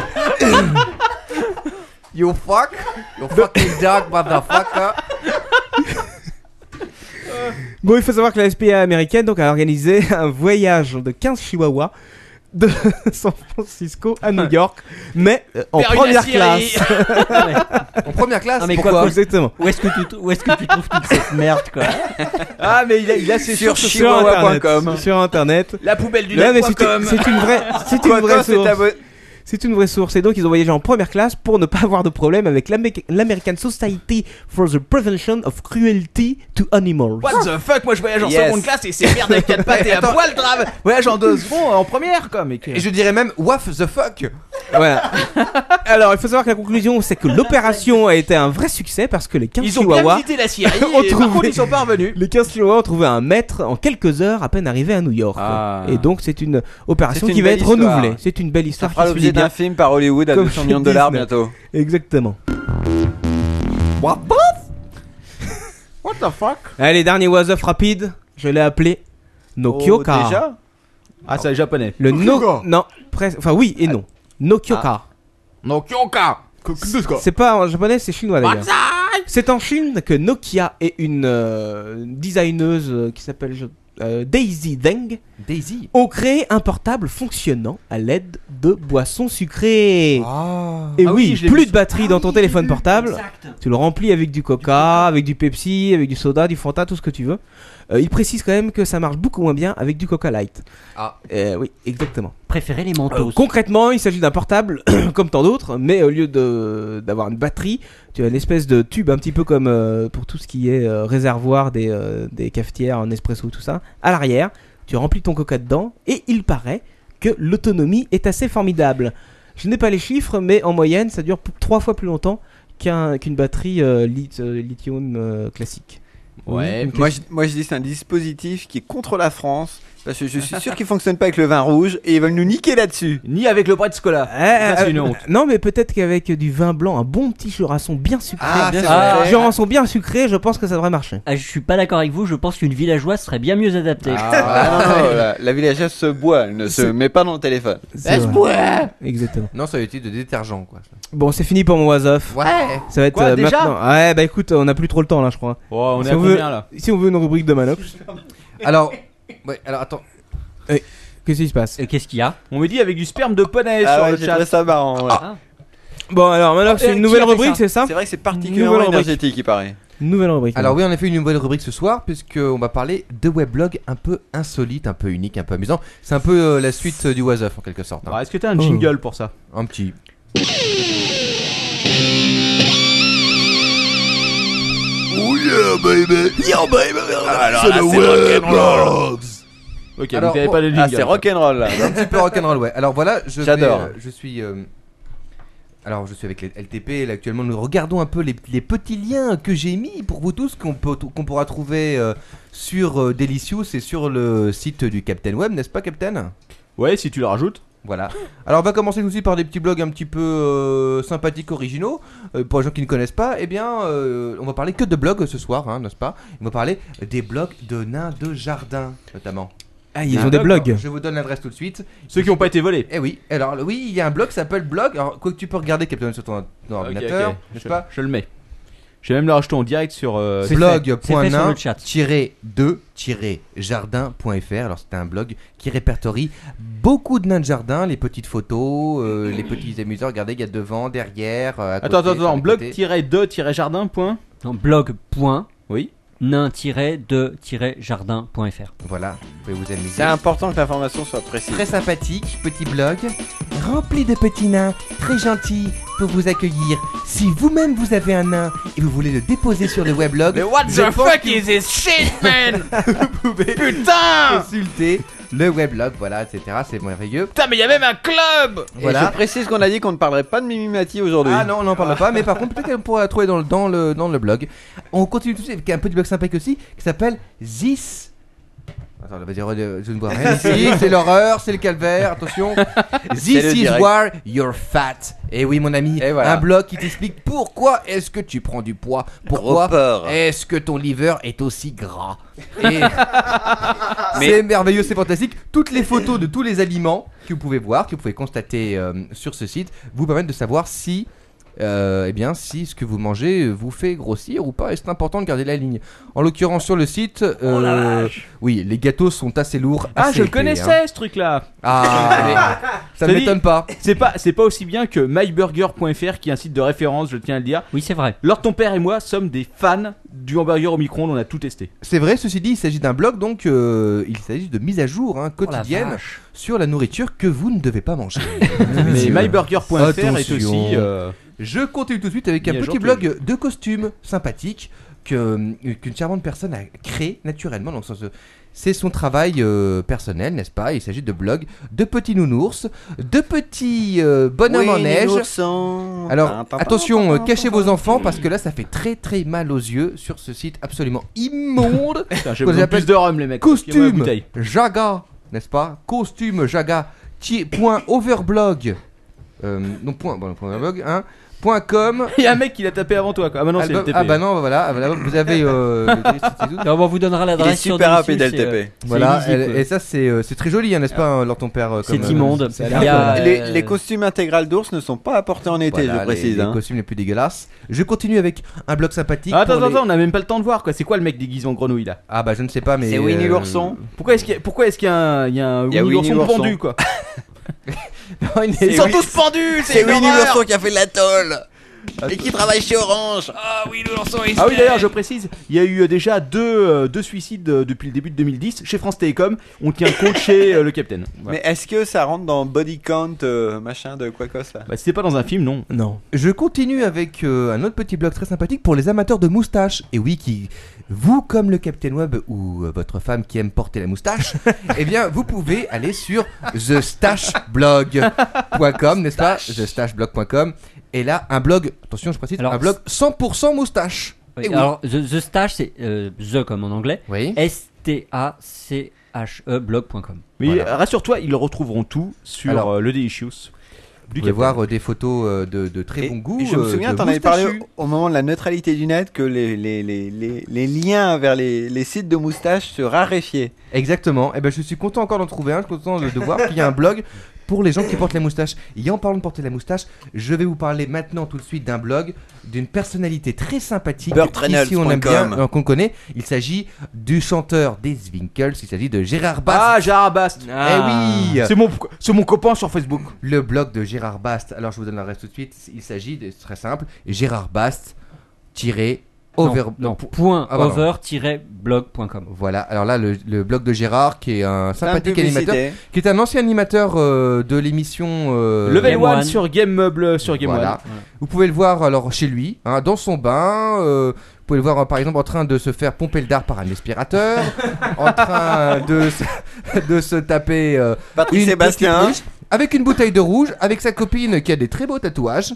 You fuck. You fucking dog, motherfucker.
Bon, il faut savoir que la SPA américaine donc, a organisé un voyage de 15 chihuahuas de San Francisco à New York, mais euh, en
Vers une
première
aciérie.
classe.
En première classe.
Non, mais
Pourquoi
quoi
Exactement.
Où est-ce que tu t- où est-ce que tu trouves toute cette merde quoi
Ah, mais il a, ses
Sur
sources
chihuahua.com.
Internet. Sur Internet.
La poubelle du
Ouais,
lac
mais
point
c'est une-
com.
c'est une vraie, c'est une
Quoi, toi,
vraie
c'est
source.
ta bonne-
C'est une vraie source. Et donc, ils ont voyagé en première classe pour ne pas avoir de problème avec l'Amé- l'American Society for the Prevention of Cruelty to Animals.
What the fuck, moi je voyage en
Yes.
seconde classe et ces merdes à quatre pattes et à poil grave Voyage en deux secondes, en première quoi, mais que-
Et je dirais même, waf the fuck.
Voilà. Alors, il faut savoir que la conclusion, c'est que l'opération a été un vrai succès parce que les 15
Ils ont bien
chihuahuas,
visité la Syrie,
ont
et par
trouvé-
contre ils sont pas revenus
les 15 chihuahuas ont trouvé un maître en quelques heures à peine arrivés à New York.
Ah.
Et donc, c'est une opération
C'est une
qui va
belle
être
histoire.
renouvelée. C'est une belle
Ça
histoire
fera
qui
l'objet
finit
d'un
bien.
film par Hollywood à
Comme
200 millions de dollars
Disney.
bientôt.
Exactement.
What the fuck
Allez, dernier was-up rapide. Je l'ai appelé No Kyoka.
Oh, Déjà
Ah, c'est japonais.
Le no... Non, presque... Enfin, oui et non. No
Ah.
Kyoka.
Non, Kyoka.
C'est pas en japonais, c'est chinois d'ailleurs. C'est en Chine que Nokia et une euh, designeuse euh, qui s'appelle je- euh, Daisy Deng
Daisy.
ont créé un portable fonctionnant à l'aide de boissons sucrées. Et
Ah oui,
oui,
je l'ai
plus
vu.
de batterie dans ton téléphone portable.
Exact.
Tu le remplis avec du coca, avec du Pepsi, avec du soda, du Fanta, tout ce que tu veux. Euh, il précise quand même que ça marche beaucoup moins bien avec du Coca Light.
Ah.
Euh, oui, exactement.
Préférez les
Ah,
Euh,
mentos.
concrètement, il s'agit d'un portable comme tant d'autres, mais au lieu de d'avoir une batterie, tu as une espèce de tube un petit peu comme euh, pour tout ce qui est euh, réservoir des, euh, des cafetières en espresso tout ça. À l'arrière, tu remplis ton coca dedans et il paraît que l'autonomie est assez formidable. Je n'ai pas les chiffres, mais en moyenne, ça dure p- trois fois plus longtemps qu'un- qu'une batterie euh, lit- euh, lithium euh, classique. Mm.
Ouais.
Oui,
moi je, moi je dis c'est un dispositif qui est contre la France parce que je suis sûr qu'il fonctionne pas avec le vin rouge et ils veulent nous niquer là-dessus.
Ni avec le bras de Scola.
Ah,
Ça, c'est
ah,
une honte.
Non, mais peut-être qu'avec du vin blanc, un bon petit churrasson bien sucré.
Ah,
bien
c'est
sucré.
vrai.
Jurançon bien sucré, je pense que ça devrait marcher.
Ah, je suis pas d'accord avec vous, je pense qu'une villageoise serait bien mieux adaptée.
Ah, non, non, la, la villageoise se boit, elle ne se met pas dans le téléphone.
C'est
se
vrai. Exactement.
Non, ça utilise de détergent quoi.
Bon, c'est fini pour mon was off.
Ouais.
Ça va être euh,
Quoi, déjà
maintenant. Ouais, bah écoute, on a plus trop le temps là, je crois.
Oh, on
Si
est à
on veut-
combien là
Si on veut une rubrique de Manox,
Alors. Ouais, alors attends.
qu'est-ce qui se passe
Et Qu'est-ce qu'il y a
On me dit avec du sperme de poney
Ah
sur
ouais,
le
j'ai
chat.
trouvé ça marrant. ouais.
Bon, alors Manox,
Ah,
c'est une
qui
nouvelle
a fait
rubrique,
ça
c'est ça
C'est vrai que c'est
Nouvelle
particulièrement
rubrique.
énergétique, il paraît.
Nouvelle rubrique.
Alors oui, on a fait une nouvelle rubrique ce soir puisqu'on va parler de weblogs un peu insolites, un peu uniques, un peu amusants. C'est un peu euh, la suite euh, du was Up, en quelque sorte. hein.
Ah, Est-ce que t'as un
Oh.
jingle pour ça
Un petit.
Oh yeah, baby. Yo, baby. Alors là, c'est
Ok,
Alors,
vous n'avez
oh,
pas de jingle.
Ah, c'est rock'n'roll là.
un petit peu rock'n'roll, ouais. Alors voilà, je vais,
J'adore.
euh, je suis. euh, alors je suis avec les LTP. Là, actuellement, nous regardons un peu les, les petits liens que j'ai mis pour vous tous qu'on peut qu'on pourra trouver euh, sur euh, Delicious et sur le site du Captain Web, n'est-ce pas, Captain
Ouais, si tu le rajoutes.
Voilà. Alors on va commencer nous aussi par des petits blogs un petit peu euh, sympathiques, originaux. Euh, pour les gens qui ne connaissent pas, eh bien, euh, on va parler que de blogs ce soir, hein, n'est-ce pas On va parler des blogs de nains de jardin, notamment.
Ah, ils
Il y a
ont
un hein.
des
blog,
blogs.
Je vous donne l'adresse tout de suite.
Ceux qui n'ont pas été volés.
Eh oui. Alors le- oui, il y a un blog qui s'appelle blog. Alors quoi que tu peux regarder Captain sur ton, ton ordinateur,
ok.
n'est-ce
Je-
pas
Je le mets. Je vais même le racheter en direct sur. euh,
C'est
C'est fait sur le chat.
blog-2-jardin.fr. Alors, c'est un blog qui répertorie beaucoup de nains de jardin, les petites photos, euh, les petits amuseurs. Regardez, il y a devant, derrière. euh, à
Attends,
côté,
attends,
sur
attends.
les côtés.
Blog-2-jardin. point.
Dans blog. Point.
Oui.
nain-de-jardin.fr.
Voilà, vous pouvez vous amuser.
C'est important que l'information soit précise.
Très sympathique, petit blog, rempli de petits nains, très gentils pour vous accueillir. Si vous-même vous avez un nain et vous voulez le déposer sur le weblog,
Mais what
je
the
pense
fuck
que
is this shit, man
Putain Consultez le weblog, voilà, etc. C'est merveilleux.
Putain, mais il y a même un club
Et
Voilà.
je précise qu'on a dit qu'on ne parlerait pas de Mimimati aujourd'hui.
Ah non, on n'en parle pas, mais par contre, peut-être qu'on pourra la trouver dans le, dans, le, dans le blog. On continue tout de suite avec un petit blog sympathique aussi qui s'appelle Zis. Attends, vas-y, re- je ne vois rien ici. C'est l'horreur, c'est le calvaire, attention.
C'est le
This is
direct.
where you're fat. Et oui, mon ami,
Et voilà.
un blog qui t'explique pourquoi est-ce que tu prends du poids, pourquoi
Ah.
Eh,
est-ce que ton liver est aussi gras. Et C'est merveilleux, c'est fantastique. Toutes les photos de tous les aliments que vous pouvez voir, que vous pouvez constater euh, sur ce site, vous permettent de savoir si, euh, eh bien, si ce que vous mangez euh, vous fait grossir ou pas. Et c'est important de garder la ligne. En l'occurrence, sur le site, euh, oui, les gâteaux sont assez lourds.
Oh Ah,
assez
je le
épais, hein.
connaissais ce truc-là.
Ah, ça
Je te
m'étonne pas.
C'est pas, c'est pas aussi bien que myburger.fr qui est un site de référence, je tiens à le dire.
Oui, c'est vrai.
Lors ton père et moi sommes des fans du hamburger au micro-ondes, on a tout testé.
C'est vrai, ceci dit, il s'agit d'un blog, donc euh, il s'agit de mise à jour hein,
la
quotidienne
vache.
sur la nourriture que vous ne devez pas manger.
Mais
Messieurs.
myburger.fr est
Ah, Attention.
aussi euh,
Je continue tout de suite avec un
Mis à jour
petit
tous
blog de costumes sympathique que, euh, qu'une charmante personne a créé naturellement. Donc, ça se- c'est son travail euh, personnel, n'est-ce pas Il s'agit de blogs de petits nounours, de petits euh, bonhommes en neige. Alors, attention, euh, cachez vos enfants parce que là, ça fait très très mal aux yeux sur ce site absolument immonde.
putain, j'ai
Qu'on
besoin de
appelle
plus de rhum les mecs. Parce qu'il y a
Costume
moins de bouteilles.
Jaga, n'est-ce pas Costume Jaga. ti- Point overblog. Euh, non, point, bon, point overblog, hein. Point com.
Il y a un mec qui l'a tapé avant toi quoi. Ah bah non, c'est
Album-
le TP.
ah bah non, bah voilà, ah bah là, vous avez. euh, le Christ, c'est tout.
Non, bon, on vous donnera
Il est
l'adresse sur
super
Dailymotion,
rapide,
c'est, euh,
LTP.
voilà,
illisible,
elle-
quoi.
et ça c'est euh, c'est très joli, hein, n'est-ce pas, hein, Lord ton père euh,
C'est
comme, euh,
immonde.
ça a
Il y
l'air-
a,
les,
euh,
les costumes intégrales d'ours ne sont pas apportés en été,
Voilà,
je précise.
les, les
hein.
costumes les plus dégueulasses. Je continue avec un blog sympathique.
Ah, attends,
pour
attends,
les-
on a même pas le temps de voir quoi. C'est quoi le mec déguisé en grenouille là
Ah bah je ne sais pas, mais.
C'est Winnie
euh,
l'ourson.
Pourquoi est-ce qu'il y a, pourquoi est-ce qu'il y a un, il y a un
Il y a
Winnie
Winnie
l'ourson
l'ourson.
pendu quoi
Winnie-
Ils sont tous pendus
C'est Winnie
l'horreur.
l'ourson qui a fait de la tôle et qui travaille chez Orange.
Ah oui, l'ourson est
Ah oui d'ailleurs je précise, il y a eu euh, déjà deux, euh, deux suicides euh, depuis le début de 2010 chez France Télécom. On tient compte chez euh, le capitaine. Voilà.
Mais est-ce que ça rentre dans Body Count, euh, machin de Quacos là
Bah, si c'est pas dans un film, non.
Non.
Je continue avec euh, un autre petit blog très sympathique pour les amateurs de moustaches. Et oui, qui vous comme le Captain Web ou euh, votre femme qui aime porter la moustache, eh bien vous pouvez aller sur thestashblog.com, n'est-ce pas Thestashblog.com. Et là, un blog, attention, je précise,
Alors,
un blog 100% moustache.
oui,
Eh oui.
Alors, the, the Stash, c'est euh, The comme en anglais.
Oui.
S-T-A-C-H-E blog.com.
Mais
Voilà.
rassure-toi, ils retrouveront tout sur
Alors.
euh, le Delicious.
Vous
Du
pouvez
Capitaine.
voir euh, des photos euh, de, de très
Et-
bon goût.
et Je me
euh,
souviens,
de
t'en avais parlé
moustachus.
au, au moment de la neutralité du net que les, les, les, les, les liens vers les, les sites de moustaches se raréfiaient.
Exactement. Et ben je suis content encore d'en trouver un. Je suis content de, de voir qu'il y a un blog pour les gens qui portent la moustache. Et en parlant de porter la moustache, je vais vous parler maintenant tout de suite d'un blog d'une personnalité très sympathique.
Burt
Ici, on aime
Reynolds.com.
bien, euh, qu'on connaît. Il s'agit du chanteur des Winkles. Il s'agit de Gérard Bast.
Ah, Gérard Bast
Eh oui
C'est mon, c'est mon copain sur Facebook.
Le blog de Gérard Bast. Alors je vous donne l'adresse tout de suite. Il s'agit de c'est très simple. Gérard Bast tiré over.
Non, non, point
Ah, pardon.
over-blog.com.
Voilà. Alors là, le, le blog de Gérard qui est
Plein
un
de
sympathique animateur.
publicités.
qui est un ancien animateur euh, de l'émission euh,
Level
Game
1
One.
sur Game Meuble sur Game
Voilà. Vous pouvez le voir alors chez lui, hein, dans son bain. euh, vous pouvez le voir euh, par exemple en train de se faire pomper le dard par un aspirateur, en train de se, de se taper euh,
Patrick
une
Sébastien.
petite ruche, avec une bouteille de rouge, avec sa copine qui a des très beaux tatouages.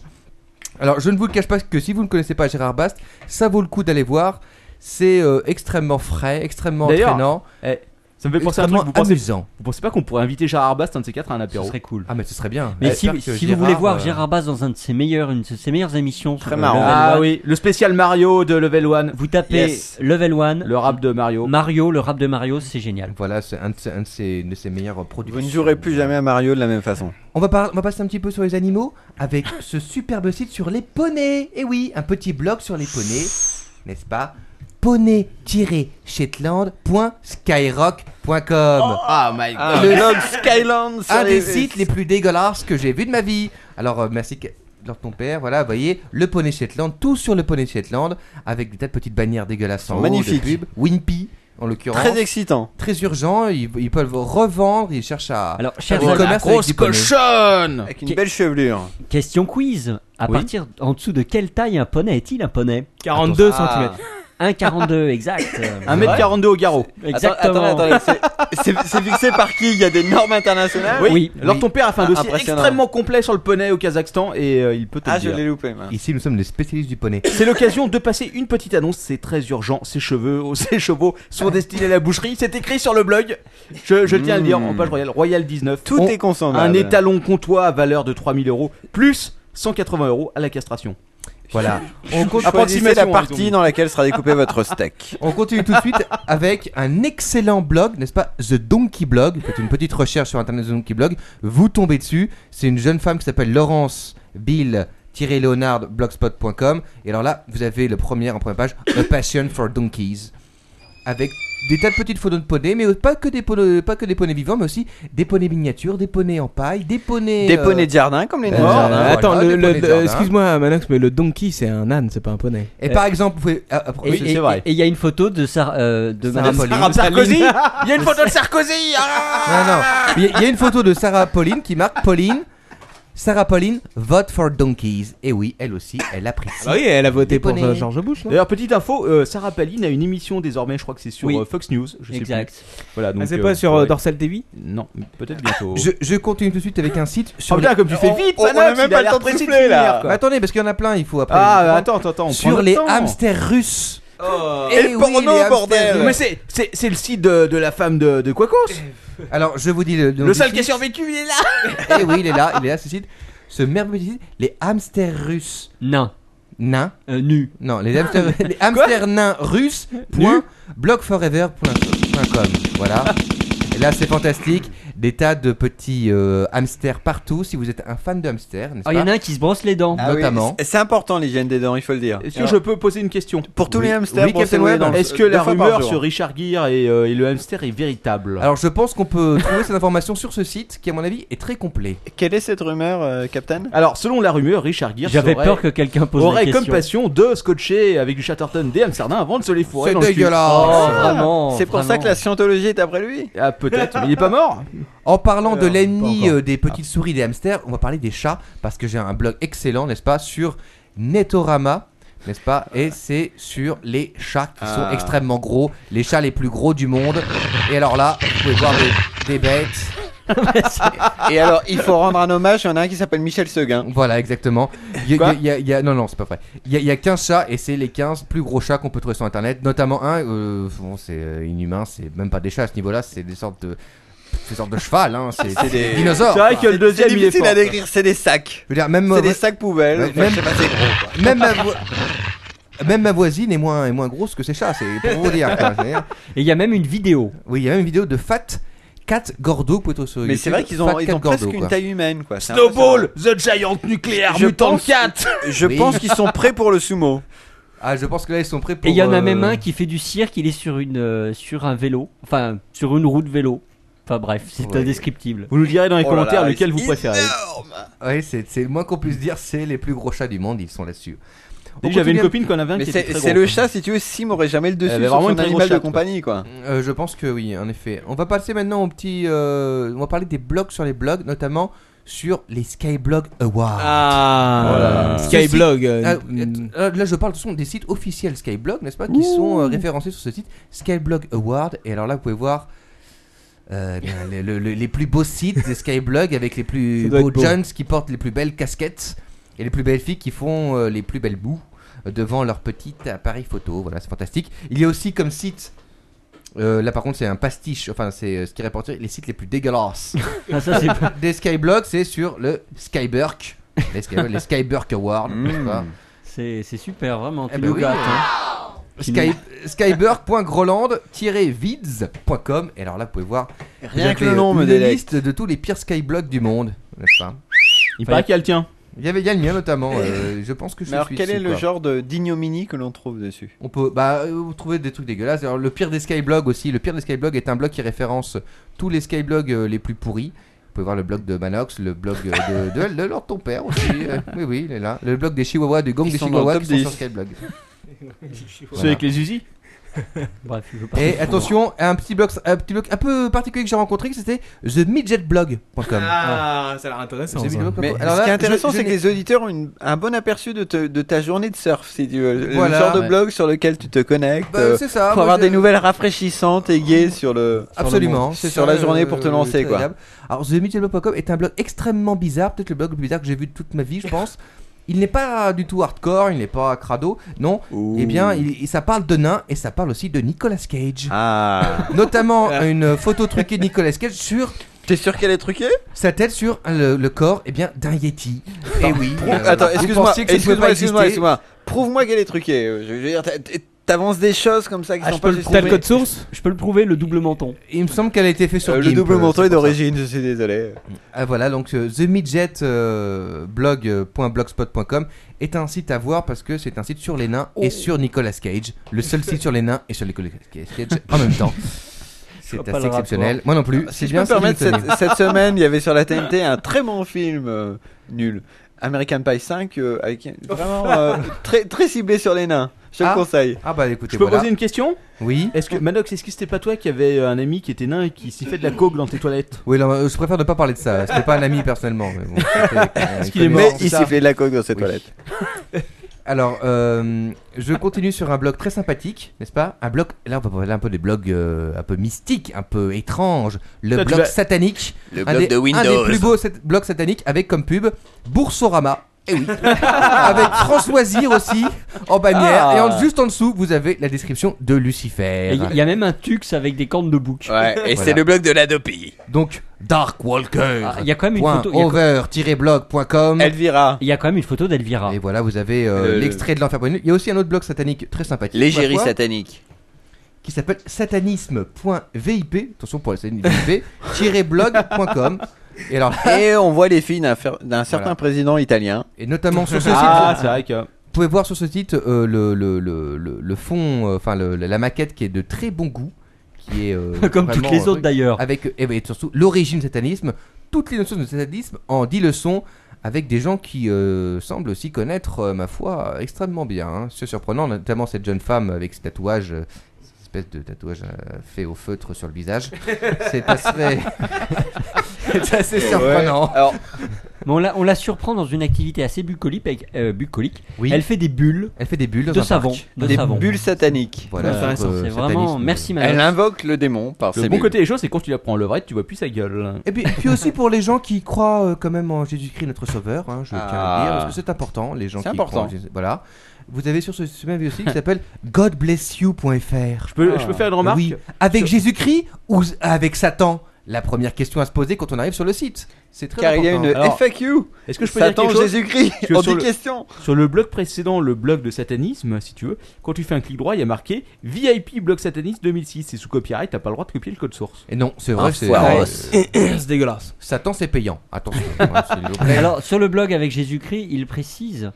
Alors je ne vous le cache pas que si vous ne connaissez pas Gérard Bast, ça vaut le coup d'aller voir. C'est euh, extrêmement frais, extrêmement
D'ailleurs,
entraînant.
One. Eh, Ça me fait penser à un truc.
Extrêmement
Vous pensez,
amusant.
vous pensez pas qu'on pourrait inviter Gérard Bast, un de ces quatre, à un apéro
Ce serait cool.
Ah, mais ah, ce serait bien.
Mais
Ouais,
si,
j'espère que
si vous voulez voir
euh,
Gérard Bass dans un de ses meilleurs, une de ses meilleures émissions, très
marrant.
Ah oui, le spécial Mario de Level 1.
Vous tapez
Yes.
Level 1,
Le rap de Mario.
Mario, le rap de Mario, c'est génial.
Voilà, c'est un de ses, un de ses- une de ses meilleures productions.
Vous ne jouerez plus jamais à Mario de la même façon.
On va, par- on va passer un petit peu sur les animaux avec ce superbe site sur les poneys. Et oui, un petit blog sur les poneys, n'est-ce pas Poney-shetland.skyrock.com
Oh my
Ah,
god.
Le-
Log Skyland
un des sites les plus dégueulasses que j'ai vu de ma vie. Alors euh, merci que- alors ton père, voilà, vous voyez, le poney Shetland, tout sur le poney Shetland, avec des tas de petites bannières dégueulasses en haut,
Magnifique.
des pubs, Wimpy en l'occurrence,
Très
très,
excitant.
urgent, ils, ils peuvent revendre, ils cherchent à
Alors,
faire
chers
du
amis,
commerce avec
Grosse
du poney.
cochonne.
Avec une belle chevelure.
question quiz. À
Oui.
partir en dessous de quelle taille un poney est-il un poney
42
Ah.
cm.
1,42 exact.
1m42 au garrot.
Exactement.
Attendez, attendez, c'est- c'est c'est fixé par qui Il y a des normes internationales
Oui.
Oui.
Alors ton père a fait un
Ah,
dossier
impressionnant.
extrêmement complet sur le poney au Kazakhstan et euh, il peut te
Ah,
le
je
dire.
l'ai loupé. mince.
Ici, nous sommes des spécialistes du poney.
C'est l'occasion de passer une petite annonce, c'est très urgent. Ces cheveux, oh, ces chevaux
Ah.
sont destinés à la boucherie. C'est écrit sur le blog. Je, je tiens à le dire en page royale, Royal 19.
Hmm. Tout
On-
est consommable.
Un étalon comptoir à valeur de 3000 euros plus 180 euros à la castration.
Voilà. On compte
Approximez
Approximation,
la
hein, ils ont
partie
dit.
dans laquelle sera découpé votre steak.
On continue tout de suite avec un excellent blog, n'est-ce pas The Donkey Blog. Vous faites une petite recherche sur internet The Donkey Blog. Vous tombez dessus. C'est une jeune femme qui s'appelle Laurence Bill. Leonard blogspot.com et alors là vous avez le premier en première page A Passion for Donkeys avec des tas de petites photos de poneys mais pas que des poneys, pas que des poneys vivants mais aussi des poneys miniatures des poneys en paille des poneys
Des
euh,
poneys de jardin comme les
euh,
nains de jardin.
voilà,
Attends,
des
le- le-
poneys de
le-
jardin.
excuse-moi Manox, mais le donkey c'est un âne, c'est pas un poney.
et par exemple vous pouvez ah, ah,
Et-
oui,
et- Et il y a une photo de, Sar- euh, de
Sarah
Madame
Pauline.
Sarah
Sarkozy
Il y a une photo de Sarkozy. Ah
Non, non. Il y, a- il y a une photo de Sarah Pauline qui marque Pauline. Sarah Pauline, vote for donkeys. Et oui, elle aussi, elle apprécie.
Bah oui, elle a voté
Des
pour
poneys.
euh, George Bush. non
D'ailleurs, petite info, euh, Sarah Palin a une émission désormais, je crois que c'est sur
Oui.
euh, Fox News. Je sais
Exact.
plus. Voilà, donc,
Ah, c'est
euh,
pas sur euh,
ouais.
Dorsal TV
Non, peut-être bientôt.
Je, je continue tout de suite avec un site sur.
Oh
les-
putain, comme tu fais vite,
on- on a
Manox,
même
il
pas le
l'air
temps de
pressé
souffler,
finir,
là.
quoi.
Mais attendez, parce qu'il y en a plein, il faut après.
Ah,
il faut
bah,
prendre.
attends, attends, attends. on prend
Sur
notre
les
temps.
hamsters russes.
Oh.
Eh
Et le porno,
les hamsters
bordel.
russes.
Mais c'est- c'est c'est le site de, de la femme de, de Quacos
Alors, je vous dis le.
Le seul qui a survécu, il est là.
Et oui, il est là, il est là, ce site. Ce merveilleux site, les hamsters russes.
Nain.
Nains.
Euh, nu.
Non, les hamsters, les hamsters nains russes. Point blogforever.com. Voilà. Et là, c'est fantastique. Des tas de petits euh, hamsters partout. Si vous êtes un fan de hamsters, n'est-ce
Ah, Il y en
pas
a un qui se brosse les dents.
Ah oui,
notamment.
c'est- C'est important l'hygiène des dents, il faut le dire.
Est-ce que je peux poser une question
Pour tous
Oui.
les hamsters,
Oui,
brossez-vous
Captain
les
Web.
dents
Est-ce que
deux hein.
la
fois par
rumeur
jour.
sur Richard Gere et, euh, et le hamster est véritable
Alors, je pense qu'on peut trouver cette information sur ce site qui, à mon avis, est très complet.
Quelle est cette rumeur, euh, Captain
Alors, selon la rumeur, Richard Gere
J'avais
serait-
peur que quelqu'un pose la
aurait
question.
comme passion de scotcher avec du Chatterton des Amsterdam avant de se les fourrer
C'est
dans le cul.
dégueulasse.
Oh, vraiment.
C'est pour ça
vraiment.
que la scientologie est après lui
Ah peut-être, mais il est pas mort.
En parlant de
Alors, pas
l'ennemi
encore.
euh, des petites souris des hamsters, on va parler des chats parce que j'ai un blog excellent, n'est-ce pas, sur Netorama. N'est-ce pas Et c'est sur les chats qui sont
Ah.
extrêmement gros, les chats les plus gros du monde. Et alors là, vous pouvez voir des- des bêtes.
Et alors, il faut rendre un hommage, il y en a un qui s'appelle Michel Seguin.
Voilà, exactement. Il y a-
Quoi
il y a- il y a- non, non, c'est pas vrai. Il y, a- il y a 15 chats et c'est les 15 plus gros chats qu'on peut trouver sur internet. Notamment un, euh, bon, c'est euh, inhumain, c'est même pas des chats à ce niveau-là, c'est des sortes de. C'est des sortes de cheval, hein, c'est c'est des dinosaures.
C'est vrai que le
C'est
deuxième il est
difficile
fort.
à décrire, c'est des sacs.
Je veux dire, même, ma
C'est des
voi-
sacs poubelles.
Ouais,
Enfin,
même-
je sais pas, c'est gros. quoi.
même, ma voi- même ma voisine est moins, est moins grosse que ces chats, c'est pour vous dire. quoi. C'est-à-dire-
Et il y a même une vidéo.
Oui, il y a même une vidéo de Fat Cat Gordo que vous pouvez trouver sur
Mais
YouTube.
c'est vrai qu'ils ont,
Fat
ils
Cat
ont presque
Gordo,
une
quoi.
taille humaine, quoi. C'est
Snowball, The Giant Nucléaire,
Je
Mutant
pense-
4.
impressionnant. Je
Oui.
pense qu'ils sont prêts pour le sumo.
Ah, je pense que là ils sont prêts pour.
Et il y en a
euh,
même un qui fait du cirque, il est sur une euh, sur un vélo, enfin sur une roue de vélo. Enfin bref, c'est
Ouais.
indescriptible.
Vous nous direz dans les
Oh là
commentaires
là,
lequel
ils-
vous préférez.
Ouais, c'est c'est- le moins qu'on puisse dire, c'est les plus gros chats du monde, ils sont là-dessus.
Et
On
J'avais une
continue-
copine qu'on avait un
Mais
qui était
c'est
très
c'est
gros.
le chat, si tu veux, Sim aurait jamais le dessus.
avait
sur
vraiment
son
une très grosse
animal de
chatte, quoi.
compagnie, quoi.
Euh, je pense que oui, en effet. On va passer maintenant au petit. euh, on va parler des blogs sur les blogs, notamment sur les Skyblog Awards.
Ah,
Voilà.
Skyblog. euh,
Ah,
mm,
euh, là, je parle ce sont des sites officiels Skyblog, n'est-ce pas, qui sont euh, référencés sur ce site Skyblog Award. Et alors là, vous pouvez voir euh, bien, le- le- le- les plus beaux sites des Skyblog avec les plus
Ça doit
beaux
être beau.
jeunes qui portent les plus belles casquettes et les plus belles filles qui font euh, les plus belles boues euh, devant leur petit appareil photo. Voilà, c'est fantastique. Il y a aussi comme site Euh, là par contre c'est un pastiche, enfin c'est euh, ce qui répertorie les sites les plus dégueulasses.
Ah, ça, c'est pas-
Des skyblogs c'est sur le Skyberk, les, Skyberg les Skyberk Awards. je
Mm.
sais pas.
C'est c'est super, vraiment. Tu
Eh ben
nous
oui,
gâtes,
euh,
hein. Tu nous-
Sky, skyberg.groland-vids.com et alors là vous pouvez voir
Rien que
j'avais
le nom me
une
délecte.
liste de tous les pires skyblogs du monde, n'est-ce pas
Il paraît qu'il y a le tien.
Il y avait il y a le mien notamment, euh, je pense que je
Mais alors,
suis
quel
issu,
est le
quoi.
genre de- d'ignominie que l'on trouve dessus
On peut, bah, euh, vous trouvez des trucs dégueulasses. Alors, le pire des skyblogs aussi. Le pire des skyblogs est un blog qui référence tous les skyblogs euh, les plus pourris. Vous pouvez voir le blog de Manox, le blog euh, de, de, de Lord ton père aussi. euh, oui, oui, il est là. Le blog des chihuahuas, du gang
Ils
des
sont dans le
chihuahuas
top
qui sont
10.
sur skyblog.
Ceux avec les usines
Bref, je veux pas
Et
comprendre.
Eh, attention, un petit blog un, petit blog un peu particulier que j'ai rencontré, c'était themidgetblog.com.
Ah, ça a l'air intéressant.
J'ai mis
ça.
le mot-
Mais
Alors
ce qui est
là,
intéressant,
je- je
c'est que
n'ai-
les auditeurs ont une- un bon aperçu de, te- de ta journée de surf, si tu veux.
Voilà.
Le genre de
Ouais.
blog sur lequel tu te connectes.
Bah,
euh,
c'est ça,
Pour
moi,
avoir
je- Mmh.
des nouvelles rafraîchissantes et gaies sur le. sur le
Absolument,
monde,
c'est
Sur,
ça,
la journée pour te
euh,
lancer,
c'est
quoi.
agréable. Alors, TheMidgetblog.com est un blog extrêmement bizarre, peut-être le blog le plus bizarre que j'ai vu de toute ma vie, je pense. Il n'est pas du tout hardcore, il n'est pas crado, non. Eh bien, il- il- ça parle de nains et ça parle aussi de Nicolas Cage.
Ah
Notamment une photo truquée de Nicolas Cage sur
T'es sûr qu'elle est truquée
sa tête sur le, le corps eh bien, d'un Yeti. Et oui. euh,
Eh Attends,
vous
excuse-moi,
pensiez que
excuse-moi,
ça pouvait pas
excuse-moi,
exister.
excuse-moi. Prouve-moi qu'elle est truquée. euh, Je veux dire, t'a- t'a- t'avances des choses comme ça qui
Ah,
sont
je
pas
peux le
juste
T'as le code source
Je peux le prouver, le double menton.
Il me semble qu'elle a été faite sur
Euh, le
Gimp,
double
euh,
menton
c'est
est
pour ça.
d'origine, je suis désolé.
Ah, voilà, donc euh, themidgetblog.blogspot.com est un site à voir parce que c'est un site sur les nains
Oh.
et sur Nicolas Cage. Le seul site sur les nains et sur Nicolas Cage en même temps. C'est
vois pas
assez
le
exceptionnel. Moi non plus.
Si
C'est
je peux
bien
me permettre,
c'est bien
cette,
tenu.
cette semaine, il y avait sur la TNT un très bon film euh, nul. American Pie 5, euh, avec,
Oh.
vraiment euh, très, très ciblé sur les nains. Je te
Ah.
le conseille.
Ah bah écoutez,
Je peux
voilà.
poser une question
Oui.
Est-ce que Manox, est-ce que c'était pas toi qui avait euh, un ami qui était nain et qui s'y fait de la coke dans tes toilettes
Oui, non, euh, je préfère ne pas parler de ça. C'était pas un ami personnellement. mais bon, c'était- euh,
qu'il est
il
mort,
Mais
connaît-
il s'est fait de la coque dans ses
Oui.
toilettes.
Alors, euh, je continue sur un blog très sympathique, n'est-ce pas Un blog. Là, on va parler un peu des blogs euh, un peu mystiques, un peu étranges. Le
Toi, tu
blog
vas-
satanique.
Le
un
blog
des,
de
Un des
Windows.
plus beaux sat- blogs sataniques avec comme pub Boursorama. Et oui. avec François Zir aussi en bannière.
Ah.
Et en- juste en dessous, vous avez la description de Lucifer.
Et Il y a même un tux avec des cornes de bouc.
Ouais, et
Voilà.
c'est le blog de l'Adopi.
Donc, Dark Walker.
Ah, Il y a quand même une
Point
photo. il y a quand-
over-blog.com
Elvira.
Il y a quand même une photo d'Elvira.
Et voilà, vous avez euh,
Le-
l'extrait de l'enfer brûlant. Il y a aussi un autre blog satanique très sympathique.
L'égérie
Bah,
ma foi,
satanique.
qui s'appelle satanisme.vip. Attention pour la satanisme.vip-blog.com. Et alors,
Et on voit les filles d'un fer- d'un certain
Voilà.
président italien.
et notamment sur ce site,
Ah, c'est vrai que.
vous pouvez voir sur ce site euh, le, le, le, le- le fond, euh, enfin le- la maquette qui est de très bon goût, qui est euh,
Comme
vraiment
toutes
un
les autres
truc
d'ailleurs.
avec et ben, surtout l'origine du satanisme, toutes les notions de satanisme en 10 leçons avec des gens qui euh, semblent s'y connaître, euh, ma foi, extrêmement bien. hein. C'est surprenant, notamment cette jeune femme avec ses tatouages, euh, cette espèce de tatouage euh, fait au feutre sur le visage. C'est assez, c'est assez surprenant.
Alors,
Mais on la, on la surprend dans une activité assez bucolique. avec- euh, bucolique.
Oui,
Elle
elle,
fait des bulles
fait des bulles dans
de
un
savon.
parc.
De
des
savon.
bulles sataniques.
Voilà,
Euh,
sur, euh,
c'est
satanisme.
vraiment. Merci
Elle
Manon.
invoque le démon par
Le
ses
bon
bulles.
côté des choses, c'est quand tu la prends en levrette, tu vois plus sa gueule.
Et puis, puis aussi pour les gens qui croient euh, quand même en Jésus-Christ notre Sauveur, hein, je tiens à le dire,
Ah.
parce que c'est important, les gens qui
C'est important.
croient en Jésus- Voilà. Vous avez sur ce, ce même site qui s'appelle godblessyou.fr.
Je peux, je peux faire une remarque
Oui. Avec Jésus-Christ ou s- avec Satan La première question à se poser quand on arrive sur le site. C'est très
Car il y a
important.
une
Alors,
FAQ.
Est-ce que je peux
Satan
dire quelque chose
Jésus-Christ.
que
On
sur
dit
le-
question.
Sur le blog précédent, le blog de satanisme, si tu veux, quand tu fais un clic droit, il y a marqué VIP blog sataniste 2006. C'est sous copyright, t'as pas le droit de copier le code source.
Et non, c'est vrai, c'est.
Enfoiré.
Ouais,
C'est dégueulasse.
Satan, c'est payant. Attention. hein, s'il vous plaît.
Alors sur le blog avec Jésus-Christ, il précise.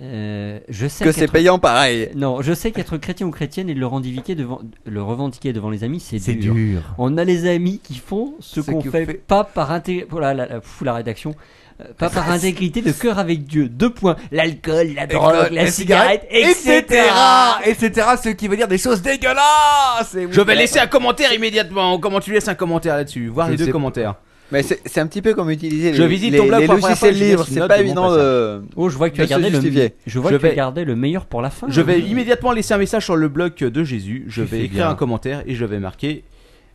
euh, je sais
Que c'est
qu'être-
payant pareil.
Non, je sais qu'être chrétien ou chrétienne et le revendiquer devant, le revendiquer devant les amis, c'est
c'est
dur.
dur.
On a les amis qui font ce
Ce
qu'on
qu'on
fait,
fait.
pas par oh intégrité. la, la, fou, la rédaction. Euh, Pas par intégrité, de cœur avec Dieu. Deux points. L'alcool, la drogue, la cigarette, etc.
Etc. Ce qui veut dire des choses dégueulasses. Et oui,
Je vais laisser un commentaire immédiatement. Comment tu laisses un commentaire là-dessus Voir
Je
les deux
sais pas.
commentaires.
Mais c'est c'est un petit peu comme utiliser les,
Je visite
les-
ton blog
les
pour la première
logiciels
fois, je
libres.
laisse
C'est
une
pas
note de mon
évident de.
Oh, je vois que tu
De
as gardé
se
le,
justifier.
je vois
Je
que tu as
vais-
gardé le meilleur pour la fin. hein.
Je vais immédiatement laisser un message sur le blog de Jésus. Je vais
fais
écrire
bien.
un commentaire et je vais marquer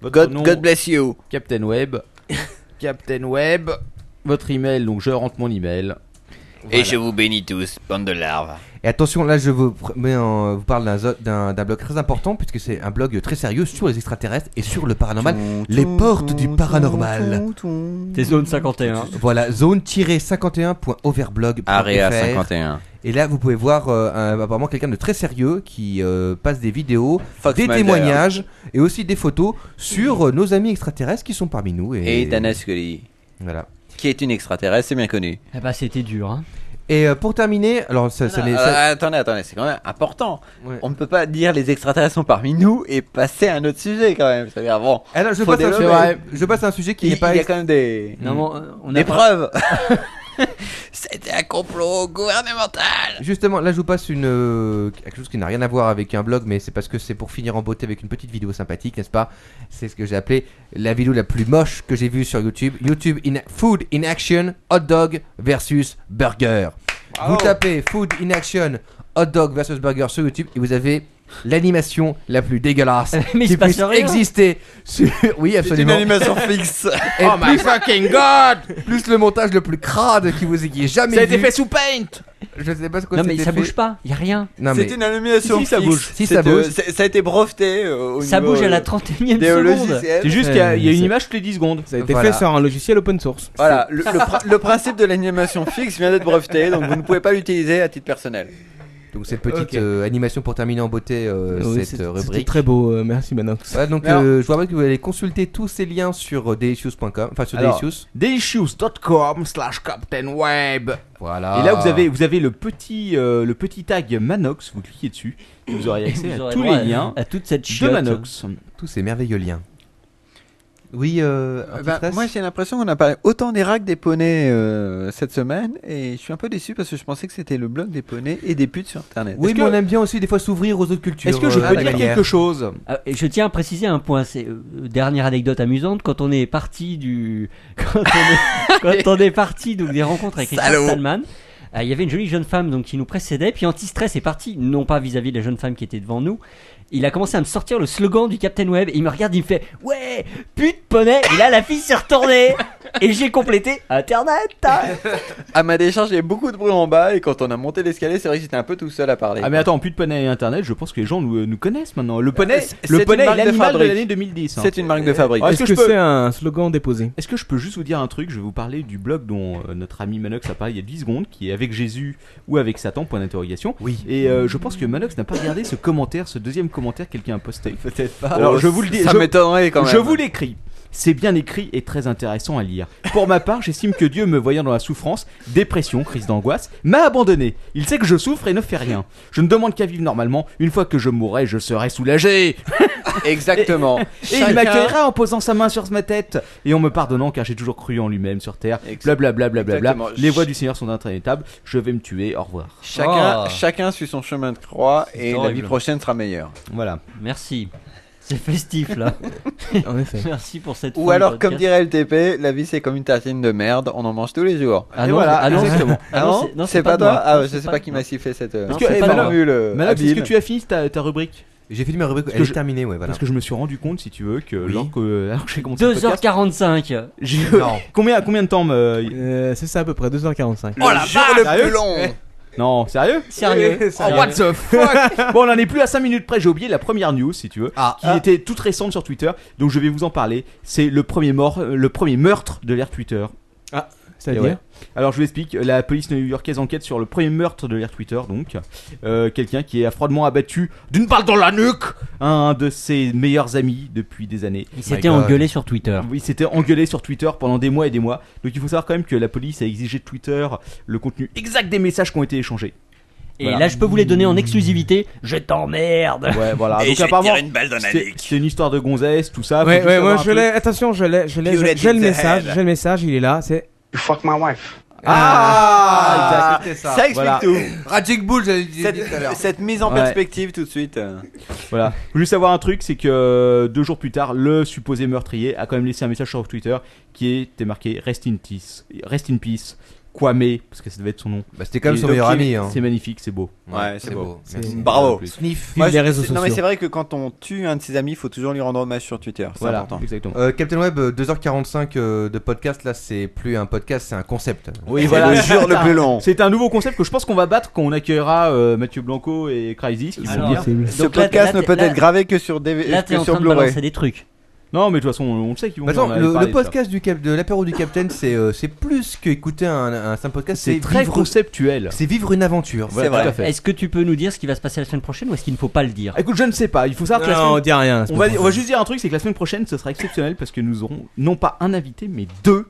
votre
God,
nom,
God bless you.
Captain Web. Captain Web. Votre email, donc je rentre mon email.
Voilà.
Et je vous bénis tous, bande de larves.
Et attention, là, je vous, pr- mets en- vous parle d'un zo- d'un d'un blog très important, puisque c'est un blog très sérieux sur les extraterrestres et sur le paranormal. les portes du paranormal.
Des zones 51.
Voilà, zone-51.overblog.
Area 51.
Et là, vous pouvez voir euh, un- apparemment quelqu'un de très sérieux qui euh, passe des vidéos,
Fox
des
Mulder.
témoignages et aussi des photos sur euh, nos amis extraterrestres qui sont parmi nous. Et,
Et Dana Scully.
Voilà.
Qui est une extraterrestre, c'est bien connu.
Eh bah, c'était dur. Hein.
Et euh, pour terminer, alors
Ah,
ça, ça
Non,
n'est-
euh,
ça-
Attendez, attendez, c'est quand même important. On ne peut pas dire les extraterrestres sont parmi nous et passer à un autre sujet quand même. C'est-à-dire, bon,
Ah non, je
faut
passe, à un
développer.
sujet, je passe à un sujet qui
Il-
n'est pas.
il y a quand même
Mm.
des,
Non, mais on- on a
des
pas-
preuves. C'était un complot gouvernemental.
Justement, là, je vous passe une, euh, quelque chose qui n'a rien à voir avec un blog, mais c'est parce que c'est pour finir en beauté avec une petite vidéo sympathique, n'est-ce pas C'est ce que j'ai appelé la vidéo la plus moche que j'ai vue sur YouTube. YouTube in Food in Action Hot Dog versus Burger. Vous tapez Food in Action Hot Dog versus Burger sur YouTube et vous avez l'animation la plus dégueulasse
Mais il
qui
se passe
puisse
rien.
exister. sur- Oui, absolument.
fixe.
Et
Oh,
plus, fucking god Plus le montage le plus crade qui vous ayez jamais vu.
sous paint.
Je sais pas ce que
Non, mais ça
fait.
bouge pas, y a rien.
Non, mais-
C'était une animation
Si, si, ça
fixe.
bouge.
Si,
C'est,
ça bouge.
euh, c'est- ça a été breveté euh, au
Ça
niveau,
bouge à la
euh,
31ème
des
seconde.
logiciels.
C'est juste qu'il y a, il y a
Euh, c'est-
une image toutes les 10 secondes.
Ça a été
Voilà.
fait sur un logiciel open source.
Voilà, le, le pr- le principe de l'animation fixe vient d'être breveté, donc vous ne pouvez pas l'utiliser à titre personnel.
Donc cette petite euh, animation pour terminer en beauté euh,
Oui,
cette
c'est-
euh,
C'était
rubrique.
très beau, euh, merci Manox.
Ouais, donc
Mais alors-
euh, je vous rappelle que vous allez consulter tous ces liens sur euh, delicious.com, enfin sur
Alors,
delicious.
Delicious.com slash Captain Web.
Voilà.
Et là, vous avez, vous avez le, petit, euh, le petit tag Manox, vous cliquez dessus, et vous aurez accès
Vous
à
aurez
tous
droit
les liens
à toute cette
de
chiotte.
Manox.
tous ces merveilleux liens. Oui, euh,
Ah,
un petit
Bah,
stress
moi j'ai l'impression qu'on a parlé autant des racks des poneys euh, cette semaine et je suis un peu déçu parce que je pensais que c'était le blog des poneys et des putes sur internet.
Oui,
est-ce
mais
que-
on aime bien aussi des fois s'ouvrir aux autres cultures.
Est-ce que je
euh,
peux
de
dire
manière.
quelque chose
Ah, et je tiens à préciser un point, c'est euh, dernière anecdote amusante quand on est parti du quand on est, quand on est parti donc des rencontres avec Richard
Salaud.
Stallman. ah, Il y avait une jolie jeune femme donc qui nous précédait, puis Antistress est parti, non pas vis-à-vis de la jeune femme qui était devant nous. Il a commencé à me sortir le slogan du Captain Web. Et il me regarde, il me fait ouais pute poney. Et là la fille s'est retournée et j'ai complété Internet. hein
À ma décharge, il y a beaucoup de bruit en bas et quand on a monté l'escalier, c'est vrai que j'étais un peu tout seul à parler.
Ah mais attends, plus de poney et internet, je pense que les gens nous, nous connaissent maintenant. Le poney,
c'est- c'est
le
une
poney est
marque de
l'animal de
fabrique.
l'année 2010. hein.
c'est une marque de fabrique.
Ouais.
Est-ce que,
je peux-
c'est un slogan déposé
Est-ce que je peux juste vous dire un truc Je vais vous parler du blog dont euh, notre ami Manox a parlé il y a 10 secondes, qui est avec Jésus ou avec Satan, point d'interrogation.
Oui.
Et euh, je pense que Manox n'a pas regardé ce commentaire, ce deuxième commentaire que quelqu'un a posté. Peut-être pas.
Oh,
Alors je vous le dis,
ça
je,
m'étonnerait quand même.
je vous l'écris. C'est bien écrit et très intéressant à lire. Pour ma part, j'estime que Dieu, me voyant dans la souffrance, dépression, crise d'angoisse, m'a abandonné. Il sait que je souffre et ne fait rien. Je ne demande qu'à vivre normalement. Une fois que je mourrai, je serai soulagé.
Exactement.
Et il m'accueillera en posant sa main sur ma tête et en me pardonnant car j'ai toujours cru en lui-même sur terre.
Exact-
Blablabla.
Exactement.
Les
Ch-
voies du Seigneur sont intraitables. Je vais me tuer. Au revoir.
Chacun,
Oh.
chacun suit son chemin de croix et la vie
horrible.
prochaine sera meilleure.
Voilà.
Merci. C'est festif là.
En effet.
Merci pour cette. fin
Ou
de
alors, comme
podcast.
dirait LTP, la vie c'est comme une tartine de merde, on en mange tous les jours.
Ah
Et
non,
voilà,
ah non,
exactement.
ah non, c'est- non,
c'est
c'est
pas
pas
toi
moi.
Ah,
Non,
je
c'est
sais
pas-
pas qui m'a
non.
sifflé cette euh,
Parce
que, eh,
cette
Manox-
formule. euh,
Manox, est-ce
habile.
que tu as fini ta, ta rubrique
J'ai fini ma rubrique, elle
que
est
je-
terminée, ouais, voilà.
Parce que je me suis rendu compte, si tu veux, que
Oui.
lors que, alors que j'ai commencé le podcast,
2h45.
Oh
j'ai-
Non.
combien, combien de temps me-
Euh, c'est ça à peu près, 2h45.
Oh la vache
vache.
long.
Eh. Non, sérieux Eh.
Sérieux.
Oh, what the fuck
Bon, on en est plus à 5 minutes près. J'ai oublié la première news, si tu veux,
Ah.
qui était toute récente sur Twitter. Donc je vais vous en parler. C'est le premier mort, euh, le premier meurtre de l'ère Twitter.
C'est-à-dire
Ouais. Alors je vous explique. La police new-yorkaise enquête sur le premier meurtre de l'ère Twitter. Donc Euh, quelqu'un qui est froidement abattu d'une balle dans la nuque, un de ses meilleurs amis depuis des années.
Il s'était
God.
engueulé sur
Ah.
Twitter.
Oui, c'était engueulé sur Twitter pendant des mois et des mois. Donc il faut savoir quand même que la police a exigé de Twitter le contenu exact des messages qui ont été échangés.
Et
Voilà.
là, je peux vous les donner en exclusivité. Je t'emmerde.
Ouais, voilà.
Et
Donc
je vais
apparemment,
tirer une balle dans la
c'est
nuque.
c'est une histoire de gonzesse, tout ça. Ah, Faut
Ouais,
juste
ouais,
savoir
moi
un
je
peu-
l'ai, attention, je l'ai, je l'ai,
Violet
j'ai- j'ai le
in the
message,
head.
j'ai le message, il est là, c'est.
Ah,
Ah, c'était ça.
Ça explique
Voilà.
tout.
Raging Bull, j'avais dit tout à l'heure.
Cette, cette mise en
Ouais.
perspective tout de suite. euh.
Voilà. Faut juste savoir un truc, c'est que euh, deux jours plus tard, le supposé meurtrier a quand même laissé un message sur Twitter qui était marqué Rest in peace. Rest in peace. Kwame, parce que ça devait être son nom.
Bah, c'était quand même
Et
son
donc,
meilleur
il-
ami, hein.
C'est magnifique, c'est beau.
Ouais, c'est beau.
C'est-
Merci.
c'est-
Bravo.
plus.
Moi,
les
je-
réseaux
c'est- Non, mais
sociaux.
c'est vrai que quand on tue un de ses amis, il faut toujours lui rendre hommage sur Twitter. C'est
Voilà,
important.
exactement.
Euh, Captain Web, euh, 2h45 euh, de podcast, là c'est plus un podcast, c'est un concept.
Oui, voilà. C'est un nouveau concept que je pense qu'on va battre quand on accueillera euh, Mathieu Blanco et Crazy. ce qu'ils vont
Alors,
dire.
possible.
Ce podcast ne peut être gravé que sur DV
là, t'es
que
en
sur
train de
Blu-ray.
balancer des trucs.
Non, mais de toute façon, on le sait qu'ils vont
Bah, Attends,
on en avait
le,
parlé
le
de ça.
podcast du cap, de l'apéro du Captain, c'est euh, c'est plus qu'écouter un, un simple podcast,
C'est très
vivre-
conceptuel.
C'est vivre une aventure.
Voilà, tout à fait.
Est-ce que tu peux nous dire ce qui va se passer la semaine prochaine ou est-ce qu'il ne faut pas le dire
Écoute, je ne sais pas. Il faut savoir que la
Non,
semaine-
on dit rien, la
On
semaine
va, on va
prochaine.
juste dire un truc, c'est que la semaine prochaine, ce sera exceptionnel parce que nous aurons non pas un invité, mais deux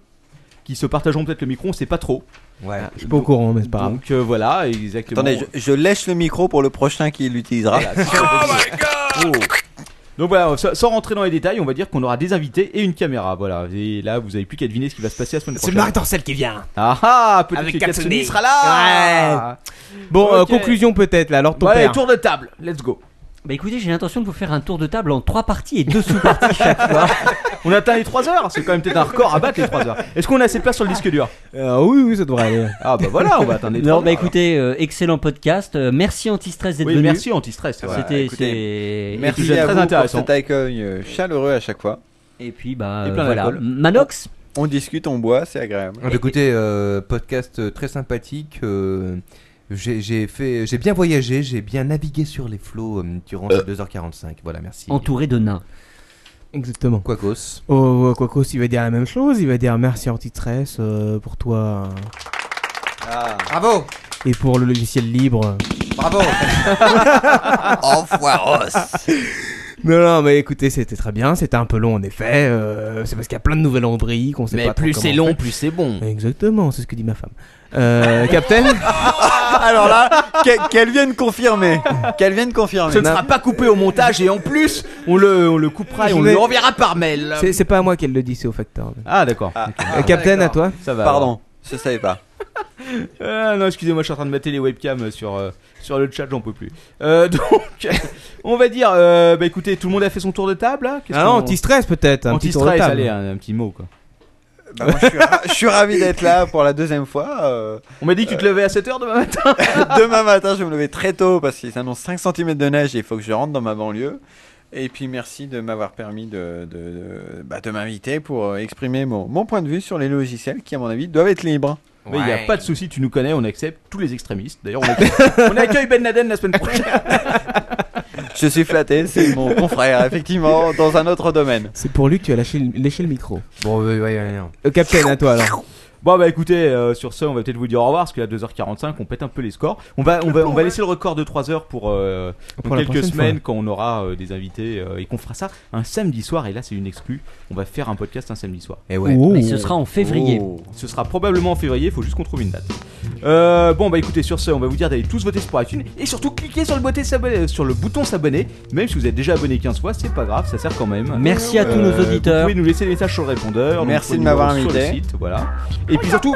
qui se partageront peut-être le micro. On sait pas trop.
Ouais.
Je suis pas au courant, mais c'est pas grave.
Donc euh, voilà, exactement.
Attendez, je, je lèche le micro pour le prochain qui l'utilisera.
Oh. Donc voilà, sans sans rentrer dans les détails, on va dire qu'on aura des invités et une caméra. Voilà, et là vous avez plus qu'à deviner ce qui va se passer la semaine prochaine.
celle qui vient.
Ah ah, peut-être
Avec
que
Katsune.
Katsune sera là.
Bon, euh,
Ok.
conclusion peut-être là. Alors ton
Bon, allez,
père.
tour de table, let's go.
Bah écoutez, j'ai l'intention de vous faire un tour de table en trois parties et deux sous-parties chaque fois.
On atteint les 3 heures, c'est quand même peut-être un record à battre les 3 heures. Est-ce qu'on a assez de place sur le disque dur
Euh, oui, oui, ça devrait aller.
Ah bah voilà, on va atteindre les 3
Non,
heures.
bah écoutez, euh, excellent podcast. Euh, merci Antistress d'être
Oui,
venu.
merci anti-stress. ouais.
C'était
écoutez,
c'est-
Merci
épisode
à
très
vous pour
intéressant.
cet accueil euh, chaleureux à chaque fois.
Et puis bah
Et
euh,
plein
voilà,
d'alcool.
Manox.
On discute, on boit, c'est agréable.
On a écouté euh, podcast euh, très sympathique. euh, j'ai j'ai fait, j'ai bien voyagé, j'ai bien navigué sur les flots euh, durant ces 2h45. Voilà, merci.
entouré de nains.
Exactement.
Quacos.
Oh, Quacos, il va dire la même chose. Il va dire merci Antitress euh, pour toi
Ah.
Bravo,
euh, et pour le logiciel libre.
bravo.
Non, non, mais écoutez, c'était très bien. C'était un peu long en effet. euh, c'est parce qu'il y a plein de nouvelles rubriques. On sait pas trop comment on fait.
plus c'est bon.
Exactement, c'est ce que dit ma femme. Euh, Captain
Alors là, que- qu'elle vienne confirmer. Qu'elle vienne confirmer.
Ce ne sera pas coupé au montage et en plus, on le, on le
Ah,
coupera et
Je
on
vais-
le renverra par mail.
c'est, c'est pas à moi qu'elle le dit, c'est au facteur.
Ah d'accord.
Euh, Captain, à toi
Ça va.
Pardon, je savais pas.
Euh, non, excusez-moi, je suis en train de mater les webcams sur, euh, sur le chat, j'en peux plus. Euh, donc, on va dire, euh, bah écoutez, tout le monde a fait son tour de table là Qu'est-ce
Ah non,
qu'on-
anti-stress peut-être. Un petit tour de
Anti-stress,
table.
allez, hein. un, un petit mot quoi.
Bah, moi, je, suis ra- je suis ravi d'être là pour la deuxième fois. euh,
On m'a dit que tu te levais à 7h demain matin
Demain matin, je vais me lever très tôt parce qu'il s'annonce 5 cm de neige et il faut que je rentre dans ma banlieue. Et puis merci de m'avoir permis de, de, de- bah, de m'inviter pour euh, exprimer mon, mon point de vue sur les logiciels qui, à mon avis, doivent être libres.
Mais il n'y a pas de souci, tu nous connais, on accepte tous les extrémistes. D'ailleurs, on, accueille- on accueille Ben Laden la semaine prochaine.
Je suis flatté, c'est mon confrère, effectivement, dans un autre domaine.
C'est pour lui que tu as lâché le- léché le micro.
Bon, ouais, ouais, ouais, non.
Euh, Captain, à toi alors.
Bon bah écoutez, euh, sur ce, on va peut-être vous dire au revoir parce qu'à 2h45, on pète un peu les scores. On va, on va, on va laisser le record de 3h pour, euh,
Pour
dans
la
quelques
prochaine
semaines quand on aura euh, des invités euh, et qu'on fera ça un samedi soir. Et là, c'est une exclue. On va faire un podcast un samedi soir. Oh.
Et Eh ouais.
Et ce
Oh.
sera en février.
Ce sera probablement en février, il faut juste qu'on trouve une date. Euh, bon bah écoutez sur ce on va vous dire d'aller tous voter pour iTunes et surtout cliquez sur le, boté s'abonner- sur le bouton s'abonner, même si vous êtes déjà abonné 15 fois, c'est pas grave, ça sert quand même.
Merci à tous
Euh,
nos
Vous
auditeurs.
pouvez nous laisser des messages sur le répondeur. donc
Merci
sur
de
le
m'avoir
numéro Sur le
invité.
site, voilà. Et puis surtout,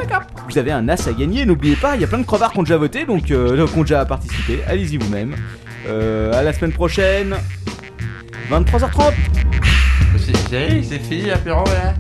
vous avez un as à gagner. N'oubliez pas, il y a plein de crevards qui ont déjà voté, donc euh, qui ont déjà participé. Allez-y vous-même. Euh, à la semaine prochaine, 23h30.
C'est fini l'apéro là